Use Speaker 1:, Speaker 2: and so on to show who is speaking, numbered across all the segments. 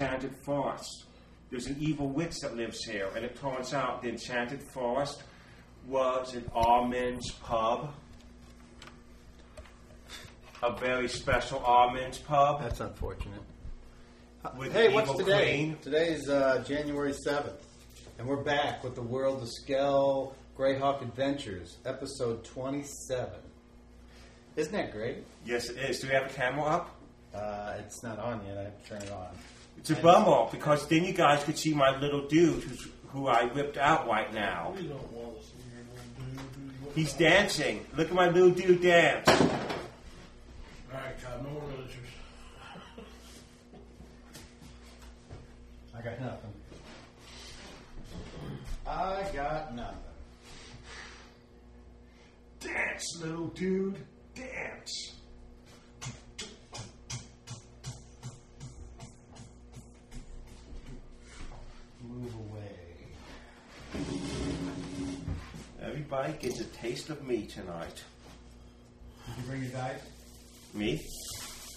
Speaker 1: enchanted forest. There's an evil witch that lives here, and it turns out the enchanted forest was an all men's pub. A very special all men's pub
Speaker 2: That's unfortunate.
Speaker 1: with
Speaker 2: Hey,
Speaker 1: an
Speaker 2: what's
Speaker 1: evil
Speaker 2: today?
Speaker 1: queen.
Speaker 2: Today's uh, January 7th, and we're back with the World of Skell Greyhawk Adventures, episode 27. Isn't that great?
Speaker 1: Yes, it is. Do we have a camera up?
Speaker 2: Uh, it's not on yet. I have to turn it on.
Speaker 1: It's a bummer because then you guys could see my little dude who's, who I whipped out right now.
Speaker 3: You don't want to see your little dude.
Speaker 1: He's dancing. Look at my little dude dance.
Speaker 3: All right, God, no more villagers.
Speaker 2: I got nothing. I got nothing.
Speaker 1: Dance, little dude. Dance.
Speaker 2: Move away.
Speaker 1: Everybody gets a taste of me tonight.
Speaker 2: Did you bring your dice?
Speaker 1: Me?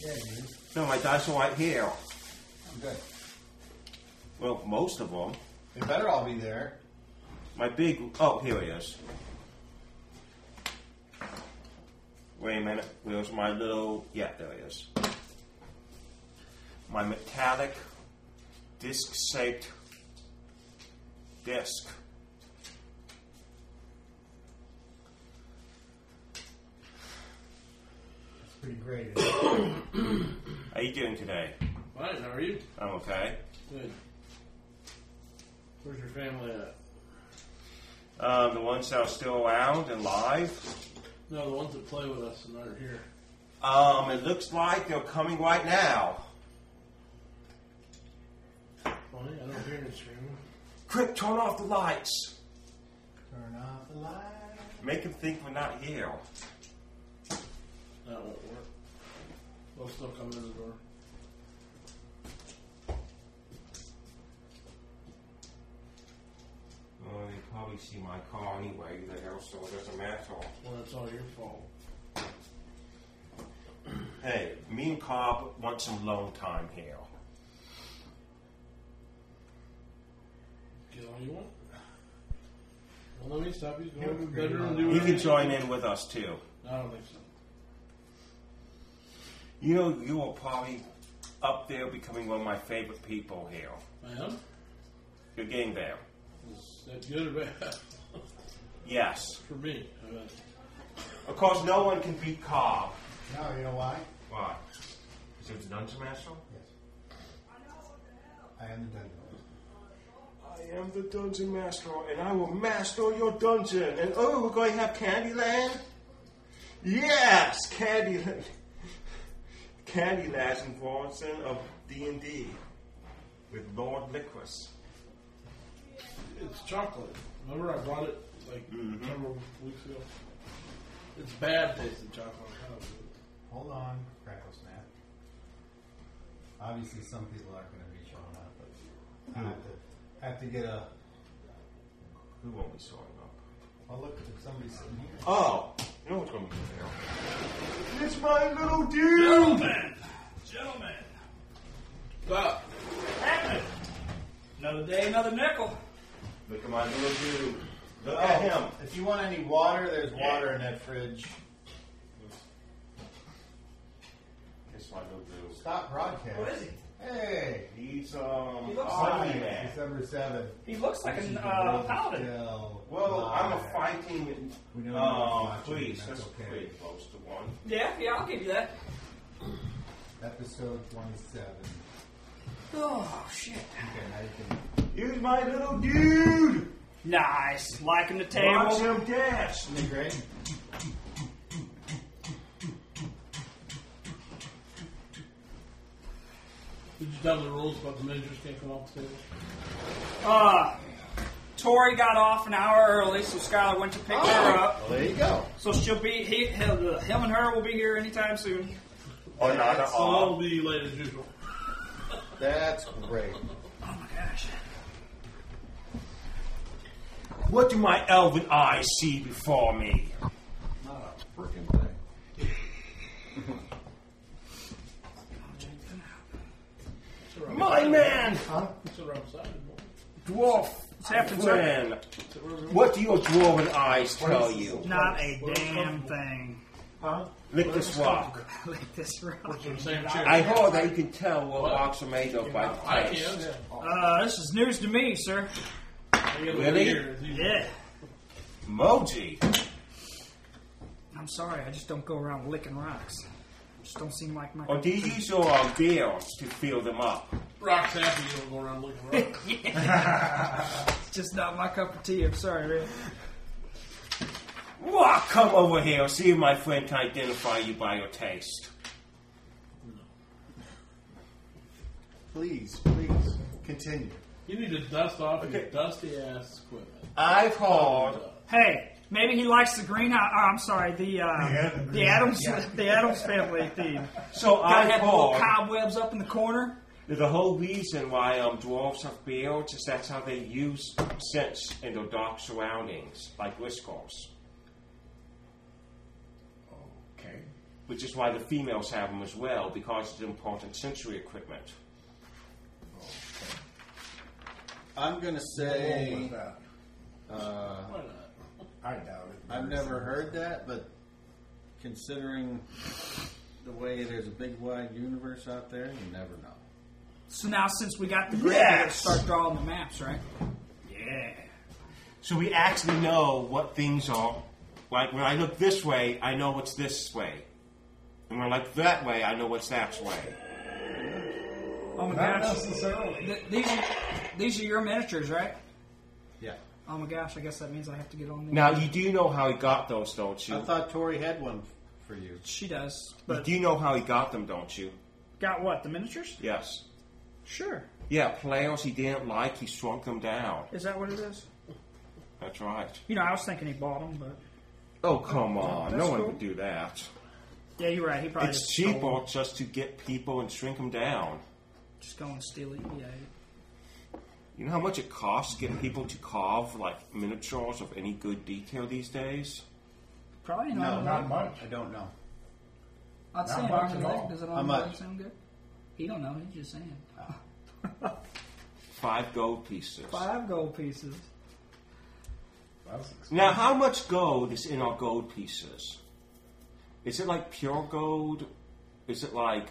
Speaker 2: Yeah, you did.
Speaker 1: No, my dice are right here.
Speaker 2: I'm good.
Speaker 1: Well, most of them.
Speaker 2: They better all be there.
Speaker 1: My big. Oh, here he is. Wait a minute. Where's my little. Yeah, there he is. My metallic disc shaped disc.
Speaker 2: It's pretty great. isn't it?
Speaker 1: How you doing today?
Speaker 3: Fine, how are you?
Speaker 1: I'm okay.
Speaker 3: Good. Where's your family at?
Speaker 1: Um, the ones that are still around and live.
Speaker 3: No, the ones that play with us and aren't here.
Speaker 1: Um, it looks like they're coming right now.
Speaker 3: Funny, I don't hear any screaming.
Speaker 1: Quick, turn off the lights.
Speaker 2: Turn off the light.
Speaker 1: Make them think we're not here.
Speaker 3: That won't work. They'll still come in the door.
Speaker 1: Well, they probably see my car anyway there, so it doesn't matter.
Speaker 3: Well, it's all your fault.
Speaker 1: Hey, me and Cobb want some lone time here.
Speaker 3: Get all you want. Well, let me stop you. Go
Speaker 2: You're
Speaker 3: in the
Speaker 2: pretty
Speaker 3: bedroom and
Speaker 2: loud.
Speaker 3: do
Speaker 1: You
Speaker 3: whatever
Speaker 1: can join in with us too.
Speaker 3: I don't think so.
Speaker 1: You know, you are probably up there becoming one of my favorite people here.
Speaker 3: I am?
Speaker 1: You're getting there.
Speaker 3: Is that good or bad?
Speaker 1: Yes.
Speaker 3: For me. I mean,
Speaker 1: Of course, no one can beat Cobb.
Speaker 2: No, you know why?
Speaker 1: Why? Is it Dungeon Master?
Speaker 2: Yes. I am the dungeon. master.
Speaker 1: I am the Dungeon Master, and I will master your dungeon. And oh, we're going to have Candyland? Yes, Candyland. Candyland's in version of D&D with Lord Liquorous.
Speaker 3: It's chocolate. Remember I brought it like several weeks ago? It's bad tasting chocolate. I don't know.
Speaker 2: Hold on, crackle snap. Obviously, some people aren't going to be showing up, but I have to, I have to get a.
Speaker 1: Who won't be showing up?
Speaker 2: Oh look, if somebody's sitting here.
Speaker 1: Oh, you know what's going to be there. It's my little dude!
Speaker 4: Gentlemen, gentlemen,
Speaker 3: Stop.
Speaker 4: happening. Another day, another nickel.
Speaker 1: Look at my little dude. Look at uh, him.
Speaker 2: Oh, If you want any water, there's water in that fridge.
Speaker 1: It's my little dude.
Speaker 2: Stop broadcast.
Speaker 4: What is he?
Speaker 2: Hey,
Speaker 1: He's, um,
Speaker 4: He looks
Speaker 1: army
Speaker 4: like-
Speaker 1: man.
Speaker 2: December seventh.
Speaker 4: He looks like an uh, paladin.
Speaker 1: Well, I'm a fighting.
Speaker 2: We don't know
Speaker 1: Oh,
Speaker 2: if you're
Speaker 1: please,
Speaker 2: watching,
Speaker 1: that's
Speaker 2: that's okay.
Speaker 1: pretty close to one.
Speaker 4: Yeah, yeah, I'll give you that.
Speaker 2: Episode twenty-seven.
Speaker 4: Oh shit!
Speaker 2: Okay, now you
Speaker 1: Here's my little dude.
Speaker 4: Nice, liking the
Speaker 1: Watch
Speaker 4: table.
Speaker 1: him dash.
Speaker 2: can. Isn't it great?
Speaker 3: Did you tell the rules about the managers can't come off the table?
Speaker 4: Uh, Tori got off an hour early, so Skylar went to pick her up.
Speaker 2: Well, there you go.
Speaker 4: So she'll be he, he'll, him and her will be here anytime soon.
Speaker 1: Or not at
Speaker 2: That's
Speaker 3: So
Speaker 1: all.
Speaker 3: I'll be late as usual.
Speaker 2: That's great.
Speaker 4: Oh my gosh!
Speaker 1: What do my elven eyes see before me?
Speaker 2: Not a freaking thing.
Speaker 3: That's all right.
Speaker 1: My man!
Speaker 2: Huh?
Speaker 3: That's what I'm saying.
Speaker 1: Dwarf!
Speaker 4: It's happened, sir.
Speaker 1: Man! What do your dwarven eyes tell you?
Speaker 4: Not a damn thing.
Speaker 2: Huh?
Speaker 1: Lick this rock.
Speaker 4: like this Uh, rock.
Speaker 3: We're in the same chair.
Speaker 1: I heard that you can tell what rocks are made of by
Speaker 3: I
Speaker 1: the
Speaker 3: can.
Speaker 1: taste.
Speaker 4: Uh, this is news to me, sir.
Speaker 3: Yeah.
Speaker 1: Really?
Speaker 4: Yeah.
Speaker 1: Moji!
Speaker 4: I'm sorry, I just don't go around licking rocks. Just don't seem like my.
Speaker 1: Or do Oh, you use your uh, beard to fill them up?
Speaker 3: Rock's happy you don't go around looking for rocks.
Speaker 4: It's just not my cup of tea. I'm sorry, really.
Speaker 1: What? Come over here. See if my friend can identify you by your taste.
Speaker 2: Please, please continue.
Speaker 3: You need to dust off your dusty ass equipment.
Speaker 1: I've heard.
Speaker 4: Hey, maybe he likes the green. Uh, oh, I'm sorry, the uh,
Speaker 2: Yeah,
Speaker 4: the Adams the Adams family theme.
Speaker 1: So
Speaker 4: I
Speaker 1: I've
Speaker 4: had little
Speaker 1: heard
Speaker 4: cobwebs up in the corner.
Speaker 1: that the whole reason why um, dwarves have beards is that's how they use sense in their dark surroundings, like whiskers.
Speaker 2: Okay.
Speaker 1: Which is why the females have them as well, because it's important sensory equipment.
Speaker 2: I'm gonna say
Speaker 5: that.
Speaker 2: uh,
Speaker 3: Why not?
Speaker 5: I doubt it.
Speaker 2: I've never heard that, but considering the way there's a big wide universe out there, you never know.
Speaker 4: So now, since we got the green, we gotta
Speaker 1: Yes!
Speaker 4: start drawing the maps, right? Yeah.
Speaker 1: So we actually know what things are. Like when I look this way, I know what's this way. And when I look that way, I know what's that way.
Speaker 4: Oh my
Speaker 5: Not
Speaker 4: gosh,
Speaker 5: necessarily.
Speaker 4: Th- these are, these are your miniatures, right?
Speaker 2: Yeah.
Speaker 4: Oh my gosh, I guess that means I have to get on. These.
Speaker 1: Now you do know how he got those, don't you?
Speaker 2: I thought Tori had one f- for you.
Speaker 4: she does,
Speaker 1: You
Speaker 4: but
Speaker 1: do know how he got them, don't you?
Speaker 4: got what? The miniatures?
Speaker 1: Yes.
Speaker 4: Sure.
Speaker 1: Yeah, players he didn't like, he shrunk them down.
Speaker 4: Is that what it is?
Speaker 1: That's right.
Speaker 4: You know, I was thinking he bought them, but
Speaker 1: Oh come on,
Speaker 4: That's
Speaker 1: no one
Speaker 4: cool.
Speaker 1: would do that.
Speaker 4: yeah, you're right. He probably
Speaker 1: it's
Speaker 4: just stole 'em.
Speaker 1: cheaper just to get people and shrink them down.
Speaker 4: Just go and steal it. Yeah.
Speaker 1: You know how much it costs to get people to carve like miniatures of any good detail these days?
Speaker 4: Probably
Speaker 2: No,
Speaker 4: not.
Speaker 5: Not much.
Speaker 2: I don't know.
Speaker 4: I'd say
Speaker 5: not
Speaker 4: an
Speaker 5: much
Speaker 4: arm and
Speaker 5: at
Speaker 4: leg.
Speaker 5: all.
Speaker 4: Does an
Speaker 2: How
Speaker 4: arm and leg
Speaker 2: much?
Speaker 4: sound good? He don't know. He's just saying.
Speaker 1: Five gold pieces.
Speaker 4: Five gold pieces.
Speaker 5: That's expensive.
Speaker 1: Now, how much gold is in our gold pieces? Is it like pure gold? Is it like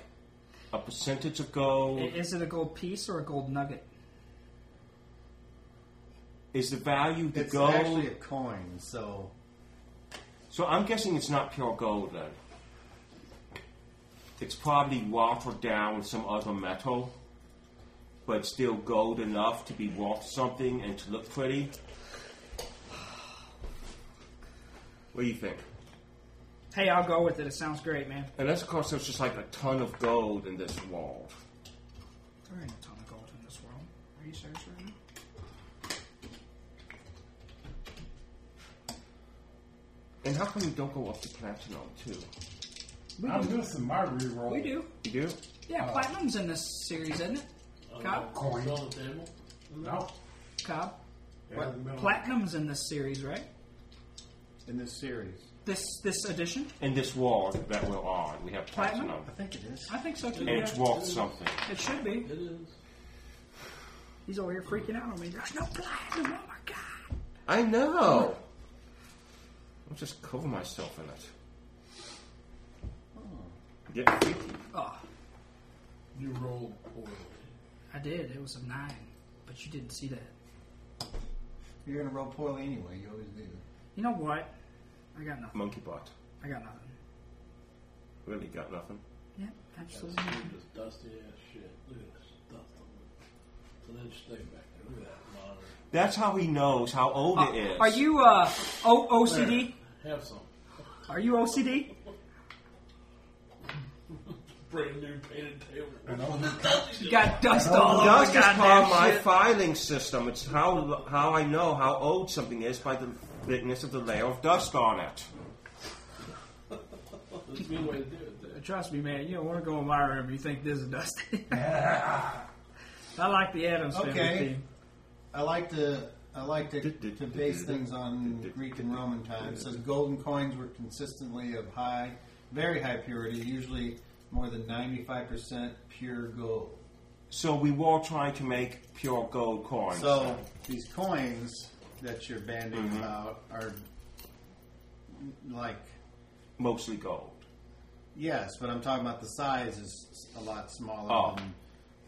Speaker 1: a percentage of
Speaker 4: I-
Speaker 1: gold?
Speaker 4: Is it a gold piece or a gold nugget?
Speaker 1: Is the value the
Speaker 2: It's
Speaker 1: gold?
Speaker 2: actually a coin, so
Speaker 1: So I'm guessing it's not pure gold then. It's probably watered down with some other metal, but still gold enough to be worth something and to look pretty. What do you think?
Speaker 4: Hey, I'll go with it. It sounds great, man.
Speaker 1: Unless, of course, there's just like a ton of gold in this world.
Speaker 4: There ain't a ton of gold in this world. Are you serious right now?
Speaker 1: And how come you don't go up to platinum too?
Speaker 5: I'm missing my reroll.
Speaker 4: We do.
Speaker 1: You do?
Speaker 4: Yeah, platinum's in this series, isn't it? Cobb,
Speaker 5: Coin.
Speaker 3: It's on the table.
Speaker 5: No.
Speaker 4: Cobb.
Speaker 5: Yeah, no.
Speaker 4: Platinum's in this series, right?
Speaker 2: in this series,
Speaker 4: This this edition.
Speaker 1: In this world that we're on, we have platinum,
Speaker 4: Platinum?
Speaker 2: I think it is.
Speaker 4: I think so too.
Speaker 1: and it's
Speaker 4: yeah.
Speaker 1: worth something.
Speaker 4: It should be.
Speaker 3: It is.
Speaker 4: He's over here freaking out on me. There's no platinum. Oh my god.
Speaker 1: I know. I'll just cover myself in it. Get freaky.
Speaker 4: Oh,
Speaker 3: You rolled poorly.
Speaker 4: I did. It was a nine, but you didn't see that.
Speaker 2: You're gonna roll poorly anyway. You always do.
Speaker 4: You know what? I got nothing.
Speaker 1: Monkey bot.
Speaker 4: I got nothing.
Speaker 1: Really got nothing.
Speaker 4: Yeah, absolutely. nothing.
Speaker 3: This dusty ass shit. Look at this dust on it. It's an interesting thing back there. Look at that monitor.
Speaker 1: That's how he knows how old it
Speaker 4: Uh,
Speaker 1: is.
Speaker 4: are you uh, o- OCD?
Speaker 3: Have some.
Speaker 4: Are you OCD?
Speaker 3: Brand new painted table. I know.
Speaker 4: You got Oh, dust all over
Speaker 1: Oh, That's
Speaker 4: the
Speaker 1: just part
Speaker 4: goddamn
Speaker 1: of my
Speaker 4: shit.
Speaker 1: filing system. It's how how I know how old something is by the thickness of the layer of dust on it.
Speaker 3: There's a way to do it there.
Speaker 4: Trust me, man. You don't want to go in my room. You think this is dusty. I like the Adams family
Speaker 2: Okay.
Speaker 4: theme.
Speaker 2: I like to I like to, to base things on Greek and Roman times. It says golden coins were consistently of high, very high purity, usually more than ninety five percent pure gold.
Speaker 1: So we were trying to make pure gold coins.
Speaker 2: So these coins that you're banding about are like
Speaker 1: mostly gold.
Speaker 2: yes, but I'm talking about the size is a lot smaller.
Speaker 1: Oh.
Speaker 2: Than,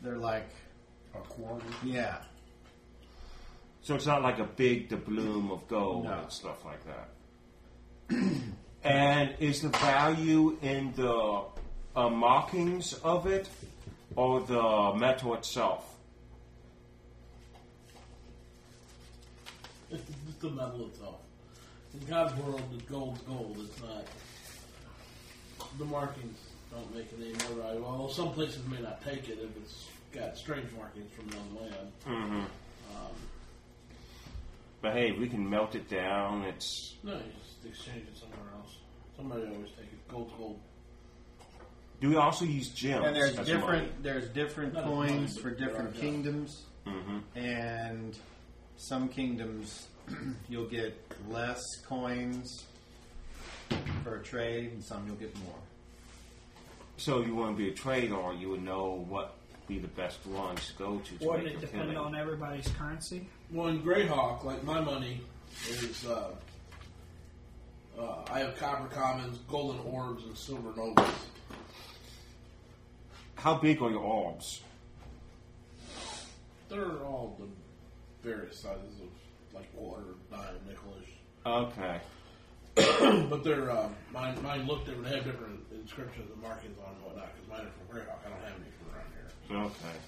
Speaker 2: they're like
Speaker 5: A quarter.
Speaker 2: yeah,
Speaker 1: So it's not like a big doubloon of gold
Speaker 2: No.
Speaker 1: and stuff like that. and is the value in the uh, markings of it or the metal itself?
Speaker 3: It's just the metal itself. In God's world, the gold's gold. It's not. The markings don't make it any more valuable. Although some places may not take it if it's got strange markings from the land.
Speaker 1: But hey, we can melt it down. It's
Speaker 3: No, you just exchange it somewhere else. Somebody always take it. Gold's gold.
Speaker 1: do we also use gems?
Speaker 2: and there's
Speaker 1: as
Speaker 2: different
Speaker 1: money?
Speaker 2: there's different
Speaker 3: Not as money,
Speaker 2: coins
Speaker 3: but
Speaker 2: for
Speaker 3: there
Speaker 2: different
Speaker 3: are, yeah.
Speaker 2: kingdoms, and some kingdoms you'll get less coins for a trade, and some you'll get more.
Speaker 1: So you want to be a trader, or you would know what be the best ones to go to. to
Speaker 4: Wouldn't
Speaker 1: make
Speaker 4: it
Speaker 1: a
Speaker 4: depend
Speaker 1: killing.
Speaker 4: on everybody's currency?
Speaker 3: Well, in Greyhawk, like my money is, uh, uh, I have copper commons, golden orbs, and silver nobles.
Speaker 1: How big are your orbs?
Speaker 3: They're all the various sizes of like quarter, dime, nickelish.
Speaker 1: Okay.
Speaker 3: But they're um, mine. Mine look different. They have different inscriptions and markings on and whatnot. Because mine are from Greyhawk. I don't have any from around here.
Speaker 1: Okay.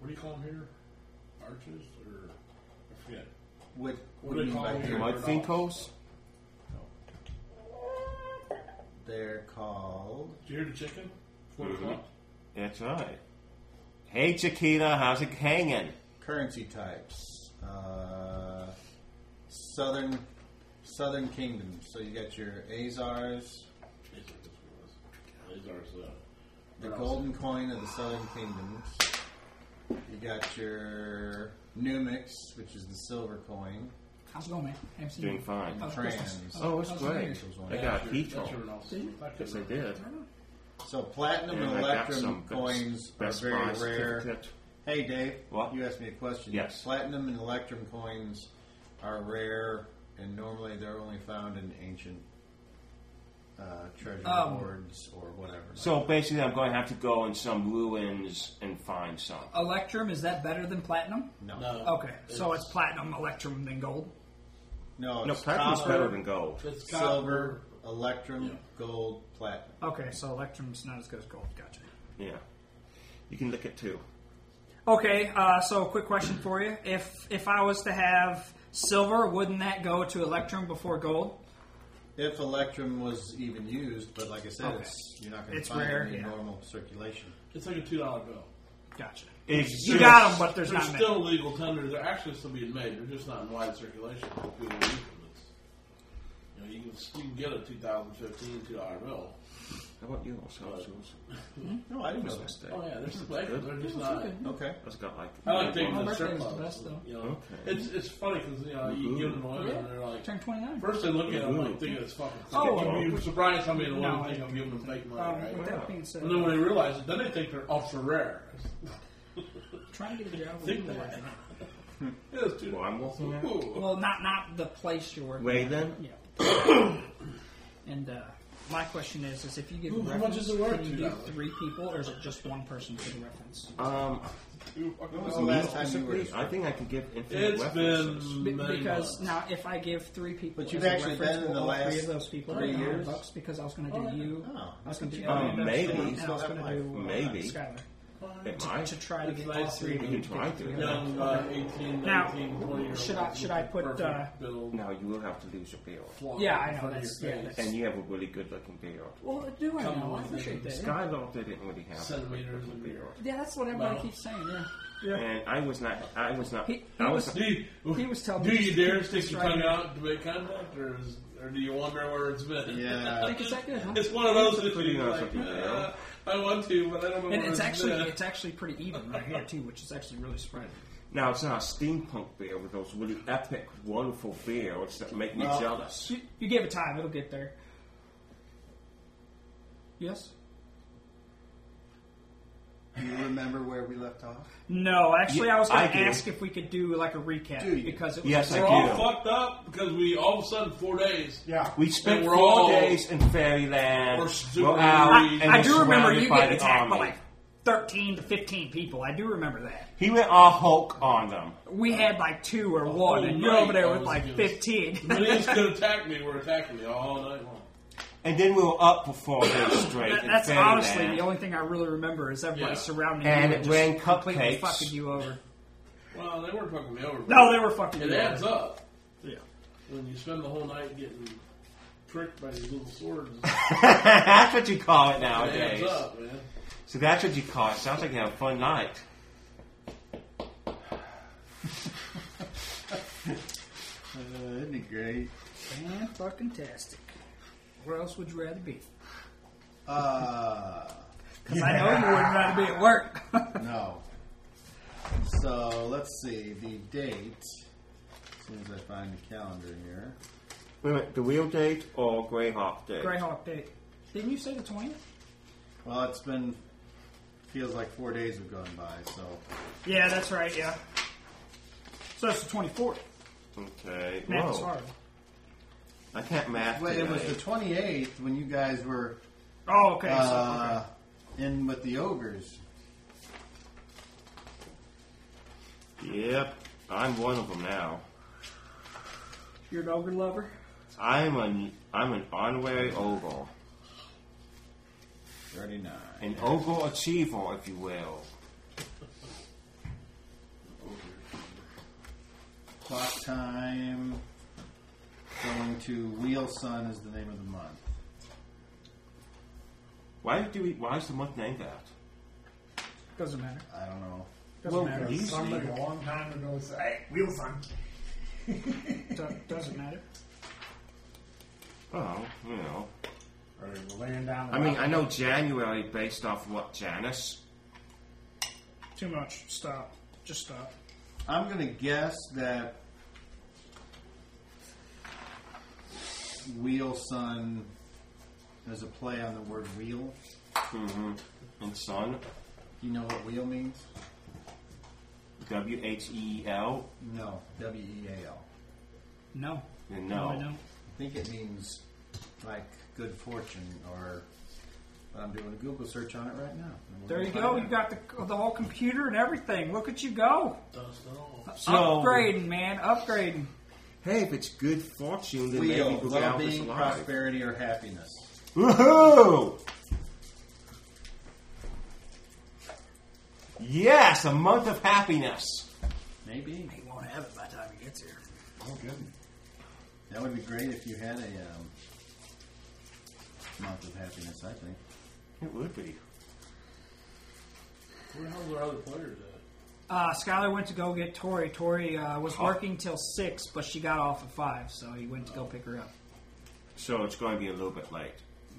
Speaker 3: What do you call them here? Arches or I forget.
Speaker 2: What,
Speaker 3: What
Speaker 2: do
Speaker 3: do
Speaker 2: you mean
Speaker 3: they call
Speaker 2: by
Speaker 3: them
Speaker 2: here?
Speaker 3: here?
Speaker 1: Mud finkos?
Speaker 2: They're called.
Speaker 3: Did you hear the chicken? 4 o'clock.
Speaker 1: That's right. Hey, Chiquita, how's it hanging?
Speaker 2: currency types. Uh, southern Southern kingdoms. So you got your Azars,
Speaker 3: It's like this one was. These are so.
Speaker 2: the
Speaker 3: They're
Speaker 2: golden coin of the Southern kingdoms. You got your Numix, which is the silver coin.
Speaker 4: How's it going, man? Haven't seen
Speaker 1: Doing
Speaker 4: you.
Speaker 1: fine.
Speaker 4: How's
Speaker 2: Trans.
Speaker 4: business?
Speaker 1: Oh, it's
Speaker 4: How's the
Speaker 1: great.
Speaker 4: news?
Speaker 2: Those
Speaker 1: I
Speaker 2: ones.
Speaker 1: got
Speaker 3: That's
Speaker 1: a
Speaker 3: your-
Speaker 1: heat
Speaker 3: that's your
Speaker 1: on.
Speaker 3: mouse. That
Speaker 1: Yes, I
Speaker 3: could-
Speaker 1: did.
Speaker 2: So platinum
Speaker 1: And
Speaker 2: and
Speaker 1: I got some
Speaker 2: electrum
Speaker 1: best-
Speaker 2: coins are
Speaker 1: Best Buy
Speaker 2: very rare.
Speaker 1: certificate.
Speaker 2: Hey Dave,
Speaker 1: What?
Speaker 2: you asked me a question.
Speaker 1: Yes.
Speaker 2: Platinum and electrum coins are rare, and normally they're only found in ancient uh, treasure
Speaker 4: Um,
Speaker 2: hoards or whatever.
Speaker 1: So basically, I'm going to have to go in some ruins and find some.
Speaker 4: Electrum, is that better than platinum?
Speaker 2: no, no,
Speaker 3: No.
Speaker 4: Okay, so it's platinum, electrum, then gold.
Speaker 1: No,
Speaker 2: it's
Speaker 1: platinum's
Speaker 2: copper,
Speaker 1: better than gold.
Speaker 3: It's copper.
Speaker 2: silver, electrum,
Speaker 3: Yeah.
Speaker 2: gold, platinum.
Speaker 4: Okay, so electrum's not as good as gold. Gotcha.
Speaker 1: Yeah. You can look at two.
Speaker 4: Okay, uh, so quick question for you: If if I was to have silver, wouldn't that go to electrum before gold?
Speaker 2: If electrum was even used, but like I said,
Speaker 4: Okay.
Speaker 2: it's, you're not going to
Speaker 4: It's
Speaker 2: find
Speaker 4: rare,
Speaker 2: it in
Speaker 4: yeah.
Speaker 2: normal circulation.
Speaker 3: It's like a two dollar bill.
Speaker 4: Gotcha.
Speaker 1: It's
Speaker 4: You
Speaker 1: just-
Speaker 4: got them, but there's
Speaker 3: They're
Speaker 4: not many.
Speaker 3: still legal tender. They're actually still being made. They're just not in wide circulation. People use them. It's- You know, you can you can get a 2015 two dollar bill.
Speaker 1: How about you? Celsius?
Speaker 2: No, I didn't know that.
Speaker 1: Mistake.
Speaker 3: Oh yeah, they're special. They're just not.
Speaker 2: Okay.
Speaker 1: That's got like.
Speaker 3: I like things
Speaker 4: My
Speaker 3: in
Speaker 4: birthday's
Speaker 3: strip
Speaker 4: the
Speaker 3: clubs.
Speaker 4: best, though.
Speaker 3: You know,
Speaker 1: Okay.
Speaker 3: it's it's funny because you know you give them away and they're like.
Speaker 4: Turn twenty nine.
Speaker 3: First they look at them
Speaker 1: Ooh.
Speaker 3: like thinking it's fucking.
Speaker 4: Oh,
Speaker 3: Oh, you'd be surprised how many of the
Speaker 4: No,
Speaker 3: ones
Speaker 4: I
Speaker 3: think I'm giving them fake money, right?
Speaker 4: Um, with that being said, uh,
Speaker 3: And then when they realize it, then they think they're ultra rare.
Speaker 4: try and get a job.
Speaker 3: Think that. It's two
Speaker 1: Well, I'm looking at.
Speaker 3: Ooh.
Speaker 4: Well, not not the place you're working.
Speaker 1: Way
Speaker 4: at.
Speaker 1: then?
Speaker 4: Yeah. and uh, my question is: Is if you give
Speaker 3: Ooh, how
Speaker 4: reference,
Speaker 3: much is it worth?
Speaker 4: can you
Speaker 3: Two
Speaker 4: do
Speaker 3: dollars.
Speaker 4: three people, or is it just one person for the reference?
Speaker 1: Um,
Speaker 3: Ooh, fucking
Speaker 2: was
Speaker 3: hell.
Speaker 2: the Oh, last time you were-
Speaker 1: I think I can give infinite
Speaker 3: It's
Speaker 1: weapons.
Speaker 3: been
Speaker 4: Be-
Speaker 3: many
Speaker 4: because
Speaker 3: months.
Speaker 4: now, if I give three people,
Speaker 2: But you've
Speaker 4: as a
Speaker 2: actually
Speaker 4: reference,
Speaker 2: been in
Speaker 4: will
Speaker 2: the
Speaker 4: all three
Speaker 2: last
Speaker 4: of those people
Speaker 2: three
Speaker 4: are gonna
Speaker 2: years?
Speaker 4: have bucks because I was going to do you.
Speaker 2: Oh,
Speaker 4: I was going to do
Speaker 1: Um,
Speaker 4: Amanda,
Speaker 1: maybe.
Speaker 4: and I
Speaker 2: Still
Speaker 4: was
Speaker 2: have
Speaker 4: going to
Speaker 2: life.
Speaker 4: do uh,
Speaker 1: Maybe.
Speaker 4: Skylar
Speaker 1: It might.
Speaker 4: to try to
Speaker 3: It's
Speaker 4: get all
Speaker 3: nice to
Speaker 4: three. of
Speaker 1: You
Speaker 4: you.
Speaker 1: can try to.
Speaker 3: Young, uh, 18,
Speaker 4: Now,
Speaker 3: 19, 20 -year-old
Speaker 4: should I- should I put,
Speaker 3: perfect
Speaker 4: uh,
Speaker 3: build
Speaker 1: Now you will have to lose your beard,
Speaker 3: flaw
Speaker 4: Yeah, I
Speaker 3: in
Speaker 4: know,
Speaker 3: front of
Speaker 4: that's-
Speaker 3: your
Speaker 4: yeah,
Speaker 3: face.
Speaker 4: that's-
Speaker 1: and you have a really good-looking beard.
Speaker 4: Well, do I
Speaker 3: Come
Speaker 4: know? I
Speaker 3: on,
Speaker 4: appreciate that.
Speaker 3: baby.
Speaker 4: yeah.
Speaker 1: Skylord didn't really have a
Speaker 3: Centimeters
Speaker 1: good-looking
Speaker 3: and-
Speaker 1: beard.
Speaker 4: Yeah, that's what everybody
Speaker 3: Well.
Speaker 4: keeps saying. Yeah, yeah.
Speaker 1: And I was not. I was not.
Speaker 4: He-
Speaker 1: I
Speaker 4: he
Speaker 1: was.
Speaker 4: was-
Speaker 3: Do you,
Speaker 4: He was telling
Speaker 3: do
Speaker 4: me
Speaker 3: you
Speaker 4: just
Speaker 3: dare
Speaker 4: keep
Speaker 3: stick
Speaker 4: this
Speaker 3: your
Speaker 4: right
Speaker 3: tongue
Speaker 4: here.
Speaker 3: out to make contact, or, is, or do you wonder where it's been?
Speaker 2: Yeah.
Speaker 4: Think it's that good, huh?
Speaker 3: It's one of those that
Speaker 1: Pretty
Speaker 3: you
Speaker 1: nice
Speaker 3: like,
Speaker 1: looking bear.
Speaker 3: uh, I want to, but I don't know
Speaker 4: And
Speaker 3: where
Speaker 4: it's actually
Speaker 3: been.
Speaker 4: it's actually pretty even right here too, which is actually really surprising.
Speaker 1: now it's not a steampunk beard with those really epic, wonderful beards that make me
Speaker 2: Well-
Speaker 1: jealous.
Speaker 4: You, you give it time; it'll get there. Yes.
Speaker 2: remember where we left off?
Speaker 4: No, actually,
Speaker 1: Yeah,
Speaker 4: I was going
Speaker 1: I
Speaker 4: to
Speaker 1: do.
Speaker 4: ask if we could do like a recap
Speaker 2: Do you?
Speaker 4: because it was
Speaker 1: Yes, I
Speaker 3: We're
Speaker 1: do.
Speaker 3: all fucked up because we all of a sudden four days.
Speaker 5: Yeah.
Speaker 1: We spent
Speaker 3: And
Speaker 1: four
Speaker 3: we're all-
Speaker 1: days in fairyland.
Speaker 3: We're super
Speaker 1: We're out,
Speaker 3: worried.
Speaker 1: and
Speaker 4: I, I
Speaker 1: we're
Speaker 4: do remember
Speaker 1: surrounded
Speaker 4: you
Speaker 1: by
Speaker 4: getting
Speaker 1: the
Speaker 4: attacked by
Speaker 1: army.
Speaker 4: like 13 to 15 people. I do remember that.
Speaker 1: He went all Hulk on them.
Speaker 4: We had like two
Speaker 1: Oh,
Speaker 4: or one, and you're
Speaker 3: right,
Speaker 4: over there
Speaker 3: I
Speaker 4: with
Speaker 3: was
Speaker 4: like
Speaker 3: against-
Speaker 4: 15.
Speaker 3: Minions could attack me. Were attacking me all night long.
Speaker 1: And then we were up for four days straight.
Speaker 4: That-
Speaker 1: in
Speaker 4: That's
Speaker 1: fairyland.
Speaker 4: honestly the only thing I really remember is everybody
Speaker 3: Yeah.
Speaker 4: surrounding
Speaker 1: And
Speaker 4: you
Speaker 1: it
Speaker 4: and
Speaker 1: ran
Speaker 4: just completely
Speaker 1: cupcakes.
Speaker 4: fucking you over.
Speaker 3: Well, they weren't fucking me over. but
Speaker 4: No, they were fucking
Speaker 3: It
Speaker 4: you
Speaker 3: adds
Speaker 4: over.
Speaker 3: up
Speaker 4: Yeah.
Speaker 3: when you spend the whole night getting tricked by these little swords.
Speaker 1: that's what you call it
Speaker 3: It
Speaker 1: nowadays.
Speaker 3: adds up, man.
Speaker 1: So that's what you call it. Sounds like you had a fun night.
Speaker 2: Uh, that'd be great.
Speaker 4: fucking tastic. Where else would you rather be?
Speaker 2: Uh,
Speaker 4: Because I know you wouldn't rather be at work.
Speaker 2: no. So let's see the date. As soon as I find the calendar here.
Speaker 1: Wait a minute, the wheel date or Greyhawk date?
Speaker 4: Greyhawk Day. Didn't you say the 20th?
Speaker 2: Well, it's been feels like four days have gone by. So
Speaker 4: Yeah, that's right, yeah. So that's the 24th.
Speaker 1: Okay.
Speaker 4: Man, it's
Speaker 1: Whoa.
Speaker 4: hard.
Speaker 1: I can't math.
Speaker 2: Wait, it was
Speaker 1: today.
Speaker 2: the 28th when you guys were
Speaker 4: Oh, okay.
Speaker 2: uh, in with the ogres.
Speaker 1: Yep, I'm one of them now.
Speaker 4: so, okay. You're an ogre lover?
Speaker 1: I'm an I'm an honorary ogle,
Speaker 2: 39.
Speaker 1: an ogle achiever, if you will.
Speaker 2: Clock time. Going to Wheel Sun is the name of the month.
Speaker 1: Why do we? Why is the month named that?
Speaker 4: Doesn't matter.
Speaker 2: I don't know.
Speaker 4: Doesn't matter.
Speaker 5: Because Somebody a long time ago said, "Hey, Wilson."
Speaker 4: Do- doesn't matter.
Speaker 1: Oh, you know.
Speaker 5: Or they were laying down.
Speaker 1: I mean, I know January based off what Janus.
Speaker 4: Too much. Stop. Just stop.
Speaker 2: I'm going to guess that Wheel Sun is a play on the word wheel.
Speaker 1: Mm-hmm. And son,
Speaker 2: You know what wheel means?
Speaker 1: W H E E L.
Speaker 2: No. W E A L.
Speaker 4: No.
Speaker 1: And
Speaker 4: No,
Speaker 1: no.
Speaker 4: I don't.
Speaker 2: I think it means like good fortune or. but I'm doing a Google search on it right now. and we're
Speaker 4: There you
Speaker 2: gonna
Speaker 4: go.
Speaker 2: find
Speaker 4: You
Speaker 2: out.
Speaker 4: got the, the whole computer and everything. Look at you go.
Speaker 3: Dust it all.
Speaker 1: So,
Speaker 4: Upgrading, man. Upgrading.
Speaker 1: hey, if it's good fortune, then maybe
Speaker 2: Wheel,
Speaker 1: we'll get out this
Speaker 2: well-being,
Speaker 1: alive.
Speaker 2: prosperity, or happiness.
Speaker 1: Woohoo! Yes, a month of happiness.
Speaker 2: Maybe
Speaker 4: He won't have it by the time he gets here.
Speaker 5: Oh, goodness.
Speaker 2: that would be great if you had a um, month of happiness. I think
Speaker 1: It would be.
Speaker 3: Where the hell's our other players at?
Speaker 4: Uh, Skylar went to go get Tori. Tori uh, was working till 6, but she got off at 5, so he went to go pick her up.
Speaker 1: So it's going to be a little bit late.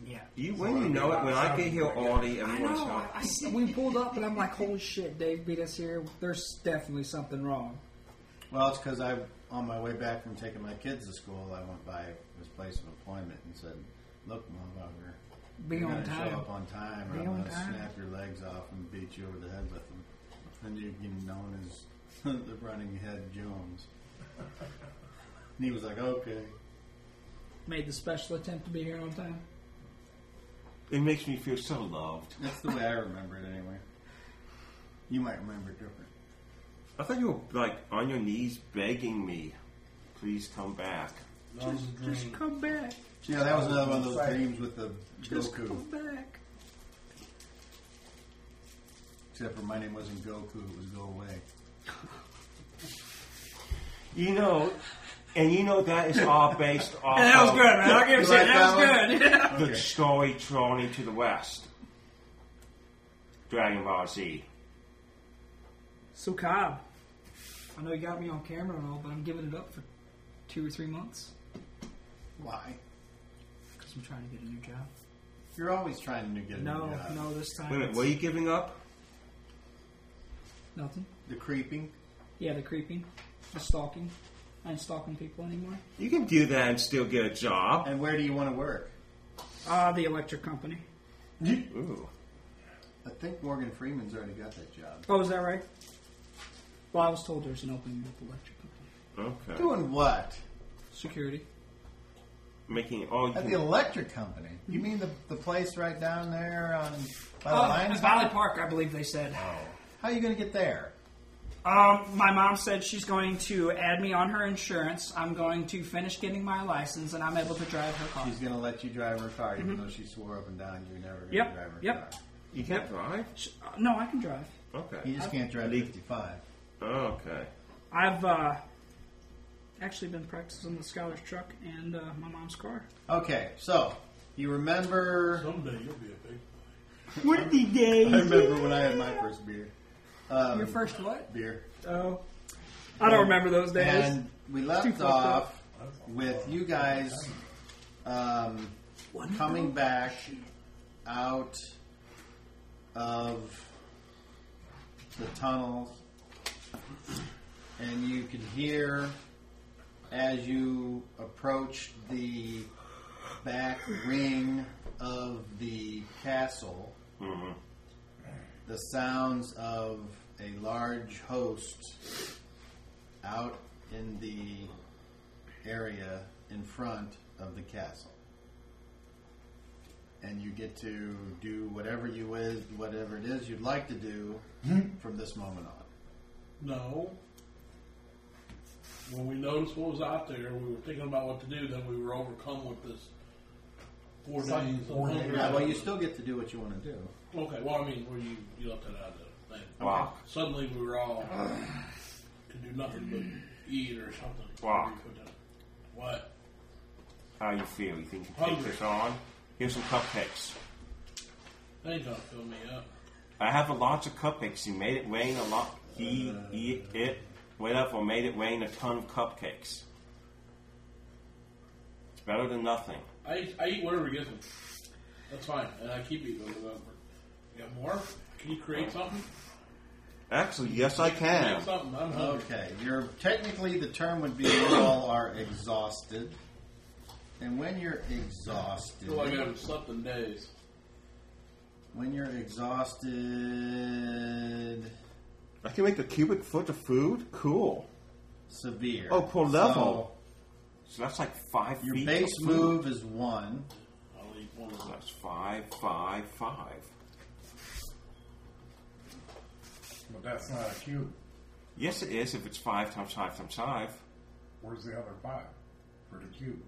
Speaker 4: Yeah.
Speaker 1: You, when you know it, when I get here early,
Speaker 4: I
Speaker 1: everyone's
Speaker 4: know.
Speaker 1: out.
Speaker 4: I, I- we pulled up, and I'm like, holy shit, Dave beat us here. There's definitely something wrong.
Speaker 2: Well, it's because I, on my way back from taking my kids to school, I went by his place of employment and said, "Look, motherfucker,
Speaker 4: Be
Speaker 2: you're
Speaker 4: on
Speaker 2: gonna show
Speaker 4: time.
Speaker 2: up on time, or
Speaker 4: Be
Speaker 2: I'm
Speaker 4: on
Speaker 2: gonna
Speaker 4: time."
Speaker 2: snap your legs off and beat you over the head with them." And you'd be known as the running head Jones. and he was like, "Okay."
Speaker 4: Made the special attempt to be here on time.
Speaker 1: It makes me feel so loved.
Speaker 2: That's the way I remember it, anyway. You might remember it different.
Speaker 1: I thought you were like on your knees begging me, please come back.
Speaker 3: That was a
Speaker 4: Just
Speaker 3: dream.
Speaker 4: come back.
Speaker 2: Yeah, that was another one of
Speaker 5: Right.
Speaker 2: those dreams with the
Speaker 4: Just
Speaker 2: Goku.
Speaker 4: come back.
Speaker 2: Except for my name wasn't Goku; it was Go Away.
Speaker 1: You know, and you know that is all based off.
Speaker 4: that was
Speaker 1: of
Speaker 4: good, man. I'll give
Speaker 2: You
Speaker 4: it
Speaker 2: like
Speaker 4: shit. That
Speaker 2: that
Speaker 4: was good. Yeah.
Speaker 1: The story Trony to the West, Dragon Ball Z.
Speaker 4: So, Cobb, I know you got me on camera and all, but I'm giving it up for two or three months
Speaker 2: Why?
Speaker 4: because I'm trying to get a new job.
Speaker 2: You're always trying to get a new
Speaker 4: No,
Speaker 2: job.
Speaker 4: no, this time.
Speaker 1: Wait a minute,
Speaker 4: it's
Speaker 1: were you giving up?
Speaker 4: Nothing.
Speaker 2: The creeping.
Speaker 4: Yeah, the creeping, the stalking. I ain't stalking people anymore.
Speaker 1: You can do that and still get a job.
Speaker 4: Ah,
Speaker 2: And where do you want to work?
Speaker 4: Uh, the electric company.
Speaker 1: Ooh.
Speaker 2: I think Morgan Freeman's already got that job.
Speaker 4: Oh, is that right? Well, I was told there's an opening with electric
Speaker 1: Okay.
Speaker 2: Doing what?
Speaker 4: security.
Speaker 1: Making all you
Speaker 2: At the
Speaker 1: can.
Speaker 2: electric company. You mean the, the place right down there on by the
Speaker 4: Uh,
Speaker 2: Lions?
Speaker 4: Valley Park, I believe they said.
Speaker 2: How are you going to get there?
Speaker 4: Um, my mom said she's going to add me on her insurance. I'm going to finish getting my license, and I'm able to drive her car.
Speaker 2: She's going to let you drive her car, even though she swore up and down you were never going to
Speaker 4: Mm-hmm. Yep,
Speaker 2: drive her
Speaker 4: yep.
Speaker 2: car.
Speaker 1: You can't drive?
Speaker 4: She- uh, no, I can drive.
Speaker 1: Okay.
Speaker 2: You just can't drive 55.
Speaker 1: Okay.
Speaker 4: I've uh, actually been practicing the Scholar's truck and uh, my mom's car.
Speaker 2: Okay, so you remember?
Speaker 3: Someday you'll be a big boy.
Speaker 4: What the
Speaker 2: I
Speaker 4: day?
Speaker 2: remember when I had my first beer. Um,
Speaker 4: Your first what?
Speaker 2: beer.
Speaker 4: Oh, I don't remember those days.
Speaker 2: And we
Speaker 4: too
Speaker 2: left
Speaker 4: fucked up.
Speaker 2: off with you guys um, coming back out of the tunnel, and you could hear as you approached the back ring of the castle the sounds of a large host out in the area in front of the castle. And you get to do whatever you is, whatever it is you'd like to do from this moment on.
Speaker 3: No. When we noticed what was out there, we were thinking about what to do. Then we were overcome with this four
Speaker 5: It's like
Speaker 3: days.
Speaker 5: four
Speaker 3: of hunger.
Speaker 5: days.
Speaker 2: Yeah, well, you still get to do what you want to do.
Speaker 3: Okay. Well, I mean, where you you left that out of the thing.
Speaker 1: Wow.
Speaker 3: Suddenly we were all could do nothing but eat or something.
Speaker 1: Wow.
Speaker 3: We couldn't. What?
Speaker 1: How you feel? You think you can take
Speaker 3: Hungry.
Speaker 1: this on? Here's some cupcakes.
Speaker 3: They ain't gonna fill me up.
Speaker 1: I have a lots of cupcakes. He made it rain a lot. He eat it. Went up or made it rain a ton of cupcakes. It's better than nothing.
Speaker 3: I eat, I eat whatever gets me. That's fine, and I keep eating whatever. You got more? Can you create something?
Speaker 1: Actually, yes, I
Speaker 3: Create
Speaker 1: can.
Speaker 3: something. I'm hungry.
Speaker 2: Okay, you're technically the term would be you all are exhausted, and when you're exhausted,
Speaker 3: feel like Oh, I haven't slept in days.
Speaker 2: When you're exhausted,
Speaker 1: I can make a cubic foot of food. Cool.
Speaker 2: severe.
Speaker 1: Oh, per level. So that's like five
Speaker 2: So your
Speaker 1: feet.
Speaker 2: base
Speaker 1: of food.
Speaker 2: move is one.
Speaker 3: I'll eat one of
Speaker 1: So
Speaker 3: those.
Speaker 1: That's five, five, five.
Speaker 5: But that's not a cube.
Speaker 1: Yes, it is. If it's five times five times five.
Speaker 5: Where's the other five for the cube?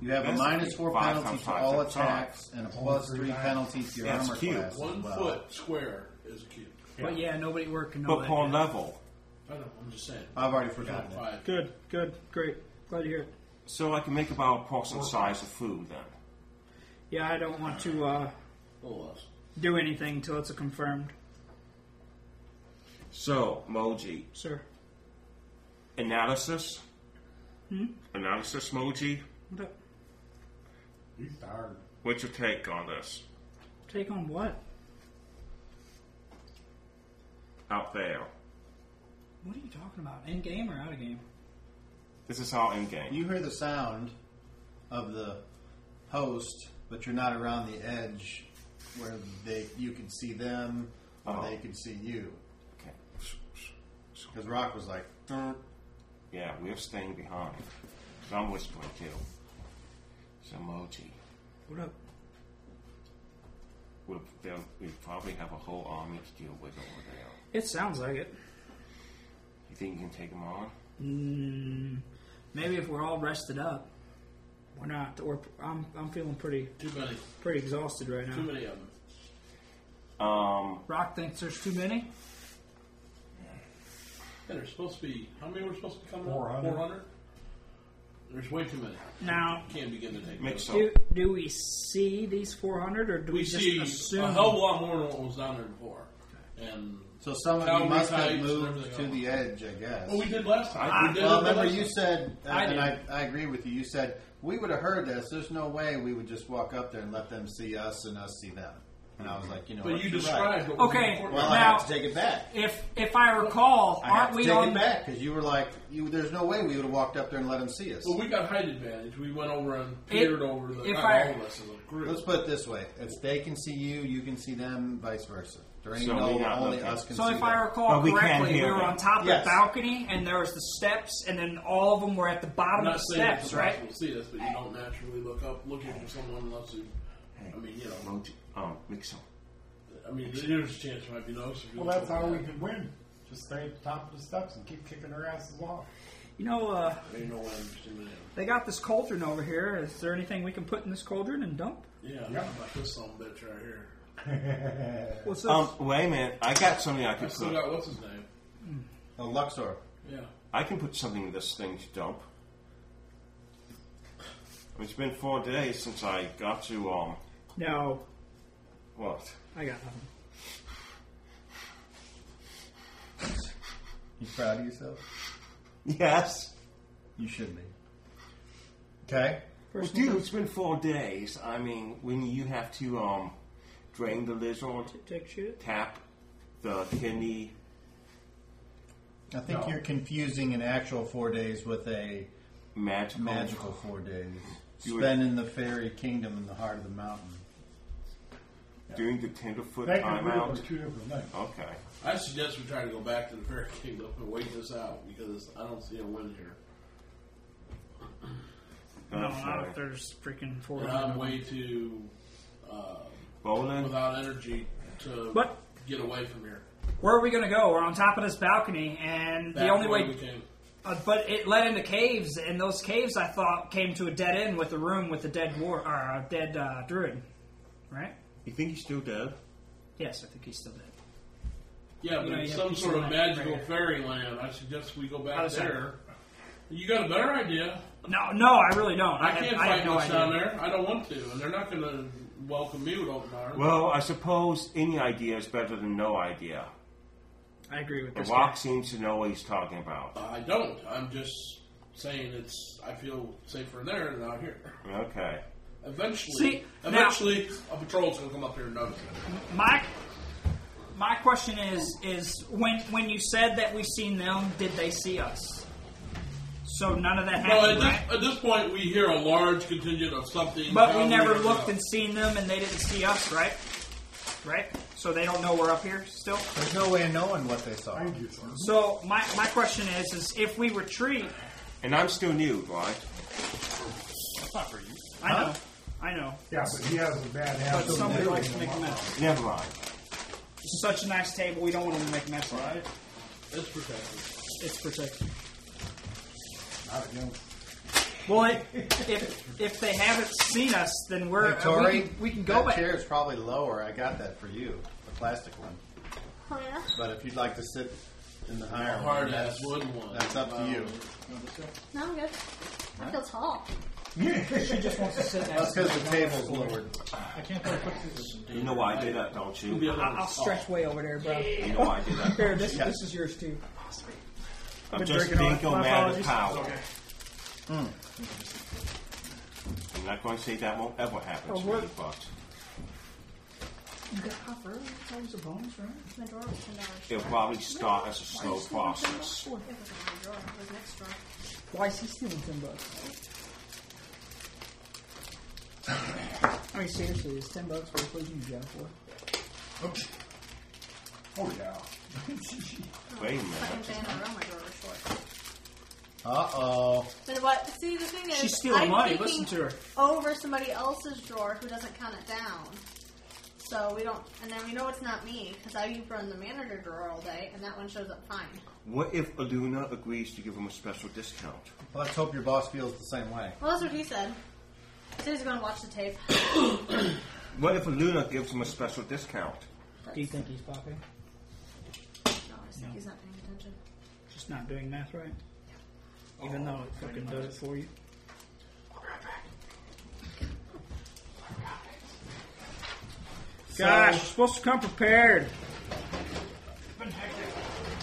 Speaker 2: You have
Speaker 1: That's
Speaker 2: a minus
Speaker 1: a
Speaker 2: four
Speaker 1: five
Speaker 2: penalty
Speaker 1: times
Speaker 2: to
Speaker 1: five
Speaker 2: all
Speaker 1: times five.
Speaker 2: attacks and a
Speaker 5: only
Speaker 2: plus
Speaker 5: three
Speaker 2: three
Speaker 5: times.
Speaker 2: penalty to your
Speaker 1: Yeah, it's
Speaker 2: armor
Speaker 1: cute.
Speaker 2: class. as
Speaker 3: One
Speaker 2: well.
Speaker 3: foot square is a cube.
Speaker 4: But yeah, nobody working.
Speaker 1: But per level.
Speaker 3: I don't. I'm just saying.
Speaker 2: I've already forgotten it.
Speaker 3: Five.
Speaker 4: Good, good, great. Glad to hear it.
Speaker 1: So I can make about a portion size of food then.
Speaker 4: Yeah, I don't want to uh,
Speaker 3: A little less.
Speaker 4: do anything until it's a confirmed,
Speaker 1: So, Moji,
Speaker 4: sir.
Speaker 1: analysis. Analysis, Moji.
Speaker 4: What up?
Speaker 5: He's tired.
Speaker 1: What's your take on this
Speaker 4: Take on what?
Speaker 1: out there?
Speaker 4: What are you talking about? In game or out of game?
Speaker 1: This is all in game.
Speaker 2: You hear the sound of the host, but you're not around the edge where they you can see them or
Speaker 1: Oh.
Speaker 2: they can see you.
Speaker 1: Okay.
Speaker 2: Because Rock was like, "Thurp."
Speaker 1: Yeah, we're staying behind. So I'm whispering too. So Moji,
Speaker 4: What up?
Speaker 1: we'll, they'll- we probably have a whole army to deal with over there.
Speaker 4: It sounds like it.
Speaker 1: You think you can take them on?
Speaker 4: Maybe if we're all rested up, we're not. Or I'm, I'm feeling pretty
Speaker 3: Too many.
Speaker 4: pretty exhausted right
Speaker 3: Too
Speaker 4: now.
Speaker 3: many of them.
Speaker 1: Um,
Speaker 4: Rock thinks there's too many.
Speaker 3: Yeah, there's supposed to be. How many were supposed to come?
Speaker 5: 400.
Speaker 3: Four hundred. There's way too many.
Speaker 4: Now,
Speaker 3: Can't begin to take.
Speaker 1: mix
Speaker 3: those.
Speaker 1: up.
Speaker 4: do, do we see these 400, or do we,
Speaker 3: We
Speaker 4: just
Speaker 3: see
Speaker 4: assume?
Speaker 3: a hell of a lot more than what was down there before. And
Speaker 2: So some of you
Speaker 3: Calvary
Speaker 2: must
Speaker 3: types
Speaker 2: have
Speaker 3: and
Speaker 2: moved
Speaker 3: everything
Speaker 2: to
Speaker 3: else.
Speaker 2: the edge, I guess.
Speaker 3: what we did last time. we did
Speaker 2: Well,
Speaker 3: it
Speaker 2: remember
Speaker 3: last
Speaker 2: you
Speaker 3: time.
Speaker 2: said, uh,
Speaker 4: I
Speaker 2: and
Speaker 4: did.
Speaker 2: I, I agree with you. You said we would have heard this. There's no way we would just walk up there and let them see us and us see them. And I was like, you know,
Speaker 3: But
Speaker 2: what,
Speaker 3: you
Speaker 2: you're Right.
Speaker 3: described what was
Speaker 4: Okay.
Speaker 3: important.
Speaker 2: Well, I
Speaker 4: Now-
Speaker 2: have to take it back.
Speaker 4: If if I recall,
Speaker 2: I have
Speaker 4: aren't
Speaker 2: to
Speaker 4: we
Speaker 2: take
Speaker 4: on
Speaker 2: it back because you were like, you, there's no way we would have walked up there and let him see us.
Speaker 3: Well, we got height advantage. We went over and peered over the
Speaker 4: if
Speaker 3: not
Speaker 4: I-
Speaker 3: all of us as a group.
Speaker 2: Let's put it this way: if they can see you, you can see them, vice versa. During
Speaker 1: So
Speaker 2: no,
Speaker 1: we not
Speaker 2: only
Speaker 1: looking.
Speaker 2: us can
Speaker 4: So
Speaker 2: see
Speaker 4: if I
Speaker 2: them.
Speaker 4: recall
Speaker 6: But we can
Speaker 4: correctly, we
Speaker 6: hear
Speaker 4: were
Speaker 6: them.
Speaker 4: on top of
Speaker 2: Yes.
Speaker 4: the balcony, and there was the steps, and then all of them were at the bottom
Speaker 3: I'm not
Speaker 4: of the
Speaker 3: saying it's
Speaker 4: steps, right?
Speaker 3: impossible to see us, but you don't naturally look up looking for someone unless you. I mean, you know,
Speaker 1: Moj- um, Mixon.
Speaker 3: I mean, there's a chance you might be noticed. if you
Speaker 5: Well,
Speaker 3: look
Speaker 5: that's
Speaker 3: over
Speaker 5: how we
Speaker 3: there.
Speaker 5: could win. Just stay at the top of the steps and keep kicking their asses off.
Speaker 4: You know, uh,
Speaker 3: There ain't no way I'm just in there.
Speaker 4: they got this cauldron over here. Is there anything we can put in this cauldron and dump?
Speaker 3: Yeah,
Speaker 5: Yeah.
Speaker 3: I'm like this some bitch right here.
Speaker 4: What's this?
Speaker 1: Um, wait a minute. I got something I
Speaker 3: I
Speaker 1: can
Speaker 3: still
Speaker 1: put.
Speaker 3: got what's his name.
Speaker 2: Oh, Luxor.
Speaker 3: Yeah,
Speaker 1: I can put something in this thing to dump. It's been four days since I got to um.
Speaker 4: no,
Speaker 1: What?
Speaker 4: I got nothing.
Speaker 2: You proud of yourself?
Speaker 1: Yes.
Speaker 2: You should be. Okay.
Speaker 1: Well,
Speaker 4: Personal
Speaker 1: dude, it's been four days. I mean, when you have to um, drain the lizard,
Speaker 4: Take shit.
Speaker 1: tap the kidney.
Speaker 2: I think
Speaker 5: No.
Speaker 2: you're confusing an actual four days with a
Speaker 1: Magical.
Speaker 2: magical four days.
Speaker 1: You
Speaker 2: Spend in the fairy kingdom in the heart of the mountain.
Speaker 1: Doing the tenderfoot
Speaker 5: They could do it
Speaker 1: timeout.
Speaker 5: with two different things.
Speaker 1: Okay.
Speaker 3: I suggest we try to go back to the Fairy Kingdom and wait this out because I don't see a win here.
Speaker 4: No,
Speaker 1: That's
Speaker 4: not
Speaker 1: right.
Speaker 4: if there's freaking four.
Speaker 3: And Oh, I'm way too uh,
Speaker 1: Bowling.
Speaker 3: without energy to
Speaker 4: But-
Speaker 3: get away from here.
Speaker 4: Where are we gonna go? We're on top of this balcony, and the
Speaker 3: Back
Speaker 4: only
Speaker 3: the way
Speaker 4: way
Speaker 3: we came.
Speaker 4: Uh, but it led into caves, and those caves I thought came to a dead end with a room with a dead war or a dead uh, druid, right?
Speaker 1: You think he's still dead?
Speaker 4: Yes, I think he's still dead.
Speaker 3: Yeah,
Speaker 4: You
Speaker 3: but
Speaker 4: know,
Speaker 3: in
Speaker 4: you
Speaker 3: some
Speaker 4: have to
Speaker 3: sort of
Speaker 4: select right
Speaker 3: magical
Speaker 4: here.
Speaker 3: fairyland, I suggest we go back
Speaker 4: Outside.
Speaker 3: there. You got a better idea?
Speaker 4: No, no, I really don't.
Speaker 3: I,
Speaker 4: I,
Speaker 3: can't
Speaker 4: have, I
Speaker 3: fight
Speaker 4: have no
Speaker 3: much down
Speaker 4: idea.
Speaker 3: there. I don't want to, and they're not going to welcome me with open arms.
Speaker 1: Well, I suppose any idea is better than no idea.
Speaker 4: I agree with
Speaker 1: The
Speaker 4: this.
Speaker 1: rock
Speaker 4: guy.
Speaker 1: seems to know what he's talking about.
Speaker 3: I don't. I'm just saying it's. I feel safer in there than out here.
Speaker 1: Okay.
Speaker 3: Eventually,
Speaker 4: See, now-
Speaker 3: eventually, a patrol's going to come up here and notice it.
Speaker 4: My my question is is when when you said that we seen them, did they see us? So none of that
Speaker 3: Well,
Speaker 4: happened,
Speaker 3: at
Speaker 4: right?
Speaker 3: this, at this point, we hear a large contingent of something.
Speaker 4: But we
Speaker 3: down
Speaker 4: never
Speaker 3: there.
Speaker 4: looked and seen them, and they didn't see us, right? Right. So they don't know we're up here still.
Speaker 2: There's no way of knowing what they saw.
Speaker 5: Thank you, sir.
Speaker 4: So my, my question is is if we retreat,
Speaker 1: And I'm still new, right?
Speaker 4: I know, I know.
Speaker 5: Yeah, but he has a bad
Speaker 4: But
Speaker 5: habit. of
Speaker 4: somebody
Speaker 5: moving
Speaker 4: likes to
Speaker 5: them
Speaker 4: make a
Speaker 5: up.
Speaker 4: mess.
Speaker 1: Never mind.
Speaker 4: It's such a nice table. We don't want them to make a mess. Right.
Speaker 3: It's protected.
Speaker 4: It's protected.
Speaker 5: Not again.
Speaker 4: Well, it, if if they haven't seen us, then we're
Speaker 2: Hey, Tori,
Speaker 4: Uh,
Speaker 2: Uh,
Speaker 4: we, can, we can go
Speaker 2: that
Speaker 4: back.
Speaker 2: chair is probably lower. I got that for you, the plastic one. But if you'd like to sit in the higher one,
Speaker 3: Hard ass
Speaker 2: that's,
Speaker 3: wooden one. Uh,
Speaker 2: that's up to you.
Speaker 7: No, I'm good. I feel tall.
Speaker 4: She just wants to sit
Speaker 2: That's
Speaker 4: next. to me.
Speaker 2: because the table's lowered.
Speaker 4: I can't put this.
Speaker 1: You know why I did that, don't
Speaker 3: You'll be
Speaker 1: you?
Speaker 3: able to
Speaker 4: I'll I'll
Speaker 3: stop.
Speaker 4: stretch way over there, bro.
Speaker 1: You know why I did that.
Speaker 4: Here, this, this is yours too.
Speaker 1: I'm
Speaker 4: Been
Speaker 1: just
Speaker 4: drinking all
Speaker 1: bingo
Speaker 4: my
Speaker 1: mad at
Speaker 4: apologies.
Speaker 1: power.
Speaker 4: Okay.
Speaker 1: I'm not going to say that won't ever happen
Speaker 4: Oh,
Speaker 1: to
Speaker 4: what-
Speaker 1: me, but
Speaker 4: You got copper. It's always a bonus, right?
Speaker 7: My drawer was ten dollars.
Speaker 1: it'll probably start as a slow process.
Speaker 7: It was in Oh, my drawer. It was next drawer.
Speaker 4: Why is he stealing ten bucks? I mean, seriously, is ten bucks worth what you got for?
Speaker 5: Oh, yeah.
Speaker 1: Wait a
Speaker 7: Fucking
Speaker 1: minute.
Speaker 7: thing in my room. My drawer was short.
Speaker 2: Uh oh.
Speaker 7: But what? See, the thing is,
Speaker 4: She's stealing
Speaker 7: I'm
Speaker 4: money.
Speaker 7: thinking
Speaker 4: Listen to her.
Speaker 7: Over somebody else's drawer who doesn't count it down. So we don't, and then we know it's not me because I run the manager drawer all day, and that one shows up fine.
Speaker 1: What if Aluna agrees to give him a special discount?
Speaker 2: Well, let's hope your boss feels the same way.
Speaker 7: Well, that's what he said. He said he's going to watch the tape.
Speaker 1: What if Aluna gives him a special discount?
Speaker 4: Do you think he's popping?
Speaker 7: No, I just think he's not paying attention.
Speaker 4: Just not doing math right. Even though it fucking does it for you. Gosh, you're supposed to come prepared.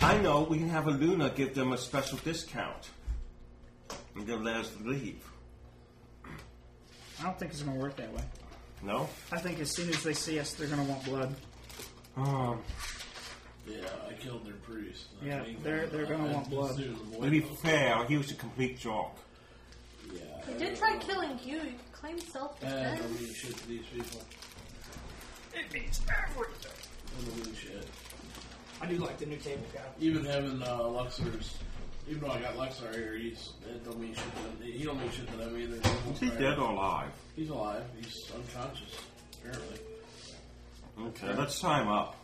Speaker 1: I know we can have Aluna give them a special discount. And they'll let us leave.
Speaker 4: I don't think it's gonna work that way.
Speaker 1: No?
Speaker 4: I think as soon as they see us, they're gonna want blood.
Speaker 1: Um,
Speaker 3: Yeah, I killed their priest. I
Speaker 4: Yeah,
Speaker 3: mean,
Speaker 4: they're- they're gonna
Speaker 3: I-
Speaker 4: want blood.
Speaker 3: there's a boy-
Speaker 1: to be fair, he was a complete jock.
Speaker 3: Yeah,
Speaker 7: They did try killing you. You claimed
Speaker 3: I
Speaker 7: self-defense.
Speaker 3: don't mean shit to these people.
Speaker 4: It means everything.
Speaker 3: I don't mean shit.
Speaker 4: I do like the new table guy.
Speaker 3: Even having uh, Luxor's, even though I got Luxor here, he's that don't mean shit. To, he don't mean shit to them either.
Speaker 1: Is he dead or alive?
Speaker 3: He's alive. He's unconscious. Apparently,
Speaker 1: Okay, let's tie him up.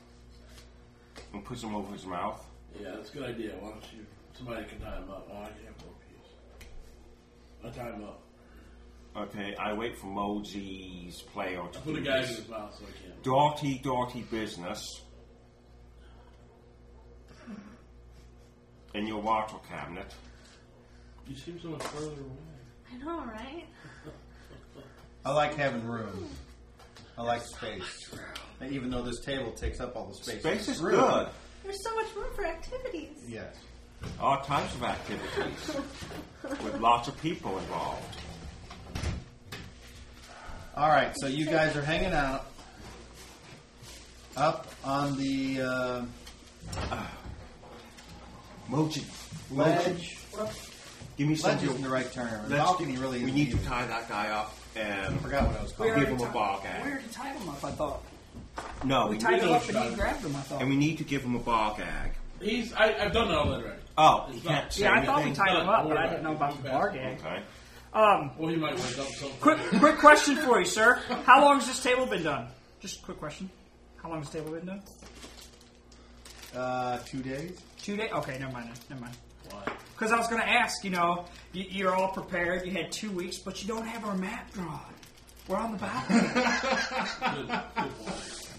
Speaker 1: And put some over his mouth.
Speaker 3: yeah, that's a good idea. Why don't you? Somebody can tie him up. Oh, I can't piece. I tie him up.
Speaker 1: Okay, I wait for Moji's player to
Speaker 3: I put a
Speaker 1: do
Speaker 3: guy in
Speaker 1: this.
Speaker 3: his mouth so I can't.
Speaker 1: Dirty, dirty business. In your water cabinet.
Speaker 3: You seem so much further away.
Speaker 4: Uh,
Speaker 7: I know, right?
Speaker 2: I like having room. I like space. And even though this table takes up all the space.
Speaker 1: Space
Speaker 2: it's
Speaker 1: is
Speaker 2: room.
Speaker 1: good.
Speaker 7: There's so much room for activities.
Speaker 2: Yes.
Speaker 1: All types of activities. with lots of people involved.
Speaker 2: All right, so you guys are hanging out up on the uh,
Speaker 1: Moji. Moji.
Speaker 2: ledge.
Speaker 1: Give me some
Speaker 2: Ledge
Speaker 1: of your
Speaker 2: isn't the right term.
Speaker 1: Let's
Speaker 2: Balcony
Speaker 1: get-
Speaker 2: really
Speaker 1: we
Speaker 2: isn't
Speaker 1: need to
Speaker 2: either.
Speaker 1: tie that guy up and
Speaker 2: I forgot what I was called.
Speaker 4: We already
Speaker 1: him a
Speaker 4: tied-
Speaker 1: ball Oh, gag.
Speaker 4: We already tied him up, I thought.
Speaker 1: no,
Speaker 4: We
Speaker 1: we
Speaker 4: tied
Speaker 1: need-
Speaker 4: him up and he grabbed him, I thought.
Speaker 1: and we need to give him a ball gag.
Speaker 3: He's. I, I've done that already.
Speaker 1: Oh,
Speaker 3: It's
Speaker 1: he
Speaker 3: not-
Speaker 1: can't say
Speaker 4: yeah, I thought we
Speaker 1: anything?
Speaker 4: tied him up, but I didn't know about the bar gag.
Speaker 1: Okay.
Speaker 4: Um,
Speaker 3: Well, he might wake up something.
Speaker 4: quick, quick question for you, sir. How long has this table been done? Just a quick question. How long has the table been done?
Speaker 2: Uh, two days?
Speaker 4: Two days? Okay, never mind. then. Never mind.
Speaker 3: Why?
Speaker 4: Because I was going to ask, you know, you, you're all prepared. You had two weeks, but you don't have our map drawn. We're on the balcony.
Speaker 3: Good, good point.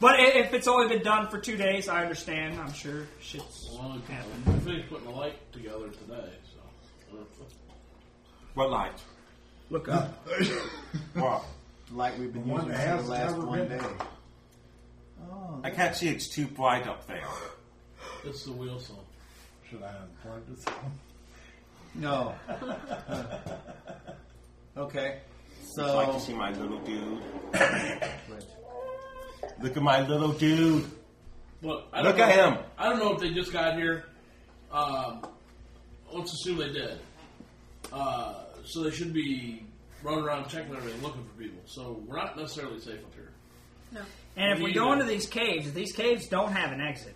Speaker 4: but i- if it's only been done for two days, I understand. I'm sure shit's
Speaker 3: Well, I
Speaker 4: happened.
Speaker 3: I finished putting the light together today, so.
Speaker 1: What light?
Speaker 4: Look up.
Speaker 1: What?
Speaker 2: Like we've been
Speaker 5: One
Speaker 2: using
Speaker 5: that
Speaker 2: for the
Speaker 5: has
Speaker 2: last
Speaker 5: never
Speaker 2: one
Speaker 5: been-
Speaker 2: day.
Speaker 1: I can't see. It's too bright up there.
Speaker 3: It's the wheel song.
Speaker 5: Should I unplug this one?
Speaker 2: No. okay.
Speaker 1: I'd like to
Speaker 2: So
Speaker 1: see my little dude. Look at my little dude.
Speaker 3: Look, I
Speaker 1: Look
Speaker 3: don't
Speaker 1: at
Speaker 3: know,
Speaker 1: him.
Speaker 3: I don't know if they just got here. Um, let's assume they did. Uh, so they should be running around checking everything, looking for people. So we're not necessarily safe up here.
Speaker 7: No.
Speaker 4: And if
Speaker 3: We
Speaker 4: we go
Speaker 3: need
Speaker 4: into these caves, these caves don't have an exit.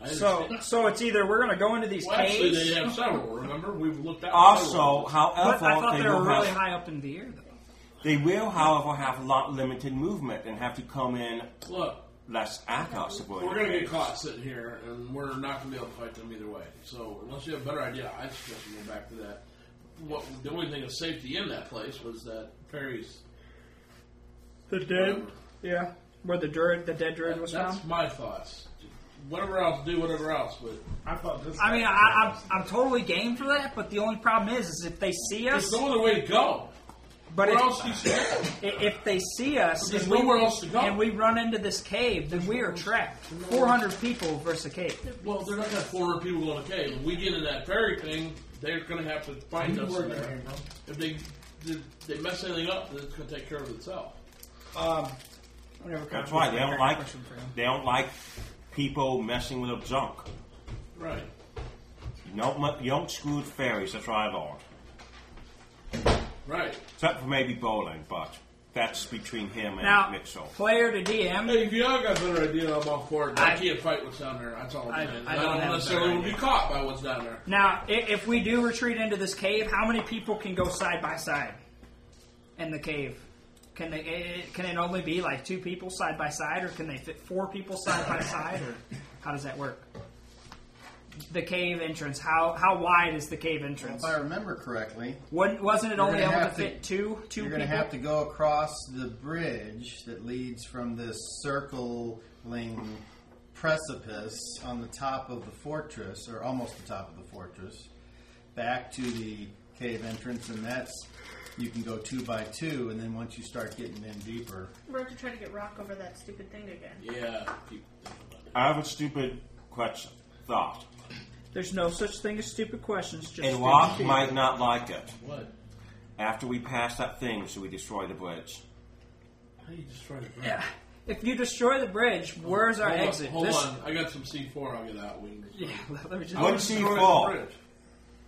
Speaker 3: I
Speaker 4: So,
Speaker 3: understand.
Speaker 4: so it's either we're going to go into these
Speaker 3: well, actually,
Speaker 4: caves.
Speaker 3: they have several. Remember, we've looked at
Speaker 1: Also,
Speaker 3: several.
Speaker 4: But I
Speaker 1: however,
Speaker 4: thought
Speaker 1: they
Speaker 4: they were
Speaker 1: will,
Speaker 4: really
Speaker 1: have,
Speaker 4: high up in the air, though.
Speaker 1: they will, however, have lot limited movement and have to come in
Speaker 3: look.
Speaker 1: less accessible.
Speaker 3: We're gonna get caught sitting here, and we're not gonna be able to fight them either way. So unless you have a better idea, I suggest we go back to that. What the only thing of safety in that place was that Perry's.
Speaker 4: The dead? Yeah. Where the druid, the dead druid was
Speaker 3: That's
Speaker 4: found?
Speaker 3: my thoughts. Whatever else, do whatever else, but
Speaker 5: I thought this.
Speaker 4: I mean, I, I'm, I'm totally game for that, but the only problem is, is if they see us,
Speaker 3: there's no other way to go.
Speaker 4: but
Speaker 3: Where
Speaker 4: if,
Speaker 3: else do you stay?
Speaker 4: i- if they see us,
Speaker 3: There's
Speaker 4: and we,
Speaker 3: nowhere else to go.
Speaker 4: and we run into this cave, then we are trapped. 400 people versus a cave.
Speaker 3: well, they're not gonna forward people going to cave. If we get in that Perry thing, they're gonna have to find us in there. If they if they mess anything up, then it's gonna take care of itself.
Speaker 1: That's right. They don't like. They don't like people messing with their junk.
Speaker 3: Right.
Speaker 1: You don't. mu- You don't screw with fairies. That's right, Lord.
Speaker 3: Right.
Speaker 1: Except for maybe bowling, but that's between him and
Speaker 4: Now,
Speaker 1: Mitchell.
Speaker 4: player to DM,
Speaker 3: Hey, if y'all got a better idea, I'm all for it. but I,
Speaker 4: I-
Speaker 3: can't fight what's down there. That's all I'm
Speaker 4: I-
Speaker 3: saying.
Speaker 4: I
Speaker 3: I,
Speaker 4: don't
Speaker 3: don't,
Speaker 4: have a
Speaker 3: necessarily
Speaker 4: better
Speaker 3: want to be
Speaker 4: idea.
Speaker 3: caught by what's down there.
Speaker 4: now, i- if we do retreat into this cave, how many people can go side by side in the cave? Can they? i- i- Can it only be like two people side by side, or can they fit four people side by side, or how does that work? The cave entrance. How how wide is the cave entrance?
Speaker 2: if I remember correctly,
Speaker 4: Wasn't, wasn't it only
Speaker 2: gonna
Speaker 4: able to
Speaker 2: have to-
Speaker 4: fit two two
Speaker 2: you're
Speaker 4: people?
Speaker 2: going to have to go across the bridge that leads from this circling precipice on the top of the fortress, or almost the top of the fortress, back to the cave entrance, and that's you can go two by two, and then once you start getting in deeper,
Speaker 7: We're going to try to get Rock over that stupid thing again.
Speaker 3: Yeah, keep thinking about it.
Speaker 1: I have a stupid question, thought,
Speaker 4: There's no such thing as stupid questions. Just
Speaker 1: and
Speaker 4: stupid
Speaker 1: Locke
Speaker 4: people.
Speaker 1: might not like it.
Speaker 3: What?
Speaker 1: After we pass that thing, should we destroy the bridge?
Speaker 3: How do you destroy the bridge?
Speaker 4: Yeah. If you destroy the bridge, where's our
Speaker 3: Hold on,
Speaker 4: exit?
Speaker 3: hold
Speaker 4: This-
Speaker 3: on, I got some C4 I'll get out. We can destroy
Speaker 4: Yeah,
Speaker 3: it.
Speaker 4: let me just.
Speaker 3: How we
Speaker 1: What
Speaker 3: destroy
Speaker 1: C4?
Speaker 3: the bridge?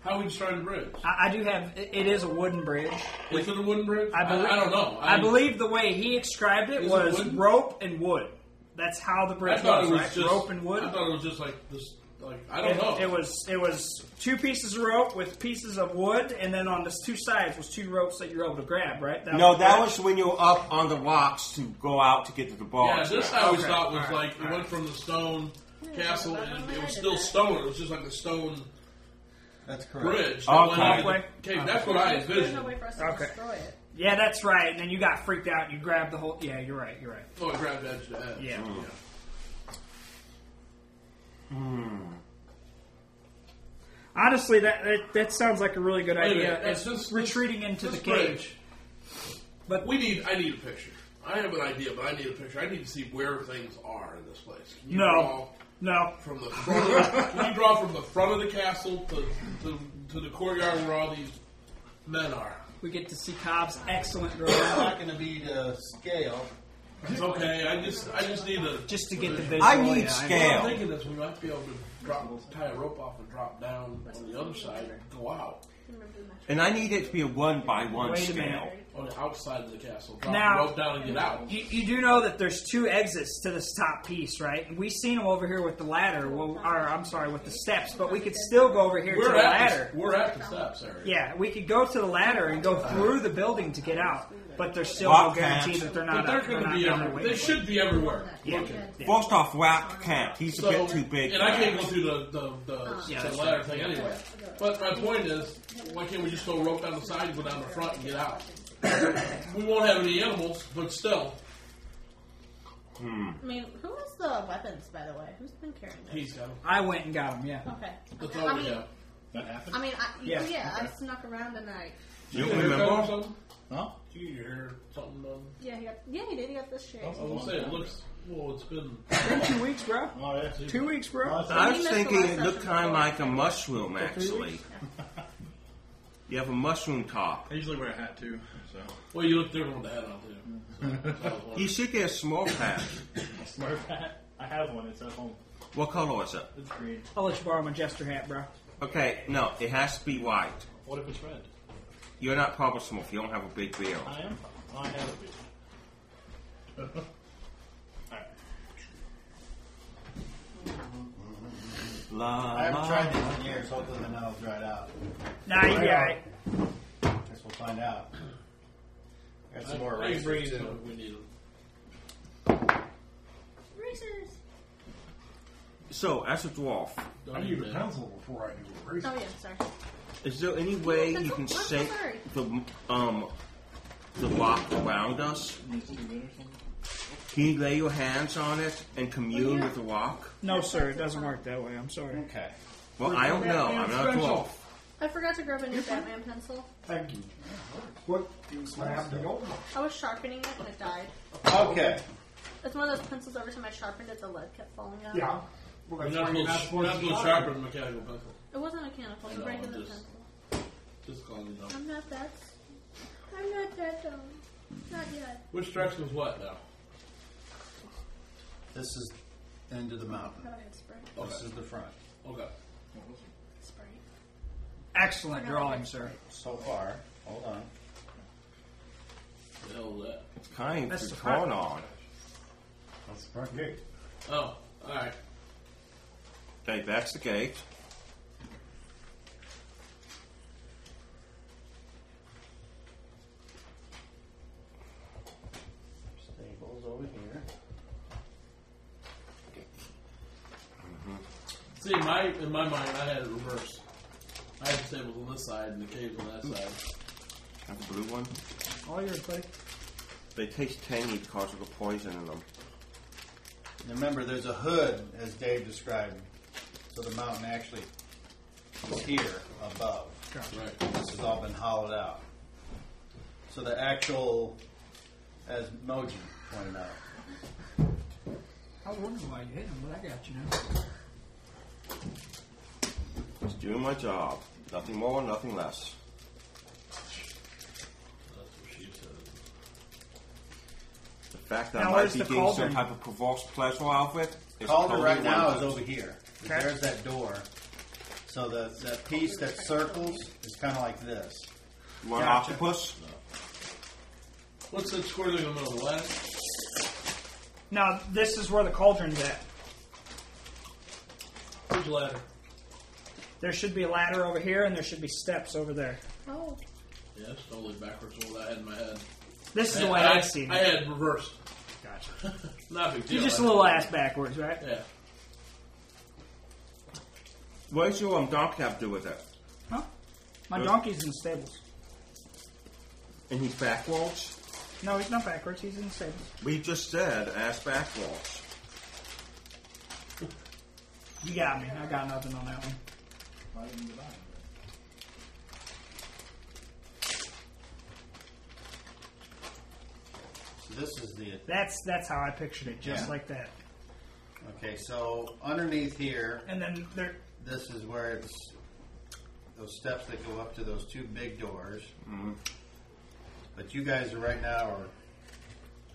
Speaker 3: How we destroy the bridge?
Speaker 4: I, I do have. It, it is a wooden bridge.
Speaker 3: Is it a wooden bridge?
Speaker 4: I believe.
Speaker 3: I, don't know.
Speaker 4: I, believe the way he described it
Speaker 3: Is it
Speaker 4: was
Speaker 3: wooden?
Speaker 4: rope and wood. That's how the
Speaker 3: I
Speaker 4: bridge
Speaker 3: thought it was
Speaker 4: right?
Speaker 3: just
Speaker 4: rope and wood.
Speaker 3: I thought it was just like this. Like I don't
Speaker 4: It,
Speaker 3: know.
Speaker 4: it was it was two pieces of rope with pieces of wood, and then on the two sides was two ropes that you were able to grab. Right? That
Speaker 1: No,
Speaker 4: the
Speaker 1: that
Speaker 4: bridge?
Speaker 1: was when you were up on the rocks to go out to get to the
Speaker 3: yeah,
Speaker 1: barge.
Speaker 3: this I always
Speaker 4: Okay,
Speaker 3: thought was
Speaker 4: alright,
Speaker 3: like it went
Speaker 4: alright.
Speaker 3: from the stone castle and it was
Speaker 7: Imagine
Speaker 3: still
Speaker 7: that.
Speaker 3: stone. It was just like a stone
Speaker 2: That's correct.
Speaker 3: bridge. that went
Speaker 1: Okay.
Speaker 3: up in the
Speaker 4: Okay.
Speaker 3: cave. That's what I
Speaker 7: There's
Speaker 3: envisioned.
Speaker 7: no way for us to
Speaker 4: Okay.
Speaker 7: destroy it.
Speaker 4: Yeah, that's right. And then you got freaked out. and You grabbed the whole. Yeah, you're right. You're right.
Speaker 3: Oh, I grabbed edge to edge.
Speaker 4: Yeah. Honestly, that, that that sounds like a really good
Speaker 3: Wait a
Speaker 4: idea.
Speaker 3: minute,
Speaker 4: It's
Speaker 3: this- this-
Speaker 4: retreating into
Speaker 3: this
Speaker 4: the cave.
Speaker 3: bridge,
Speaker 4: But-
Speaker 3: we need. I need a picture. I have an idea, but I need a picture. I need to see where things are in this place. Can you
Speaker 4: No,
Speaker 3: draw
Speaker 4: no.
Speaker 3: from the front. Of the, can you draw from the front of the castle to, to to the courtyard where all these men are?
Speaker 4: We get to see Cobb's excellent drawing
Speaker 2: not going to be to scale.
Speaker 3: It's okay. I just I just need a
Speaker 4: just to get the
Speaker 3: visual.
Speaker 4: visual.
Speaker 1: I need
Speaker 4: yeah,
Speaker 1: scale.
Speaker 3: What I'm thinking is we might be able to drop tie a rope off and drop down on the other side and go out
Speaker 1: And I need it to be a one by one
Speaker 4: Wait a
Speaker 1: scale.
Speaker 4: minute.
Speaker 3: on the outside of the castle. Drop
Speaker 4: Now-
Speaker 3: the rope down and get out.
Speaker 4: You, you do know that there's two exits to this top piece, right? And we've seen them over here with the ladder, well, or I'm sorry, with the steps. But we could still go over here to
Speaker 3: We're
Speaker 4: the
Speaker 3: at
Speaker 4: ladder.
Speaker 3: the, we're at the steps area.
Speaker 4: Yeah, we could go to the ladder and go through the building to get out, but there's still no
Speaker 1: Bobcats.
Speaker 4: guarantee that they're
Speaker 3: But
Speaker 4: not.
Speaker 3: they're
Speaker 4: up- they're
Speaker 3: going to
Speaker 4: not
Speaker 3: be
Speaker 4: down
Speaker 3: everywhere.
Speaker 4: there
Speaker 3: They
Speaker 4: waiting.
Speaker 3: should be everywhere.
Speaker 4: Yeah.
Speaker 3: Looking.
Speaker 4: yeah.
Speaker 1: First off, whack cat. He's a
Speaker 3: So,
Speaker 1: bit too big.
Speaker 3: and I can't go through the, the, the,
Speaker 4: Oh. Yeah,
Speaker 3: the
Speaker 4: that's
Speaker 3: ladder thing anyway. But my point is, why can't we just go rope down the side and go down the front and get out? we won't have any animals, but still,
Speaker 7: I mean, who has the weapons, by the way? Who's been carrying this?
Speaker 3: he's got 'em.
Speaker 4: I went and got him. Yeah.
Speaker 7: okay.
Speaker 3: That's
Speaker 7: I
Speaker 3: all we
Speaker 7: mean,
Speaker 3: have.
Speaker 5: That happened?
Speaker 7: I mean, I,
Speaker 4: Yeah,
Speaker 7: yeah, yeah
Speaker 5: okay.
Speaker 7: I snuck around and I.
Speaker 1: You
Speaker 3: Did your hair cut or something?
Speaker 2: Huh?
Speaker 3: Did you get your hair something
Speaker 4: um,
Speaker 3: done?
Speaker 7: Yeah, he got, yeah, he did. He got this shit.
Speaker 5: Oh.
Speaker 3: I will say it looks. Well, it's been.
Speaker 4: Been two weeks, bro.
Speaker 5: Oh, yeah.
Speaker 4: Two weeks, bro.
Speaker 5: Awesome.
Speaker 1: I
Speaker 7: We
Speaker 1: was
Speaker 7: missed the
Speaker 1: thinking
Speaker 7: last
Speaker 1: it looked
Speaker 7: session.
Speaker 1: kind of like a mushroom, actually. You have a mushroom top.
Speaker 8: I usually wear a hat too, so
Speaker 3: Well, you look different with the hat on too. So, that was one.
Speaker 1: You should get a small pack.
Speaker 5: Smurf hat. I have one. It's at home.
Speaker 1: What color is it?
Speaker 5: It's green.
Speaker 4: I'll let you borrow my jester hat, bro.
Speaker 1: Okay, no, it has to be white.
Speaker 5: What if it's red?
Speaker 1: You're not proper small. You don't have a big beard.
Speaker 5: I am. I have it. Alright.
Speaker 1: La,
Speaker 2: I haven't
Speaker 1: la.
Speaker 2: tried these in years. Hopefully, they're not all dried out.
Speaker 4: Nah, you got it.
Speaker 2: Guess we'll find out. Got some more
Speaker 3: I, I can bring
Speaker 2: erasers.
Speaker 3: it in
Speaker 2: too.
Speaker 3: if we need them.
Speaker 7: Racers.
Speaker 1: So, as a dwarf,
Speaker 5: I need a pencil before I do a research.
Speaker 7: Oh yeah, sorry.
Speaker 1: is there any way you can
Speaker 7: I'm so
Speaker 1: sink
Speaker 7: sorry.
Speaker 1: the um the rock around us? Can you lay your hands on it and commune with the rock?
Speaker 4: No, sir, it doesn't work that way. I'm sorry.
Speaker 2: Okay.
Speaker 1: Well, I don't know. I'm not a dwarf.
Speaker 7: I forgot to grab a new Batman pencil.
Speaker 5: Thank you. What? What happened to the old one?
Speaker 7: I was sharpening it and it died.
Speaker 2: Okay.
Speaker 7: It's one of those pencils. Every time I sharpened it, the lead kept falling out.
Speaker 5: Yeah. Well,
Speaker 3: You're
Speaker 5: that's
Speaker 3: not
Speaker 5: why you're
Speaker 3: supposed,
Speaker 5: not
Speaker 3: you're
Speaker 5: supposed
Speaker 3: not supposed
Speaker 5: to
Speaker 3: to
Speaker 5: sharpen.
Speaker 3: sharpen a mechanical pencil.
Speaker 7: It wasn't mechanical.
Speaker 3: I
Speaker 7: It's
Speaker 3: know,
Speaker 7: a regular
Speaker 3: I'm just-
Speaker 7: pencil.
Speaker 3: Just calling you dumb.
Speaker 7: I'm not that. I'm not that dumb. Not yet.
Speaker 3: Which direction is what now?
Speaker 2: This is the end of the mountain.
Speaker 7: Thought I had spray.
Speaker 2: This is the front.
Speaker 3: Okay.
Speaker 7: Spray.
Speaker 4: Excellent drawing, sir.
Speaker 2: So far, hold on.
Speaker 3: The hell is that?
Speaker 1: It's kind
Speaker 4: That's
Speaker 1: of
Speaker 4: the
Speaker 1: drawn
Speaker 4: front.
Speaker 1: on.
Speaker 5: That's the front gate.
Speaker 3: Oh, alright.
Speaker 1: Okay, that's the gate.
Speaker 2: Stables over here.
Speaker 3: See, in my in my mind, I had it reversed. I had the stables on this side and the caves on that side.
Speaker 1: Have the blue one.
Speaker 4: All yours, buddy.
Speaker 1: They taste tangy because of the poison in them.
Speaker 2: Remember, there's a hood, as Dave described. So the mountain actually is here above.
Speaker 3: Right.
Speaker 2: This has all been hollowed out. So the actual, as Moji pointed out,
Speaker 4: I was wondering why you hit him, but I got you now.
Speaker 1: Just doing my job. Nothing more, nothing less. fact that
Speaker 4: Now,
Speaker 1: I might
Speaker 4: where's
Speaker 1: be
Speaker 4: the
Speaker 1: getting
Speaker 4: cauldron?
Speaker 1: some type of perverse pleasure out of it. is
Speaker 2: Calder right
Speaker 1: cauldron
Speaker 2: now
Speaker 1: one.
Speaker 2: is over here.
Speaker 4: Okay.
Speaker 2: There's that door. So the, that piece that circles is kind of like this.
Speaker 1: You want an
Speaker 4: Gotcha.
Speaker 1: octopus?
Speaker 3: What's that square thing in the middle? The ladder?
Speaker 4: Now this is where the cauldron's at.
Speaker 3: Who's ladder?
Speaker 4: There should be a ladder over here, and there should be steps over there.
Speaker 7: Oh,
Speaker 3: Yeah, it's totally backwards from what I had in my head.
Speaker 4: This is
Speaker 3: I,
Speaker 4: the way
Speaker 3: I,
Speaker 4: I've seen
Speaker 3: I
Speaker 4: it.
Speaker 3: had reversed.
Speaker 4: Gotcha.
Speaker 3: Not a big deal.
Speaker 4: You're just a
Speaker 3: I-
Speaker 4: little ass backwards, right?
Speaker 3: Yeah.
Speaker 1: What does your um, donkey have to do with it?
Speaker 4: Huh? My
Speaker 1: Good.
Speaker 4: donkey's in the stables.
Speaker 1: And he's backwards?
Speaker 4: No, he's not backwards. He's in the stables.
Speaker 1: We just said ass backwards.
Speaker 4: You got me. I got nothing on that one.
Speaker 2: So this is the
Speaker 4: That's that's how I pictured it, just
Speaker 2: Yeah.
Speaker 4: like that.
Speaker 2: okay. So underneath here,
Speaker 4: And then there,
Speaker 2: this is where it's those steps that go up to those two big doors. But you guys are right now are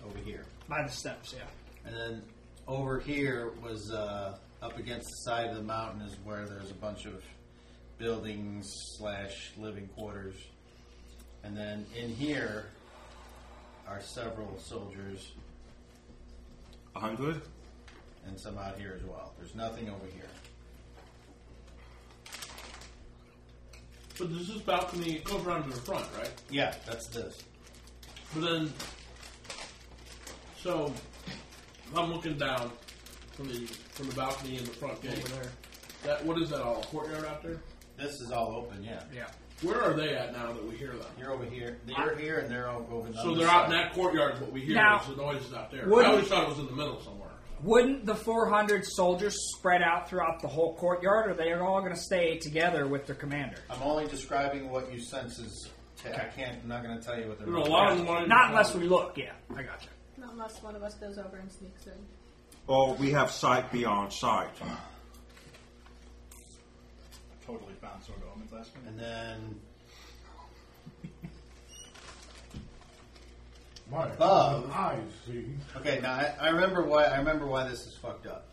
Speaker 2: over here,
Speaker 4: by the steps, yeah.
Speaker 2: and then over here was uh, up against the side of the mountain is where there's a bunch of buildings slash living quarters, and then in here are several soldiers
Speaker 1: A hundred?
Speaker 2: and some out here as well. There's nothing over here.
Speaker 3: But there's this balcony go around to the front, right?
Speaker 2: Yeah, that's this.
Speaker 3: But then, so if I'm looking down from the from the balcony in the front gate.
Speaker 4: Over there.
Speaker 3: That what is that all courtyard out there?
Speaker 2: This is all open. Yeah,
Speaker 4: Yeah.
Speaker 3: Where are they at now that we hear them?
Speaker 2: you're over here. You're here, and they're all over.
Speaker 3: So they're out in that courtyard. What we hear
Speaker 4: Now-
Speaker 3: is the noise is out there.
Speaker 4: Would-
Speaker 3: I always thought it was in the middle somewhere.
Speaker 4: Wouldn't the 400 soldiers spread out throughout the whole courtyard, or they are all going to stay together with their commander?
Speaker 2: I'm only describing what you sense is. I I can't. I'm not going to tell you what they're.
Speaker 3: There are a lot of them wanting to
Speaker 4: Not
Speaker 3: come.
Speaker 4: unless we look, yeah. I got you.
Speaker 7: not unless one of us goes over and sneaks in.
Speaker 1: Or we have sight beyond sight.
Speaker 5: Totally found sword of omens last minute.
Speaker 2: And then
Speaker 5: My
Speaker 2: Above.
Speaker 5: I see.
Speaker 2: okay, now I, I remember why. I remember why this is fucked up.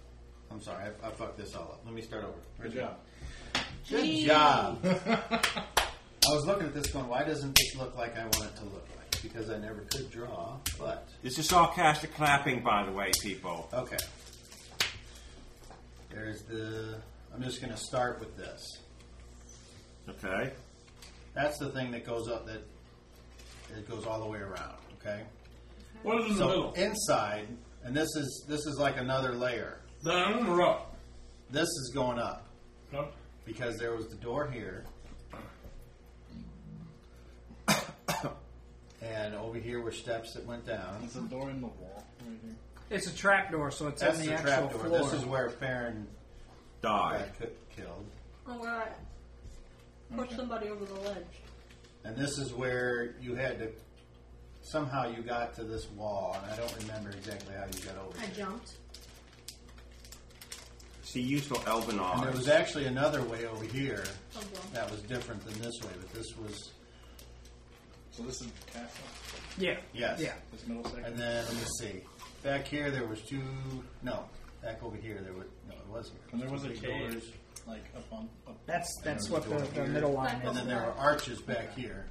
Speaker 2: I'm sorry. I, I fucked this all up. Let me start over.
Speaker 5: Good job.
Speaker 2: Good job. I was looking at this one. Why doesn't this look like I want it to look like? Because I never could draw. But
Speaker 1: This is sarcastic clapping, by the way, people.
Speaker 2: Okay. There's the. I'm just going to start with this.
Speaker 1: Okay?
Speaker 2: That's the thing that goes up that it goes all the way around. Okay.
Speaker 3: What is in the
Speaker 2: So
Speaker 3: middle?
Speaker 2: inside, and this is this is like another layer.
Speaker 3: Down or up?
Speaker 2: This is going up
Speaker 3: No.
Speaker 2: because there was the door here, and over here were steps that went down.
Speaker 5: There's a door in the wall right here.
Speaker 4: It's a trapdoor, so it's
Speaker 2: That's
Speaker 4: in the,
Speaker 2: the
Speaker 4: actual
Speaker 2: trap door.
Speaker 4: floor.
Speaker 2: This is where Farron
Speaker 1: Die.
Speaker 2: got ki- killed,
Speaker 7: Oh, we're at. Push somebody over the ledge.
Speaker 2: and this is where you had to. Somehow you got to this wall, and I don't remember exactly how you got over.
Speaker 7: I
Speaker 2: here.
Speaker 7: jumped.
Speaker 1: She used her elven
Speaker 2: And
Speaker 1: eyes.
Speaker 2: there was actually another way over here
Speaker 7: Oh, well.
Speaker 2: that was different than this way, but this was
Speaker 5: So this is the castle.
Speaker 4: Yeah.
Speaker 2: Yes.
Speaker 4: Yeah.
Speaker 5: This middle section.
Speaker 2: And then let me see. Back here there was two. No, back over here there was no. It was here.
Speaker 5: And there was a
Speaker 2: Two
Speaker 5: cave,
Speaker 2: doors.
Speaker 5: like up on. Up.
Speaker 4: That's that's
Speaker 2: And
Speaker 4: what
Speaker 2: there's a
Speaker 4: the,
Speaker 2: door
Speaker 4: the
Speaker 2: here.
Speaker 4: middle line
Speaker 2: And
Speaker 4: is.
Speaker 2: then there were arches back here.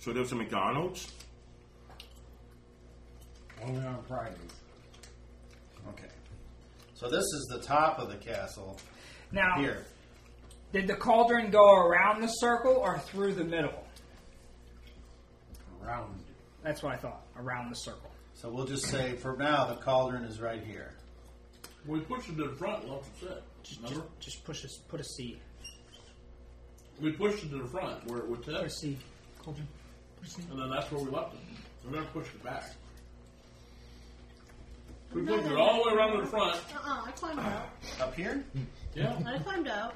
Speaker 1: so there was a McDonald's?
Speaker 5: Only on Fridays.
Speaker 2: Okay. So this is the top of the castle
Speaker 4: Now,
Speaker 2: here.
Speaker 4: did the cauldron go around the circle or through the middle?
Speaker 2: Round.
Speaker 4: That's what I thought. Around the circle.
Speaker 2: So we'll just say for now the cauldron is right here.
Speaker 3: We pushed it to the front. Like you said.
Speaker 4: Just,
Speaker 3: Remember?
Speaker 4: just push us. Put a C.
Speaker 3: We pushed it to the front where it would tip,
Speaker 4: Put a C. Cauldron. Put a C.
Speaker 3: and then that's where we left it. We never pushed it back. We pushed it all the way around to the front.
Speaker 7: Uh uh I climbed out.
Speaker 2: Up here?
Speaker 3: Yeah.
Speaker 7: I climbed out.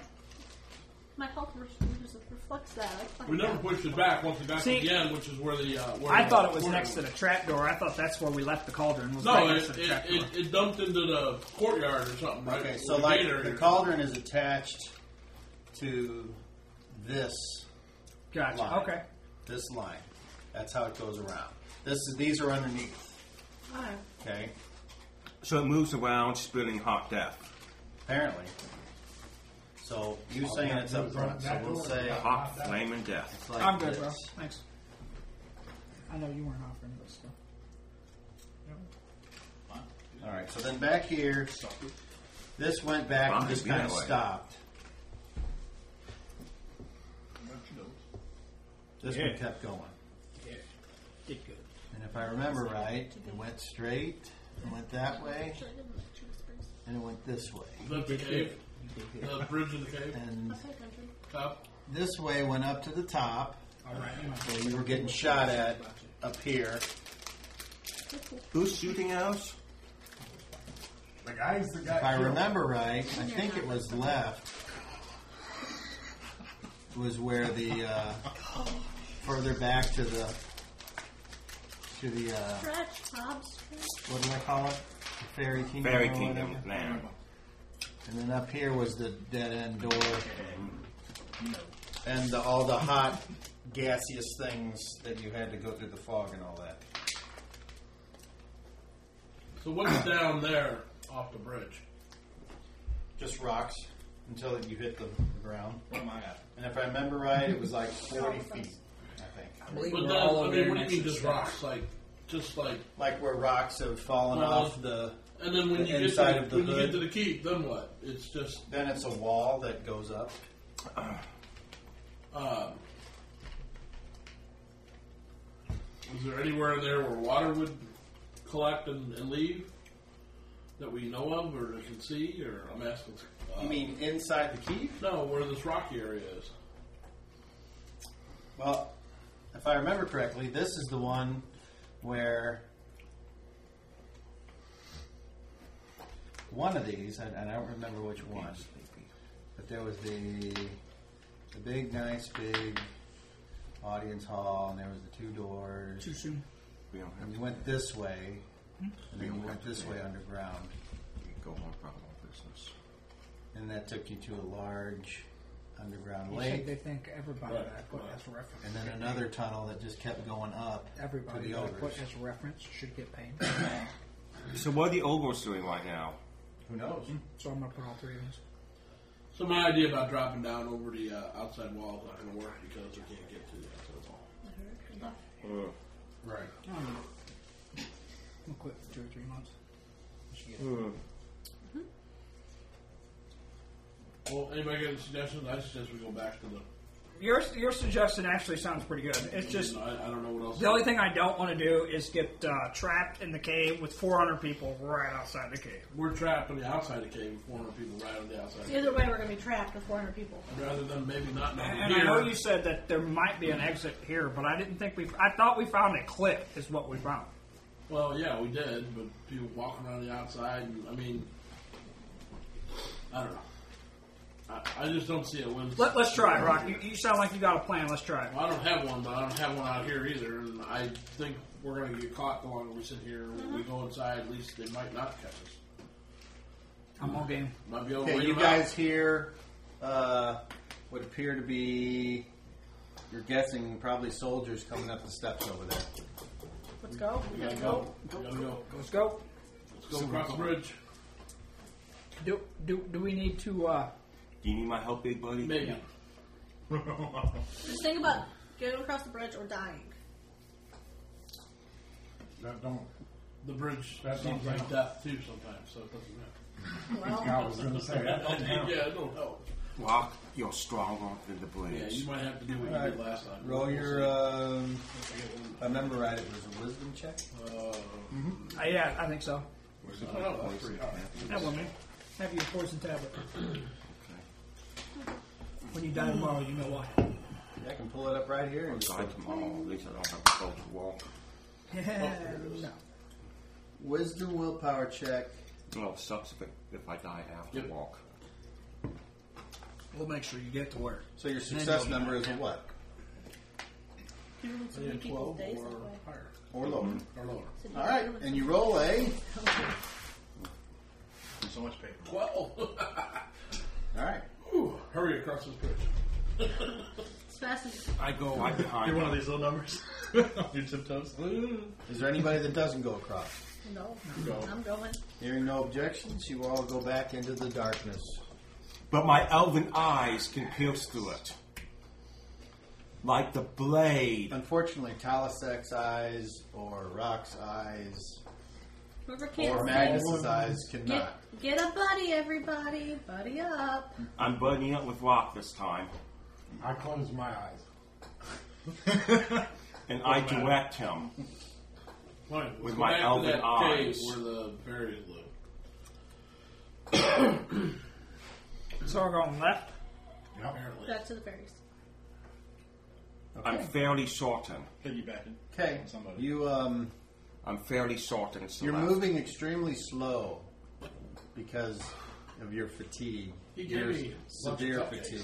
Speaker 7: My health re- just reflects that. I climbed
Speaker 3: We never
Speaker 7: out.
Speaker 3: pushed it back once we got
Speaker 4: See-
Speaker 3: to the end, which is where the. Uh, where
Speaker 4: I
Speaker 3: the
Speaker 4: thought it was
Speaker 3: corner
Speaker 4: next to the trapdoor. I thought that's where we left the cauldron. Was
Speaker 3: No,
Speaker 4: right
Speaker 3: it,
Speaker 4: next to the
Speaker 3: it,
Speaker 4: trapdoor.
Speaker 3: it, it dumped into the courtyard or something, right?
Speaker 2: Okay.
Speaker 3: Or
Speaker 2: So
Speaker 3: the
Speaker 2: like
Speaker 3: gate area.
Speaker 2: the cauldron is attached to this
Speaker 4: gotcha.
Speaker 2: line.
Speaker 4: Okay.
Speaker 2: This line. That's how it goes around. This is these are underneath.
Speaker 7: Alright.
Speaker 2: Okay,
Speaker 1: So it moves around, spilling hot death.
Speaker 2: apparently. So you're saying it's up front. So we'll say
Speaker 1: Hot, flaming death.
Speaker 2: it's like
Speaker 4: I'm good,
Speaker 2: this.
Speaker 4: bro. Thanks. I know you weren't offering this stuff.
Speaker 2: All right. So then back here, this went back
Speaker 1: Wow,
Speaker 2: and just
Speaker 1: it'd be
Speaker 2: kind of
Speaker 1: that way.
Speaker 2: stopped. This
Speaker 5: Yeah.
Speaker 2: one kept going.
Speaker 4: Did good.
Speaker 2: And if I remember right, it went straight, it went that way, and it went this way.
Speaker 3: The cave. The bridge of the cave.
Speaker 2: And
Speaker 3: Top.
Speaker 2: this way went up to the top.
Speaker 4: All right.
Speaker 2: So you were getting shot at up here.
Speaker 1: Who's shooting at us?
Speaker 5: The guy's the guy.
Speaker 2: If I
Speaker 5: killed.
Speaker 2: remember right, I think it was left was where the uh, further back to the to the uh,
Speaker 7: Stretch, Bob, stretch.
Speaker 2: what do I call it? The fairy kingdom.
Speaker 1: Fairy
Speaker 2: or
Speaker 1: Kingdom
Speaker 2: whatever.
Speaker 1: land.
Speaker 2: And then up here was the dead end door. And the, all the hot, gaseous things that you had to go through the fog and all that.
Speaker 3: So what's down there off the bridge?
Speaker 2: Just rocks until you hit the, the ground. And if I remember right, it was like 40 feet, I think.
Speaker 8: I believe
Speaker 3: But
Speaker 8: we're
Speaker 3: that,
Speaker 8: all
Speaker 3: I
Speaker 8: over
Speaker 3: mean,
Speaker 8: there
Speaker 3: what do you
Speaker 8: next
Speaker 3: mean
Speaker 8: to
Speaker 3: just
Speaker 8: stuff.
Speaker 3: rocks? Like, just like,
Speaker 2: Like where rocks have fallen
Speaker 3: Well,
Speaker 2: off the.
Speaker 3: and then when
Speaker 2: The
Speaker 3: you get
Speaker 2: inside
Speaker 3: to,
Speaker 2: of the
Speaker 3: when you
Speaker 2: hood.
Speaker 3: get to the keep, then what? It's just
Speaker 2: Then it's a wall that goes up.
Speaker 3: Um, is there anywhere in there where water would collect and, and leave that we know of or that can see? Or I'm asking. Uh,
Speaker 2: You mean inside the keep?
Speaker 3: no, where this rocky area is.
Speaker 2: Well, if I remember correctly, this is the one where one of these, and and I don't remember which one, but there was the the big, nice, big audience hall, and there was the two doors,
Speaker 4: Too soon.
Speaker 1: We don't have
Speaker 2: and
Speaker 1: to
Speaker 2: you went this way,
Speaker 4: Hmm?
Speaker 2: and then you went this way underground,
Speaker 1: go on problem business.
Speaker 2: and that took you to a large underground
Speaker 4: You said they
Speaker 2: lake,
Speaker 4: think everybody that put as a reference.
Speaker 2: and then another tunnel that just kept going up to
Speaker 4: Everybody
Speaker 2: the
Speaker 4: that I put
Speaker 2: ogres.
Speaker 4: as a reference should get paid.
Speaker 1: So what are the Ogres doing right now?
Speaker 2: Who knows?
Speaker 4: so I'm gonna put all three of these.
Speaker 3: So my idea about dropping down over the uh, outside wall is not going to work because we can't get to the outside wall.
Speaker 1: Uh,
Speaker 2: Right.
Speaker 4: I don't know. We'll quit for two or three months.
Speaker 1: hmm.
Speaker 3: Well, anybody got any suggestions? I suggest we go back to the.
Speaker 4: Your your suggestion actually sounds pretty good. It's just
Speaker 3: I, I don't know what else.
Speaker 4: the only thing I don't want to do is get uh, trapped in the cave with 400 people right outside the cave.
Speaker 3: We're trapped on the outside of the cave with 400 people right on the outside.
Speaker 7: Either way, we're going to be trapped with 400 people.
Speaker 3: Rather than maybe not know
Speaker 4: And
Speaker 3: here.
Speaker 4: I know you said that there might be an exit here, but I didn't think we. I thought we found a cliff. Is what we found.
Speaker 3: Well, yeah, we did, but people walking around the outside, and I mean, I don't know. I, I just don't see a win.
Speaker 4: Let, let's try, it, Rock. You, you sound like you got a plan. Let's try. it.
Speaker 3: Well, I don't have one, but I don't have one out here either, and I think we're going to get caught the longer we sit here. When
Speaker 9: Mm-hmm.
Speaker 3: we go inside, at least they might not catch us.
Speaker 4: I'm all game.
Speaker 3: Might be able to
Speaker 2: Okay,
Speaker 3: wait
Speaker 2: you
Speaker 3: them
Speaker 2: guys hear uh, what appear to be, you're guessing, probably soldiers coming up the steps over there.
Speaker 7: Let's go.
Speaker 3: out. We gotta go. We gotta go.
Speaker 4: Let's go.
Speaker 3: Let's go across the bridge.
Speaker 4: Do do do we need to? Uh,
Speaker 1: Do you need my help, big buddy?
Speaker 3: Maybe.
Speaker 7: Just think about getting across the bridge or dying.
Speaker 5: That don't.
Speaker 3: The bridge
Speaker 5: That
Speaker 3: seems
Speaker 5: don't
Speaker 3: like
Speaker 5: count.
Speaker 3: death, too, sometimes, so it doesn't
Speaker 7: Well,
Speaker 5: I was going to say that don't
Speaker 3: matter.
Speaker 5: count.
Speaker 3: yeah, it don't help.
Speaker 1: Rock, you're stronger than the blades.
Speaker 3: Yeah, you might have to do what you did last time.
Speaker 2: Roll your, um, if I remember right, it was a wisdom check.
Speaker 4: uh, yeah, I think so.
Speaker 3: I don't know, that's pretty hard.
Speaker 4: That woman. Have your poison tablet. When you die tomorrow, you know why.
Speaker 2: I can pull it up right here. And
Speaker 1: Aside from all, at least I don't have to go to walk.
Speaker 4: no.
Speaker 2: wisdom willpower check.
Speaker 1: Well, it sucks if, it, if I die after
Speaker 3: Yep.
Speaker 1: walk.
Speaker 4: We'll make sure you get to work.
Speaker 2: So your success number is a what?
Speaker 7: so many people
Speaker 3: Twelve
Speaker 7: stays
Speaker 3: or
Speaker 7: that way.
Speaker 3: higher
Speaker 2: Or lower.
Speaker 7: Mm-hmm.
Speaker 3: or lower.
Speaker 2: All right, and you roll a.
Speaker 8: So much paper.
Speaker 3: Twelve.
Speaker 2: All right.
Speaker 3: Ooh, hurry across this bridge.
Speaker 7: fast as
Speaker 1: I go right behind
Speaker 8: You're one
Speaker 1: him.
Speaker 8: of these little numbers on your tiptoes.
Speaker 2: Is there anybody that doesn't go across?
Speaker 7: no, I'm going.
Speaker 2: Hearing no objections, you all go back into the darkness.
Speaker 1: But my elven eyes can pierce through it. Like the blade.
Speaker 2: Unfortunately, Talisek's eyes or Rock's eyes
Speaker 7: Whoever can't
Speaker 2: or
Speaker 7: see.
Speaker 2: Magnus's eyes
Speaker 7: Get,
Speaker 2: cannot.
Speaker 7: get a buddy, everybody. Buddy up.
Speaker 1: I'm buddying up with Rock this time.
Speaker 5: I close my eyes.
Speaker 1: And I direct him.
Speaker 3: Fine.
Speaker 1: With
Speaker 3: Go
Speaker 1: my
Speaker 3: back to
Speaker 1: elven
Speaker 3: that
Speaker 1: eyes.
Speaker 3: Cave where the berries live.
Speaker 4: So we're going left.
Speaker 3: Apparently.
Speaker 7: Back to the berries.
Speaker 1: I'm fairly certain.
Speaker 8: Piggybacking.
Speaker 2: Okay,
Speaker 8: Somebody.
Speaker 2: you um,
Speaker 1: I'm fairly certain it's the
Speaker 2: you're
Speaker 1: left.
Speaker 2: moving extremely slow because of your fatigue,
Speaker 3: He gave
Speaker 2: your
Speaker 3: me
Speaker 2: severe
Speaker 3: lots of
Speaker 2: fatigue.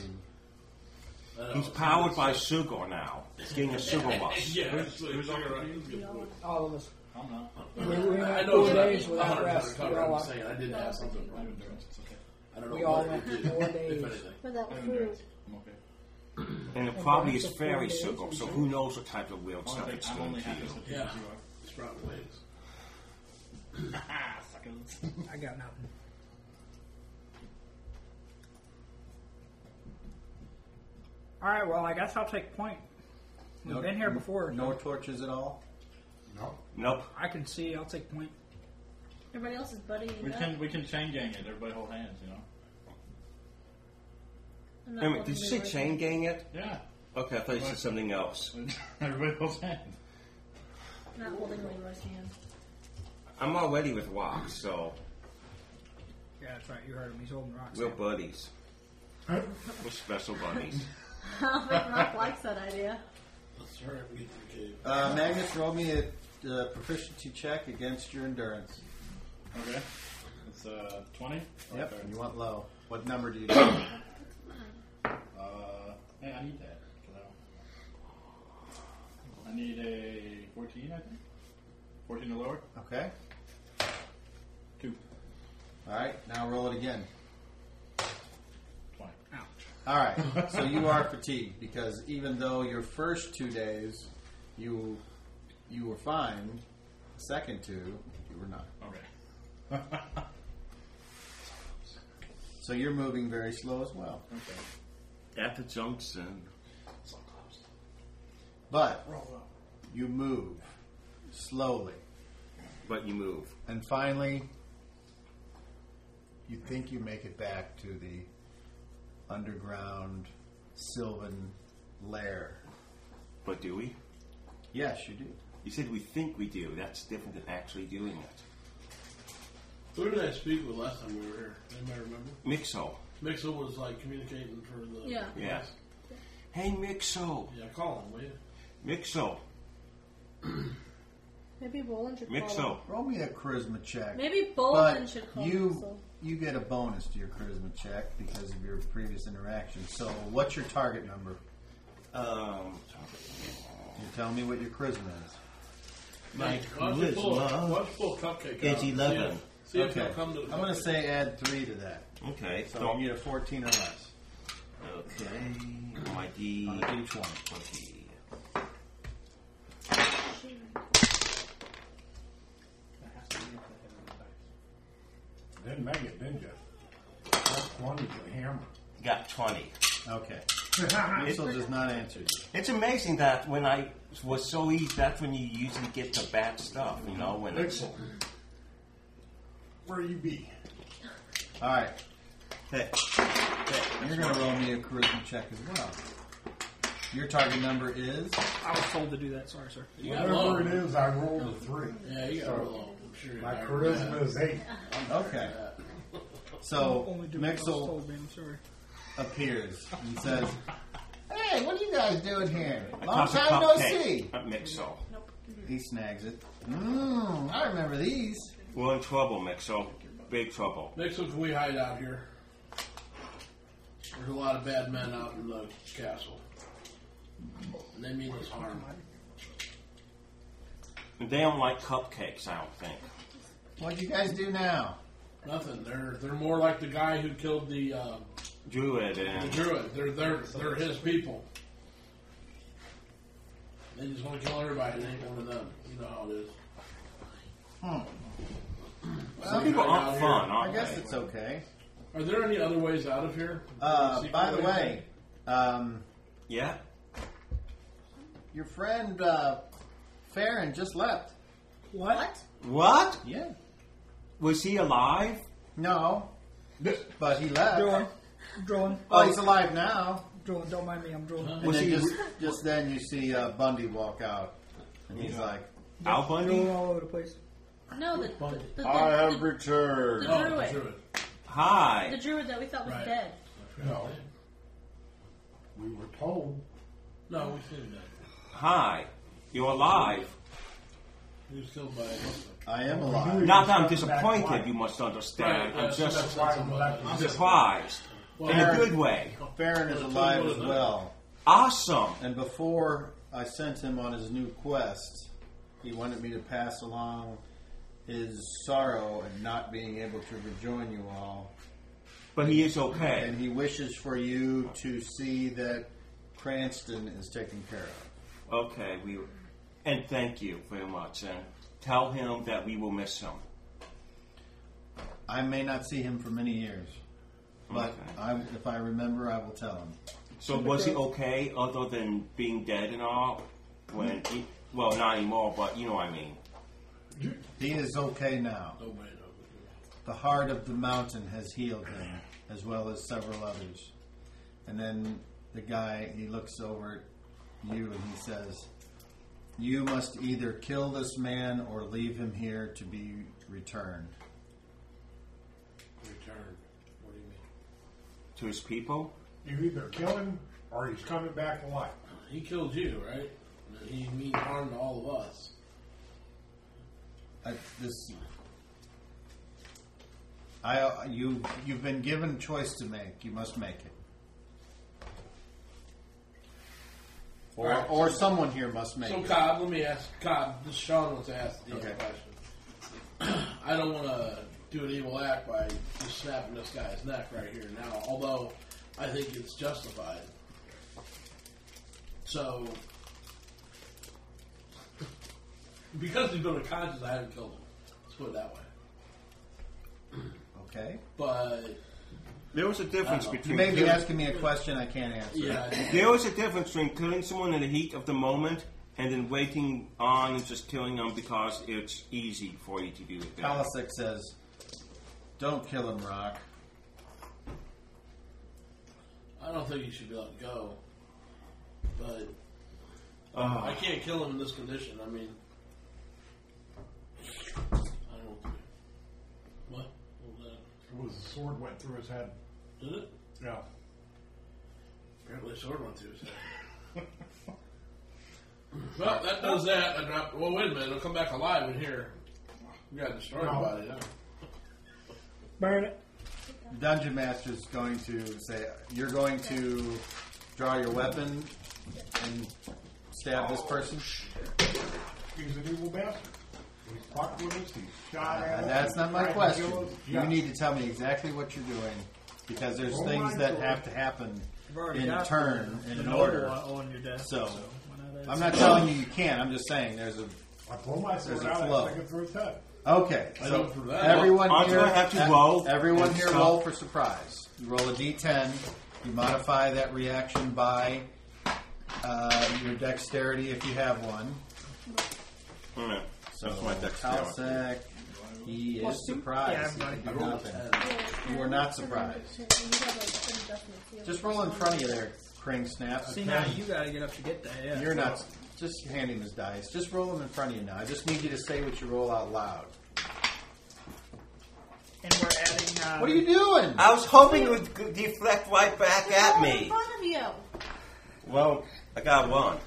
Speaker 3: I don't
Speaker 1: He's
Speaker 3: know.
Speaker 1: powered by Sugar now. He's getting a Sugar rush.
Speaker 3: Yeah, actually,
Speaker 8: who's
Speaker 3: you're
Speaker 8: on
Speaker 3: right.
Speaker 8: the
Speaker 3: Good point.
Speaker 9: All of us.
Speaker 8: I'm not.
Speaker 3: I
Speaker 9: I
Speaker 3: know
Speaker 9: know
Speaker 3: that
Speaker 9: days
Speaker 3: I
Speaker 9: without rest.
Speaker 3: cover.
Speaker 9: We're
Speaker 3: I'm
Speaker 9: all
Speaker 3: just saying I didn't have something
Speaker 8: I
Speaker 3: wrong.
Speaker 8: have endurance. It's okay.
Speaker 3: I don't know
Speaker 9: We all
Speaker 3: what
Speaker 9: went
Speaker 3: it did,
Speaker 9: four
Speaker 3: if
Speaker 9: days.
Speaker 3: anything.
Speaker 7: Without
Speaker 8: I have
Speaker 7: food.
Speaker 8: endurance. I'm okay.
Speaker 1: And it probably is
Speaker 9: that's the
Speaker 1: fairy
Speaker 9: four days
Speaker 1: Sugar,
Speaker 9: we
Speaker 1: so
Speaker 9: do.
Speaker 1: who knows what type of weird stuff
Speaker 8: Only
Speaker 1: it's
Speaker 8: thing- I'm
Speaker 1: going
Speaker 8: only
Speaker 1: to
Speaker 8: half
Speaker 1: you.
Speaker 8: as fatigued
Speaker 3: Yeah,
Speaker 8: as you are.
Speaker 3: it's probably waves.
Speaker 8: Ah, suckers.
Speaker 9: I got nothing.
Speaker 4: All right. Well, I guess I'll take point. We've
Speaker 2: No-
Speaker 4: been here before.
Speaker 2: No torches at all.
Speaker 1: Nope.
Speaker 4: I can see. I'll take point.
Speaker 7: Everybody else is buddying
Speaker 8: We
Speaker 7: up.
Speaker 8: can we can chain gang it. Everybody hold hands, you know.
Speaker 7: I'm not
Speaker 1: Wait a minute,
Speaker 7: holding
Speaker 1: did you
Speaker 7: the
Speaker 1: say
Speaker 7: berries.
Speaker 1: chain gang it?
Speaker 8: Yeah.
Speaker 1: Okay, I thought you said something else.
Speaker 8: Everybody holds hands.
Speaker 7: I'm Not holding Leroy's hand.
Speaker 1: I'm already with Rock, so
Speaker 4: Yeah, that's right. You heard him. He's holding rocks.
Speaker 1: we're buddies. We're special buddies.
Speaker 7: Oh, I don't think Rock likes that idea.
Speaker 3: Let's hurry up and get to the cave.
Speaker 2: Uh, Magnus, roll me a uh, proficiency check against your endurance.
Speaker 8: Okay. It's uh twenty.
Speaker 2: Yep,
Speaker 8: Okay.
Speaker 2: and you want low. What number do you do?
Speaker 8: Uh, hey, I need that. 'cause I don't- I need a fourteen, I think. Fourteen or lower.
Speaker 2: Okay.
Speaker 8: Two.
Speaker 2: All right. Now roll it again.
Speaker 8: Twenty.
Speaker 2: All right. So you are fatigued because even though your first two days you you were fine, the second two you were not.
Speaker 8: Okay.
Speaker 2: So you're moving very slow as well.
Speaker 8: Okay.
Speaker 1: At the junction.
Speaker 2: But you move slowly,
Speaker 1: But you move.
Speaker 2: and finally you think you make it back to the underground Sylvan lair.
Speaker 1: But do we?
Speaker 2: Yes, you do.
Speaker 1: You said we think we do. That's different than actually doing it.
Speaker 3: Who did I speak with last time we were here? Anybody remember?
Speaker 1: Mixo.
Speaker 3: Mixel was like communicating for the.
Speaker 7: Yeah.
Speaker 1: Yes. Hey, Mixo.
Speaker 3: Yeah, call him, will you?
Speaker 1: Mixo.
Speaker 7: Maybe Boland should call.
Speaker 1: Mixo.
Speaker 2: Roll me a charisma check.
Speaker 7: Maybe Boland
Speaker 2: But
Speaker 7: should call.
Speaker 2: you
Speaker 7: Russell.
Speaker 2: you get a bonus to your charisma check because of your previous interaction. So, what's your target number?
Speaker 1: Um,
Speaker 2: You tell me what your charisma is.
Speaker 1: my
Speaker 3: Why don't you
Speaker 1: charisma.
Speaker 3: pull, why don't you pull a cupcake
Speaker 1: It's
Speaker 3: out and see
Speaker 1: 11.
Speaker 3: if- See if,
Speaker 2: okay,
Speaker 3: he'll come to the
Speaker 2: I'm going to say add three to that.
Speaker 1: Okay.
Speaker 2: So
Speaker 1: don't-
Speaker 2: you get a 14 or less
Speaker 1: Okay. My
Speaker 2: on a
Speaker 1: D.
Speaker 2: d20.
Speaker 1: 20.
Speaker 5: Didn't make it, didn't you? That's one is a hammer.
Speaker 1: Got 20.
Speaker 2: Okay. Missile does not answer you.
Speaker 1: It's amazing that when I was so easy, that's when you usually get the bad stuff, you know, when it's...
Speaker 5: Pixel. Where you be?
Speaker 2: All right.
Speaker 1: Hey,
Speaker 2: You're going to roll me a charisma check as well. Your target number is
Speaker 4: I was told to do that. Sorry, sir.
Speaker 3: You got
Speaker 5: Whatever
Speaker 3: long.
Speaker 5: it is, I rolled a three.
Speaker 3: Yeah, you got long. I'm sure you
Speaker 5: My
Speaker 3: got
Speaker 5: charisma is eight.
Speaker 2: okay. So
Speaker 4: Only do what I was
Speaker 2: Mixel
Speaker 4: told, man. I'm sorry.
Speaker 2: appears and says, "Hey, what are you guys doing here? Long
Speaker 1: Toss a
Speaker 2: time no
Speaker 1: cupcake
Speaker 2: see."
Speaker 1: At Mixo.
Speaker 2: He snags it. Mmm, I remember these.
Speaker 1: We're in trouble, Mixo. Big trouble.
Speaker 3: Mixel, can we hide out here? There's a lot of bad men out in the castle. And they mean us harm.
Speaker 1: They don't like cupcakes, I don't think.
Speaker 2: What you guys do now?
Speaker 3: Nothing. They're they're more like the guy who killed the uh,
Speaker 1: Druid
Speaker 3: the
Speaker 1: and
Speaker 3: druid. They're they're they're his people. They just want to kill everybody. They ain't one of them. You know how it is.
Speaker 1: Some people aren't fun,
Speaker 2: I
Speaker 1: aren't
Speaker 2: guess
Speaker 1: they?
Speaker 2: it's okay.
Speaker 3: Are there any other ways out of here?
Speaker 2: Uh,
Speaker 3: Secret
Speaker 2: by the
Speaker 3: ways?
Speaker 2: way, um,
Speaker 1: Yeah.
Speaker 2: your friend uh, Farron just left.
Speaker 4: What?
Speaker 1: What?
Speaker 2: Yeah.
Speaker 1: Was he alive?
Speaker 2: No, but he left.
Speaker 4: Drooling. Drooling.
Speaker 2: Oh, he's alive now.
Speaker 4: Drooling. Don't mind me. I'm drooling.
Speaker 2: And
Speaker 1: Was
Speaker 2: then
Speaker 1: he-
Speaker 2: just, just then you see uh, Bundy walk out, and he's like,
Speaker 1: Al
Speaker 4: Drooling
Speaker 1: Bundy?
Speaker 4: all over the place.
Speaker 7: No, the, the, the, the,
Speaker 2: "I have
Speaker 7: the,
Speaker 2: returned."
Speaker 7: the
Speaker 3: Oh,
Speaker 7: druid.
Speaker 3: through it.
Speaker 7: The
Speaker 1: Hi.
Speaker 7: druid that we thought was
Speaker 3: Right.
Speaker 7: dead.
Speaker 5: No. We were told.
Speaker 3: No, we seen that.
Speaker 1: Hi. You're alive.
Speaker 3: He was killed by.
Speaker 2: I am alive.
Speaker 1: Not that I'm disappointed, you must understand. I'm
Speaker 3: that's- that's
Speaker 1: just
Speaker 3: why I'm like-
Speaker 1: surprised. In a good way.
Speaker 2: Farron is alive as well.
Speaker 1: Awesome.
Speaker 2: And before I sent him on his new quest, he wanted me to pass along his sorrow at not being able to rejoin you all.
Speaker 1: But he is okay.
Speaker 2: And he wishes for you to see that Cranston is taken care of.
Speaker 1: Okay, we and thank you very much. And tell him that we will miss him.
Speaker 2: I may not see him for many years, but
Speaker 1: Okay.
Speaker 2: I, if I remember, I will tell him.
Speaker 1: So was he okay other than being dead and all? When he, well, not anymore, but you know what I mean.
Speaker 2: He is okay now.
Speaker 3: No way, no.
Speaker 2: The heart of the mountain has healed him, as well as several others. And then the guy, he looks over at you and he says, You must either kill this man or leave him here to be returned.
Speaker 3: Return. What do you mean?
Speaker 1: To his people,
Speaker 5: You either kill him or he's coming back alive.
Speaker 3: He killed you, right? And He means harm to all of us.
Speaker 2: I, Uh, this, I, you, you've been given a choice to make. You must make it. Or,
Speaker 3: Alright.
Speaker 2: or someone here must make
Speaker 3: So
Speaker 2: it.
Speaker 3: Cobb, let me ask Cobb. This Sean wants to ask the
Speaker 2: Okay.
Speaker 3: question. I don't want to do an evil act by just snapping this guy's neck right here and now. Although I think it's justified. So because he's been unconscious, I haven't killed him. Let's put it that way.
Speaker 2: Okay?
Speaker 3: But
Speaker 1: there was a difference
Speaker 3: Uh,
Speaker 2: You
Speaker 1: between
Speaker 2: may be
Speaker 1: killing-
Speaker 2: asking me a question I can't answer.
Speaker 3: yeah, I think-
Speaker 1: there was a difference between killing someone in the heat of the moment and then waiting on and just killing them because it's easy for you to do it. then.
Speaker 2: Palisic says, "Don't kill him, Rock."
Speaker 3: I don't think he should be let go. But
Speaker 2: Ah.
Speaker 3: I can't kill him in this condition. I mean, I don't. What? What was
Speaker 5: It was the sword went through his head.
Speaker 3: that? Did it?
Speaker 5: Yeah.
Speaker 3: Apparently, the sword went through his head. well, that does that. I dropped. Well, wait a minute. It'll come back alive in here. We got destroyed
Speaker 5: No.
Speaker 3: by it. Huh?
Speaker 4: Burn it.
Speaker 2: Dungeon Master's going to say, "You're going to draw your weapon and stab this person."
Speaker 5: He's an evil bastard. He fucked with us. He shot at
Speaker 2: And
Speaker 5: us.
Speaker 2: that's
Speaker 5: he
Speaker 2: not my
Speaker 5: tried to
Speaker 2: question.
Speaker 5: kill us.
Speaker 2: You
Speaker 5: Yeah.
Speaker 2: need to tell me exactly what you're doing, because there's
Speaker 5: Oh,
Speaker 2: things
Speaker 5: my
Speaker 2: that
Speaker 5: God.
Speaker 2: have to happen
Speaker 4: I've already
Speaker 2: in
Speaker 4: got
Speaker 2: turn, in an
Speaker 4: another
Speaker 2: order.
Speaker 4: one on your desk.
Speaker 2: So,
Speaker 4: why not add
Speaker 2: I'm not telling you you can't. I'm just saying there's a.
Speaker 5: I pulled my
Speaker 2: There's
Speaker 5: sword
Speaker 2: a
Speaker 5: out
Speaker 2: flow.
Speaker 5: and took it through his head.
Speaker 2: Okay,
Speaker 3: I
Speaker 2: so
Speaker 3: don't prove that.
Speaker 2: everyone
Speaker 1: Aren't you
Speaker 2: here,
Speaker 1: gonna have to roll
Speaker 2: everyone
Speaker 1: and
Speaker 2: here
Speaker 1: stuff?
Speaker 2: roll for surprise. You roll a d10. You modify that reaction by uh, your dexterity if you have one.
Speaker 1: Mm,
Speaker 2: So
Speaker 1: That's my dexterity.
Speaker 2: Kalsec, he
Speaker 4: Plus
Speaker 2: is
Speaker 4: two?
Speaker 2: surprised.
Speaker 4: Yeah,
Speaker 2: He did
Speaker 3: I rolled
Speaker 2: nothing.
Speaker 3: ten.
Speaker 2: You were not surprised. Just roll in front of you there, Kring Snap.
Speaker 4: See now you gotta get up to get that. Yeah.
Speaker 2: You're not. Just hand him his dice. Just roll them in front of you now. I just need you to say what you roll out loud.
Speaker 4: And we're adding. Uh,
Speaker 2: What are you doing?
Speaker 1: I was hoping it would g- deflect right back at
Speaker 7: in
Speaker 1: me.
Speaker 7: front of you.
Speaker 1: Well, I got one.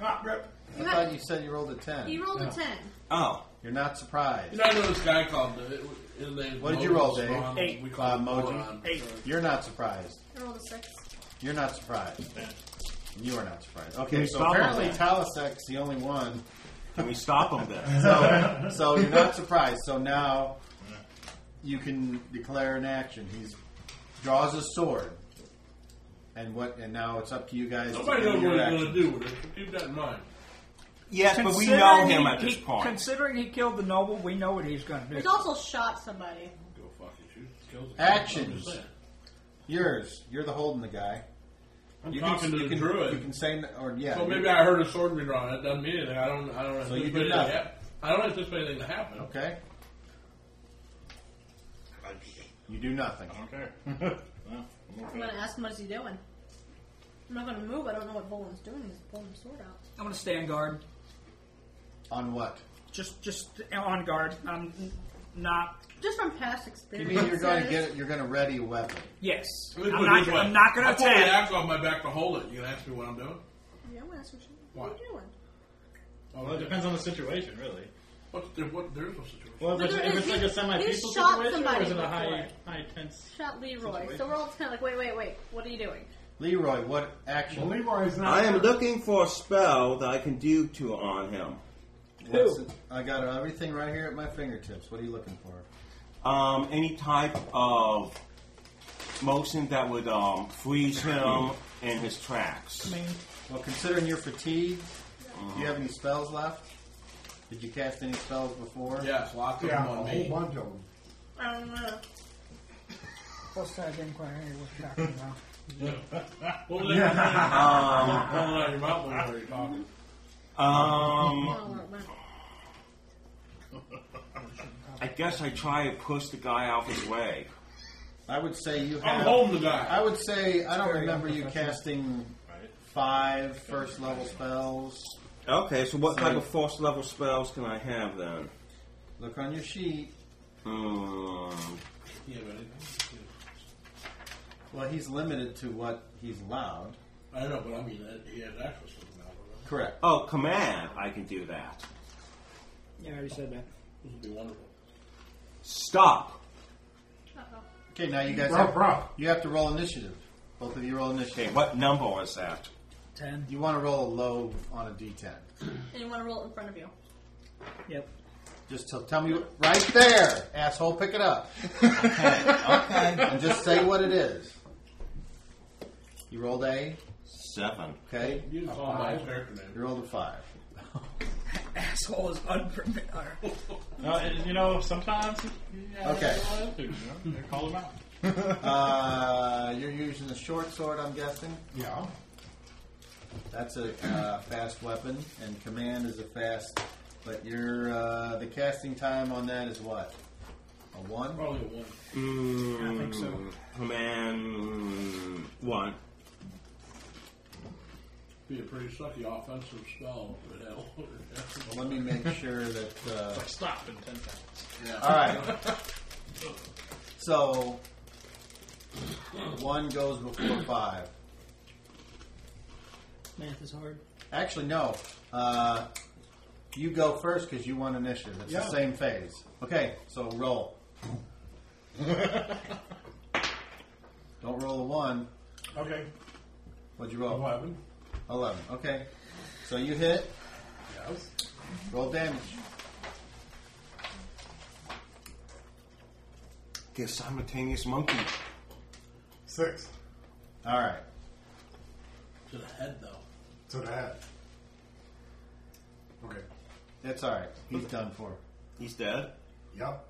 Speaker 5: Ah, rip.
Speaker 2: I thought you said you rolled a 10.
Speaker 7: You rolled a ten.
Speaker 1: Oh,
Speaker 2: You're not surprised.
Speaker 3: You know, I know this guy called. His name
Speaker 2: What did you roll,
Speaker 3: Mojo
Speaker 2: Dave?
Speaker 3: Spawn.
Speaker 4: Eight.
Speaker 3: We
Speaker 2: Uh,
Speaker 3: call him
Speaker 2: Mojo?
Speaker 3: Moron.
Speaker 4: Eight.
Speaker 2: You're not surprised.
Speaker 7: I rolled a six.
Speaker 2: You're not surprised. You are not surprised.
Speaker 1: Can
Speaker 2: Okay,
Speaker 1: we
Speaker 2: so
Speaker 1: stop
Speaker 2: apparently
Speaker 1: on
Speaker 2: Talisek's the only one.
Speaker 1: can we stop him then?
Speaker 2: So, so you're not surprised. So now you can declare an action. He's draws a sword, and what? And now it's up to you guys.
Speaker 3: Nobody
Speaker 2: to do
Speaker 3: knows what
Speaker 2: your
Speaker 3: he's going
Speaker 2: action.
Speaker 3: to do with it. Keep that in mind.
Speaker 1: Yes, but we
Speaker 4: Considering
Speaker 1: know him
Speaker 4: he-
Speaker 1: at this
Speaker 4: he-
Speaker 1: point.
Speaker 4: Considering he killed the noble, we know what he's going to
Speaker 7: He's
Speaker 4: do.
Speaker 7: also shot somebody.
Speaker 3: Go fucking shoot. Kill the-
Speaker 2: Actions.
Speaker 3: I'm just saying.
Speaker 2: Yours. You're the holding the guy.
Speaker 3: I'm talking to
Speaker 2: you
Speaker 3: the
Speaker 2: can,
Speaker 3: druid.
Speaker 2: You can say, n- or yeah.
Speaker 3: so
Speaker 2: you-
Speaker 3: maybe I heard a sword be drawn. That doesn't mean anything. I don't. I don't.
Speaker 2: So you
Speaker 3: anticipate
Speaker 2: did
Speaker 3: anything
Speaker 2: nothing.
Speaker 3: hap- I don't anticipate anything to happen.
Speaker 2: okay. You do nothing.
Speaker 8: Okay. well, I'm
Speaker 7: I'm
Speaker 8: okay.
Speaker 7: gonna ask him what is he doing. I'm not gonna move. I don't know what Bolin's doing. He's pulling the sword out.
Speaker 4: I'm going to stay on guard.
Speaker 2: On what?
Speaker 4: Just, just on guard. I'm not.
Speaker 7: Just from past
Speaker 2: You
Speaker 7: experience.
Speaker 2: mean you're going to get? You're going to ready a weapon.
Speaker 4: Yes,
Speaker 3: Let me
Speaker 4: I'm
Speaker 3: put it
Speaker 4: not.
Speaker 3: this way.
Speaker 4: I'm not going to
Speaker 3: I pull the
Speaker 4: attack.
Speaker 3: axe off my back to hold it. You gonna ask me what I'm doing?
Speaker 7: Yeah, I'm gonna ask him. What,
Speaker 3: Why?
Speaker 7: are you doing?
Speaker 8: Well, it depends on the situation, really.
Speaker 3: What's there, what there's no situation.
Speaker 8: Well, if
Speaker 7: Look
Speaker 8: it's,
Speaker 7: at
Speaker 8: if
Speaker 7: it,
Speaker 8: it's
Speaker 7: he-
Speaker 8: like a semi-peaceful
Speaker 7: he shot
Speaker 8: situation, or is it
Speaker 7: somebody
Speaker 8: a high,
Speaker 7: before.
Speaker 8: high tense?
Speaker 7: Shot Leroy. So
Speaker 8: Situation.
Speaker 7: we're all just kind of like, wait, wait, wait. What are you doing?
Speaker 2: Leroy, what action?
Speaker 5: Well, Leroy's not.
Speaker 1: I am looking for a spell that I can do to on him.
Speaker 2: What's it- I got everything right here at my fingertips. What are you looking for?
Speaker 1: Um, any type of motion that would um, freeze him in his tracks.
Speaker 2: Well, considering you're fatigued, do you have any spells left? Did you cast any spells before?
Speaker 3: yeah, it's locked
Speaker 5: Yeah, a
Speaker 3: up on
Speaker 5: whole
Speaker 3: me.
Speaker 5: bunch of them.
Speaker 7: I don't know.
Speaker 4: Plus, I didn't quite hear what you're talking about.
Speaker 3: Well, then,
Speaker 1: Um,
Speaker 3: I'm pulling out your mouth when you're talking.
Speaker 1: um,
Speaker 7: Oh, well, well.
Speaker 1: I guess I try to push the guy out his way.
Speaker 2: I would say you
Speaker 3: I'm
Speaker 2: have.
Speaker 3: holding the guy.
Speaker 2: I would say I don't
Speaker 4: Very
Speaker 2: remember you
Speaker 4: unprofessional.
Speaker 2: casting
Speaker 8: Right.
Speaker 2: five first level spells.
Speaker 1: Okay, so what
Speaker 2: So-
Speaker 1: type of force level spells can I have then?
Speaker 2: Look on your sheet.
Speaker 1: Um,
Speaker 3: Yeah, but it-
Speaker 2: Well, he's limited to what he's allowed.
Speaker 3: I know, but I mean, that, he has access to the mouth. right?
Speaker 2: Correct.
Speaker 1: oh, command! I can do that.
Speaker 4: Yeah, I already said that.
Speaker 3: This would be wonderful.
Speaker 1: Stop.
Speaker 7: Uh-oh.
Speaker 2: Okay, now you guys
Speaker 5: Ruff,
Speaker 2: have,
Speaker 5: ruff.
Speaker 2: you have to roll initiative. Both of you roll
Speaker 1: Okay,
Speaker 2: initiative.
Speaker 1: what number is that?
Speaker 4: Ten.
Speaker 2: You want to roll a low on a d10.
Speaker 7: And you want to roll it in front of you.
Speaker 4: Yep.
Speaker 2: Just tell, tell me what- right there, asshole. Pick it up. Okay, okay. And just say what it is. You rolled a
Speaker 1: Seven.
Speaker 2: okay.
Speaker 3: You just call him by his character
Speaker 2: You
Speaker 3: name.
Speaker 2: rolled a five.
Speaker 4: Asshole is unprepared.
Speaker 8: No,
Speaker 9: Uh,
Speaker 8: and, you know, sometimes. Yeah,
Speaker 2: Okay.
Speaker 8: You know, they call them out.
Speaker 2: Uh, you're using the short sword, I'm guessing.
Speaker 5: Yeah.
Speaker 2: That's a uh, fast weapon, and command is a fast. But your uh, the casting time on that is what? A one.
Speaker 3: Probably a one.
Speaker 1: Mm,
Speaker 4: I think so.
Speaker 1: Command one.
Speaker 3: Be a pretty sucky offensive spell. But hell.
Speaker 2: Well, let me make sure that. Uh,
Speaker 8: Like stop in ten seconds.
Speaker 3: yeah.
Speaker 2: all right. So one goes before five.
Speaker 4: Math is hard.
Speaker 2: Actually, no. Uh, you go first because you won initiative. It's
Speaker 5: Yeah.
Speaker 2: the same phase. Okay, so roll. Don't roll a one.
Speaker 5: Okay.
Speaker 2: What'd you roll?
Speaker 5: Eleven.
Speaker 2: 11. Okay. So you hit.
Speaker 5: Yes.
Speaker 2: Roll damage.
Speaker 1: The simultaneous monkey.
Speaker 5: Six
Speaker 2: All right.
Speaker 3: To the head, though.
Speaker 5: to the head. Okay.
Speaker 2: That's all right. He's done for.
Speaker 1: He's dead.
Speaker 5: Yep.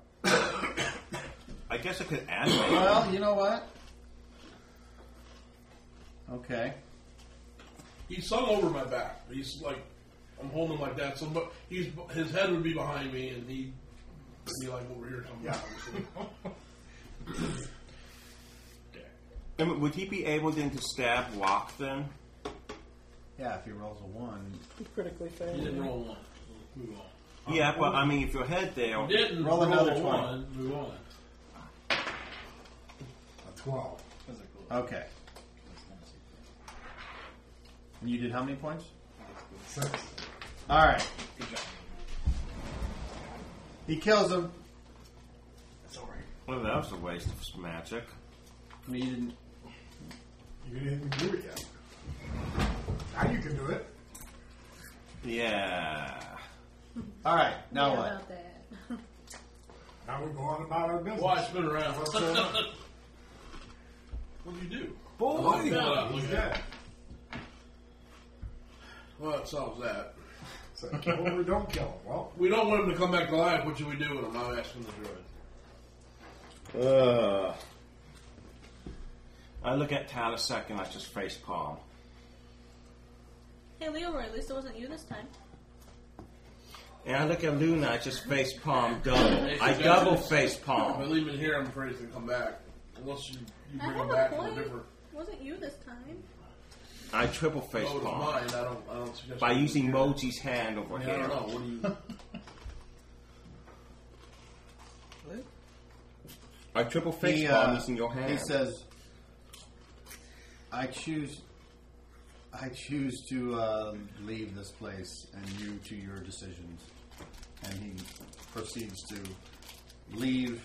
Speaker 1: I guess I could animate. him.
Speaker 2: Well, you know what? Okay.
Speaker 3: He's sung over my back. He's like, I'm holding him like that. So, but he's his head would be behind me, and he'd be like over here somewhere.
Speaker 5: Yeah.
Speaker 3: obviously.
Speaker 1: And would he be able then to stab Rock then?
Speaker 2: Yeah, if he rolls a one.
Speaker 4: critically
Speaker 3: He
Speaker 4: failed.
Speaker 3: didn't roll one. Move on.
Speaker 1: yeah, but I mean, if your head there,
Speaker 3: Didn't
Speaker 2: Roll another
Speaker 3: a
Speaker 2: 20.
Speaker 3: one. Move on.
Speaker 5: A twelve.
Speaker 8: That's a cool.
Speaker 2: Okay. And you did how many points?
Speaker 5: Six.
Speaker 2: All right. He kills him.
Speaker 8: That's all right.
Speaker 1: well, that was a waste of magic.
Speaker 2: I mean, you didn't.
Speaker 5: You didn't even do it yet. Now you can do it.
Speaker 1: Yeah.
Speaker 2: All right. Now
Speaker 7: Yeah,
Speaker 2: what?
Speaker 7: About that.
Speaker 5: Now we go on about our business.
Speaker 3: Why spin around?
Speaker 5: What's going on?
Speaker 3: What'd you do?
Speaker 1: Boy!
Speaker 3: Yeah,
Speaker 5: He's
Speaker 3: look at
Speaker 5: dead.
Speaker 3: it. Well, that solves that.
Speaker 5: It's like, kill him or don't kill him. Well,
Speaker 3: We don't want him to come back to life. What should we do with him? I'm asking the druid.
Speaker 1: Ugh. Uh. I look at Tad a second, I just face palm.
Speaker 7: Hey, Leroy, at least it wasn't you this time.
Speaker 1: And I look at Luna, I just face palm double.
Speaker 3: Hey,
Speaker 1: I
Speaker 3: so
Speaker 1: double
Speaker 3: guys,
Speaker 1: face
Speaker 3: If I
Speaker 1: palm.
Speaker 3: leave him here, I'm afraid he's going to come back. Unless you, you
Speaker 7: I
Speaker 3: bring him
Speaker 7: have
Speaker 3: back
Speaker 7: a
Speaker 3: from a
Speaker 7: point.
Speaker 3: different
Speaker 7: Wasn't you this time?
Speaker 1: I triple face
Speaker 3: mode of
Speaker 1: palm.
Speaker 3: mind. I don't, I don't suggest
Speaker 1: By
Speaker 3: you do
Speaker 1: using
Speaker 3: that.
Speaker 1: Moji's hand over
Speaker 3: I mean, I
Speaker 1: here.
Speaker 3: don't know. What do you.
Speaker 1: I triple face
Speaker 2: He,
Speaker 1: palm
Speaker 2: uh,
Speaker 1: using your hand.
Speaker 2: He says, "I choose, I choose to um, leave this place, and you to your decisions." And he proceeds to leave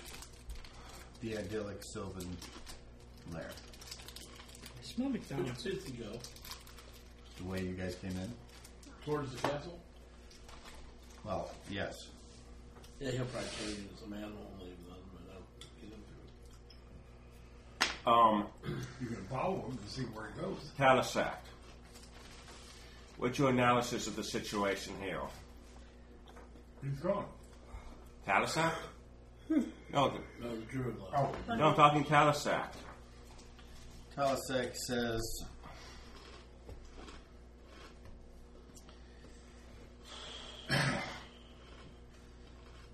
Speaker 2: the idyllic Sylvan lair.
Speaker 4: Smell
Speaker 3: Who
Speaker 4: McDonald's.
Speaker 3: did he go?
Speaker 2: The way you guys came in.
Speaker 3: Towards the castle?
Speaker 2: Well, yes.
Speaker 3: Yeah, he'll probably trade in some animal and leave them, but I'll get him through.
Speaker 1: um,
Speaker 5: you can follow him to see where he goes.
Speaker 1: Talisac, what's your analysis of the situation here?
Speaker 5: He's gone.
Speaker 1: Talisac?
Speaker 4: Hmm.
Speaker 1: No, th-
Speaker 3: No, the druid left.
Speaker 5: Oh,
Speaker 1: no, I'm talking Talisac.
Speaker 2: Talasek says,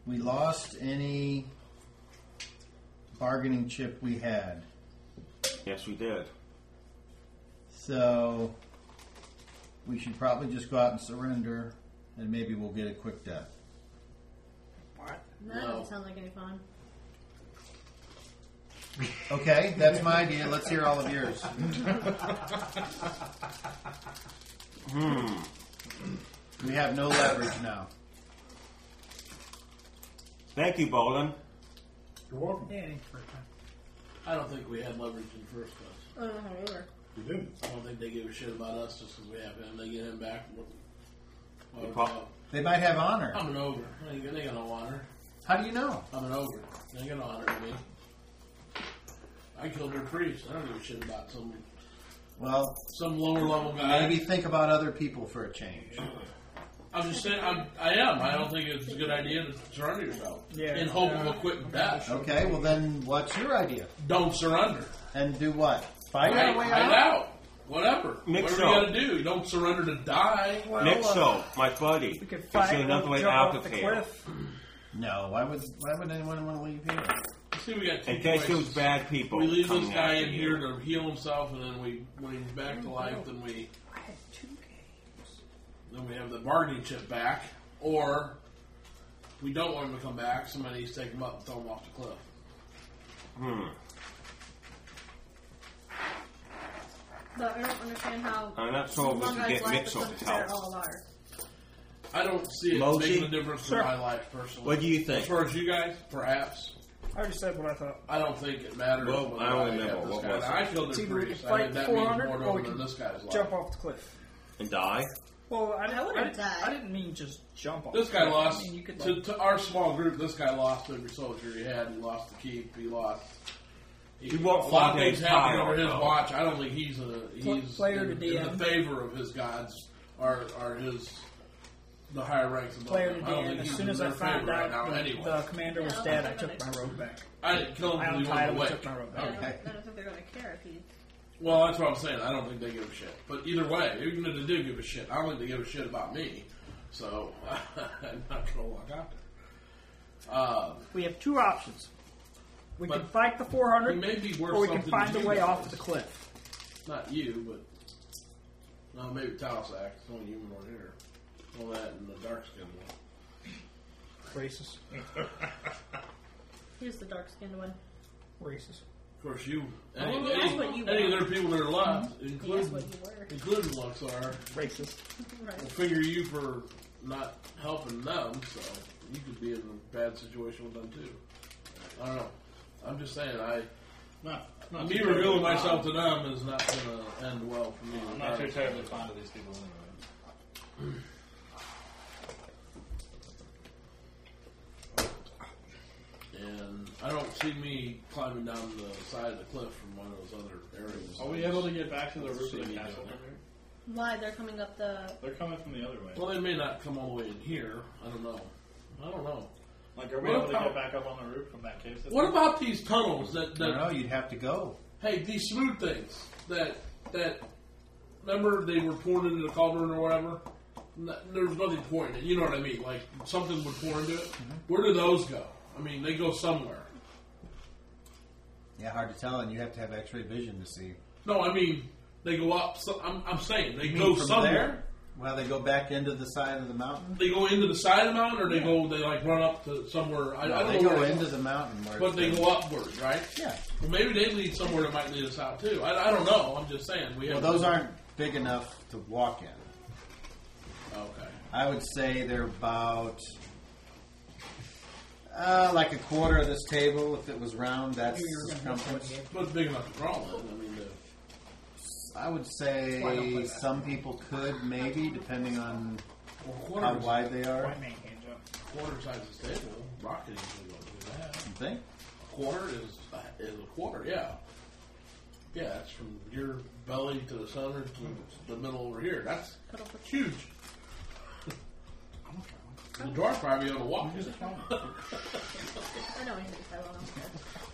Speaker 2: We lost any bargaining chip we had.
Speaker 1: Yes, we did.
Speaker 2: So we should probably just go out and surrender and maybe we'll get a quick death.
Speaker 7: That
Speaker 3: No.
Speaker 7: doesn't sound like any fun.
Speaker 2: Okay, that's my idea. Let's hear all of yours. We have no leverage now.
Speaker 1: Thank you, Bolin.
Speaker 5: you're welcome.
Speaker 4: Yeah, it ain't for a time.
Speaker 3: I don't think we had leverage in the first place.
Speaker 7: I don't know how we were.
Speaker 5: You didn't.
Speaker 3: I don't think they give a shit about us just because we have him. They get him back. we're-
Speaker 1: You
Speaker 3: we're
Speaker 1: pop-
Speaker 3: out.
Speaker 2: They might have honor.
Speaker 3: I'm an ogre. They ain't gonna honor.
Speaker 2: How do you know?
Speaker 3: I'm an ogre. They ain't gonna honor me. I killed their priest. I don't give a shit about some
Speaker 2: Well,
Speaker 3: some lower level guy.
Speaker 2: maybe think about other people for a change.
Speaker 3: I'm just saying. I'm, I am. I don't think it's a good idea to surrender yourself
Speaker 4: Yeah.
Speaker 3: in hope of a quick death.
Speaker 2: Okay, well then, what's your idea?
Speaker 3: Don't surrender.
Speaker 2: And do what? Fight
Speaker 3: Right,
Speaker 2: our way out.
Speaker 3: hide out. Whatever.
Speaker 1: Nick
Speaker 3: Whatever
Speaker 1: Shaw.
Speaker 3: you gotta do. You don't surrender to die. uh,
Speaker 1: Nixo, my buddy.
Speaker 4: uh, We could
Speaker 1: Is
Speaker 4: fight.
Speaker 1: there another
Speaker 4: we'll
Speaker 1: way
Speaker 4: jump
Speaker 1: out
Speaker 4: off
Speaker 1: of
Speaker 4: the
Speaker 1: here?
Speaker 4: cliff.
Speaker 2: No, why would why would anyone want to leave here?
Speaker 3: See, we got two
Speaker 1: In case it was
Speaker 3: choices.
Speaker 1: bad people.
Speaker 3: We leave this
Speaker 1: coming
Speaker 3: guy
Speaker 1: after
Speaker 3: in
Speaker 1: you.
Speaker 3: here to heal himself, and then we, when he's back to life, then we
Speaker 4: I had two games.
Speaker 3: then we have the bargaining chip back, or we don't want him to come back. Somebody needs to take him up and throw him off the cliff.
Speaker 7: But I don't understand how.
Speaker 1: I'm not sure if we
Speaker 7: one
Speaker 1: can
Speaker 7: guy's
Speaker 1: get
Speaker 7: life
Speaker 1: Mitchell
Speaker 7: becomes
Speaker 1: to help.
Speaker 7: All ours.
Speaker 3: I don't see it
Speaker 1: Mochi?
Speaker 3: making a difference
Speaker 4: Sure.
Speaker 3: in my life personally.
Speaker 1: What do you think?
Speaker 3: As far as you guys, perhaps.
Speaker 4: I already said what I thought.
Speaker 3: I don't think it matters.
Speaker 1: Well,
Speaker 3: whether
Speaker 1: I don't
Speaker 3: have
Speaker 1: remember.
Speaker 3: this
Speaker 1: What
Speaker 3: guy.
Speaker 1: was it?
Speaker 3: I killed
Speaker 4: It's
Speaker 3: the
Speaker 4: either we could
Speaker 3: priest. I
Speaker 4: fight
Speaker 3: think that means
Speaker 4: 400
Speaker 3: more to
Speaker 4: or we
Speaker 3: him than
Speaker 4: could
Speaker 3: this guy's life.
Speaker 4: Jump off the cliff.
Speaker 1: And die?
Speaker 4: Well, I,
Speaker 7: I
Speaker 4: I,
Speaker 7: would've
Speaker 4: didn't-
Speaker 7: died.
Speaker 4: I didn't mean just jump off.
Speaker 3: This
Speaker 4: the
Speaker 3: guy
Speaker 4: cliff.
Speaker 3: lost
Speaker 4: I mean, you could,
Speaker 3: to,
Speaker 4: like,
Speaker 3: to our small group. This guy lost every soldier he had. He lost the keep. He lost. He,
Speaker 1: You won't
Speaker 3: a lot of
Speaker 1: find
Speaker 3: things
Speaker 1: his
Speaker 3: happened
Speaker 1: power,
Speaker 3: over his
Speaker 1: though.
Speaker 3: watch. I don't think he's a he's
Speaker 4: player
Speaker 3: in,
Speaker 4: to
Speaker 3: in
Speaker 4: DM.
Speaker 3: the favor of his gods are are his the higher ranks above
Speaker 4: player to
Speaker 3: him. I don't
Speaker 4: DM.
Speaker 3: think
Speaker 4: As
Speaker 3: he's
Speaker 4: soon
Speaker 3: in
Speaker 4: as I
Speaker 3: their
Speaker 4: found
Speaker 3: favor right
Speaker 4: out
Speaker 3: now.
Speaker 4: the,
Speaker 3: Anyway,
Speaker 4: the commander was
Speaker 7: Yeah,
Speaker 4: dead, I
Speaker 7: I'm
Speaker 4: took my
Speaker 7: gonna-
Speaker 4: robe back.
Speaker 3: I didn't kill
Speaker 4: I
Speaker 3: him Oh. because he wasn't
Speaker 4: untied him and
Speaker 3: awake.
Speaker 4: took my robe
Speaker 7: I
Speaker 4: back.
Speaker 7: don't, I don't think they're going to care if he.
Speaker 3: Well, that's what I'm saying. I don't think they give a shit. But either way, even if they do give a shit, I don't think they give a shit about me. So I'm not gonna walk out there. Uh,
Speaker 4: We have two options. We
Speaker 3: But
Speaker 4: can fight the
Speaker 3: it
Speaker 4: 400,
Speaker 3: may be worth
Speaker 4: or we can
Speaker 3: something
Speaker 4: find
Speaker 3: to
Speaker 4: a
Speaker 3: you
Speaker 4: way
Speaker 3: guys.
Speaker 4: off the cliff.
Speaker 3: Not you, but no, maybe Talisac. It's only you one here. All that and the dark skin one.
Speaker 4: Racist.
Speaker 7: He's the dark skinned one.
Speaker 4: Racist.
Speaker 3: Of course, you. Any,
Speaker 7: Well, that's
Speaker 3: any,
Speaker 7: what you
Speaker 3: any of
Speaker 7: want. Mm-hmm.
Speaker 3: their people that are left,
Speaker 7: That's
Speaker 3: including
Speaker 7: what you were.
Speaker 3: including Luxar,
Speaker 4: Racist.
Speaker 3: will
Speaker 7: Right.
Speaker 3: figure you for not helping them. So you could be in a bad situation with them too. I don't know. I'm just saying. I
Speaker 9: Not, not
Speaker 3: me
Speaker 9: too
Speaker 3: revealing
Speaker 9: terribly
Speaker 3: myself
Speaker 9: fond.
Speaker 3: to them is not going to end well for me.
Speaker 9: I'm not too
Speaker 3: regardless.
Speaker 9: terribly fond of these people anyway.
Speaker 3: And I don't see me climbing down the side of the cliff from one of those other areas.
Speaker 9: Are we able to get back to the roof of the
Speaker 3: See me
Speaker 9: castle
Speaker 3: down
Speaker 9: from
Speaker 3: there.
Speaker 9: here?
Speaker 7: Why they're coming up the?
Speaker 9: They're coming from the other way.
Speaker 3: Well, they may not come all the way in here. I don't know. I don't know.
Speaker 9: Like, are we
Speaker 3: What
Speaker 9: able to
Speaker 3: about-
Speaker 9: get back up on the roof from that cave system?
Speaker 3: What about these tunnels that,
Speaker 2: I don't know.
Speaker 3: that
Speaker 2: You'd have to go.
Speaker 3: hey, these smooth things that that remember they were poured into the cauldron or whatever? N- There was nothing poured in it. You know what I mean? Like something would pour into it. Where do those go? I mean, they go somewhere.
Speaker 2: Yeah, hard to tell, and you have to have X-ray vision to see.
Speaker 3: No, I mean they go up. So, I'm, I'm saying they
Speaker 2: You
Speaker 3: go
Speaker 2: mean from
Speaker 3: somewhere.
Speaker 2: there? Well, they go back into the side of the mountain.
Speaker 3: They go into the side of the mountain, or they go they like run up to somewhere. I, I
Speaker 2: No,
Speaker 3: don't
Speaker 2: they
Speaker 3: know.
Speaker 2: go
Speaker 3: where
Speaker 2: into the mountain, where
Speaker 3: but
Speaker 2: it's
Speaker 3: they
Speaker 2: been-
Speaker 3: go upward, right?
Speaker 2: Yeah.
Speaker 3: Well, maybe they lead somewhere that might lead us out too. I, I don't know. I'm just saying we
Speaker 2: Well,
Speaker 3: have
Speaker 2: those aren't big enough to walk in.
Speaker 3: okay.
Speaker 2: I would say they're about uh, like a quarter of this table. If it was round, that's circumference.
Speaker 3: But big enough to crawl in. I mean, the,
Speaker 2: I would
Speaker 4: Why don't play
Speaker 2: say
Speaker 4: that?
Speaker 2: some people could maybe, depending on
Speaker 3: well,
Speaker 2: how
Speaker 3: quarter
Speaker 2: wide they are.
Speaker 4: White man can't jump.
Speaker 3: quarter size is stable. Rocket is going to do that.
Speaker 2: You think?
Speaker 3: A quarter is is a quarter. Yeah. Yeah, that's from your belly to the center to the middle over here. That's huge. The dwarf probably on the walk.
Speaker 7: I know I hit the on there.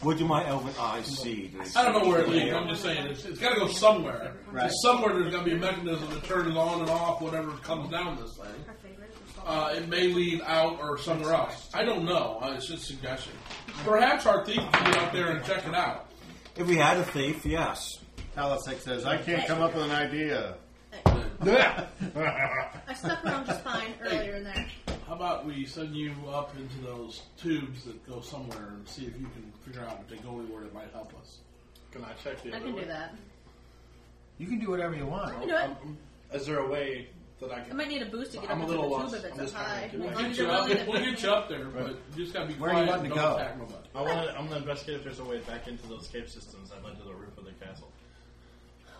Speaker 1: What do my elven eyes see? Do they
Speaker 3: I don't know where it
Speaker 1: see
Speaker 3: leads. I'm just saying it's, it's got to go somewhere.
Speaker 2: Right.
Speaker 3: Somewhere there's got to be a mechanism to turn it on and off, whatever comes down this thing.
Speaker 7: Her favorite. was
Speaker 3: Uh,
Speaker 7: salt.
Speaker 3: it may lead out or somewhere else. I don't know. Uh, it's just a suggestion. Perhaps our thief can get out there and check it out.
Speaker 1: If we had a thief, yes.
Speaker 2: Talisix says, I can't come up with an idea.
Speaker 7: I stuck around just fine earlier in there.
Speaker 3: How about we send you up into those tubes that go somewhere and see if you can figure out if they go anywhere that might help us.
Speaker 9: Can I check the
Speaker 7: I
Speaker 9: other
Speaker 7: can
Speaker 9: way?
Speaker 7: do that.
Speaker 2: You can do whatever you want.
Speaker 7: I can do it.
Speaker 9: Um, is there a way that I
Speaker 7: I
Speaker 9: can?
Speaker 7: might need a boost to get
Speaker 9: I'm
Speaker 7: up
Speaker 9: a
Speaker 7: into the
Speaker 9: little
Speaker 7: tube
Speaker 9: lost.
Speaker 7: if it's
Speaker 9: I'm
Speaker 7: up
Speaker 9: just trying
Speaker 7: high.
Speaker 9: to
Speaker 7: As
Speaker 9: get back.
Speaker 7: long
Speaker 3: Get
Speaker 7: as you're
Speaker 3: you up.
Speaker 7: willing to-
Speaker 3: We'll get you up there, but you just got to be
Speaker 2: Where do you
Speaker 3: quiet.
Speaker 2: want
Speaker 3: and
Speaker 2: to
Speaker 3: don't
Speaker 2: go?
Speaker 3: attack nobody.
Speaker 9: I want to. I'm gonna investigate if there's a way back into those cave systems that led to the roof of the castle.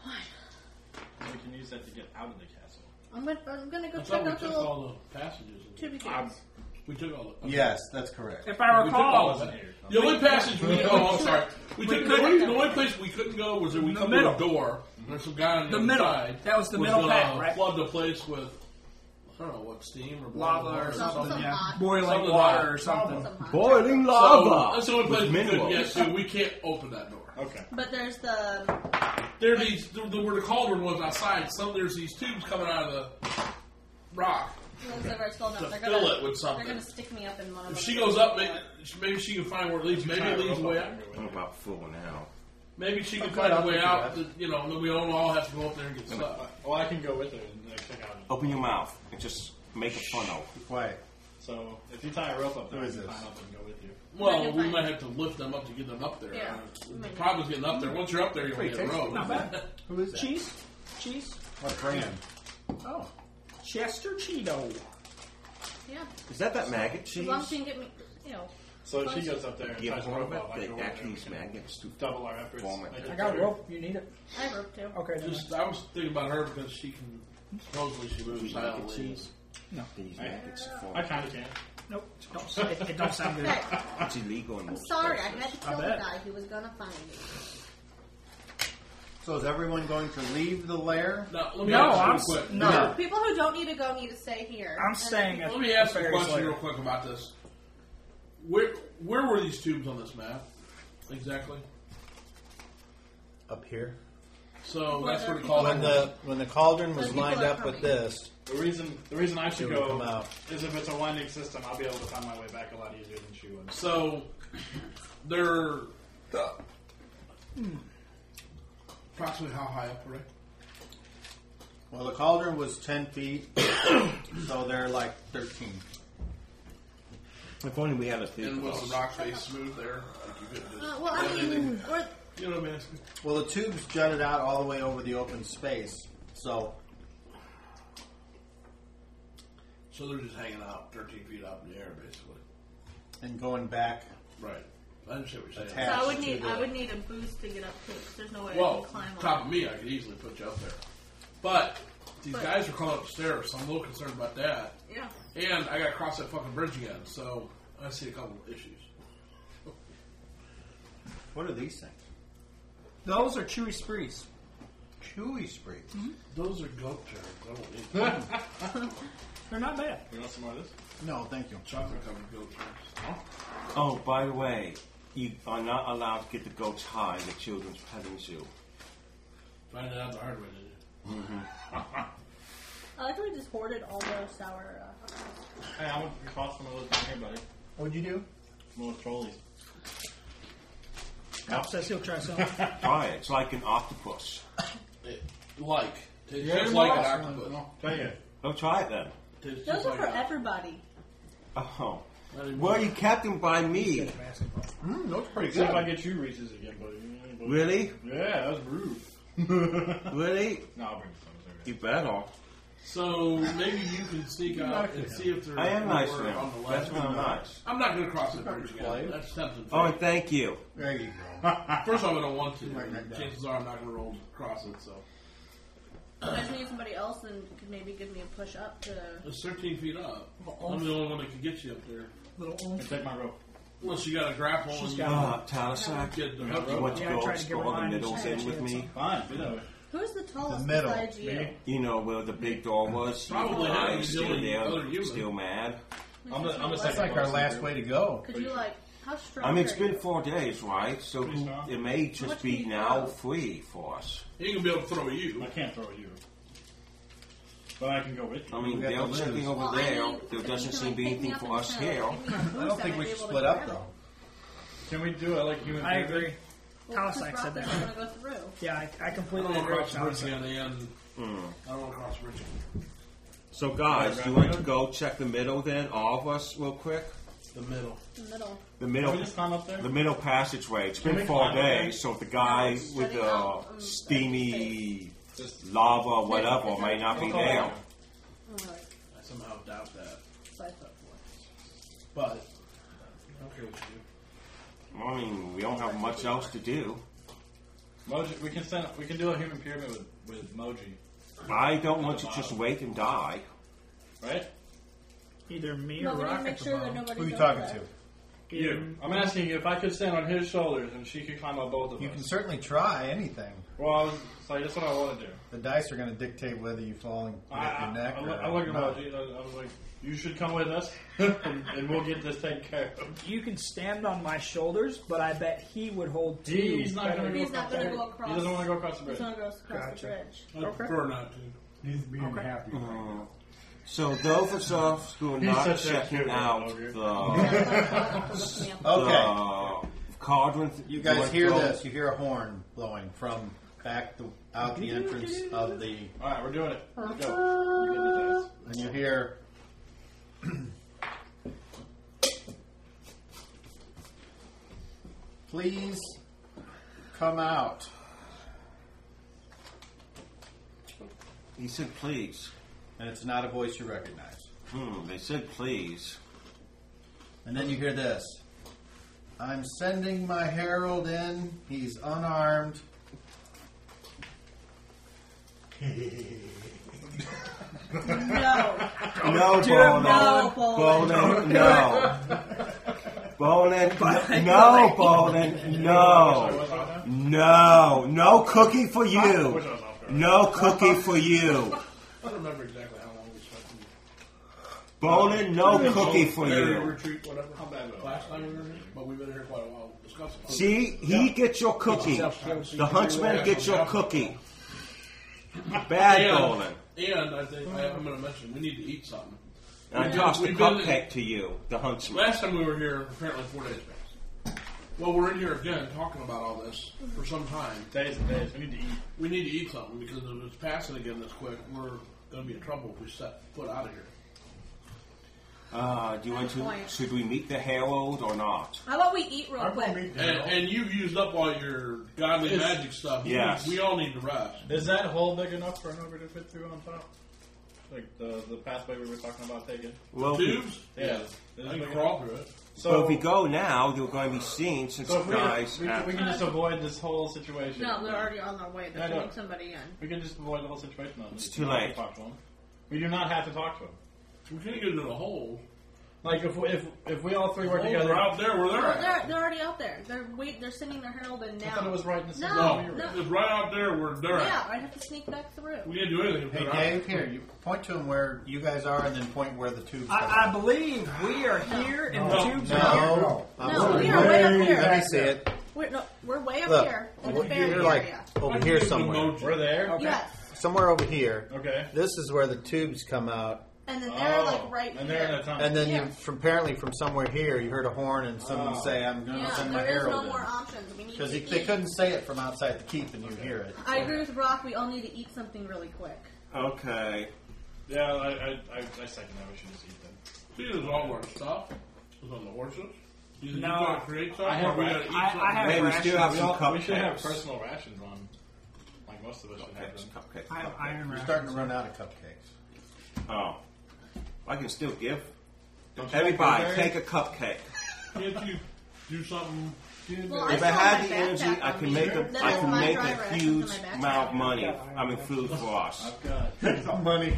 Speaker 9: What? We can use that to get out of the castle.
Speaker 7: I'm gonna, I'm gonna go
Speaker 3: I
Speaker 7: check
Speaker 3: thought we
Speaker 7: out the
Speaker 3: took
Speaker 7: little
Speaker 3: all the passages.
Speaker 7: tubey
Speaker 9: I'm-
Speaker 7: cubes.
Speaker 3: We took all the.
Speaker 2: Yes, that's correct.
Speaker 4: If I
Speaker 3: We took all of
Speaker 4: recall,
Speaker 9: wasn't
Speaker 3: it.
Speaker 9: here.
Speaker 3: The only passage we oh, I'm sorry. We took the, only, the only place we couldn't go was there. We
Speaker 4: The
Speaker 3: come to a
Speaker 4: middle.
Speaker 3: door. and There's some guy on the,
Speaker 4: The
Speaker 3: other
Speaker 4: middle.
Speaker 3: side
Speaker 4: That was the
Speaker 3: who's
Speaker 4: middle
Speaker 3: gonna
Speaker 4: path, right?
Speaker 3: Flood the place with I don't know what steam or blah,
Speaker 4: lava
Speaker 3: blah,
Speaker 4: or
Speaker 3: blah,
Speaker 4: something,
Speaker 7: Something
Speaker 4: yeah.
Speaker 7: hot.
Speaker 4: boiling
Speaker 3: Something
Speaker 4: water
Speaker 3: hot.
Speaker 4: or something.
Speaker 7: Some hot.
Speaker 10: Boiling
Speaker 3: So,
Speaker 10: lava.
Speaker 3: that's the only
Speaker 1: with
Speaker 3: place we could
Speaker 1: minerals.
Speaker 3: get to. We can't open that door.
Speaker 9: Okay.
Speaker 7: But there's the
Speaker 3: There are these the, the, where the cauldron was outside. Some there's these tubes coming out of the rock.
Speaker 7: ones that are still down.
Speaker 3: To
Speaker 7: They're
Speaker 3: fill
Speaker 7: gonna,
Speaker 3: it with something.
Speaker 7: They're gonna stick me up in one of them.
Speaker 3: If she goes up, maybe, maybe she can find where it leads. Maybe it leads way out.
Speaker 1: I'm about full now.
Speaker 3: Maybe she can
Speaker 2: Okay,
Speaker 3: find a
Speaker 2: I'll
Speaker 3: way
Speaker 2: think of
Speaker 3: out.
Speaker 2: that.
Speaker 3: that, you know, that we don't all have to go up there and get stuck.
Speaker 9: Uh, Well, I can go with her and like, check out.
Speaker 1: Open your mouth and just make a funnel.
Speaker 2: Be quiet.
Speaker 9: So if you tie a rope up there,
Speaker 2: Who
Speaker 9: I
Speaker 2: is
Speaker 9: can
Speaker 2: this?
Speaker 9: climb up and go with you.
Speaker 3: Well, we might have to lift them up to get them up there.
Speaker 7: Yeah.
Speaker 3: The problem is getting up there. Once you're up there, you'll get a road.
Speaker 4: Not bad.
Speaker 2: Who is that?
Speaker 4: Cheese? Cheese?
Speaker 2: What brand?
Speaker 4: Oh. Chester Cheeto.
Speaker 7: Yeah.
Speaker 1: Is that that maggot
Speaker 7: As
Speaker 1: cheese?
Speaker 7: long as she can get me, you know.
Speaker 9: So if she goes up there and
Speaker 1: Yeah,
Speaker 9: ties a rope up, I
Speaker 1: they
Speaker 9: can go
Speaker 1: that
Speaker 9: with her.
Speaker 1: cheese maggots to
Speaker 9: Double our efforts.
Speaker 1: Form it.
Speaker 9: get
Speaker 4: I got
Speaker 9: there.
Speaker 4: a rope. You need it?
Speaker 7: I have rope too.
Speaker 4: Okay. then.
Speaker 3: Just, I was thinking about her because she can. Supposedly she moves
Speaker 1: maggot
Speaker 3: silently.
Speaker 1: cheese.
Speaker 4: No.
Speaker 1: These
Speaker 9: I-
Speaker 1: maggots to form.
Speaker 9: I kind of can.
Speaker 4: Nope. Don't, say- it, it don't sound good.
Speaker 7: Hey,
Speaker 1: It's illegal in
Speaker 7: I'm
Speaker 1: most
Speaker 7: sorry. I
Speaker 1: places.
Speaker 7: had to kill the
Speaker 4: bet.
Speaker 7: guy who was gonna find me.
Speaker 2: So is everyone going to leave the lair?
Speaker 3: Now, let me
Speaker 4: No, I'm
Speaker 3: ask
Speaker 4: s-
Speaker 3: you real quick.
Speaker 4: no.
Speaker 2: No.
Speaker 7: People who don't need to go need to stay here.
Speaker 4: I'm
Speaker 7: And
Speaker 4: staying at
Speaker 3: Let me ask you a
Speaker 4: Fairy's
Speaker 3: question
Speaker 4: Lair.
Speaker 3: real quick about this. Where where were these tubes on this map? Exactly.
Speaker 2: Up here.
Speaker 3: So that's where the
Speaker 2: When
Speaker 3: cauldron
Speaker 2: the when the cauldron was
Speaker 7: When people
Speaker 2: lined
Speaker 7: are
Speaker 2: up with
Speaker 7: coming.
Speaker 2: this,
Speaker 9: The reason the reason I should
Speaker 2: It would come
Speaker 9: go
Speaker 2: out.
Speaker 9: is if it's a winding system, I'll be able to find my way back a lot easier than she would.
Speaker 3: So they're
Speaker 4: Hmm.
Speaker 3: approximately how high up, right?
Speaker 2: well, the cauldron was ten feet, so they're like thirteen.
Speaker 1: If only we had a thief.
Speaker 3: And
Speaker 1: with
Speaker 3: was
Speaker 1: us.
Speaker 3: the rock face smooth there? Like you couldn't
Speaker 7: Uh,
Speaker 3: just,
Speaker 7: well, I mean, we're,
Speaker 3: you know what I'm asking?
Speaker 2: Well, the tubes jutted out all the way over the open space, so
Speaker 3: So they're just hanging out 13 feet up in the air, basically.
Speaker 2: and going back.
Speaker 3: Right. I understand what you're saying.
Speaker 7: so
Speaker 2: Ash
Speaker 7: I would
Speaker 2: to
Speaker 7: need
Speaker 2: the-
Speaker 7: I would need a boost to get up too. 'cause There's no way I
Speaker 3: Well,
Speaker 7: can climb
Speaker 3: top
Speaker 7: up.
Speaker 3: of me, I could easily put you up there. But these
Speaker 7: But-
Speaker 3: guys are crawling upstairs, so I'm a little concerned about that.
Speaker 7: Yeah.
Speaker 3: And I got to cross that fucking bridge again, so I see a couple of issues.
Speaker 2: What are these things?
Speaker 4: Those are chewy sprees.
Speaker 2: Chewy sprigs.
Speaker 3: Those are goat germs. I don't need them.
Speaker 4: They're not bad.
Speaker 9: You want some more of this?
Speaker 2: No, thank you.
Speaker 3: chocolate covered goat germs.
Speaker 1: Oh, by the way, you are not allowed to get the goats high in the children's petting zoo.
Speaker 3: Find it out the hard way to
Speaker 7: I like how we just hoarded all those sour. Uh,
Speaker 9: Hey, I want to toss some of those down here, buddy.
Speaker 2: What'd you do?
Speaker 9: Some of those trolleys.
Speaker 4: Cop says he'll try some.
Speaker 1: Try it. It's like an octopus.
Speaker 3: do it. Like. Tastes
Speaker 5: Yeah,
Speaker 3: just like an
Speaker 5: lots.
Speaker 3: octopus.
Speaker 5: Tell you,
Speaker 1: Oh, try it then.
Speaker 3: Tastes
Speaker 7: those
Speaker 3: just
Speaker 7: are
Speaker 3: like
Speaker 7: for
Speaker 3: an
Speaker 7: everybody.
Speaker 1: Oh.
Speaker 3: I didn't
Speaker 1: Well,
Speaker 3: know.
Speaker 1: you kept them by me.
Speaker 2: Mm, that's pretty
Speaker 9: See if I
Speaker 2: good.
Speaker 9: get you Reese's again, buddy.
Speaker 1: Really?
Speaker 9: Yeah, that was rude.
Speaker 1: Really?
Speaker 9: No, I'll bring some. it's okay.
Speaker 1: You better.
Speaker 3: So maybe you can sneak out and see if there's
Speaker 1: I am nice
Speaker 3: more
Speaker 1: now.
Speaker 3: on the
Speaker 1: That's
Speaker 3: left.
Speaker 1: when I'm nice.
Speaker 3: I'm not going to cross the bridge
Speaker 2: play.
Speaker 3: again. That's tempting.
Speaker 1: Oh, and thank you.
Speaker 2: There you go.
Speaker 3: First off, I don't want to.
Speaker 2: Write that down.
Speaker 3: Chances are I'm not going to roll across it. So
Speaker 7: I need somebody else and could maybe give me a push up to.
Speaker 3: it's 13 feet up. I'm the only one that can get you up there,
Speaker 4: Little oomph.
Speaker 9: And Take my rope.
Speaker 3: unless you got a grapple
Speaker 4: She's
Speaker 3: and
Speaker 4: got-
Speaker 1: Ah, Talisac.
Speaker 3: you get the
Speaker 1: Do you
Speaker 3: hook.
Speaker 1: want to
Speaker 4: Yeah, I
Speaker 1: go
Speaker 4: tried to give her
Speaker 1: explore the
Speaker 4: mine.
Speaker 1: middles
Speaker 4: She
Speaker 1: in with
Speaker 4: had
Speaker 1: me?
Speaker 9: Fine, you know it.
Speaker 7: Who's the
Speaker 2: The
Speaker 7: tallest
Speaker 2: middle,
Speaker 7: besides you?
Speaker 2: me.
Speaker 1: You know where the big door was?
Speaker 3: Probably not.
Speaker 1: I'm
Speaker 3: He's the
Speaker 1: still
Speaker 3: only other
Speaker 1: there,
Speaker 3: human.
Speaker 1: still mad.
Speaker 9: I'm gonna, I'm gonna
Speaker 2: That's like our last way to go.
Speaker 7: Could you like how strong?
Speaker 1: I mean, it's
Speaker 7: are
Speaker 1: been
Speaker 7: you?
Speaker 1: four days, right? So
Speaker 9: Pretty strong.
Speaker 1: it may just
Speaker 7: much
Speaker 1: be
Speaker 7: meat
Speaker 1: now
Speaker 7: though?
Speaker 1: free for us.
Speaker 3: He ain't going to be able to throw
Speaker 9: I
Speaker 3: you.
Speaker 9: can't throw you. But I can go with
Speaker 1: I
Speaker 9: you.
Speaker 1: mean,
Speaker 2: We got
Speaker 1: they're
Speaker 2: to
Speaker 1: checking
Speaker 2: lose.
Speaker 1: over
Speaker 7: Well, I
Speaker 1: there.
Speaker 7: mean, if
Speaker 1: there
Speaker 7: you
Speaker 1: doesn't
Speaker 7: can,
Speaker 1: seem to
Speaker 7: like,
Speaker 1: be
Speaker 7: pick me
Speaker 1: anything
Speaker 7: up
Speaker 1: for
Speaker 7: and
Speaker 1: us
Speaker 7: kinda,
Speaker 1: here.
Speaker 7: like, give me a boost,
Speaker 2: I don't think
Speaker 7: might
Speaker 2: we should
Speaker 7: be able to
Speaker 2: split up
Speaker 7: grab
Speaker 2: though.
Speaker 7: it.
Speaker 9: Can we do it like human?
Speaker 4: I agree.
Speaker 7: Well,
Speaker 4: Talisac
Speaker 7: Chris
Speaker 4: said that.
Speaker 7: Rock doesn't wanna go through.
Speaker 4: Yeah, I, I
Speaker 3: I don't
Speaker 4: completely
Speaker 3: want to
Speaker 4: agree with
Speaker 3: cross the bridge
Speaker 4: Talisac.
Speaker 3: again. And
Speaker 1: Hmm.
Speaker 3: I don't want to cross the bridge again.
Speaker 1: So, guys, do you want to go check the middle then, all of us, real quick?
Speaker 3: The middle.
Speaker 7: The middle.
Speaker 1: The
Speaker 9: Can we
Speaker 1: middle,
Speaker 9: just climb up there?
Speaker 1: the middle passageway. It's been
Speaker 9: we
Speaker 1: four
Speaker 9: climb up there?
Speaker 1: days, so the guy
Speaker 7: it's
Speaker 1: with
Speaker 7: shutting out, um,
Speaker 1: the steamy
Speaker 9: Just
Speaker 1: lava, or whatever, may not be
Speaker 9: Don't go
Speaker 1: there.
Speaker 9: down.
Speaker 7: I'm like,
Speaker 3: I somehow doubt that.
Speaker 7: but-
Speaker 3: But I don't care what you do.
Speaker 1: I mean, we don't have much else to do.
Speaker 9: Moji, we can send. We can do a human pyramid with, with Moji,
Speaker 1: I don't want to just wait and die.
Speaker 9: right?
Speaker 4: Either me or
Speaker 7: No, we need to
Speaker 4: Rock
Speaker 7: make
Speaker 4: at
Speaker 7: sure that
Speaker 4: the
Speaker 7: nobody.
Speaker 2: Who are you
Speaker 7: goes
Speaker 2: talking
Speaker 7: there.
Speaker 2: to?
Speaker 9: You. I'm asking you if I could stand on his shoulders and she could climb up both of
Speaker 2: You
Speaker 9: us.
Speaker 2: can certainly try anything.
Speaker 9: Well, I was, so that's what I want to do.
Speaker 2: The dice are going to dictate whether you fall and
Speaker 9: I,
Speaker 2: break your neck
Speaker 9: I, I,
Speaker 2: or
Speaker 9: look- I look at
Speaker 2: not.
Speaker 9: Moji. I, I was like, "You should come with us, and, and we'll get this taken care of."
Speaker 4: You can stand on my shoulders, but I bet he would hold two.
Speaker 9: He, he's not going to go.
Speaker 7: He's not
Speaker 9: across
Speaker 7: going
Speaker 9: the
Speaker 7: to go
Speaker 9: bridge.
Speaker 7: across.
Speaker 9: He doesn't want to go across the
Speaker 7: He's
Speaker 9: bridge.
Speaker 7: not going to go across
Speaker 4: Gotcha.
Speaker 7: the bridge.
Speaker 3: I would prefer not to.
Speaker 5: he's being happy.
Speaker 1: So those of us who are
Speaker 9: He's
Speaker 1: not
Speaker 9: such a
Speaker 1: checking
Speaker 9: cute
Speaker 1: out
Speaker 9: little
Speaker 1: the,
Speaker 9: Oh.
Speaker 2: Okay,
Speaker 1: the cauldron, th-
Speaker 2: you
Speaker 1: do
Speaker 2: guys
Speaker 1: I
Speaker 2: hear
Speaker 1: go-
Speaker 2: this? You hear a horn blowing from back the, out the entrance of the,
Speaker 9: All right, we're doing it. Let's go. Get the
Speaker 2: and
Speaker 9: dice.
Speaker 2: you hear. Please come out.
Speaker 1: He said, "Please."
Speaker 2: And it's not a voice you recognize.
Speaker 1: Hmm. They said, "Please."
Speaker 2: And then you hear this. I'm sending my herald in. He's unarmed.
Speaker 7: No.
Speaker 1: No, Bonan. Bonan,
Speaker 7: no,
Speaker 1: no. Bonan, no, Bonan, no. No, no cookie for you. No cookie for you.
Speaker 3: I don't remember exactly how long we
Speaker 1: Bonan,
Speaker 3: spent.
Speaker 1: no cookie for
Speaker 3: Area
Speaker 1: you.
Speaker 3: retreat, whatever. How bad Last time we were here, but we've been here quite a while discussing. it.
Speaker 1: See, he gets your cookie. The huntsman gets your cookie. Bad Bonan.
Speaker 3: And uh, I think I, I'm going to mention we need to eat something.
Speaker 1: I tossed a cupcake to you, the huntsman.
Speaker 3: Last time we were here, apparently four days passed. Well, we're in here again talking about all this for some time.
Speaker 9: Days and days. We need to eat.
Speaker 3: We need to eat something because if it's passing again this quick, we're going to be in trouble if we set foot out of here.
Speaker 1: Uh, do you want to? Should we meet the herald or not?
Speaker 7: How about we eat real
Speaker 5: I'm going to
Speaker 7: quick?
Speaker 5: meet
Speaker 3: And,
Speaker 5: Daryl.
Speaker 3: and you've used up all your godly
Speaker 9: It's-
Speaker 3: magic stuff.
Speaker 1: Yes.
Speaker 3: We, we all need to rest.
Speaker 9: Is that hole big enough for an ogre to fit through on top? Like the the pathway we were talking about taking?
Speaker 1: Well, if we-
Speaker 3: Tubes?
Speaker 9: Yeah. Is
Speaker 3: I
Speaker 9: it
Speaker 3: can
Speaker 9: big
Speaker 3: crawl
Speaker 9: enough?
Speaker 3: through it.
Speaker 1: so
Speaker 9: So
Speaker 1: if we go now, you're going to be seen since
Speaker 9: so
Speaker 1: the
Speaker 9: if we,
Speaker 1: guys.
Speaker 9: we,
Speaker 1: have-
Speaker 9: can, we can just avoid this whole situation.
Speaker 7: No, they're already on their way.
Speaker 9: I
Speaker 7: They're
Speaker 9: know.
Speaker 7: putting somebody in.
Speaker 9: We can just avoid the whole situation. On
Speaker 1: It's too late.
Speaker 9: Talk to him. We do not have to talk to him.
Speaker 3: We can't get into the hole.
Speaker 9: Like if we, if if we all three work
Speaker 3: Oh,
Speaker 9: together,
Speaker 3: they're out there where they're
Speaker 7: Well,
Speaker 3: at.
Speaker 7: they're, they're already out there. They're wait, they're sending their herald in now.
Speaker 9: I thought it was right in the
Speaker 7: No,
Speaker 3: No,
Speaker 7: no.
Speaker 3: it's right out there where they're
Speaker 7: Yeah,
Speaker 3: at.
Speaker 7: I'd have to sneak back through.
Speaker 3: We didn't do anything. if
Speaker 2: Hey,
Speaker 3: they're out.
Speaker 2: Dave, here, you point to them where you guys are and then point where the tubes
Speaker 4: I, I
Speaker 2: are.
Speaker 4: believe we are here in the
Speaker 3: No.
Speaker 4: tubes.
Speaker 2: No. I'm
Speaker 7: No,
Speaker 2: sorry.
Speaker 7: we are way up
Speaker 2: Let me
Speaker 7: here.
Speaker 2: see it.
Speaker 7: We're, no, we're way up
Speaker 2: Look,
Speaker 7: here in the
Speaker 2: well,
Speaker 7: barrier
Speaker 2: you're like
Speaker 7: area.
Speaker 2: over
Speaker 3: Why
Speaker 2: here
Speaker 3: did you
Speaker 2: somewhere.
Speaker 3: emoji?
Speaker 9: we're there.
Speaker 4: Okay.
Speaker 7: Yes,
Speaker 2: Somewhere over here.
Speaker 9: Okay.
Speaker 2: This is where the tubes come out,
Speaker 7: and then they're
Speaker 9: Oh,
Speaker 7: like right
Speaker 9: and
Speaker 7: here.
Speaker 9: they're in a tunnel.
Speaker 2: and then
Speaker 7: Yeah.
Speaker 2: you, from apparently from somewhere here, you heard a horn and someone say, "I'm going to
Speaker 7: yeah,
Speaker 2: send my
Speaker 7: there is no
Speaker 2: herald."
Speaker 7: more options. We need
Speaker 2: Because
Speaker 7: to eat.
Speaker 2: they couldn't say it from outside the keep, and you hear it.
Speaker 7: I agree with Brock. We all need to eat something really quick.
Speaker 1: Okay.
Speaker 9: yeah, I, I, I, I second that. We should just eat them.
Speaker 3: See, there's all our stuff. It's on the horses. You think
Speaker 4: No.
Speaker 3: you gotta create something?
Speaker 9: I have
Speaker 3: or we
Speaker 9: ra-
Speaker 3: gotta eat
Speaker 4: I- I
Speaker 3: something?
Speaker 4: have-
Speaker 1: Hey, we still have
Speaker 9: We,
Speaker 1: some
Speaker 9: all, we should have
Speaker 1: cupcakes.
Speaker 9: personal rations on. Like most of us should have
Speaker 1: Cupcakes,
Speaker 9: them.
Speaker 1: cupcakes,
Speaker 4: I have
Speaker 1: cupcakes.
Speaker 4: iron
Speaker 2: We're
Speaker 4: rations.
Speaker 2: starting to run out of cupcakes.
Speaker 1: Oh. I can still give.
Speaker 9: Don't you
Speaker 1: Everybody,
Speaker 9: like
Speaker 1: take a cupcake.
Speaker 3: Can't you do something?
Speaker 7: Well, I
Speaker 1: If
Speaker 7: still
Speaker 1: I
Speaker 7: have
Speaker 1: had
Speaker 7: my
Speaker 1: the energy,
Speaker 7: backpack
Speaker 1: I
Speaker 7: on
Speaker 1: can
Speaker 7: me.
Speaker 1: make
Speaker 7: Then
Speaker 1: a, I
Speaker 7: it's
Speaker 1: can
Speaker 7: my
Speaker 1: make
Speaker 7: dry
Speaker 1: a
Speaker 7: rations in
Speaker 1: huge
Speaker 7: my backpack.
Speaker 1: amount of money. I mean, food for us.
Speaker 9: I've got.
Speaker 2: Money.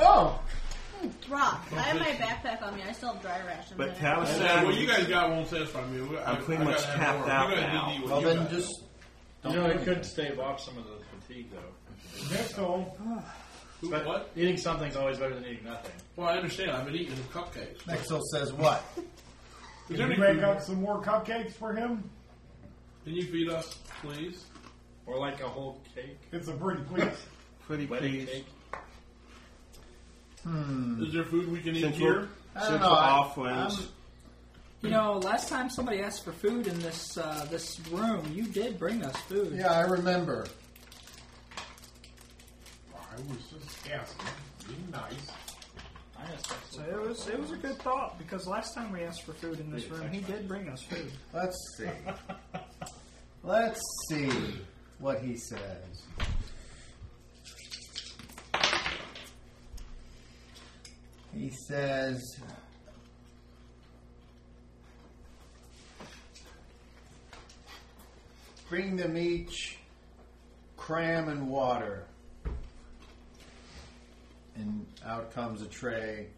Speaker 2: Oh,
Speaker 7: Brock, I have my backpack on me. I still have dry rations.
Speaker 1: But
Speaker 7: in it.
Speaker 1: tell us
Speaker 3: Yeah, well, you guys got one satisfy me. We- I-
Speaker 1: I'm pretty
Speaker 3: I
Speaker 1: much
Speaker 3: gotta
Speaker 1: tapped
Speaker 3: have more.
Speaker 1: out
Speaker 3: You gotta
Speaker 1: now.
Speaker 3: do what
Speaker 2: well
Speaker 3: you
Speaker 2: then
Speaker 3: got.
Speaker 2: just don't
Speaker 9: You know,
Speaker 2: do
Speaker 9: it
Speaker 2: anything.
Speaker 9: could stave off some of the fatigue though.
Speaker 5: That's all.
Speaker 3: Who-
Speaker 9: But
Speaker 3: What?
Speaker 9: eating something's always better than eating nothing.
Speaker 3: Well, I understand. I've been eating cupcakes.
Speaker 2: Nexel says what?
Speaker 3: Is there
Speaker 5: Can
Speaker 3: any
Speaker 5: you make
Speaker 3: food?
Speaker 5: up some more cupcakes for him?
Speaker 3: Can you feed us, please?
Speaker 9: Or like a whole cake,
Speaker 5: It's a pretty please.
Speaker 1: Pretty
Speaker 9: wedding
Speaker 1: please.
Speaker 9: cake.
Speaker 3: Is there food we can eat
Speaker 1: Since we're,
Speaker 3: here?
Speaker 2: I
Speaker 1: since
Speaker 2: don't
Speaker 1: we're
Speaker 2: know, I-
Speaker 1: all friends,
Speaker 2: I'm-
Speaker 4: You know, last time somebody asked for food in this uh, this room, you did bring us food.
Speaker 2: Yeah, I remember.
Speaker 5: I was just asking. Be nice.
Speaker 9: I asked
Speaker 4: So it was it was a good thought because last time we asked for food in this room, he did bring us food.
Speaker 2: Let's see. Let's see what he says. He says. Bring them each cram and water. And out comes a tray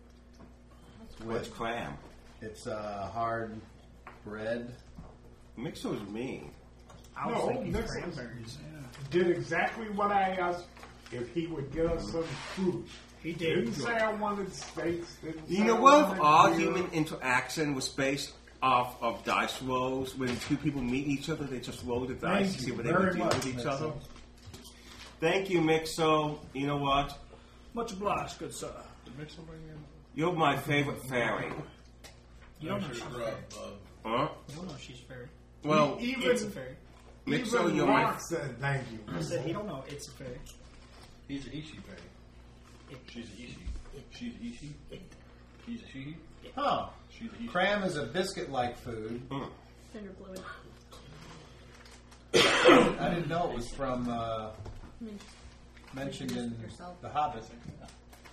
Speaker 1: what's
Speaker 2: with
Speaker 1: clam?
Speaker 2: it's uh, hard bread.
Speaker 1: Mixo is mean.
Speaker 4: I was
Speaker 5: No,
Speaker 4: thinking
Speaker 5: this is-
Speaker 4: cranberries. Yeah.
Speaker 5: Did exactly what I asked if he would get us some food.
Speaker 4: He
Speaker 5: Didn't
Speaker 4: did.
Speaker 5: say I wanted steaks. Didn't
Speaker 1: You
Speaker 5: say
Speaker 1: know
Speaker 5: I
Speaker 1: what? If
Speaker 5: wanted
Speaker 1: all
Speaker 5: beer.
Speaker 1: human interaction was based off of dice rolls, when two people meet each other, they just roll the dice
Speaker 5: Thank
Speaker 1: to
Speaker 5: you
Speaker 1: see what they
Speaker 5: very
Speaker 1: would do
Speaker 5: much,
Speaker 1: with each
Speaker 5: Mixo.
Speaker 1: other. Thank you, Mixo. You know what?
Speaker 4: Much obliged, good sir.
Speaker 1: You're my favorite fairy.
Speaker 4: You don't know she's
Speaker 3: Sure,
Speaker 4: fairy.
Speaker 3: uh, uh,
Speaker 1: Huh?
Speaker 4: You don't know she's fairy.
Speaker 1: Well,
Speaker 4: It's a
Speaker 5: even
Speaker 4: fairy.
Speaker 1: Mixo, you're
Speaker 5: even
Speaker 1: my
Speaker 5: Rock said thank
Speaker 4: I
Speaker 5: you.
Speaker 4: said he don't know it's a fairy.
Speaker 9: He's an Ishi baby. She's an Ishi. She's an Ishi. He's a she.
Speaker 2: Oh.
Speaker 9: She's an Ishi.
Speaker 2: Cram is a biscuit like food.
Speaker 7: Finger fluid.
Speaker 2: I didn't know it was from uh, mentioned in The Hobbit.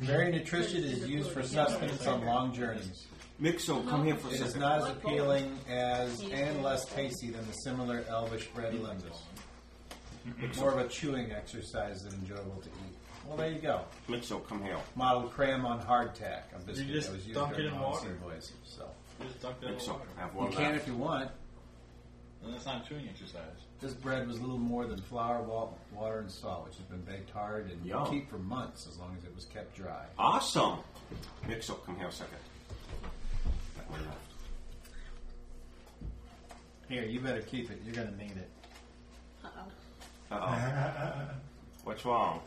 Speaker 2: Very nutritious is used for sustenance on long journeys.
Speaker 1: Mixo. Come here for a
Speaker 2: It is
Speaker 1: second.
Speaker 2: not as appealing as and less tasty than the similar elvish bread limbus. It's more of a chewing exercise than enjoyable to eat. Well, there you go.
Speaker 1: Mixo, come here.
Speaker 2: Model cram on hardtack, a biscuit
Speaker 9: You just
Speaker 2: that was used
Speaker 9: dunk it
Speaker 2: during
Speaker 9: in
Speaker 2: the
Speaker 9: water.
Speaker 2: Holocene voyage. So
Speaker 9: You Just dunked it in
Speaker 1: Mixo,
Speaker 9: water.
Speaker 1: have
Speaker 2: you
Speaker 1: one
Speaker 2: can
Speaker 1: left.
Speaker 2: if you want.
Speaker 9: And that's not a chewing exercise.
Speaker 2: This bread was little more than flour, wa- water, and salt, which has been baked hard and
Speaker 1: Yum.
Speaker 2: would keep for months as long as it was kept dry.
Speaker 1: Awesome. Mixo, come here a second. That one left.
Speaker 2: Here, you better keep it. You're going to need it.
Speaker 7: Uh oh.
Speaker 1: Uh-oh. What's wrong?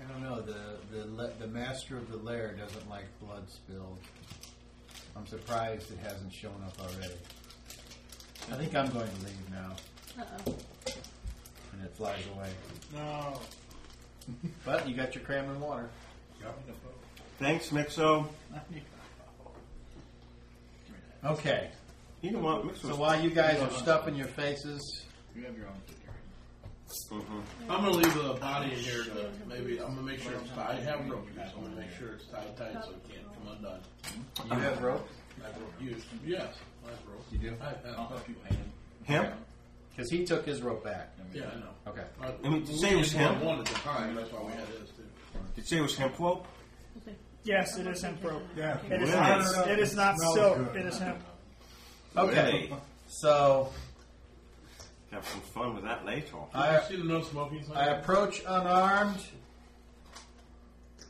Speaker 2: I don't know. The the le- the master of the lair doesn't like blood spilled. I'm surprised it hasn't shown up already. I think I'm going to leave now,
Speaker 7: Uh oh.
Speaker 2: and it flies away.
Speaker 9: No.
Speaker 2: But you got your cram and water.
Speaker 1: Thanks, Mixo.
Speaker 2: Okay.
Speaker 1: You know what? Mixo.
Speaker 2: So while you guys are stuffing your faces,
Speaker 9: You have your own.
Speaker 1: hmm
Speaker 3: I'm gonna leave the body in here to maybe. I'm gonna make sure it's tied. I have rope now. I'm gonna make sure it's tied tight so it can't come undone.
Speaker 2: you have rope.
Speaker 3: I have rope used. Yes, I have rope.
Speaker 2: You do
Speaker 3: I have.
Speaker 9: I'll help you hand.
Speaker 1: Him?
Speaker 2: because he took his rope back.
Speaker 3: Yeah, I know.
Speaker 2: Okay.
Speaker 3: I,
Speaker 1: mean,
Speaker 3: we
Speaker 1: say it was
Speaker 3: did
Speaker 1: him.
Speaker 3: One at the time. That's why we had this too.
Speaker 1: Did you say it was hemp rope?
Speaker 7: Okay.
Speaker 4: Yes, it is hemp rope.
Speaker 5: Yeah.
Speaker 4: It is
Speaker 1: Nice.
Speaker 4: not. It is not
Speaker 5: Smells
Speaker 4: soap.
Speaker 5: good.
Speaker 4: It is hemp.
Speaker 2: Okay, so
Speaker 1: Have some fun with that later.
Speaker 2: I
Speaker 3: see the no smoking sign?
Speaker 2: I approach unarmed.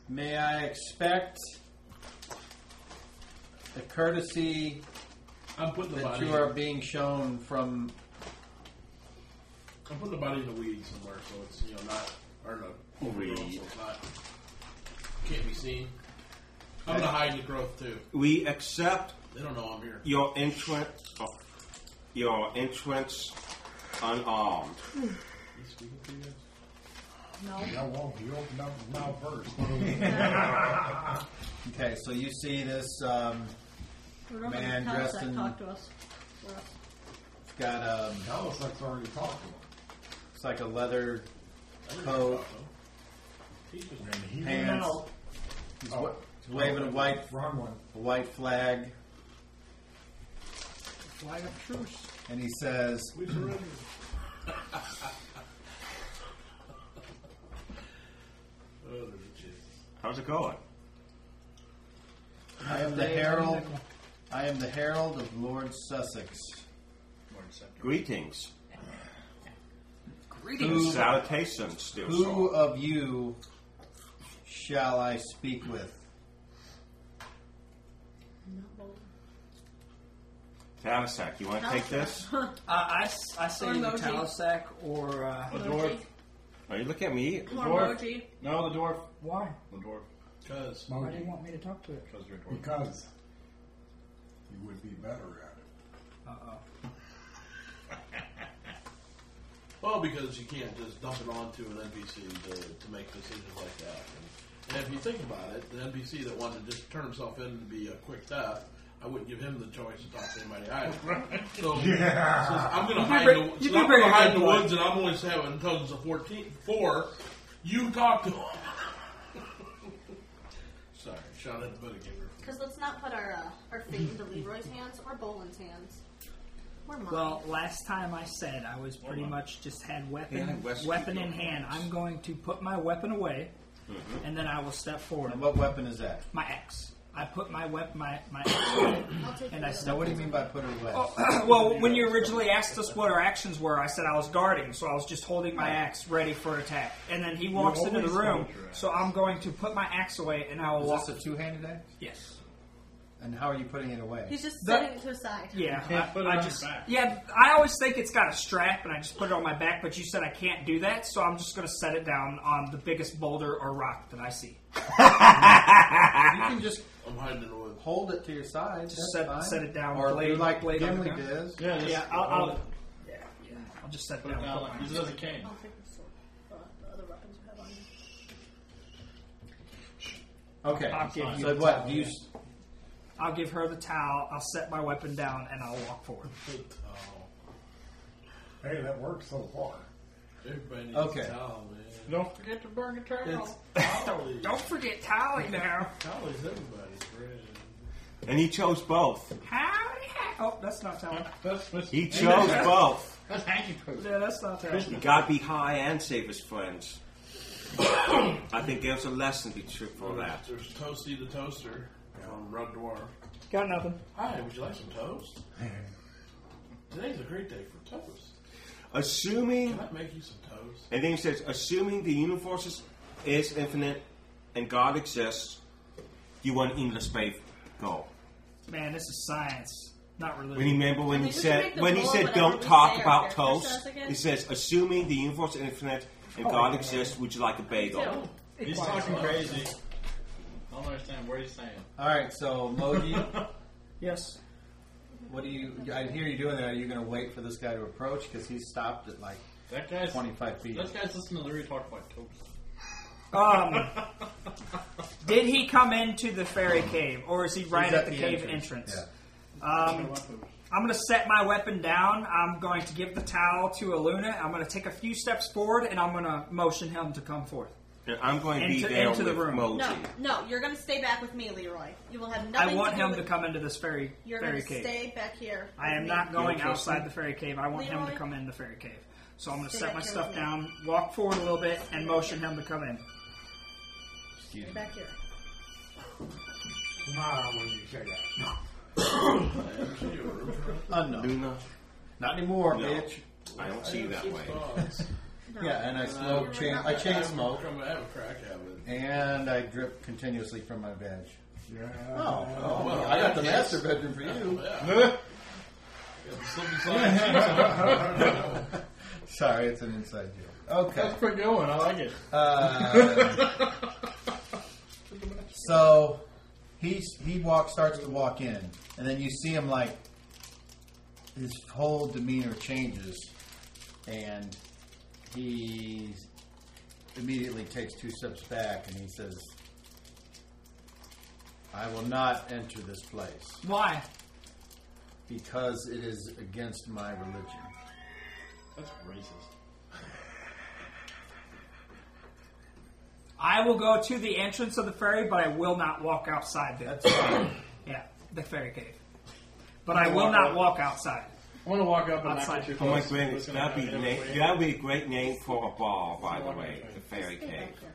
Speaker 2: May I expect the courtesy
Speaker 3: I'm putting the
Speaker 2: that
Speaker 3: body.
Speaker 2: you are being shown from?
Speaker 3: I'm putting the body in the weeds somewhere, so it's you know not or no
Speaker 1: Weed.
Speaker 3: so it's not can't be seen. I'm gonna hide in the growth too.
Speaker 1: We accept
Speaker 3: They don't know I'm here.
Speaker 1: your entrance, oh, your entrance unarmed.
Speaker 3: You speaking to you guys?
Speaker 7: No.
Speaker 5: Yeah, well, you opened up your mouth first.
Speaker 2: Okay, so you see this. Um,
Speaker 7: Remember
Speaker 2: Man
Speaker 7: the cops
Speaker 2: dressed
Speaker 7: that
Speaker 2: in-
Speaker 7: talked to us. Well,
Speaker 2: it's got um,
Speaker 5: That looks like I already talked to
Speaker 2: it's like a leather
Speaker 3: I didn't
Speaker 2: Coat.
Speaker 3: talk to him. He's just-
Speaker 5: him. And he went
Speaker 2: pants.
Speaker 5: out.
Speaker 2: He's,
Speaker 5: Oh.
Speaker 2: wa- he's waving a white
Speaker 5: Wrong one.
Speaker 2: a white flag,
Speaker 4: Flag of truce.
Speaker 2: and he says,
Speaker 3: we surrendered. oh, there's a chance.
Speaker 1: How's it going?
Speaker 2: "I am the herald. I am the herald of Lord Sussex,
Speaker 1: Greetings.
Speaker 2: Who-
Speaker 1: Salutations, still
Speaker 2: Who of you shall I speak with?
Speaker 1: Talisak, you want to take this?
Speaker 4: Uh, I, s- I say
Speaker 7: Or
Speaker 4: either
Speaker 7: emoji.
Speaker 4: Talisac or uh,
Speaker 8: The dwarf.
Speaker 1: Are you looking at me?
Speaker 7: More
Speaker 8: Dwarf.
Speaker 7: emoji.
Speaker 8: No, the dwarf.
Speaker 5: Why?
Speaker 8: The dwarf.
Speaker 3: Cause
Speaker 5: Why
Speaker 4: Why do you want me to talk to it?
Speaker 8: Because you're a dwarf.
Speaker 5: Because you would be better at it.
Speaker 3: well, because you can't just dump it onto an NPC to, to make decisions like that. And, and if you think about it, the NPC that wanted to just turn himself in to be a quick death, I wouldn't give him the choice to talk to anybody either. So,
Speaker 5: Yeah.
Speaker 3: so I'm going to
Speaker 4: bring-
Speaker 3: hide. in the,
Speaker 4: you
Speaker 3: so
Speaker 4: do
Speaker 3: I'm
Speaker 4: bring
Speaker 3: going to
Speaker 4: a
Speaker 3: hide
Speaker 4: good
Speaker 3: in the
Speaker 4: point.
Speaker 3: woods, and I'm only having intelligence of fourteen. Four. You talk to him. Sorry, shout out to Buddy Gamer.
Speaker 7: Because let's not put our uh, our fate into Leroy's hands or Bolin's hands. Or mine.
Speaker 4: Well, last time I said I was pretty much just had
Speaker 1: Yeah,
Speaker 4: weapon
Speaker 1: had West
Speaker 4: weapon
Speaker 1: Keep
Speaker 4: in
Speaker 1: on
Speaker 4: hand. I'm going to put my weapon away, and then I will step forward.
Speaker 2: And what weapon is that?
Speaker 4: My axe. I put my wep my my axe away,
Speaker 7: I'll take
Speaker 4: and I
Speaker 2: Now,
Speaker 4: step.
Speaker 2: what do you mean by put it away?
Speaker 4: Oh. well, when you originally asked us what our actions were, I said I was guarding, so I was just holding my axe ready for attack. And then he walks into the
Speaker 5: always
Speaker 4: room,
Speaker 5: hold your axe.
Speaker 4: so I'm going to put my axe away, and I will
Speaker 2: Is
Speaker 4: walk.
Speaker 2: this a two-handed axe?
Speaker 4: yes.
Speaker 2: And how are you putting it away?
Speaker 7: He's just
Speaker 4: That-
Speaker 7: setting it to the side.
Speaker 4: Yeah,
Speaker 9: can't
Speaker 4: I,
Speaker 9: put it
Speaker 4: I
Speaker 9: on your
Speaker 4: just
Speaker 9: back.
Speaker 4: yeah. I always think it's got a strap, and I just put it on my back. But you said I can't do that, so I'm just going to set it down on the biggest boulder or rock that I see.
Speaker 2: You can just
Speaker 3: I'm hiding in the woods.
Speaker 2: hold it to your side. that's
Speaker 4: set-
Speaker 2: fine.
Speaker 4: set it down,
Speaker 2: Or
Speaker 4: blade-
Speaker 2: do like
Speaker 4: blade on the
Speaker 2: Gimli
Speaker 4: ground.
Speaker 2: does.
Speaker 9: Yeah, just
Speaker 4: Yeah, I'll,
Speaker 9: hold
Speaker 4: I'll
Speaker 9: it.
Speaker 4: yeah, yeah. I'll just set it
Speaker 9: Put it
Speaker 4: down.
Speaker 9: down
Speaker 4: and
Speaker 9: like
Speaker 4: put
Speaker 9: use
Speaker 4: my-
Speaker 9: it as a cane.
Speaker 7: I'll take the sword. Uh, the other weapons you have on you.
Speaker 2: Okay.
Speaker 4: I'll give you
Speaker 2: so
Speaker 4: the
Speaker 2: what?
Speaker 4: towel,
Speaker 2: Do you
Speaker 4: yeah.
Speaker 2: s-
Speaker 4: I'll give her the towel. I'll set my weapon down, and I'll walk forward.
Speaker 3: Put towel.
Speaker 5: Hey, that worked so far.
Speaker 3: Everybody needs
Speaker 2: Okay.
Speaker 3: a towel, man.
Speaker 9: Don't forget to burn the turtle.
Speaker 3: Towel.
Speaker 4: Don't forget towel now.
Speaker 3: Towel is everybody's friend.
Speaker 1: And he chose both.
Speaker 4: Howdy, how- oh, that's not towel.
Speaker 9: That's, that's,
Speaker 1: He chose both.
Speaker 9: that's hanky poop.
Speaker 4: Yeah, that's not towel.
Speaker 1: You gotta be high and save his friends. I think there's a lesson to be true for that.
Speaker 3: There's Toasty the Toaster from Red Dwarf.
Speaker 4: Got nothing.
Speaker 3: Hi, would you like some toast? Today's a great day for toast.
Speaker 1: Assuming,
Speaker 3: Can I make you some toast?
Speaker 1: and then he says, assuming the universe is, is infinite and God exists, you want endless faith go.
Speaker 4: Man, this is science, not
Speaker 1: When
Speaker 4: religion.
Speaker 1: he remember when
Speaker 7: We
Speaker 1: he
Speaker 7: should make
Speaker 1: said
Speaker 7: the
Speaker 1: when he
Speaker 7: rule
Speaker 1: said
Speaker 7: whatever
Speaker 1: don't
Speaker 7: we
Speaker 1: talk
Speaker 7: say our
Speaker 1: about
Speaker 7: character
Speaker 1: toast,
Speaker 7: says again. Oh,
Speaker 1: he says assuming the universe is infinite and God exists, would you like a bagel?
Speaker 4: Oh,
Speaker 9: He's talking crazy. I don't understand what he's saying.
Speaker 2: all right. So Mogi,
Speaker 4: Yes.
Speaker 2: what do you? I hear you doing that. Are you going to wait for this guy to approach because he stopped at like
Speaker 9: That guy's.
Speaker 2: 25 feet?
Speaker 9: That guy's listening to Leary talk about toast.
Speaker 4: Um, did he come into the fairy cave, or is he right
Speaker 2: He's
Speaker 4: at, the, cave entrance?
Speaker 2: Yeah.
Speaker 4: Um, I'm going to set my weapon down. I'm going to give the towel to Aluna. I'm going to take a few steps forward, and I'm going to motion him to come forth.
Speaker 1: And I'm going to be
Speaker 4: Into-
Speaker 1: there
Speaker 4: into the
Speaker 1: with
Speaker 4: room.
Speaker 1: Moji.
Speaker 7: No, no, you're going to stay back with me, Leroy. You will have
Speaker 4: oh, I
Speaker 7: nothing
Speaker 4: want
Speaker 7: to do
Speaker 4: him
Speaker 7: with
Speaker 4: to come into this fairy
Speaker 7: You're
Speaker 4: fairy
Speaker 7: going to
Speaker 4: cave.
Speaker 7: stay back here.
Speaker 4: I
Speaker 7: with
Speaker 4: am
Speaker 7: me.
Speaker 4: not going
Speaker 2: don't trust
Speaker 4: outside
Speaker 2: me?
Speaker 4: the fairy cave. I want him to
Speaker 7: Leroy?
Speaker 4: come in the fairy cave. So I'm going to
Speaker 7: Stay
Speaker 4: set
Speaker 7: back
Speaker 4: my
Speaker 7: here
Speaker 4: stuff
Speaker 7: with me.
Speaker 4: down, walk forward a little bit, and motion him to come in.
Speaker 7: Stay back here.
Speaker 5: Smile when you say that.
Speaker 2: Unknown.
Speaker 1: Luna,
Speaker 2: Not anymore,
Speaker 1: No.
Speaker 2: bitch.
Speaker 1: I don't see you that way.
Speaker 7: No.
Speaker 2: Yeah, and I smoke chain. I chain smoke,
Speaker 3: I'm gonna have a crack at it.
Speaker 2: and I drip continuously from my veg.
Speaker 5: Yeah.
Speaker 2: Oh, oh I got the master bedroom for you.
Speaker 3: Yeah. Got the slip and slide.
Speaker 2: Sorry, it's an inside joke. Okay.
Speaker 9: That's pretty good one. I like it.
Speaker 2: Uh, so he he walks starts to walk in, and then you see him like his whole demeanor changes, and he immediately takes two steps back and he says, "I will not enter this place
Speaker 4: Why?
Speaker 2: because it is against my religion."
Speaker 9: That's racist.
Speaker 4: I will go to the entrance of the ferry, but I will not walk outside the
Speaker 2: That's fine.
Speaker 4: yeah the ferry cave. But I will not walk outside.
Speaker 9: I'm gonna walk up and
Speaker 4: Outside.
Speaker 9: knock at your
Speaker 1: Oh my
Speaker 9: place.
Speaker 1: goodness,
Speaker 9: What's gonna
Speaker 1: that'd be,
Speaker 9: happen
Speaker 1: na-
Speaker 9: anyway?
Speaker 1: that'd be a great name for a ball, by the way, the fairy
Speaker 7: Get
Speaker 1: cave.
Speaker 7: back here.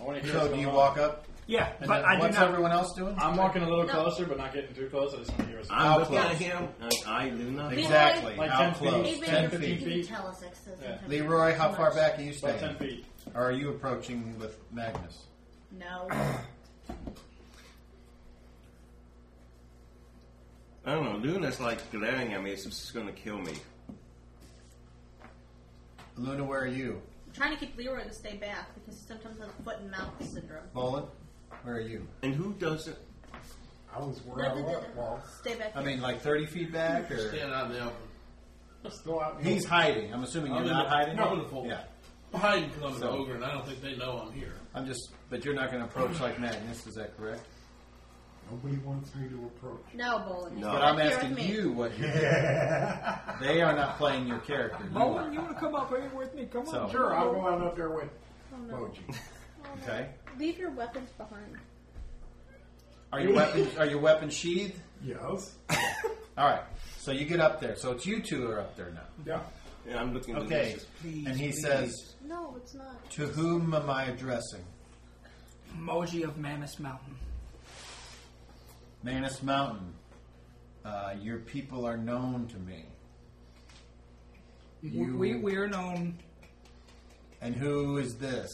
Speaker 9: I want to hear.
Speaker 2: So
Speaker 9: what's
Speaker 2: do you
Speaker 9: going
Speaker 2: walk
Speaker 9: on.
Speaker 2: up?
Speaker 4: Yeah,
Speaker 2: And
Speaker 4: but
Speaker 2: then
Speaker 4: I do
Speaker 2: what's
Speaker 4: not.
Speaker 2: everyone else doing?
Speaker 9: I'm walking a little
Speaker 7: No.
Speaker 9: closer, but not getting too close. I just want to hear. what's
Speaker 1: I'm
Speaker 2: How
Speaker 1: looking at
Speaker 2: close?
Speaker 1: him, and I, Luna,
Speaker 2: Exactly.
Speaker 9: Like
Speaker 2: how
Speaker 9: 10 feet.
Speaker 2: close?
Speaker 7: Even
Speaker 2: Ten
Speaker 7: if
Speaker 9: feet.
Speaker 7: you can
Speaker 9: feet.
Speaker 7: tell us this is
Speaker 9: Yeah.
Speaker 7: intense.
Speaker 2: Leroy, how far back are you
Speaker 9: About
Speaker 2: staying?
Speaker 9: ten feet.
Speaker 2: Or are you approaching with Magnus?
Speaker 7: No.
Speaker 1: I don't know, Luna's like glaring at me, it's just gonna kill me.
Speaker 2: Luna, where are you?
Speaker 7: I'm trying to keep Leroy to stay back because sometimes has foot and mouth syndrome.
Speaker 2: Bolin, where are you?
Speaker 1: And who doesn't?
Speaker 5: I was where I was, Paul.
Speaker 7: Stay back.
Speaker 2: I
Speaker 7: here.
Speaker 2: mean, like 30 feet back? Or?
Speaker 3: Stand out in the open.
Speaker 5: Still out in
Speaker 2: He's hiding. I'm assuming
Speaker 3: I'm
Speaker 2: you're
Speaker 3: in
Speaker 2: not
Speaker 3: the-
Speaker 2: hiding?
Speaker 3: I'm in the fold.
Speaker 2: Yeah.
Speaker 3: Behind because I'm
Speaker 2: So-
Speaker 3: an ogre and I don't think they know I'm here.
Speaker 2: I'm just, but you're not going to approach like Magnus, is that correct?
Speaker 5: Nobody wants me to approach.
Speaker 7: no, Bolin.
Speaker 1: No.
Speaker 2: But I'm
Speaker 7: Here with
Speaker 2: asking
Speaker 7: me.
Speaker 2: you what you're doing. They are not playing your character. You
Speaker 4: Mullen,
Speaker 2: are.
Speaker 4: you want to come up here with me? Come
Speaker 2: So-
Speaker 4: on,
Speaker 5: Sure, I'll go on up there with
Speaker 7: Oh, no.
Speaker 5: Boji.
Speaker 2: Okay.
Speaker 7: Leave your weapons behind.
Speaker 2: Are your weapons, are your weapons sheathed?
Speaker 5: Yes.
Speaker 2: All right. So you get up there. So it's you two are up there now.
Speaker 5: Yeah.
Speaker 1: Yeah, I'm looking at Luna,
Speaker 2: Okay.
Speaker 1: says, please,
Speaker 2: and he
Speaker 1: please.
Speaker 2: says,
Speaker 7: No, it's not.
Speaker 2: To whom am I addressing?
Speaker 4: Moji of Mammoth Mountain.
Speaker 2: Manus Mountain, uh, your people are known to me.
Speaker 4: We- We we are known.
Speaker 2: And who is this?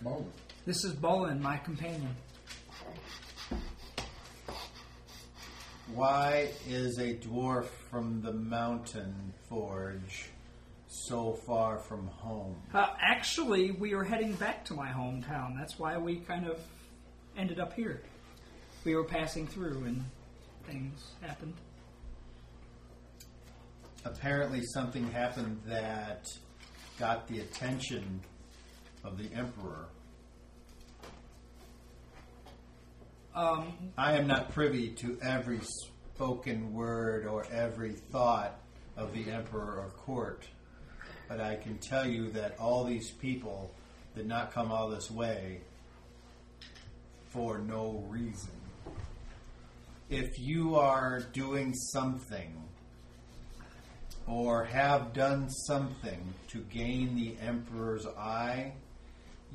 Speaker 5: Both.
Speaker 4: This is Bolin, my companion.
Speaker 2: Why is a dwarf from the mountain forge so far from home?
Speaker 4: Uh, actually, we are heading back to my hometown. That's why we kind of ended up here. We were passing through, and things happened.
Speaker 2: Apparently, something happened that got the attention of the emperor.
Speaker 4: Um,
Speaker 2: I am not privy to every spoken word or every thought of the emperor or court, but I can tell you that all these people did not come all this way for no reason. If you are doing something or have done something to gain the emperor's eye,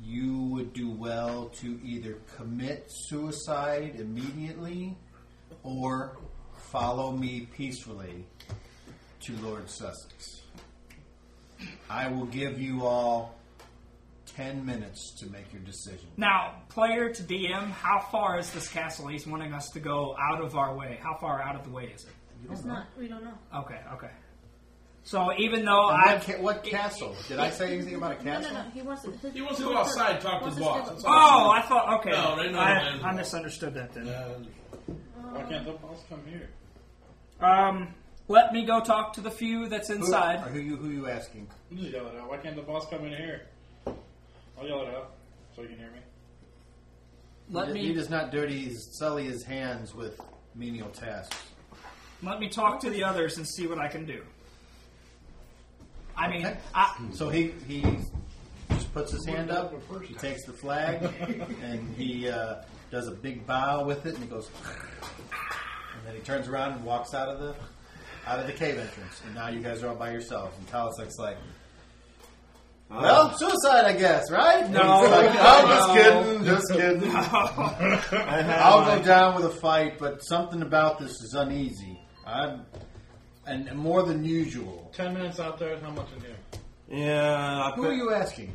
Speaker 2: you would do well to either commit suicide immediately or follow me peacefully to Lord Sussex. I will give you all 10 minutes to make your decision.
Speaker 4: now, player to DM, how far is this castle? He's wanting us to go out of our way. How far out of the way is it?
Speaker 7: It's not. We don't know.
Speaker 4: Okay, okay. So even though I,
Speaker 2: What, ca- what castle? Did I say anything about a
Speaker 7: No,
Speaker 2: castle?
Speaker 7: no, no. He wants to.
Speaker 3: He wants to go outside and talk to
Speaker 7: wants
Speaker 3: the
Speaker 7: us
Speaker 3: boss.
Speaker 7: go-
Speaker 3: That's all.
Speaker 4: oh, I thought okay.
Speaker 3: No, they know
Speaker 4: I,
Speaker 3: the
Speaker 4: I misunderstood that then.
Speaker 9: Why can't the boss come here?
Speaker 4: Um, let me go talk to the few that's
Speaker 2: Who-
Speaker 4: inside.
Speaker 2: or Who, you, who you asking?
Speaker 9: You just yell it out. Why can't the boss come in here? I'll yell it out so you can hear me.
Speaker 4: Let
Speaker 2: he,
Speaker 4: me
Speaker 2: he does not dirty his, sully his hands with menial tasks.
Speaker 4: Let me talk to the others and see what I can do. I mean,
Speaker 2: Okay.
Speaker 4: I,
Speaker 2: So he he just puts his hand up. He takes the flag and he uh, does a big bow with it, and he goes. And then he turns around and walks out of the out of the cave entrance. And now you guys are all by yourselves. And Talisek's like, Well, suicide, I guess, right?
Speaker 4: Ah. No.
Speaker 2: I'm just
Speaker 4: No.
Speaker 2: kidding. Just kidding.
Speaker 10: I have
Speaker 2: I'll
Speaker 10: my-
Speaker 2: go down with a fight, but something about this is uneasy. I'm, and and more than usual.
Speaker 9: Ten minutes out there, how much in here?
Speaker 10: Yeah. I
Speaker 2: Who are you asking?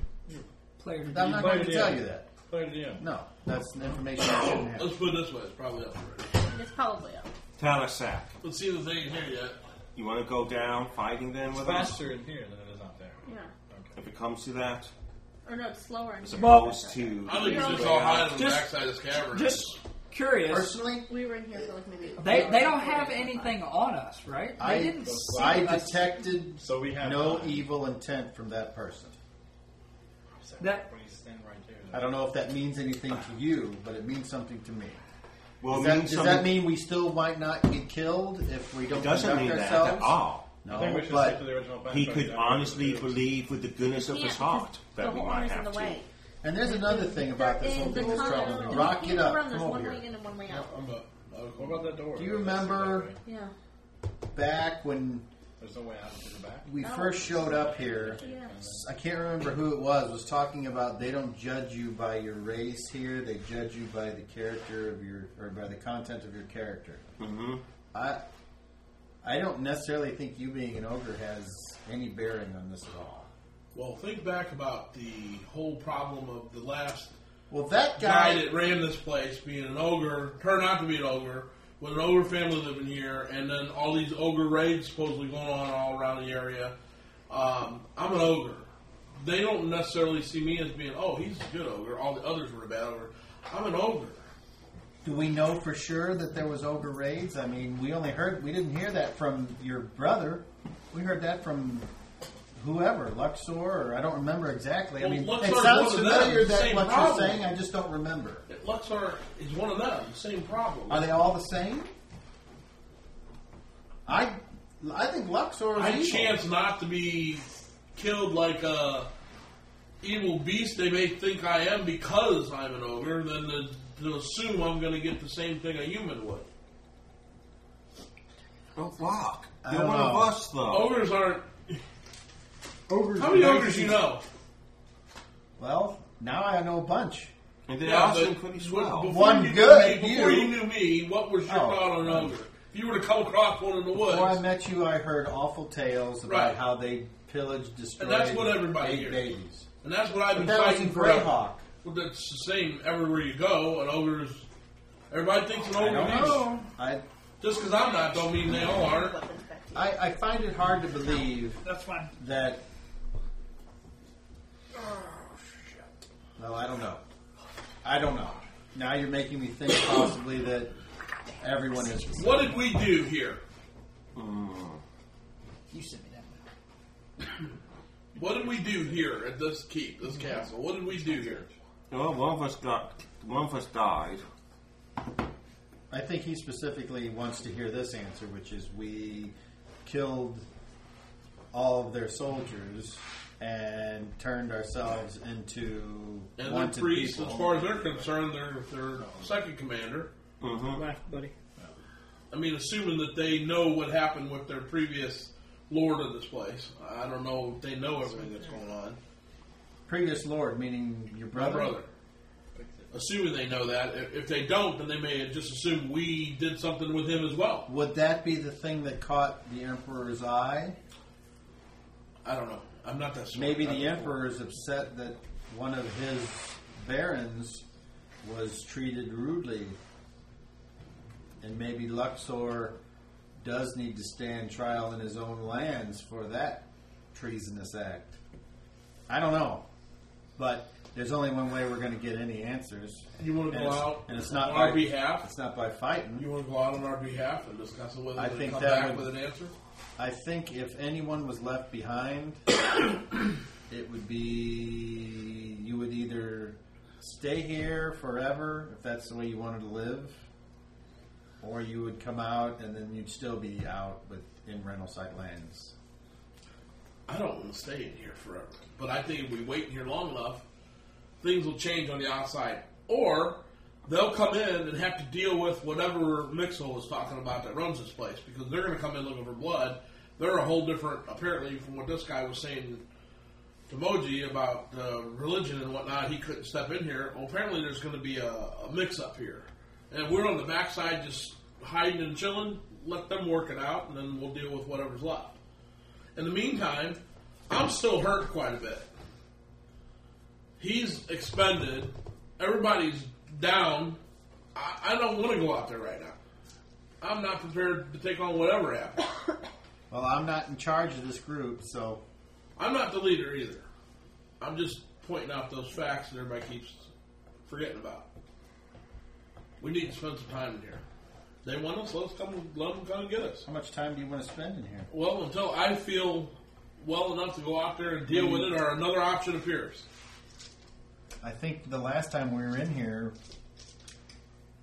Speaker 4: Player
Speaker 2: I'm not going
Speaker 9: invited
Speaker 2: to
Speaker 9: in.
Speaker 2: tell you that.
Speaker 9: Play the end.
Speaker 2: No, that's the information I shouldn't have.
Speaker 3: Let's put it this way. It's probably up already.
Speaker 7: It's probably up.
Speaker 1: Talisac.
Speaker 3: Let's see if they can hear yet.
Speaker 1: You want to go down fighting them with us?
Speaker 9: Faster in here than it is out there.
Speaker 7: Yeah.
Speaker 1: If it comes to that,
Speaker 7: Or no, it's slower.
Speaker 1: as
Speaker 7: In here.
Speaker 1: opposed to.
Speaker 3: I think it's just
Speaker 7: Yeah.
Speaker 3: all high on the
Speaker 4: Just-
Speaker 3: backside of this cavern.
Speaker 4: Just curious.
Speaker 2: Personally,
Speaker 7: We were in here for like maybe.
Speaker 4: They, they don't have anything on us, right? They
Speaker 2: I
Speaker 4: didn't see
Speaker 2: I
Speaker 4: us.
Speaker 2: detected
Speaker 9: So we have
Speaker 2: no
Speaker 9: time.
Speaker 2: evil intent from that person.
Speaker 4: That-
Speaker 9: when you stand right there.
Speaker 2: I don't know if that means anything to you, but it means something to me.
Speaker 1: Well,
Speaker 2: Does,
Speaker 1: it
Speaker 2: that,
Speaker 1: means
Speaker 2: does
Speaker 1: something-
Speaker 2: that mean we still might not get killed if we don't
Speaker 1: It doesn't
Speaker 2: conduct
Speaker 1: mean that
Speaker 2: ourselves?
Speaker 1: at all.
Speaker 2: No,
Speaker 9: I think we should
Speaker 2: but
Speaker 9: stick to the original plan.
Speaker 1: He
Speaker 9: so
Speaker 1: could
Speaker 9: we don't-
Speaker 1: honestly believe with the goodness of
Speaker 7: Yeah,
Speaker 1: his heart
Speaker 7: because
Speaker 1: that
Speaker 7: the
Speaker 1: we
Speaker 7: whole
Speaker 1: might
Speaker 7: army's in
Speaker 1: have
Speaker 7: the
Speaker 1: to.
Speaker 7: way.
Speaker 2: and there's another thing about this whole
Speaker 7: In the
Speaker 2: thing that's
Speaker 7: tunnel.
Speaker 2: troubling me.
Speaker 7: In
Speaker 2: Rock
Speaker 7: the
Speaker 2: it up.
Speaker 7: Room,
Speaker 2: Come
Speaker 7: there's
Speaker 2: over
Speaker 7: one
Speaker 2: here.
Speaker 7: way in and one way out.
Speaker 3: I'm up.
Speaker 9: What about that door?
Speaker 2: Do you
Speaker 9: Let's see
Speaker 2: remember-
Speaker 9: that way.
Speaker 7: Yeah.
Speaker 2: Back when
Speaker 9: There's no way out to the back.
Speaker 2: we first showed up here,
Speaker 7: Yeah.
Speaker 2: I can't remember who it was, was talking about they don't judge you by your race here, they judge you by the character of your, or by the content of your character.
Speaker 1: Mm-hmm.
Speaker 2: I, I don't necessarily think you being an ogre has any bearing on this at all.
Speaker 3: Well, think back about the whole problem of the last
Speaker 2: Well, that
Speaker 3: guy
Speaker 2: guy,
Speaker 3: that ran this place being an ogre, turned out to be an ogre, with an ogre family living here, and then all these ogre raids supposedly going on all around the area. Um, I'm an ogre. They don't necessarily see me as being, oh, he's a good ogre. All the others were a bad ogre. I'm an ogre.
Speaker 2: do we know for sure that there was ogre raids? I mean, we only heard, we didn't hear that from your brother. We heard that from whoever, Luxor, or I don't remember exactly. I
Speaker 3: Well,
Speaker 2: mean,
Speaker 3: Luxor's
Speaker 2: it sounds
Speaker 3: one of them,
Speaker 2: familiar that
Speaker 3: same
Speaker 2: what you're
Speaker 3: problem.
Speaker 2: saying. I just don't remember.
Speaker 3: Luxor is one of them. Same problem.
Speaker 2: Are they all the same? I, I think Luxor is
Speaker 3: I
Speaker 2: evil.
Speaker 3: chance not to be killed like a evil beast they may think I am because I'm an ogre, then to, to assume I'm going to get the same thing a human would.
Speaker 1: Don't walk.
Speaker 2: I
Speaker 1: You're
Speaker 2: don't
Speaker 1: one of
Speaker 2: know.
Speaker 1: us, though.
Speaker 3: Ogres aren't.
Speaker 5: Ogres
Speaker 3: How many
Speaker 5: are
Speaker 3: ogres you know?
Speaker 2: Well, now I know a bunch.
Speaker 1: And they
Speaker 3: Yeah,
Speaker 1: all seem
Speaker 3: but
Speaker 1: pretty
Speaker 3: before
Speaker 1: swell.
Speaker 2: One
Speaker 3: you knew
Speaker 2: good,
Speaker 3: Me, before
Speaker 2: you-
Speaker 3: you. knew me, what was your
Speaker 2: Oh.
Speaker 3: thought on an ogre? If you were to come across one in the woods,
Speaker 2: Before I met you, I heard awful tales about
Speaker 3: Right.
Speaker 2: how they pillaged, destroyed,
Speaker 3: what everybody
Speaker 2: ate
Speaker 3: hears.
Speaker 2: babies.
Speaker 3: and that's what I've
Speaker 2: But
Speaker 3: been
Speaker 2: that was
Speaker 3: fighting
Speaker 2: in
Speaker 3: forever.
Speaker 2: Greyhawk.
Speaker 3: Well, that's the same everywhere you go. An ogre's. Everybody thinks an
Speaker 2: I
Speaker 3: ogre.
Speaker 2: don't
Speaker 3: is-
Speaker 2: know. I,
Speaker 3: Just because I'm not, don't mean they all aren't.
Speaker 7: Weapons back to you.
Speaker 2: I, I find it hard to believe
Speaker 4: That's fine.
Speaker 2: that. Well, I don't know. I don't know. Now you're making me think possibly that everyone is.
Speaker 3: What did we do here?
Speaker 4: You sent me that.
Speaker 3: What did we do here at this keep, this castle? What did we do here?
Speaker 1: Well, one of us got, one of us died.
Speaker 2: I think he specifically wants to hear this answer, which is we killed all of their soldiers and turned ourselves into
Speaker 3: And their
Speaker 2: wanted
Speaker 3: priests,
Speaker 2: people.
Speaker 3: as far as they're concerned, their their second commander.
Speaker 4: Left, buddy.
Speaker 3: I mean, assuming that they know what happened with their previous lord of this place. I don't know if they know everything that's going on.
Speaker 2: Previous lord, meaning your
Speaker 3: My
Speaker 2: brother.
Speaker 3: brother. Assuming they know that. If if they don't, then they may just assume we did something with him as well.
Speaker 2: Would that be the thing that caught the emperor's eye?
Speaker 3: I don't know. I'm not that smart.
Speaker 2: Maybe
Speaker 3: I don't
Speaker 2: the
Speaker 3: know.
Speaker 2: emperor is upset that one of his barons was treated rudely, and maybe Luxor does need to stand trial in his own lands for that treasonous act. I don't know, but there's only one way we're going to get any answers.
Speaker 3: You want to
Speaker 2: and
Speaker 3: go
Speaker 2: it's,
Speaker 3: out
Speaker 2: and it's not
Speaker 3: on our
Speaker 2: by,
Speaker 3: behalf?
Speaker 2: It's not by fighting.
Speaker 3: You want to go out on our behalf and discuss it with
Speaker 2: I
Speaker 3: us and
Speaker 2: think
Speaker 3: come
Speaker 2: that
Speaker 3: back
Speaker 2: would-
Speaker 3: with an answer?
Speaker 2: I think if anyone was left behind, it would be you would either stay here forever if that's the way you wanted to live, or you would come out and then you'd still be out with in rental site lands.
Speaker 3: I don't want to stay in here forever. But I think if we wait in here long enough, things will change on the outside. Or they'll come in and have to deal with whatever Mixel was talking about that runs this place because they're going to come in looking for blood. They're a whole different, apparently, from what this guy was saying to Moji about uh, religion and whatnot, he couldn't step in here. Well, apparently there's going to be a, a mix-up here, and if we're on the backside just hiding and chilling. Let them work it out, and then we'll deal with whatever's left. In the meantime, I'm still hurt quite a bit. He's expended. Everybody's down. I, I don't want to go out there right now. I'm not prepared to take on whatever happens.
Speaker 2: Well, I'm not in charge of this group, so
Speaker 3: I'm not the leader either. I'm just pointing out those facts that everybody keeps forgetting about. We need to spend some time in here. They want us. Let's come. Let them come and get us.
Speaker 2: how much time do you want to spend in here?
Speaker 3: Well, until I feel well enough to go out there and deal with it, or another option appears.
Speaker 2: I think the last time we were in here,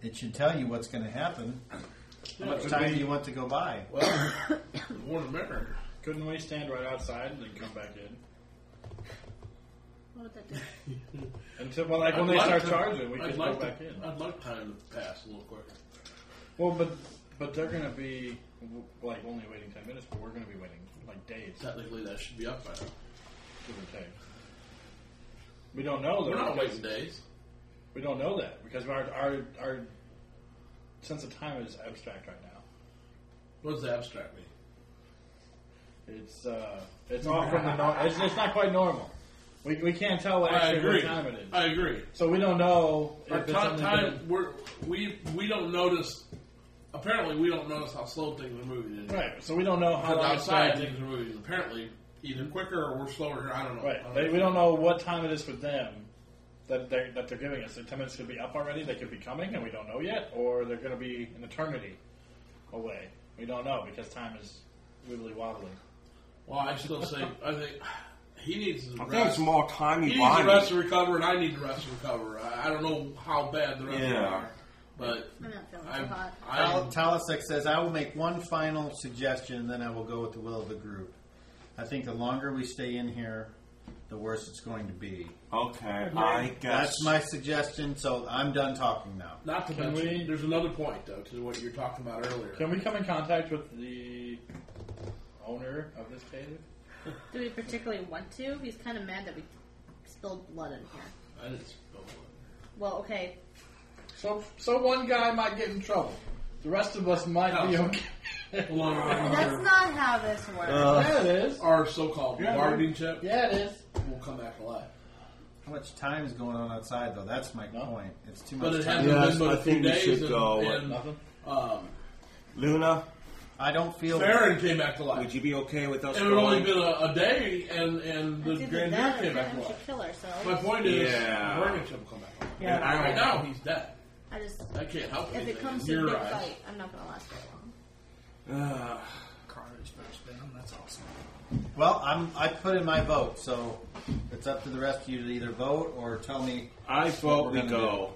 Speaker 2: it should tell you what's going to happen. How much time do you want to go by?
Speaker 3: Well, the more the merrier.
Speaker 9: Couldn't we stand right outside and then come back in?
Speaker 7: What would that do?
Speaker 9: Until well, like when
Speaker 3: I'd
Speaker 9: they start
Speaker 3: like to-
Speaker 9: charging, we
Speaker 3: I'd
Speaker 9: could
Speaker 3: like
Speaker 9: go back
Speaker 3: to-
Speaker 9: in.
Speaker 3: I'd like time to pass a little quicker.
Speaker 9: Well, but but they're gonna be w- like only waiting ten minutes, but we're gonna be waiting like days, give
Speaker 3: Technically, that should be up by now.
Speaker 9: or take. We don't know that.
Speaker 3: We're not
Speaker 9: because-
Speaker 3: waiting days.
Speaker 9: We don't know that because our our our sense of time is abstract right now.
Speaker 3: What does the abstract mean?
Speaker 9: It's uh, it's off from the norm. It's, it's not quite normal. We, we can't tell
Speaker 3: I
Speaker 9: actually
Speaker 3: agree.
Speaker 9: what time it is.
Speaker 3: I agree.
Speaker 9: so we don't know
Speaker 3: Our
Speaker 9: if
Speaker 3: ti-
Speaker 9: it's
Speaker 3: time,
Speaker 9: only been-
Speaker 3: we're, we we don't notice. Apparently, we don't notice how slow things are moving. in here.
Speaker 9: right. So we don't know how
Speaker 3: Because
Speaker 9: long it's
Speaker 3: outside
Speaker 9: been.
Speaker 3: things are moving. Apparently, either quicker or we're slower. I don't know. I
Speaker 9: Right.
Speaker 3: don't
Speaker 9: They,
Speaker 3: know.
Speaker 9: we don't know what time it is for them that they're, that they're giving us. Their 10 minutes could be up already. They could be coming, and we don't know yet. Or they're going to be an eternity away. We don't know because time is wibbly wobbly.
Speaker 3: Well, I still say I think he needs to
Speaker 1: I think
Speaker 3: rest.
Speaker 1: it's more time
Speaker 3: He
Speaker 1: you
Speaker 3: needs
Speaker 1: buy.
Speaker 3: to rest and recover, and I need to rest and recover. I, I don't know how bad the rest of them
Speaker 1: Yeah.
Speaker 3: are, but
Speaker 7: I'm not feeling so
Speaker 3: I,
Speaker 7: hot.
Speaker 3: I,
Speaker 2: Tal- Talisic says, I will make one final suggestion, and then I will go with the will of the group. I think the longer we stay in here, the worse it's going to be.
Speaker 1: Okay, I guess.
Speaker 2: That's my suggestion, so I'm done talking now.
Speaker 3: not to
Speaker 9: Can
Speaker 3: mention,
Speaker 9: we-
Speaker 3: there's another point though to what you were talking about earlier.
Speaker 9: Can we come in contact with the owner of this cave?
Speaker 7: Do we particularly want to? He's kind of mad that we spilled blood in here.
Speaker 3: I didn't spill one.
Speaker 7: Well, okay.
Speaker 9: So, so one guy might get in trouble. The rest of us might be
Speaker 3: No.
Speaker 9: okay.
Speaker 3: Along with
Speaker 7: That's
Speaker 3: our,
Speaker 7: not how this works.
Speaker 9: yeah, it is.
Speaker 3: our so-called
Speaker 9: Yeah.
Speaker 3: bargaining chip
Speaker 9: Yeah, it is.
Speaker 3: will come back alive,
Speaker 2: How much time is going on outside, though? That's my
Speaker 9: No.
Speaker 2: point. It's too
Speaker 3: but
Speaker 2: much
Speaker 3: it
Speaker 2: time.
Speaker 3: hasn't
Speaker 1: Yes,
Speaker 3: been but a
Speaker 1: I
Speaker 3: few
Speaker 1: think we
Speaker 3: days.
Speaker 1: should
Speaker 3: and,
Speaker 1: go.
Speaker 3: and,
Speaker 9: Nothing.
Speaker 3: um,
Speaker 1: Luna,
Speaker 2: I don't feel.
Speaker 3: Baron came back to life.
Speaker 1: would you be okay with us
Speaker 3: It would only
Speaker 1: going?
Speaker 3: been a, a day, and and
Speaker 7: It's
Speaker 3: the
Speaker 7: either
Speaker 3: Grand Duke
Speaker 7: that or
Speaker 3: came back
Speaker 7: time
Speaker 3: to
Speaker 7: we
Speaker 3: life.
Speaker 7: should kill ourselves.
Speaker 3: My point is,
Speaker 1: Yeah.
Speaker 3: Vernon should come back.
Speaker 7: Yeah.
Speaker 3: And right now, he's dead.
Speaker 7: I just,
Speaker 3: I can't help
Speaker 7: if
Speaker 3: anything.
Speaker 7: it comes to
Speaker 3: Your
Speaker 7: a big
Speaker 3: eyes.
Speaker 7: fight, I'm not going to last very long.
Speaker 1: Uh,
Speaker 4: Carter's first down. That's awesome.
Speaker 2: Well, I'm. I put in my vote, so it's up to the rest of you to either vote or tell me.
Speaker 1: I
Speaker 2: we're
Speaker 1: vote we
Speaker 2: gonna
Speaker 1: go.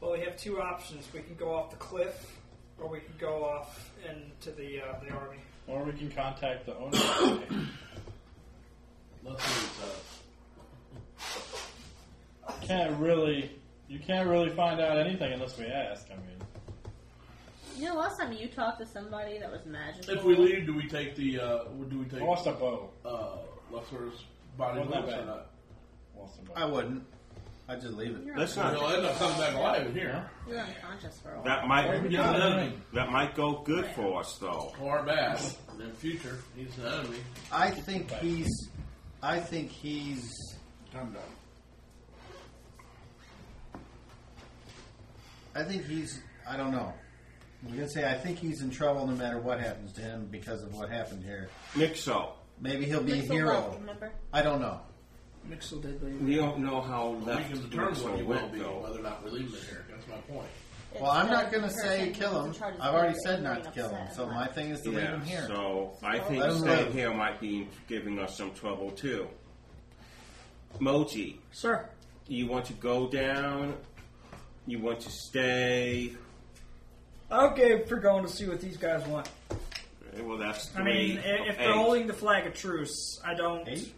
Speaker 4: Well, we have two options. We can go off the cliff, or we can go off into the uh, the army.
Speaker 9: Or we can contact the owner of the cave.
Speaker 3: Let's see what's up.
Speaker 9: can't really you can't really find out anything unless we ask. I mean,
Speaker 7: You know, last time you talked to somebody that was magical.
Speaker 3: If we leave, do we take the? Uh, do we take
Speaker 9: lost a bow.
Speaker 3: uh, Leffer's body with
Speaker 9: Wasn't that
Speaker 3: us or
Speaker 9: bad.
Speaker 3: not?
Speaker 9: Lost a
Speaker 2: I
Speaker 9: bow.
Speaker 2: wouldn't. I'd just leave it.
Speaker 7: You're
Speaker 1: Let's
Speaker 7: unconscious.
Speaker 1: not.
Speaker 3: He'll end up coming back alive in here,
Speaker 7: You're unconscious for a while.
Speaker 1: That might.
Speaker 3: He's an enemy
Speaker 1: That might go good for us, though.
Speaker 3: or bad. And in the future, he's an enemy.
Speaker 2: I think he's. I think he's.
Speaker 5: I'm done.
Speaker 2: I think he's. I don't know. I'm gonna say I think he's in trouble no matter what happens to him because of what happened here.
Speaker 1: Nixo.
Speaker 2: Maybe he'll be
Speaker 7: Mixed
Speaker 2: a
Speaker 7: with
Speaker 2: hero.
Speaker 7: love, remember?
Speaker 2: I don't know.
Speaker 4: Mixel did leave.
Speaker 1: We don't know how
Speaker 3: We
Speaker 1: left
Speaker 3: can determine what he
Speaker 1: Nixo
Speaker 3: will
Speaker 1: went,
Speaker 3: be,
Speaker 1: though.
Speaker 3: whether or not we leave him in here. That's my point.
Speaker 7: It's
Speaker 2: Well, I'm
Speaker 7: the
Speaker 2: not going to
Speaker 7: person
Speaker 2: say
Speaker 7: who's
Speaker 2: kill
Speaker 7: in
Speaker 2: him.
Speaker 7: charge of
Speaker 2: I've already
Speaker 7: the
Speaker 2: said
Speaker 7: group
Speaker 2: not to
Speaker 7: being
Speaker 2: kill him,
Speaker 7: upset.
Speaker 2: so my thing is to leave
Speaker 1: Yeah.
Speaker 2: him here.
Speaker 1: So I think
Speaker 2: Let him
Speaker 1: staying
Speaker 2: live.
Speaker 1: here might be giving us some trouble too. Moji,
Speaker 4: Sir,
Speaker 1: you want to go down? You want to stay?
Speaker 4: okay for going to see what these guys want.
Speaker 1: Eh, Well, that's
Speaker 4: I mean,
Speaker 1: three
Speaker 4: i-
Speaker 1: of
Speaker 4: if they're
Speaker 1: eight.
Speaker 4: holding the flag of truce, I don't.
Speaker 2: Eight?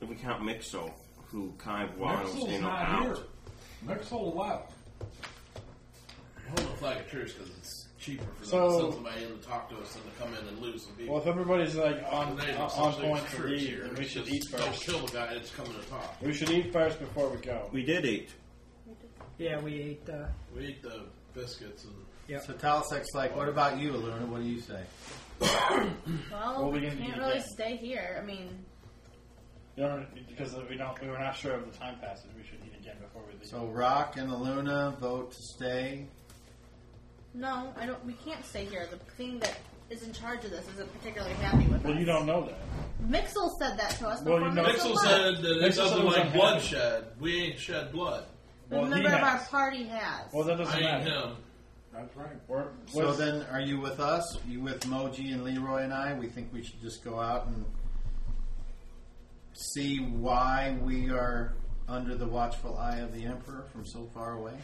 Speaker 1: If we count Mixo, who kind of wants
Speaker 5: Mixel's
Speaker 1: in or
Speaker 5: not
Speaker 1: out.
Speaker 5: here. Mixel left.
Speaker 3: Hold the flag of truce because it's cheaper for them
Speaker 9: So-
Speaker 3: to send somebody in to talk to us than to come in and lose some people.
Speaker 9: Well, if everybody's like on
Speaker 3: They-
Speaker 9: on
Speaker 3: sometimes
Speaker 9: point
Speaker 3: it's
Speaker 9: to
Speaker 3: tricks
Speaker 9: leave,
Speaker 3: here.
Speaker 9: then we
Speaker 3: It's
Speaker 9: should
Speaker 3: just
Speaker 9: eat
Speaker 3: Don't
Speaker 9: first.
Speaker 3: kill the guy that's coming to talk.
Speaker 9: We should eat first before we go.
Speaker 1: We did eat.
Speaker 4: Yeah, we ate. Uh,
Speaker 3: We eat the biscuits and
Speaker 4: Yep.
Speaker 2: So Talisek's like, what about you, Aluna? What do you say?
Speaker 7: Well,
Speaker 9: Well,
Speaker 7: we
Speaker 9: we can
Speaker 7: can't
Speaker 9: eat
Speaker 7: really
Speaker 9: again.
Speaker 7: stay here. I mean,
Speaker 9: You know, because we don't, we were not sure of the time passage. We should eat again before we leave.
Speaker 2: So Rock and Aluna vote to stay.
Speaker 7: no, I don't. We can't stay here. The thing that is in charge of this isn't particularly happy with
Speaker 9: well,
Speaker 7: us.
Speaker 9: you don't know that.
Speaker 7: Mixel said that to us.
Speaker 9: Well, you
Speaker 7: before
Speaker 9: know-
Speaker 7: Mixel
Speaker 3: Mixel
Speaker 7: left.
Speaker 3: said that it
Speaker 9: Mixel said
Speaker 3: doesn't
Speaker 9: it was
Speaker 3: like
Speaker 9: unhappy.
Speaker 3: bloodshed. We ain't shed blood.
Speaker 7: The
Speaker 9: Well, he
Speaker 7: member of our
Speaker 9: has.
Speaker 7: party has.
Speaker 9: Well, that
Speaker 3: I
Speaker 9: doesn't
Speaker 3: ain't
Speaker 9: matter.
Speaker 3: him.
Speaker 5: That's right.
Speaker 9: We're,
Speaker 2: So
Speaker 9: we're-
Speaker 2: then, are you with us? You with Moji and Leroy and I? We think we should just go out and see why we are under the watchful eye of the Emperor from so far away.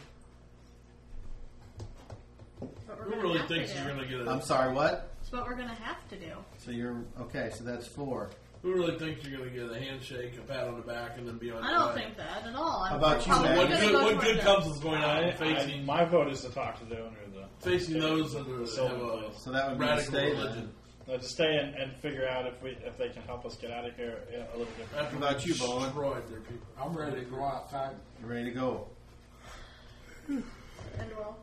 Speaker 7: But we're
Speaker 3: Who
Speaker 7: gonna
Speaker 3: really
Speaker 7: have to
Speaker 3: thinks
Speaker 7: do.
Speaker 3: you're gonna get
Speaker 2: I'm
Speaker 3: a?
Speaker 2: sorry, what?
Speaker 7: It's what we're gonna have to do.
Speaker 2: So you're okay. So that's four.
Speaker 3: Who really thinks you're gonna get a handshake, a pat on the back, and then be on?
Speaker 7: I
Speaker 3: your
Speaker 7: don't
Speaker 3: way?
Speaker 7: think that at all. I'm
Speaker 2: How about you,
Speaker 7: probably
Speaker 2: Matt?
Speaker 3: What
Speaker 7: gonna
Speaker 3: good,
Speaker 7: go
Speaker 3: what
Speaker 7: towards
Speaker 3: good
Speaker 7: it.
Speaker 3: comes is going on
Speaker 9: I,
Speaker 3: in
Speaker 9: I,
Speaker 3: facing
Speaker 9: my vote is to talk to the owner of the.
Speaker 3: facing those that are,
Speaker 9: So-
Speaker 3: have a
Speaker 2: So that would be a
Speaker 3: radical
Speaker 2: stay.
Speaker 3: religion.
Speaker 9: Let's stay and, and figure out if we if they can help us get out of here yeah, a little different.
Speaker 3: After
Speaker 2: about
Speaker 3: we've
Speaker 2: you, Bowen?
Speaker 3: Destroyed their people.
Speaker 5: I'm ready to go outside.
Speaker 2: You ready to go?
Speaker 7: And well,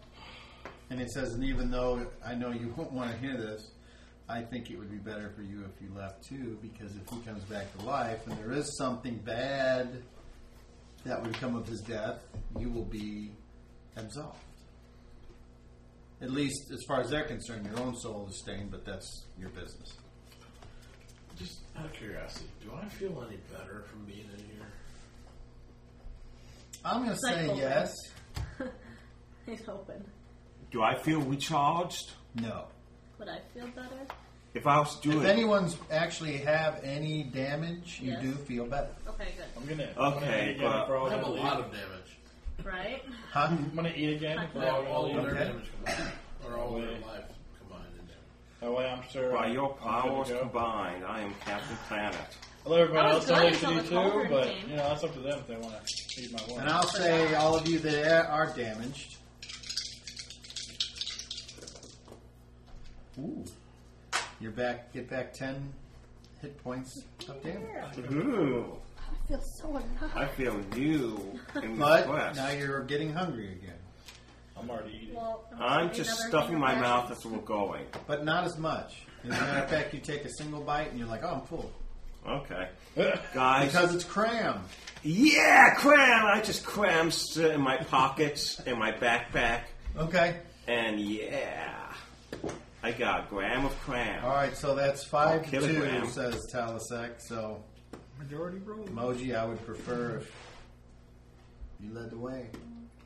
Speaker 2: And it says, and even though I know you won't want to hear this, I think it would be better for you if you left too, because if he comes back to life and there is something bad that would come of his death, you will be absolved. At least as far as they're concerned, your own soul is stained, but that's your business.
Speaker 3: Just out of curiosity, do I feel any better from being in here?
Speaker 2: I'm going to say
Speaker 7: Cycle.
Speaker 2: yes.
Speaker 7: it's open.
Speaker 1: Do I feel recharged?
Speaker 2: No.
Speaker 7: Would I feel better?
Speaker 1: If I was
Speaker 2: If
Speaker 1: doing
Speaker 2: anyone's actually have any damage, you
Speaker 7: Yes.
Speaker 2: do feel better.
Speaker 7: Okay, good.
Speaker 9: I'm gonna I'm gonna
Speaker 1: Okay,
Speaker 9: eat again
Speaker 1: but-
Speaker 9: if we're all
Speaker 3: I have a
Speaker 9: gonna
Speaker 3: lot
Speaker 9: leave.
Speaker 3: of damage.
Speaker 7: Right?
Speaker 2: Huh?
Speaker 9: I'm gonna eat again if we're
Speaker 3: Well,
Speaker 9: all
Speaker 3: all
Speaker 9: gonna
Speaker 3: of
Speaker 9: leave.
Speaker 3: their
Speaker 2: Okay.
Speaker 3: damage combined, or all of their
Speaker 9: Okay.
Speaker 3: life combined in there.
Speaker 9: That way I'm sure.
Speaker 1: by your
Speaker 9: I'm good to
Speaker 1: powers
Speaker 9: go.
Speaker 1: combined, I am Captain Planet.
Speaker 9: Although everybody
Speaker 7: I
Speaker 9: else
Speaker 7: was
Speaker 9: knows
Speaker 7: good
Speaker 9: they should
Speaker 7: until
Speaker 9: eat
Speaker 7: the Culver
Speaker 9: too, but
Speaker 7: came.
Speaker 9: you know that's up to them if they want to eat my one.
Speaker 2: And I'll say all of you that are damaged. Ooh. You're back get back ten hit points of damage.
Speaker 1: Ooh,
Speaker 7: I feel so alive.
Speaker 1: I feel new in
Speaker 2: But
Speaker 1: request.
Speaker 2: now you're getting hungry again.
Speaker 9: I'm already eating.
Speaker 7: Well, I'm,
Speaker 1: I'm
Speaker 7: sorry,
Speaker 1: just
Speaker 7: another
Speaker 1: stuffing
Speaker 7: thing
Speaker 1: my
Speaker 7: about
Speaker 1: mouth
Speaker 7: us.
Speaker 1: as we're going.
Speaker 2: But not as much. As a matter of fact, you take a single bite and you're like, oh, I'm full.
Speaker 1: Okay, guys.
Speaker 2: Because it's crammed.
Speaker 1: yeah, cram. I just crams in my pockets in my backpack,
Speaker 2: Okay.
Speaker 1: and yeah, I got a gram of cram.
Speaker 2: All right, so that's five
Speaker 1: A
Speaker 2: to
Speaker 1: kilogram.
Speaker 2: two, says Talisek. So,
Speaker 4: majority rule.
Speaker 2: Moji, I would prefer if you led the way.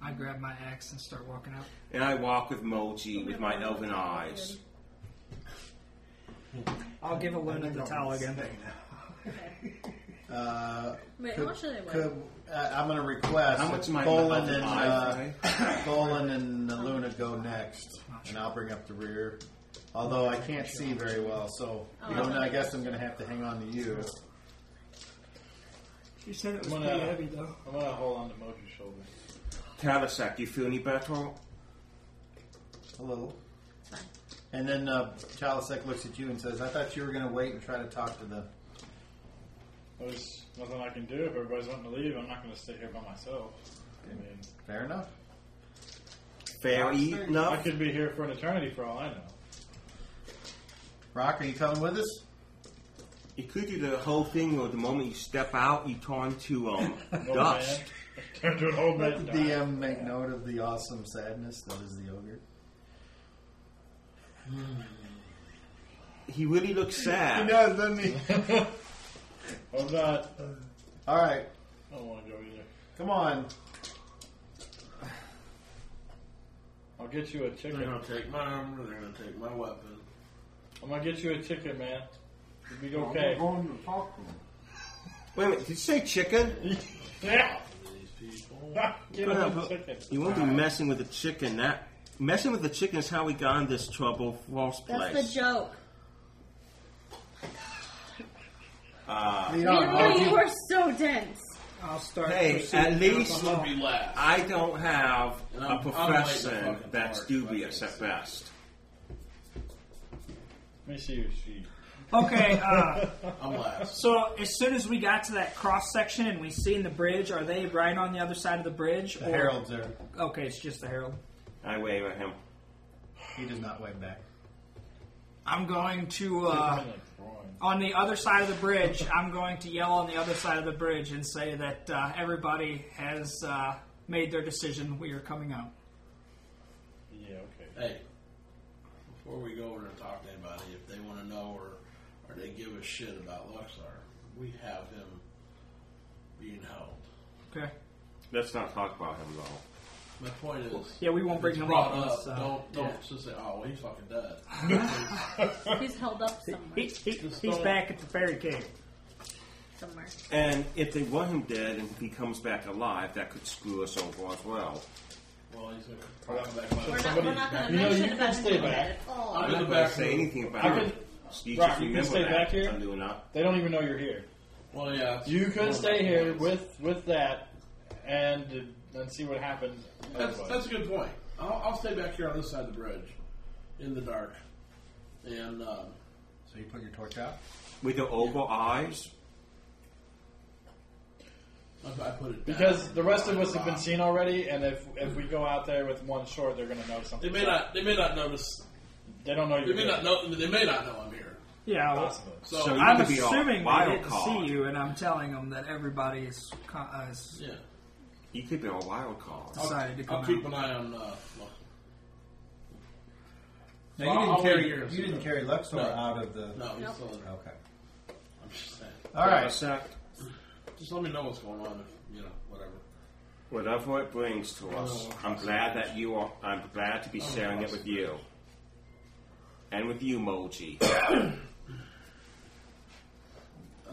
Speaker 4: I grab my axe and start walking out.
Speaker 1: And I walk with Moji with my elven eyes.
Speaker 4: I'll give a loan at the towel again.
Speaker 2: Uh,
Speaker 7: Wait, how
Speaker 2: Could-
Speaker 7: much do they weigh?
Speaker 2: could- uh, I'm going to request
Speaker 1: How much
Speaker 2: that
Speaker 1: am I
Speaker 2: Bolin
Speaker 1: allowed to
Speaker 2: and
Speaker 1: buy,
Speaker 2: uh, Bolin and Luna go next, and I'll bring up the rear. Although I can't see very well, so Luna, I guess I'm going to have to hang on to you.
Speaker 4: You said it was
Speaker 9: I'm
Speaker 4: pretty
Speaker 9: gonna-
Speaker 4: heavy though.
Speaker 9: I'm gonna hold on to Moji's shoulder.
Speaker 1: Talisak, do you feel any better?
Speaker 2: Hello. And then uh, Talisek looks at you and says, "I thought you were going to wait and try to talk to the."
Speaker 9: There's nothing I can do if everybody's wanting to leave. I'm not gonna sit here by myself. I mean,
Speaker 2: Fair enough.
Speaker 1: Fair
Speaker 9: I
Speaker 1: enough.
Speaker 9: could be here for an eternity for all I know.
Speaker 2: Rock, are you coming with us?
Speaker 1: You could do the whole thing, or the moment you step out, you turn to um,
Speaker 9: An old
Speaker 1: dust.
Speaker 9: man. Turn to an old man.
Speaker 2: Let the
Speaker 3: um,
Speaker 2: DM make note of the awesome sadness that is the ogre.
Speaker 1: He really looks sad.
Speaker 2: does, doesn't he?
Speaker 9: I'm not.
Speaker 2: All right,
Speaker 9: I don't want to go either.
Speaker 2: come on.
Speaker 9: I'll get you a ticket.
Speaker 3: They're gonna take my armor. They're gonna take my weapon.
Speaker 9: I'm gonna get you a ticket, man. It'll be
Speaker 5: I'm
Speaker 9: okay.
Speaker 5: going to talk to him.
Speaker 1: Wait a minute, did you say chicken?
Speaker 9: Yeah.
Speaker 3: These people.
Speaker 9: Get him a ticket.
Speaker 1: You won't be messing with the chicken. That messing with the chicken is how we got in this trouble. False
Speaker 7: That's
Speaker 1: place.
Speaker 7: the joke.
Speaker 2: Lead
Speaker 7: You
Speaker 2: on,
Speaker 7: know,
Speaker 2: Moji.
Speaker 7: you are so dense.
Speaker 4: I'll start.
Speaker 1: hey,
Speaker 4: pursuing
Speaker 1: at least
Speaker 3: I'll be last.
Speaker 1: I don't have
Speaker 3: And
Speaker 1: a
Speaker 3: I'm- I'm late to
Speaker 1: profession
Speaker 3: fucking
Speaker 1: that's
Speaker 3: park,
Speaker 1: dubious
Speaker 3: fucking
Speaker 1: at best.
Speaker 9: Let me see your sheet.
Speaker 4: Okay, uh,
Speaker 3: I'm last.
Speaker 4: so as soon as we got to that cross section and we seen the bridge, are they right on the other side of the bridge?
Speaker 2: The herald's there.
Speaker 4: Okay, it's just the herald.
Speaker 1: I wave at him.
Speaker 2: He does not wave back.
Speaker 4: I'm going to uh,
Speaker 9: Kind of like drawing.
Speaker 4: on the other side of the bridge. I'm going to yell on the other side of the bridge and say that uh, everybody has uh, made their decision. We are coming out.
Speaker 9: Yeah, okay.
Speaker 3: Hey, before we go over and talk to anybody, if they want to know or, or they give a shit about Luxar, we have him being held.
Speaker 4: Okay.
Speaker 1: Let's not talk about him though.
Speaker 3: My point is,
Speaker 4: Yeah, we won't bring
Speaker 3: it's
Speaker 4: him
Speaker 3: brought
Speaker 4: up,
Speaker 3: up.
Speaker 4: so,
Speaker 3: don't don't
Speaker 4: yeah.
Speaker 3: just say, oh, well, he's fucking dead.
Speaker 7: He's held up somewhere.
Speaker 4: He, he, he's back at the fairy cave.
Speaker 7: somewhere.
Speaker 1: And if they want him dead and if he comes back alive, that could screw us over as well.
Speaker 3: well, he's gonna come back. by
Speaker 7: We're
Speaker 3: the-
Speaker 7: not, we're not going to
Speaker 9: You know,
Speaker 7: mention Oh,
Speaker 9: you
Speaker 7: about
Speaker 9: can stay
Speaker 7: him
Speaker 9: back.
Speaker 7: at all.
Speaker 3: I'm
Speaker 1: I'm
Speaker 3: in
Speaker 1: not
Speaker 3: the
Speaker 1: going
Speaker 3: back
Speaker 1: to say
Speaker 3: room.
Speaker 1: anything about
Speaker 9: I
Speaker 1: it.
Speaker 9: could-
Speaker 1: You
Speaker 9: Rock,
Speaker 1: just
Speaker 9: you can
Speaker 1: remember
Speaker 9: stay
Speaker 1: that.
Speaker 9: back here.
Speaker 1: I'm doing that.
Speaker 9: They don't even know you're here.
Speaker 3: Well, yeah, it's-
Speaker 9: You could
Speaker 3: well,
Speaker 9: stay here with with that and and see what happens.
Speaker 3: That's, that's a good point. I'll, I'll stay back here on this side of the bridge, in the dark, and um,
Speaker 2: So you put your torch out.
Speaker 1: With the oval eyes,
Speaker 3: I, I put it down.
Speaker 9: because the rest of us have been seen already, and if if we go out there with one short, they're going to know
Speaker 3: They
Speaker 9: something.
Speaker 3: may not. They may not notice.
Speaker 9: They don't know
Speaker 3: They
Speaker 9: you're
Speaker 3: may
Speaker 9: here.
Speaker 3: not know. They may not know I'm here.
Speaker 4: Yeah, well,
Speaker 9: Possibly.
Speaker 3: So,
Speaker 1: So-
Speaker 4: I'm
Speaker 1: You could be a
Speaker 4: assuming they
Speaker 1: wild
Speaker 4: didn't
Speaker 1: card.
Speaker 4: see you, and I'm telling them that everybody is, co- uh, is
Speaker 3: yeah,
Speaker 1: you could be a wild card.
Speaker 3: I'll,
Speaker 4: decided to come
Speaker 3: I'll keep
Speaker 4: out.
Speaker 3: an eye on. Uh, well,
Speaker 2: Now, you
Speaker 3: I'll-
Speaker 2: didn't
Speaker 3: I'll
Speaker 2: carry
Speaker 3: wait here and
Speaker 2: you
Speaker 3: see
Speaker 2: didn't
Speaker 3: them.
Speaker 2: carry Luxor
Speaker 3: No.
Speaker 2: out of the.
Speaker 3: no, he's
Speaker 7: Nope.
Speaker 3: still in there.
Speaker 2: Okay.
Speaker 3: I'm just saying.
Speaker 2: All right.
Speaker 1: Sec,
Speaker 3: Just let me know what's going on. If, you know, whatever.
Speaker 1: whatever it brings to us,
Speaker 4: Oh.
Speaker 1: I'm glad that you are. I'm glad to be sharing it with you, and with you, Moji.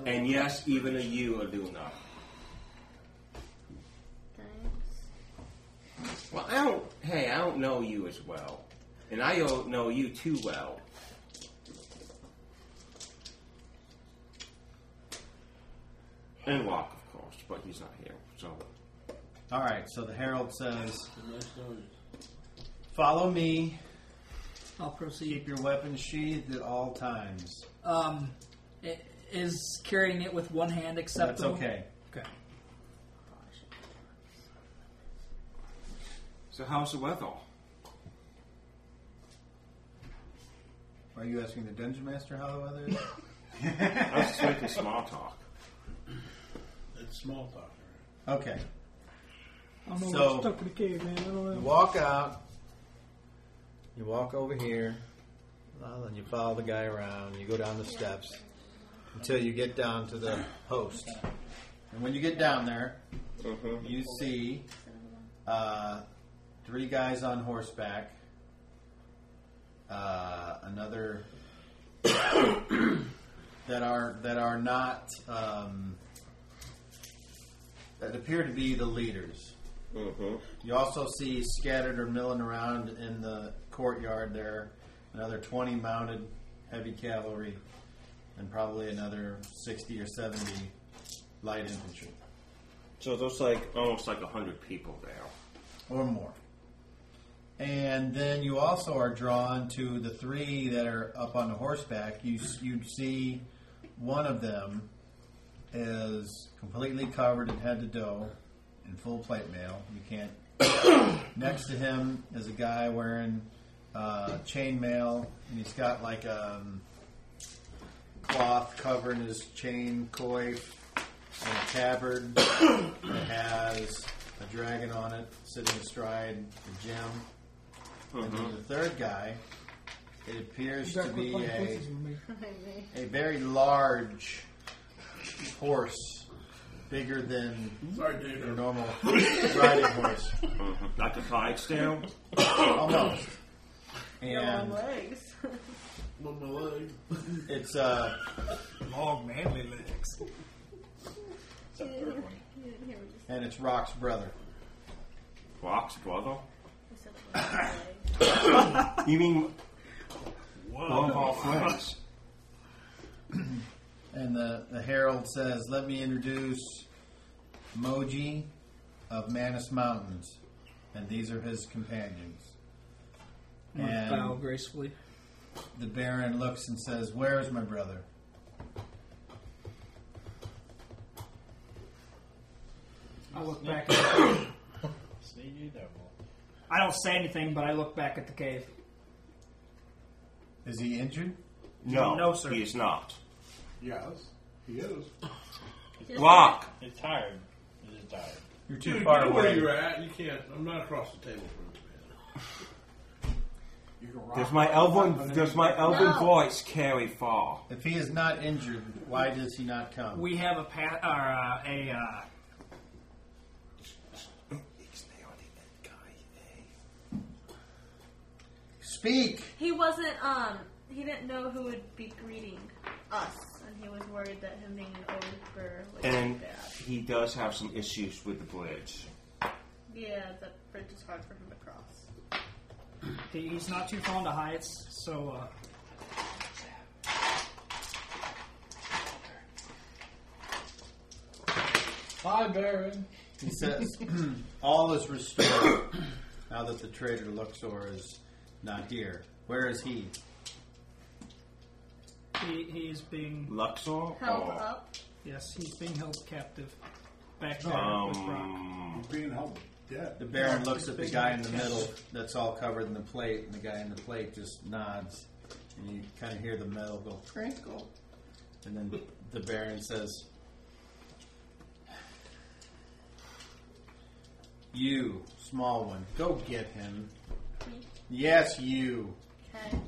Speaker 1: and yes, even a you, Aluna.
Speaker 7: Thanks.
Speaker 1: Well, I don't. Hey, I don't know you as well, and I don't know you too well. And Locke, of course, but he's not here, so
Speaker 2: All right. So the herald says,
Speaker 3: The next one.
Speaker 2: "Follow me.
Speaker 4: I'll proceed.
Speaker 2: Keep your weapon sheathed at all times.
Speaker 4: Um, i- is carrying it with one hand
Speaker 2: That's
Speaker 4: acceptable?
Speaker 2: okay."
Speaker 4: Okay.
Speaker 1: so how's the weather?
Speaker 2: Are you asking the dungeon master how the weather is?
Speaker 1: I was just making small talk.
Speaker 3: It's small talk.
Speaker 2: okay.
Speaker 4: I don't know
Speaker 2: So-
Speaker 4: what's stuck in the cave, man. I don't
Speaker 2: You
Speaker 4: know.
Speaker 2: walk out. You walk over here. Well, then you follow the guy around. You go down the steps until you get down to the host. And when you get down there, you see uh, three guys on horseback, uh, another that are that are not um, that appear to be the leaders. You also see scattered or milling around in the courtyard there another 20 mounted heavy cavalry and probably another 60 or 70 light infantry
Speaker 1: So there's like almost like a hundred people there.
Speaker 2: or more. And then you also are drawn to the three that are up on the horseback. You s- you see one of them is completely covered in head to toe in full plate mail. You can't. Next to him is a guy wearing uh, chain mail, and he's got like a um, cloth covering his chain coif and a tabard that has a dragon on it sitting astride the gem. And
Speaker 4: Mm-hmm.
Speaker 2: then the third guy, it appears to be a, a very large horse, bigger than
Speaker 3: Sorry,
Speaker 2: your
Speaker 3: David.
Speaker 2: normal riding horse,
Speaker 1: Like a Clydesdale.
Speaker 2: almost.
Speaker 7: Your long
Speaker 2: And
Speaker 7: legs.
Speaker 3: With my leg.
Speaker 2: it's uh,
Speaker 4: Long, manly legs.
Speaker 9: It's that third one.
Speaker 7: You didn't hear what you
Speaker 2: and it's Rock's brother.
Speaker 1: Rock's brother.
Speaker 7: said. You said long legs.
Speaker 1: You mean one of our friends?
Speaker 2: And the, the herald says, "Let me introduce Moji of Manus Mountains, and these are his companions."
Speaker 4: Bow
Speaker 2: And
Speaker 4: gracefully.
Speaker 2: The Baron looks and says, Where is my brother?
Speaker 4: I look back. At,
Speaker 9: Sneaky devil.
Speaker 4: I don't say anything, but I look back at the cave.
Speaker 2: Is he injured?
Speaker 1: No,
Speaker 4: No, sir.
Speaker 1: he is not.
Speaker 5: Yes, he is.
Speaker 1: Rock.
Speaker 9: He's tired. He's just tired.
Speaker 2: You're too
Speaker 3: Dude, you
Speaker 2: far
Speaker 3: know
Speaker 2: away.
Speaker 3: where you're at. You can't. I'm not across the table from you, man.
Speaker 5: You can rock.
Speaker 1: Does my elven does my elven
Speaker 7: No.
Speaker 1: voice carry far?
Speaker 2: If he is not injured, why does he not come?
Speaker 4: We have a pa- or, uh, a uh,
Speaker 2: Speak!
Speaker 7: He wasn't. Um, he didn't know who would be greeting us, and he was worried that him being an ogre would
Speaker 1: And
Speaker 7: be bad.
Speaker 1: he does have some issues with the bridge.
Speaker 7: Yeah, the bridge is hard for him to cross.
Speaker 4: He's not too fond of heights, so uh,
Speaker 9: Hi, Baron.
Speaker 2: He says, All is restored now that the traitor Luxor is not here. Where is he?
Speaker 4: uh, he, he's being
Speaker 1: Luxor? Oh.
Speaker 7: Held
Speaker 1: or-
Speaker 7: up.
Speaker 4: yes, he's being held captive back there with Brock.
Speaker 1: Um,
Speaker 5: He's being held dead.
Speaker 2: The Baron looks at the guy in the middle that's all covered in the plate, and the guy in the plate just nods. And you kind of hear the metal go crinkle. And then the Baron says, You, small one, go get him. Yes, you.
Speaker 7: Okay.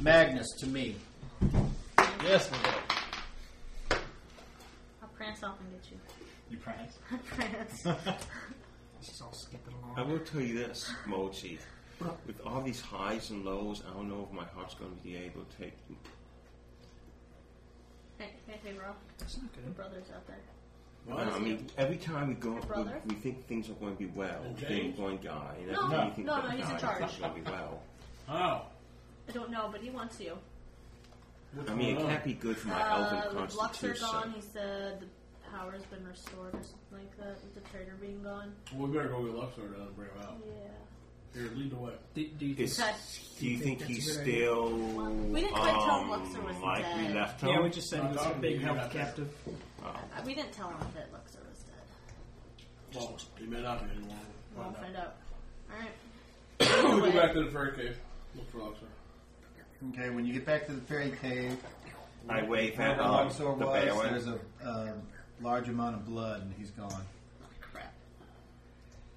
Speaker 2: Magnus to me.
Speaker 9: Yes, my lord.
Speaker 7: I'll prance off and get you.
Speaker 9: You prance.
Speaker 7: I prance.
Speaker 4: She's all skipping along.
Speaker 1: I will tell you this, Mochi. With all these highs and lows, I don't know if my heart's going to be able to take.
Speaker 7: hey, hey, hey, Rob.
Speaker 4: That's not good.
Speaker 7: Your brother's out there.
Speaker 1: I mean, every time we go,
Speaker 7: brother?
Speaker 1: we, we think things are going to be well.
Speaker 3: Okay.
Speaker 1: Then one guy, and every
Speaker 7: No,
Speaker 1: time you
Speaker 7: no,
Speaker 1: think
Speaker 7: no,
Speaker 1: that
Speaker 7: no, he's in
Speaker 1: guy,
Speaker 7: charge.
Speaker 1: things are going to be well.
Speaker 3: Oh.
Speaker 7: I don't know, but he wants you.
Speaker 1: I mean, it can't be good for my
Speaker 7: Uh,
Speaker 1: elven
Speaker 7: with Luxor
Speaker 1: constitution.
Speaker 7: gone, he said the power's been restored or something like that. With the traitor being gone.
Speaker 3: Well, we better go get Luxor down and bring him out.
Speaker 7: Yeah.
Speaker 3: Here, lead the way.
Speaker 4: Do, do you think
Speaker 1: Is,
Speaker 7: Okay.
Speaker 1: do you think
Speaker 4: That's a
Speaker 1: he's
Speaker 4: good idea.
Speaker 1: still
Speaker 7: We didn't quite tell him Luxor was
Speaker 1: um, like we
Speaker 7: dead.
Speaker 1: left him?
Speaker 4: yeah, we just said
Speaker 3: No,
Speaker 4: he's
Speaker 3: no,
Speaker 4: being
Speaker 3: you're
Speaker 4: held
Speaker 3: not there.
Speaker 4: captive.
Speaker 7: Uh, We didn't tell him that Luxor was dead.
Speaker 3: Well, he may not be anymore.
Speaker 7: We'll find out. All right.
Speaker 3: We'll go back to the fairy cave. Look for Luxor.
Speaker 2: Okay, when you get back to the fairy cave,
Speaker 1: I wave
Speaker 2: where
Speaker 1: at
Speaker 2: the
Speaker 1: um,
Speaker 2: Luxor
Speaker 1: the
Speaker 2: was, there's
Speaker 1: Baron.
Speaker 2: a um, large amount of blood, and he's gone.
Speaker 7: Crap.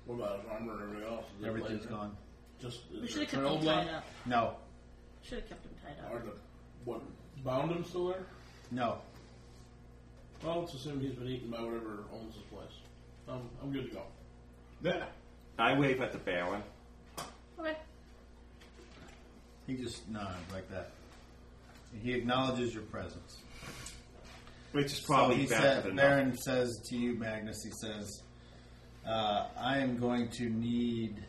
Speaker 3: What about his armor and everything else? Is it
Speaker 2: Everything's
Speaker 3: laser?
Speaker 2: gone.
Speaker 3: Just
Speaker 7: We
Speaker 3: is
Speaker 7: should
Speaker 3: there
Speaker 7: have kept him
Speaker 3: trail
Speaker 7: tied
Speaker 3: blood?
Speaker 7: up.
Speaker 2: No,
Speaker 7: Should have kept him tied
Speaker 3: Are
Speaker 7: up.
Speaker 3: the what bound him still there?
Speaker 2: no.
Speaker 3: Well, let's assume he's been eaten by whatever owns this place. Um, I'm good to go.
Speaker 1: I wave at the Baron.
Speaker 7: Okay.
Speaker 2: He just nods like that. And he acknowledges your presence.
Speaker 1: Which is probably
Speaker 2: so he
Speaker 1: better
Speaker 2: said,
Speaker 1: than nothing.
Speaker 2: Baron says to you, Magnus, he says, uh, I am going to need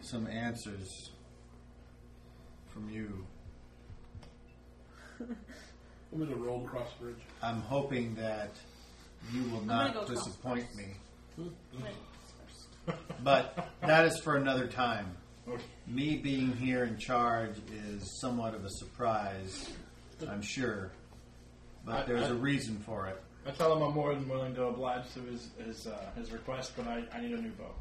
Speaker 2: some answers from you.
Speaker 3: I'm gonna roll across the bridge.
Speaker 2: I'm hoping that you will
Speaker 7: gonna
Speaker 2: not
Speaker 7: go across
Speaker 2: disappoint me.
Speaker 9: Mm-hmm.
Speaker 7: Wait.
Speaker 2: But that is for another time. Me being here in charge is somewhat of a surprise, I'm sure. But
Speaker 9: I-
Speaker 2: there's
Speaker 9: I-
Speaker 2: a reason for it.
Speaker 9: I tell him I'm more than willing to oblige to his his, uh, his request, but I, I need a new bow.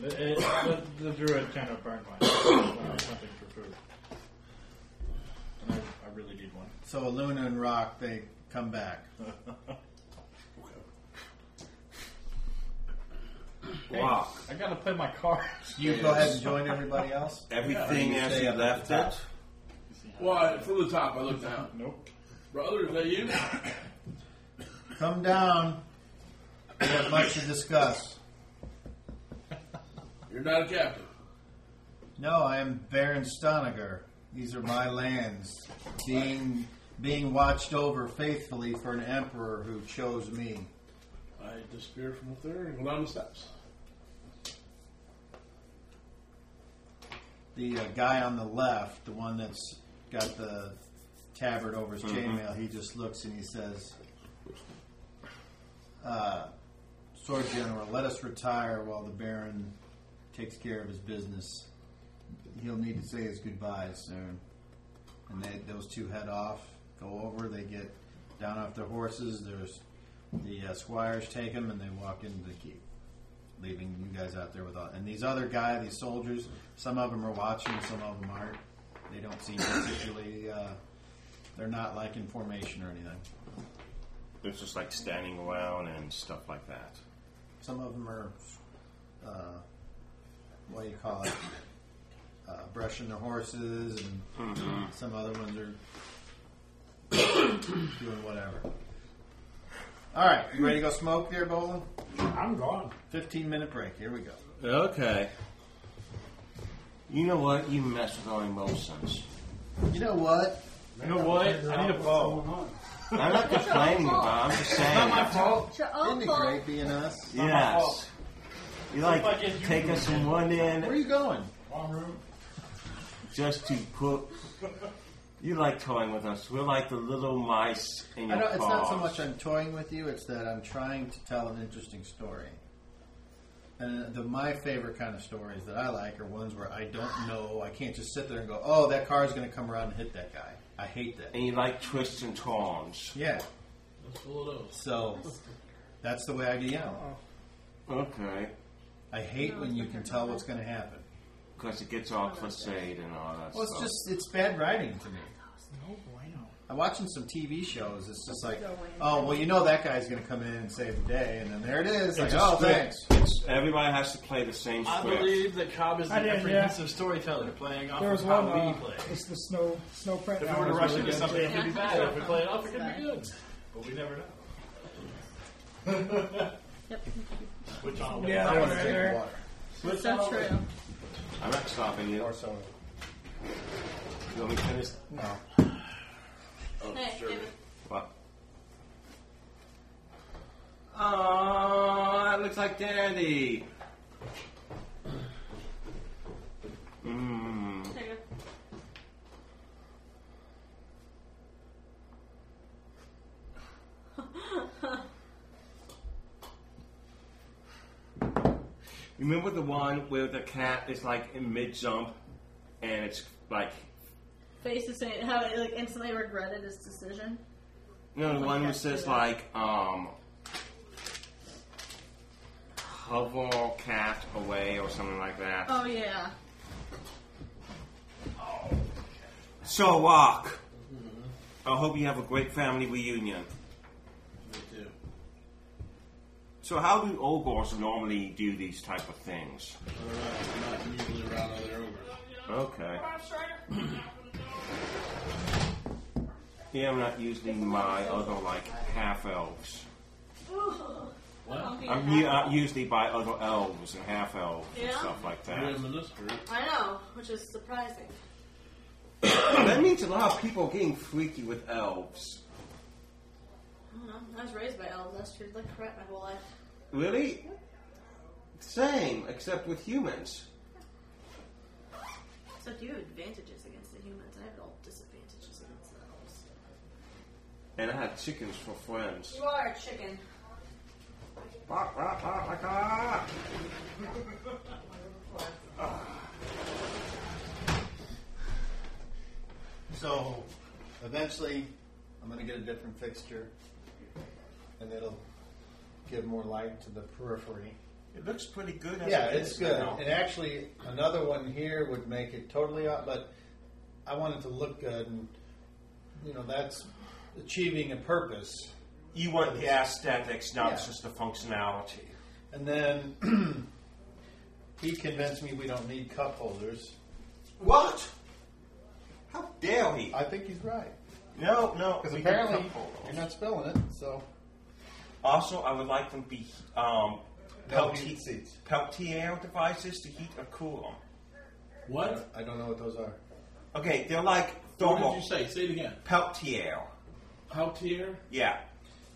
Speaker 9: It- it- the, the druid kind of burned mine. Uh, something for food. And I, I really need one.
Speaker 2: So Luna and Rock, they come back.
Speaker 1: Wow.
Speaker 9: I gotta play my cards.
Speaker 2: You go ahead and join everybody else.
Speaker 1: Everything
Speaker 2: You
Speaker 1: as
Speaker 2: stay
Speaker 1: he
Speaker 2: up at
Speaker 1: left
Speaker 2: the top.
Speaker 1: it.
Speaker 9: You see how-
Speaker 3: Well, I, from the top, I look down.
Speaker 9: Nope.
Speaker 3: Brother, is that you?
Speaker 2: Come down. We have much to discuss.
Speaker 3: You're not a captain.
Speaker 2: No, I am Baron Stoniger. These are my lands, being being watched over faithfully for an emperor who chose me.
Speaker 3: I disappear from the third and go down the steps.
Speaker 2: The uh, guy on the left, the one that's got the tabard over his chainmail, he just looks and he says, uh, "Sword General, let us retire while the Baron takes care of his business. He'll need to say his goodbyes soon. And they, those two head off, go over. They get down off their horses. There's the uh, squires take them, and they walk into the keep, leaving you guys out there with all. And these other guy, these soldiers, some of them are watching, some of them aren't. They don't seem particularly. Uh, they're not like in formation or anything.
Speaker 1: It's just like standing around and stuff like that.
Speaker 2: Some of them are, uh, what do you call it, uh, brushing their horses, and some other ones are doing whatever. All right, you ready to go smoke here, Bolin?
Speaker 5: I'm gone.
Speaker 2: 15 minute break. Here we go.
Speaker 1: Okay. You know what? You mess with our emotions.
Speaker 2: You know what?
Speaker 9: You know what? I need a bow.
Speaker 1: I'm not complaining about. it, I'm just saying.
Speaker 7: It's your own
Speaker 2: Isn't it
Speaker 7: fault.
Speaker 2: great being us?
Speaker 1: Yes. You like
Speaker 9: Fucking you
Speaker 1: take us in one
Speaker 2: Where
Speaker 1: end
Speaker 2: are you going?
Speaker 1: just to put. You like toying with us. We're like the little mice in
Speaker 2: I
Speaker 1: your
Speaker 2: don't, it's not so
Speaker 1: paws.
Speaker 2: much I'm toying with you, it's that I'm trying to tell an interesting story. And the, my favorite kind of stories that I like are ones where I don't know, I can't just sit there and go, oh, that car's going to come around and hit that guy. I hate that.
Speaker 1: And you like twists and turns.
Speaker 2: Yeah,
Speaker 3: That's full of those.
Speaker 2: so that's the way I get out.
Speaker 1: Okay.
Speaker 2: I hate when you can tell what's going to happen.
Speaker 1: Because it gets all cliched and all that
Speaker 2: Well, it's
Speaker 1: stuff.
Speaker 2: just, it's bad writing to me.
Speaker 4: No bueno.
Speaker 2: I'm watching some TV shows. It's just like, oh, well, you know that guy's going to come in and save the day, and then there it is. Like,
Speaker 1: It's a
Speaker 2: oh,
Speaker 1: script.
Speaker 2: thanks.
Speaker 1: It's, everybody has to play the same
Speaker 9: I
Speaker 1: script.
Speaker 9: believe that Cobb is
Speaker 4: I
Speaker 9: an
Speaker 4: did, yeah.
Speaker 9: apprehensive storyteller playing off
Speaker 4: There was
Speaker 9: of
Speaker 4: one.
Speaker 9: how we
Speaker 4: Uh,
Speaker 9: play.
Speaker 4: it's the snow snow print.
Speaker 9: If we were to
Speaker 4: novels
Speaker 9: rush
Speaker 4: really
Speaker 9: into
Speaker 4: good.
Speaker 9: something, it could be bad. If we play it off, it could
Speaker 7: Bad.
Speaker 9: be good. But we never know.
Speaker 7: Yep.
Speaker 9: Which on
Speaker 4: Yeah,
Speaker 2: I
Speaker 4: that
Speaker 2: want
Speaker 4: was
Speaker 2: to
Speaker 4: right
Speaker 2: drink
Speaker 4: there.
Speaker 2: water.
Speaker 7: So true.
Speaker 1: I'm not stopping you.
Speaker 2: Or soda.
Speaker 1: You want me to finish?
Speaker 2: No.
Speaker 7: Hey,
Speaker 9: Oh, sure.
Speaker 7: if-
Speaker 1: What? Oh, that looks like Dandy. Mmm.
Speaker 7: there you go.
Speaker 1: Remember the one where the cat is like in mid jump and it's like.
Speaker 7: Face is saying how he like instantly regretted his decision.
Speaker 1: You know, the one who
Speaker 7: cats do
Speaker 1: says
Speaker 7: that.
Speaker 1: like, um. Hover cat away or something like that.
Speaker 7: Oh yeah.
Speaker 1: So, Walk, I hope you have a great family reunion.
Speaker 3: Me too.
Speaker 1: So, how do ogres normally do these type of things?
Speaker 3: I don't know. I'm not usually around other ogres.
Speaker 1: Okay. yeah, I'm not using my other like half elves.
Speaker 3: What?
Speaker 1: I'm u- uh, usually by other elves and half elves and
Speaker 7: Yeah?
Speaker 1: stuff like
Speaker 3: You're
Speaker 1: that.
Speaker 3: in this group.
Speaker 7: I know, which is surprising.
Speaker 1: that means a lot of people getting freaky with elves.
Speaker 7: I don't know. I was raised by elves. That's treated like crap my whole life.
Speaker 1: Really? Same, except with humans.
Speaker 7: So do you have advantages against the humans? I have all disadvantages against the elves.
Speaker 1: And I had chickens for friends.
Speaker 7: You are a chicken.
Speaker 1: Bark, bark, bark, bark, bark.
Speaker 2: So, eventually, I'm going to get a different fixture, and it'll give more light to the periphery.
Speaker 1: It looks pretty good. as
Speaker 2: Yeah,
Speaker 1: it
Speaker 2: it's
Speaker 1: is
Speaker 2: good.
Speaker 1: now.
Speaker 2: And actually, another one here would make it totally up, but I want it to look good, and you know that's achieving a purpose.
Speaker 1: You want the aesthetics, not
Speaker 2: Yeah.
Speaker 1: just the functionality.
Speaker 2: And then he convinced me we don't need cup holders.
Speaker 1: What? How dare he?
Speaker 2: I think he's right
Speaker 1: No, no.
Speaker 2: because
Speaker 1: we
Speaker 2: apparently
Speaker 1: can couple.
Speaker 2: you're not spilling it, so
Speaker 1: Also, I would like them to be um,
Speaker 2: No
Speaker 1: Pelti-
Speaker 2: heat seats.
Speaker 1: Peltier devices to heat or cool
Speaker 3: What?
Speaker 2: I don't know what those are.
Speaker 1: them. Okay, they're like
Speaker 3: What did
Speaker 1: thermal
Speaker 3: you say? Say it again.
Speaker 1: Peltier.
Speaker 3: Peltier?
Speaker 1: Yeah.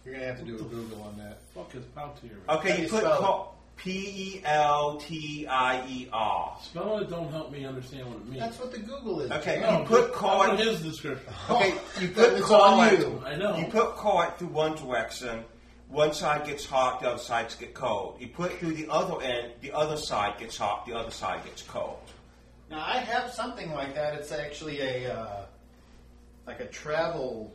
Speaker 2: You're gonna have to do a Google on that.
Speaker 3: Fuck is Peltier? man?
Speaker 1: Okay,
Speaker 2: do
Speaker 1: you
Speaker 2: you
Speaker 1: put
Speaker 2: spell it?
Speaker 1: Pel- P E L T I E R.
Speaker 3: Spelling it don't help me understand what it means. Oh,
Speaker 2: That's what the Google is. Oh,
Speaker 1: Okay,
Speaker 3: No,
Speaker 1: you put
Speaker 3: just- I
Speaker 1: card.
Speaker 3: want his description.
Speaker 1: Okay, you
Speaker 2: That
Speaker 1: put
Speaker 2: was
Speaker 1: card.
Speaker 2: on you.
Speaker 3: I know.
Speaker 1: You put card through one direction One side gets hot, the other sides get cold. You put it through the other end, the other side gets hot, the other side gets cold.
Speaker 2: Now I have something like that. It's actually a uh, like a travel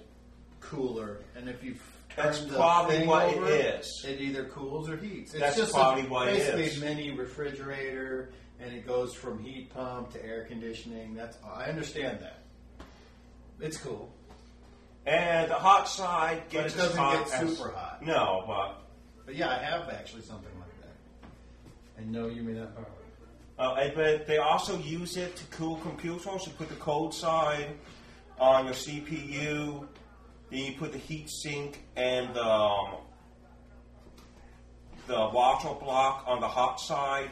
Speaker 2: cooler, and if you turn
Speaker 1: That's
Speaker 2: the
Speaker 1: probably
Speaker 2: thing
Speaker 1: what it
Speaker 2: over,
Speaker 1: is.
Speaker 2: It either cools or heats. It's
Speaker 1: That's
Speaker 2: just
Speaker 1: probably
Speaker 2: a,
Speaker 1: what it
Speaker 2: basically
Speaker 1: is.
Speaker 2: mini refrigerator, and it goes from heat pump to air conditioning. That's I understand that. It's cool.
Speaker 1: And the hot side
Speaker 2: But
Speaker 1: gets
Speaker 2: it doesn't
Speaker 1: as hot
Speaker 2: get
Speaker 1: as-
Speaker 2: super hot.
Speaker 1: No, but
Speaker 2: But yeah, I have actually something like that. And no, you may not borrow it.
Speaker 1: Uh, and- but they also use it to cool computers. You put the cold side on your CPU, then you put the heat sink and the, um, the water block on the hot side.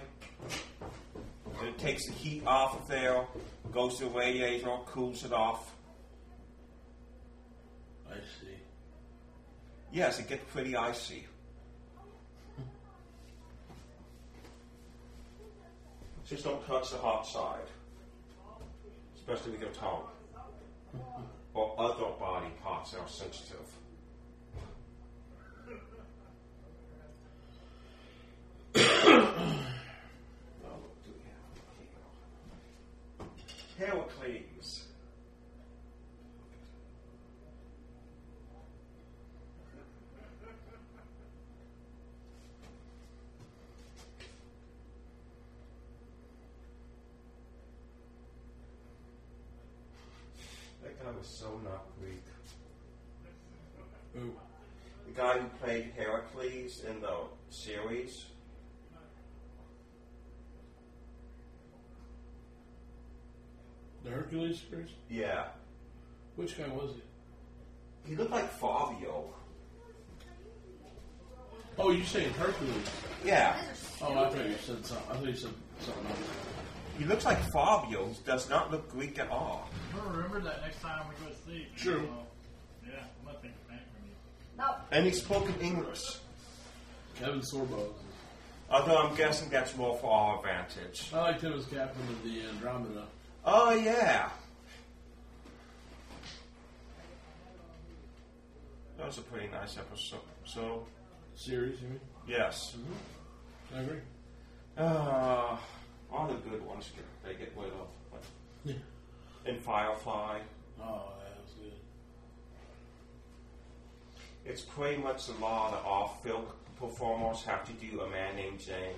Speaker 1: It takes the heat off of there, goes to the radiator, cools it off.
Speaker 3: I see.
Speaker 1: Yes, it gets pretty icy. Just don't touch the hot side, especially with your tongue or other body parts that are sensitive. Now, what do we have here? Heracles. That guy was so not Greek.
Speaker 3: Ooh.
Speaker 1: The guy who played Heracles in the series.
Speaker 3: The Hercules series?
Speaker 1: Yeah.
Speaker 3: Which guy was it?
Speaker 1: He looked like Fabio.
Speaker 3: Oh, you saying Hercules?
Speaker 1: Yeah.
Speaker 3: Oh, I thought you said something. I thought you said something else.
Speaker 1: He looks like Fabio, who does not look Greek at all.
Speaker 9: Remember that next time we go to sleep.
Speaker 3: True.
Speaker 9: yeah, I'm not thinking back from you.
Speaker 7: No.
Speaker 1: And he spoke in English.
Speaker 3: Kevin Sorbo.
Speaker 1: Although I'm guessing that's more for our advantage.
Speaker 3: I liked him as captain of the Andromeda.
Speaker 1: Oh, yeah. That was a pretty nice episode. So,
Speaker 3: series, you mean?
Speaker 1: yes.
Speaker 3: I agree.
Speaker 1: Uh, all the good ones get, they get rid of. Like,
Speaker 3: Yeah.
Speaker 1: in Firefly,
Speaker 3: Oh, that was good.
Speaker 1: it's pretty much the law that all film performers have to do a man named Jane.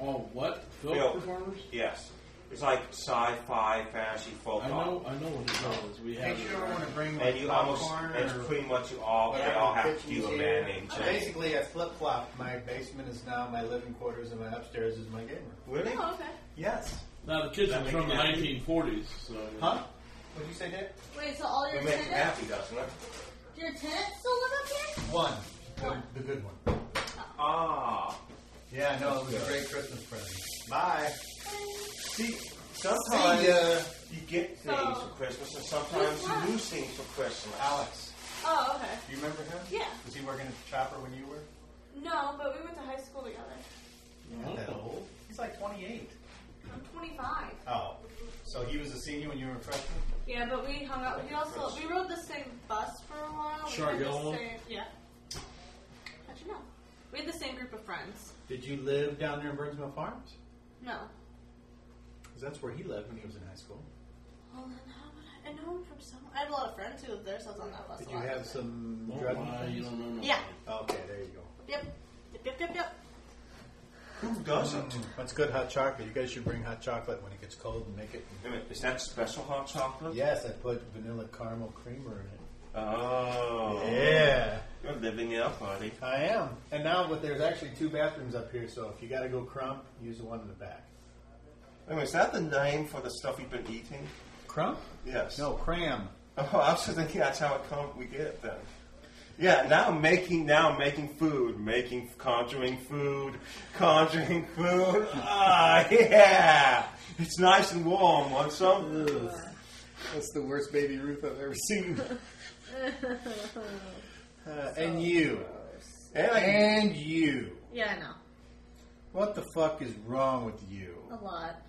Speaker 3: Oh, what? Film
Speaker 1: Phil.
Speaker 3: performers?
Speaker 1: Yes. It's like sci-fi, fantasy, folk
Speaker 3: I know,
Speaker 1: art.
Speaker 3: I know what his name is. We have
Speaker 2: Make sure I want to bring my
Speaker 1: And you almost,
Speaker 2: popcorn
Speaker 1: it's
Speaker 2: or
Speaker 1: pretty much you all, they
Speaker 2: whatever
Speaker 1: all
Speaker 2: the
Speaker 1: have to do
Speaker 2: kitchen's
Speaker 1: a man
Speaker 2: here.
Speaker 1: named Jane.
Speaker 2: Basically, I flip flop. My basement is now my living quarters, and my upstairs is my game room.
Speaker 1: Really?
Speaker 7: Oh, okay.
Speaker 2: Yes.
Speaker 3: now the kids
Speaker 1: That
Speaker 3: are
Speaker 1: make
Speaker 3: from the
Speaker 1: you happy?
Speaker 3: 1940s, so
Speaker 2: Huh? What'd you say, Dave?
Speaker 7: Wait, so all your
Speaker 1: It makes you
Speaker 7: tenants,
Speaker 1: happy, doesn't it?
Speaker 7: your tenants still live up here?
Speaker 2: One.
Speaker 7: One.
Speaker 2: The, the good one.
Speaker 1: Ah.
Speaker 2: Yeah, no, it was a great Christmas present. Bye.
Speaker 1: See, sometimes
Speaker 2: ya.
Speaker 1: you get things
Speaker 7: So-
Speaker 1: for Christmas, and sometimes
Speaker 7: Who's
Speaker 1: you lose things for Christmas.
Speaker 2: Alex.
Speaker 7: Oh, okay.
Speaker 2: Do you remember him?
Speaker 7: Yeah.
Speaker 2: Was he working at the chopper when you were?
Speaker 7: No, but we went to high school together.
Speaker 2: Not that old. He's like 28.
Speaker 7: I'm 25.
Speaker 2: Oh. So he was a senior when you were a freshman?
Speaker 7: Yeah, but we hung out. We also we rode the same bus for a while. We
Speaker 3: Sure,
Speaker 7: had the
Speaker 3: go on.
Speaker 7: same- Yeah. How'd you know? We had the same group of friends.
Speaker 2: Did you live down there in Burnsville Farms?
Speaker 7: No.
Speaker 2: Because that's where he lived when he was in high school.
Speaker 7: Well, then how would I? I know him from somewhere. I had a lot of friends who lived there, so I was on that bus.
Speaker 2: Did
Speaker 7: a
Speaker 2: you
Speaker 7: lot.
Speaker 2: have some
Speaker 3: don't
Speaker 2: drug
Speaker 3: lie, you don't know nothing.
Speaker 7: Yeah.
Speaker 2: Okay, there you go.
Speaker 7: Yep. Yep. Yep. Yep. Yep.
Speaker 1: Who doesn't?
Speaker 2: That's good hot chocolate. You guys should bring hot chocolate when it gets cold and make it.
Speaker 1: Wait a minute, Is that special hot chocolate?
Speaker 2: Yes, I put vanilla caramel creamer
Speaker 1: Oh.
Speaker 2: in it. Yeah,
Speaker 1: You're living it up, buddy.
Speaker 2: I am. And now, but there's actually two bathrooms up here, so if you got to go crump, use the one in the back.
Speaker 1: Wait a minute, is that the name for the stuff you've been eating?
Speaker 2: Crump?
Speaker 1: Yes.
Speaker 2: No, cram.
Speaker 1: Oh, I was just thinking that's how it come we get it then. Yeah, now I'm making now I'm making food, making conjuring food, conjuring food. Ah, yeah, it's nice and warm on some.
Speaker 2: That's the worst baby Ruth I've ever seen. Uh, and you.
Speaker 1: And I can-
Speaker 2: And you.
Speaker 7: Yeah, I
Speaker 2: What the fuck is wrong with you?
Speaker 7: know. A lot.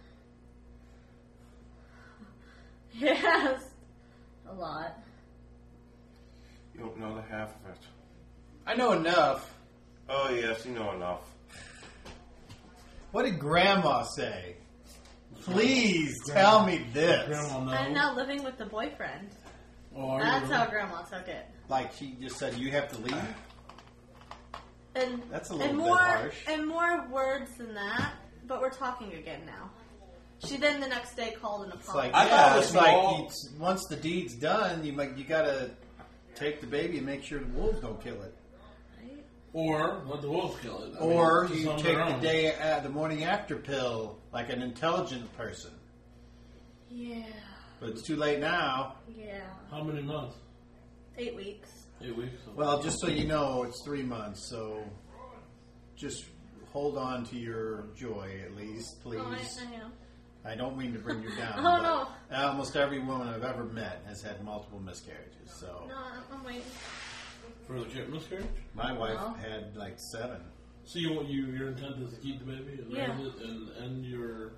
Speaker 7: Yes. A lot.
Speaker 1: don't know the half of it.
Speaker 2: I know enough.
Speaker 1: Oh, yes, you know enough.
Speaker 2: What did Grandma say? Please tell me this.
Speaker 3: Grandma knows.
Speaker 7: I'm now living with the boyfriend.
Speaker 3: Or
Speaker 7: That's
Speaker 3: you know,
Speaker 7: how Grandma took it.
Speaker 2: Like she just said, you have to leave.
Speaker 7: And
Speaker 2: That's a little
Speaker 7: and
Speaker 2: bit
Speaker 7: more,
Speaker 2: harsh.
Speaker 7: And more words than that, but we're talking again now. She then the next day called and
Speaker 2: It's like
Speaker 7: apologized.
Speaker 1: I
Speaker 2: yeah,
Speaker 1: thought it was
Speaker 2: it's like
Speaker 1: small.
Speaker 2: it's- once the deed's done, you might, you gotta take the baby and make sure the wolves don't kill it,
Speaker 3: or let the wolves kill it. I mean,
Speaker 2: or
Speaker 3: just
Speaker 2: you
Speaker 3: on
Speaker 2: take
Speaker 3: their
Speaker 2: the
Speaker 3: own.
Speaker 2: day uh, the morning after pill like an intelligent person.
Speaker 7: yeah,
Speaker 2: But it's too late now.
Speaker 7: yeah.
Speaker 3: How many months?
Speaker 7: Eight weeks.
Speaker 3: Eight weeks.
Speaker 2: Well, just so you know, it's three months, so just hold on to your joy at least, please.
Speaker 7: Oh, I, I know.
Speaker 2: I don't mean to bring you down.
Speaker 7: Oh,
Speaker 2: but Almost every woman I've ever met has had multiple miscarriages. So
Speaker 7: No, I'm- I'm waiting.
Speaker 3: for the kid miscarriage.
Speaker 2: my wife
Speaker 7: No.
Speaker 2: had like seven.
Speaker 3: So you want you your intent is to keep the baby and
Speaker 7: Yeah.
Speaker 3: raise it and end your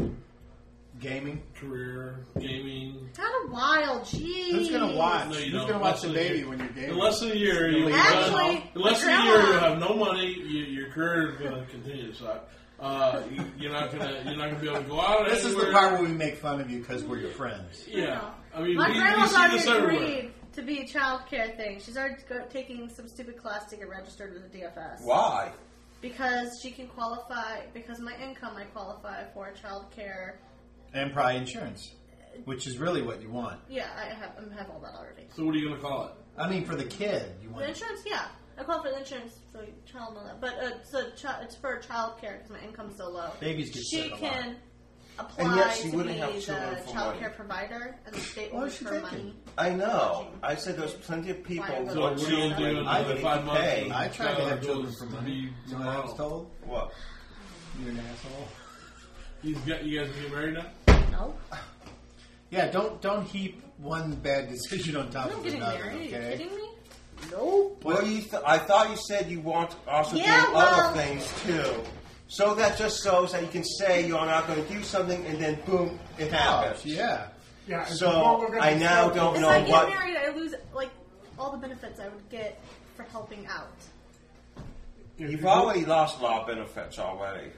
Speaker 2: Gaming.
Speaker 3: career gaming.
Speaker 7: Not a while, jeez.
Speaker 2: Who's gonna watch?
Speaker 3: No, you
Speaker 2: Who's
Speaker 3: don't.
Speaker 2: gonna watch the
Speaker 3: Actually,
Speaker 2: baby when you're gaming?
Speaker 3: In less than a year, you
Speaker 7: Actually,
Speaker 3: in less than a
Speaker 7: Grandma-
Speaker 3: year you have no money. You, your career is going to continue to suck. Uh, you, you're not gonna you're not gonna be able to go out.
Speaker 2: this is the
Speaker 3: anywhere.
Speaker 2: part where we make fun of you because we're your friends.
Speaker 3: Yeah, I mean,
Speaker 7: My
Speaker 3: we, we
Speaker 7: grandma's
Speaker 3: see this
Speaker 7: already
Speaker 3: everywhere.
Speaker 7: agreed to be a child care thing. She's already go- taking some stupid class to get registered with the DFS.
Speaker 1: Why?
Speaker 7: Because she can qualify, because my income, I qualify for child care.
Speaker 2: And probably insurance, which is really what you want.
Speaker 7: Yeah, I have, I have all that already.
Speaker 3: So what are you gonna call it?
Speaker 2: I mean, for the kid, you
Speaker 7: The
Speaker 2: want.
Speaker 7: insurance, yeah. I qualify for the insurance, so child and all that. But uh, so chi- it's for child care because my income's so low.
Speaker 2: Babies get
Speaker 7: she
Speaker 2: sick a lot.
Speaker 7: can apply
Speaker 1: And yet she
Speaker 7: to
Speaker 1: wouldn't
Speaker 7: be
Speaker 1: have
Speaker 7: the
Speaker 1: children for
Speaker 7: child
Speaker 1: money.
Speaker 7: care provider, and the state
Speaker 2: What
Speaker 7: will
Speaker 2: is
Speaker 7: wish
Speaker 2: she
Speaker 7: for money.
Speaker 2: thinking?
Speaker 1: I know. I said there's plenty of people
Speaker 7: Why are
Speaker 1: who
Speaker 7: those-
Speaker 3: So
Speaker 1: want
Speaker 3: what are you gonna do in
Speaker 1: children. I
Speaker 3: another
Speaker 1: would
Speaker 3: five months?
Speaker 1: pay.
Speaker 2: I tried to
Speaker 3: Uh,
Speaker 2: have
Speaker 3: goes
Speaker 2: children for
Speaker 3: to
Speaker 2: money.
Speaker 3: be
Speaker 2: You know what I was
Speaker 3: wild.
Speaker 2: told?
Speaker 1: What?
Speaker 2: You're an asshole.
Speaker 3: He's got, you guys gonna get married now?
Speaker 7: No,
Speaker 2: Yeah, don't don't heap one bad decision on top
Speaker 7: I'm
Speaker 2: of
Speaker 7: getting
Speaker 2: another.
Speaker 7: married. Are you
Speaker 2: Okay.
Speaker 7: kidding me?
Speaker 1: Well, you th- I thought you said you want to also
Speaker 7: Yeah,
Speaker 1: do
Speaker 7: well-
Speaker 1: other things too. So that just shows that you can say you're not going to do something, and then boom, it happens.
Speaker 2: Yeah.
Speaker 5: Yeah, and before we're
Speaker 1: So
Speaker 5: gonna
Speaker 1: I now
Speaker 5: start-
Speaker 1: don't
Speaker 7: If
Speaker 1: know
Speaker 7: I get
Speaker 1: Oh, what.
Speaker 7: married, I lose like all the benefits I would get for helping out.
Speaker 5: if you
Speaker 1: You've
Speaker 5: go-
Speaker 1: already lost a lot of benefits already.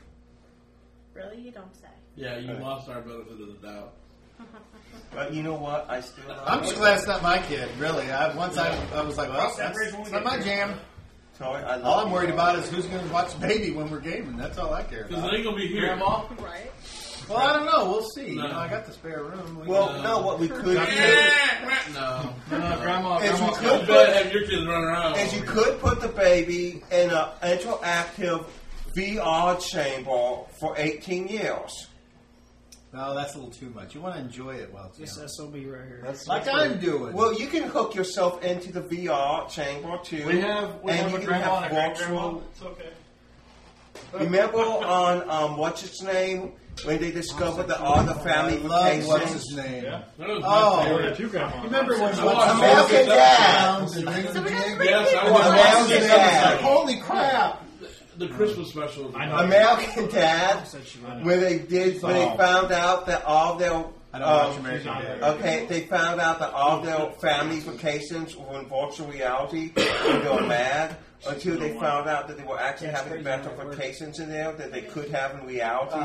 Speaker 7: Really, you don't say.
Speaker 3: Yeah, you
Speaker 1: Right.
Speaker 3: lost our benefit of the doubt.
Speaker 1: But you know what? I still.
Speaker 2: I'm just glad it's not my kid, really. I, once I, I was like, well,
Speaker 5: Cross that
Speaker 2: that's,
Speaker 5: bridge when we
Speaker 2: it's not
Speaker 5: get
Speaker 2: my
Speaker 5: there.
Speaker 2: jam.
Speaker 1: So I I love
Speaker 2: All I'm worried
Speaker 1: you.
Speaker 2: about is who's going to watch the baby when we're gaming. That's all I care
Speaker 3: Because
Speaker 2: about.
Speaker 3: they gonna be here.
Speaker 7: Right?
Speaker 2: Well, I don't know. We'll see. You
Speaker 3: No.
Speaker 2: know, I got the spare room. We
Speaker 1: Well,
Speaker 2: can-
Speaker 1: no. What we could do
Speaker 3: Yeah, no.
Speaker 9: No, grandma,
Speaker 1: is we
Speaker 9: grandma.
Speaker 3: You
Speaker 1: could
Speaker 3: better
Speaker 1: put,
Speaker 3: have your kids run around.
Speaker 1: is you could put the baby in an interactive VR chamber for 18 years.
Speaker 2: no, that's a little too much. You want to enjoy it while it's
Speaker 4: This
Speaker 2: young.
Speaker 4: SOB right here.
Speaker 2: like I'm doing.
Speaker 1: Well, you can hook yourself into the VR chamber too.
Speaker 9: We have we
Speaker 1: and
Speaker 9: have
Speaker 1: you
Speaker 9: a
Speaker 1: can
Speaker 9: grandma and a great grandma.
Speaker 1: virtual-
Speaker 9: It's okay.
Speaker 1: Remember on um, what's its name when they discovered the other
Speaker 2: I
Speaker 1: family
Speaker 2: love what's
Speaker 1: vacations?
Speaker 2: his name.
Speaker 9: Yeah.
Speaker 3: That was
Speaker 2: Oh.
Speaker 3: my favorite.
Speaker 9: two grandmas.
Speaker 2: Remember when what's
Speaker 3: I watched
Speaker 2: his
Speaker 1: American
Speaker 2: name
Speaker 1: Dad.
Speaker 2: was down and
Speaker 7: So we're gonna
Speaker 2: did-
Speaker 7: bring
Speaker 3: Yes, I
Speaker 7: people
Speaker 3: was-
Speaker 7: up.
Speaker 3: I was-
Speaker 2: American
Speaker 1: American
Speaker 2: Dad.
Speaker 1: Dad.
Speaker 2: Like, holy crap!
Speaker 3: The Christmas special. is-
Speaker 9: I know.
Speaker 1: American Dad, when they did when they
Speaker 2: Oh.
Speaker 1: found out that all their
Speaker 2: I don't watch
Speaker 9: Oh,
Speaker 1: um,
Speaker 2: American Dad.
Speaker 1: Okay, they found out that all their family vacations were in virtual reality and they were mad until they found out that they were actually having better vacations in there that they could have in reality.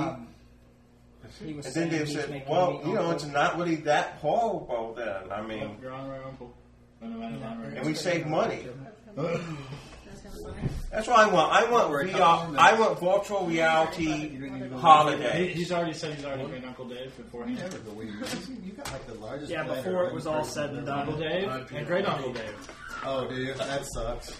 Speaker 4: He was
Speaker 1: and then they
Speaker 4: saying he's
Speaker 1: said,
Speaker 4: Um, making
Speaker 1: well,
Speaker 4: me
Speaker 1: you know,
Speaker 4: uncle.
Speaker 1: it's not really that horrible then. I mean,
Speaker 9: You're on right, Uncle. No, no, no, no, no,
Speaker 1: and we save money.
Speaker 7: That's gonna suck.
Speaker 1: That's what I want. I want
Speaker 2: We're a couple
Speaker 1: VR,
Speaker 2: minutes.
Speaker 1: I want virtual reality
Speaker 2: You're gonna go-
Speaker 9: no. He,
Speaker 1: holiday.
Speaker 9: he's already said he's already been Uncle Dave beforehand.
Speaker 2: Never believe it. You got like the largest.
Speaker 4: Yeah,
Speaker 2: bladder
Speaker 4: before it
Speaker 2: of
Speaker 4: was
Speaker 2: any
Speaker 4: all
Speaker 2: person I've
Speaker 4: said and
Speaker 2: ever
Speaker 4: done.
Speaker 9: Uncle Dave and Uh, great Uncle Dave.
Speaker 2: met. Oh, dude, that sucks.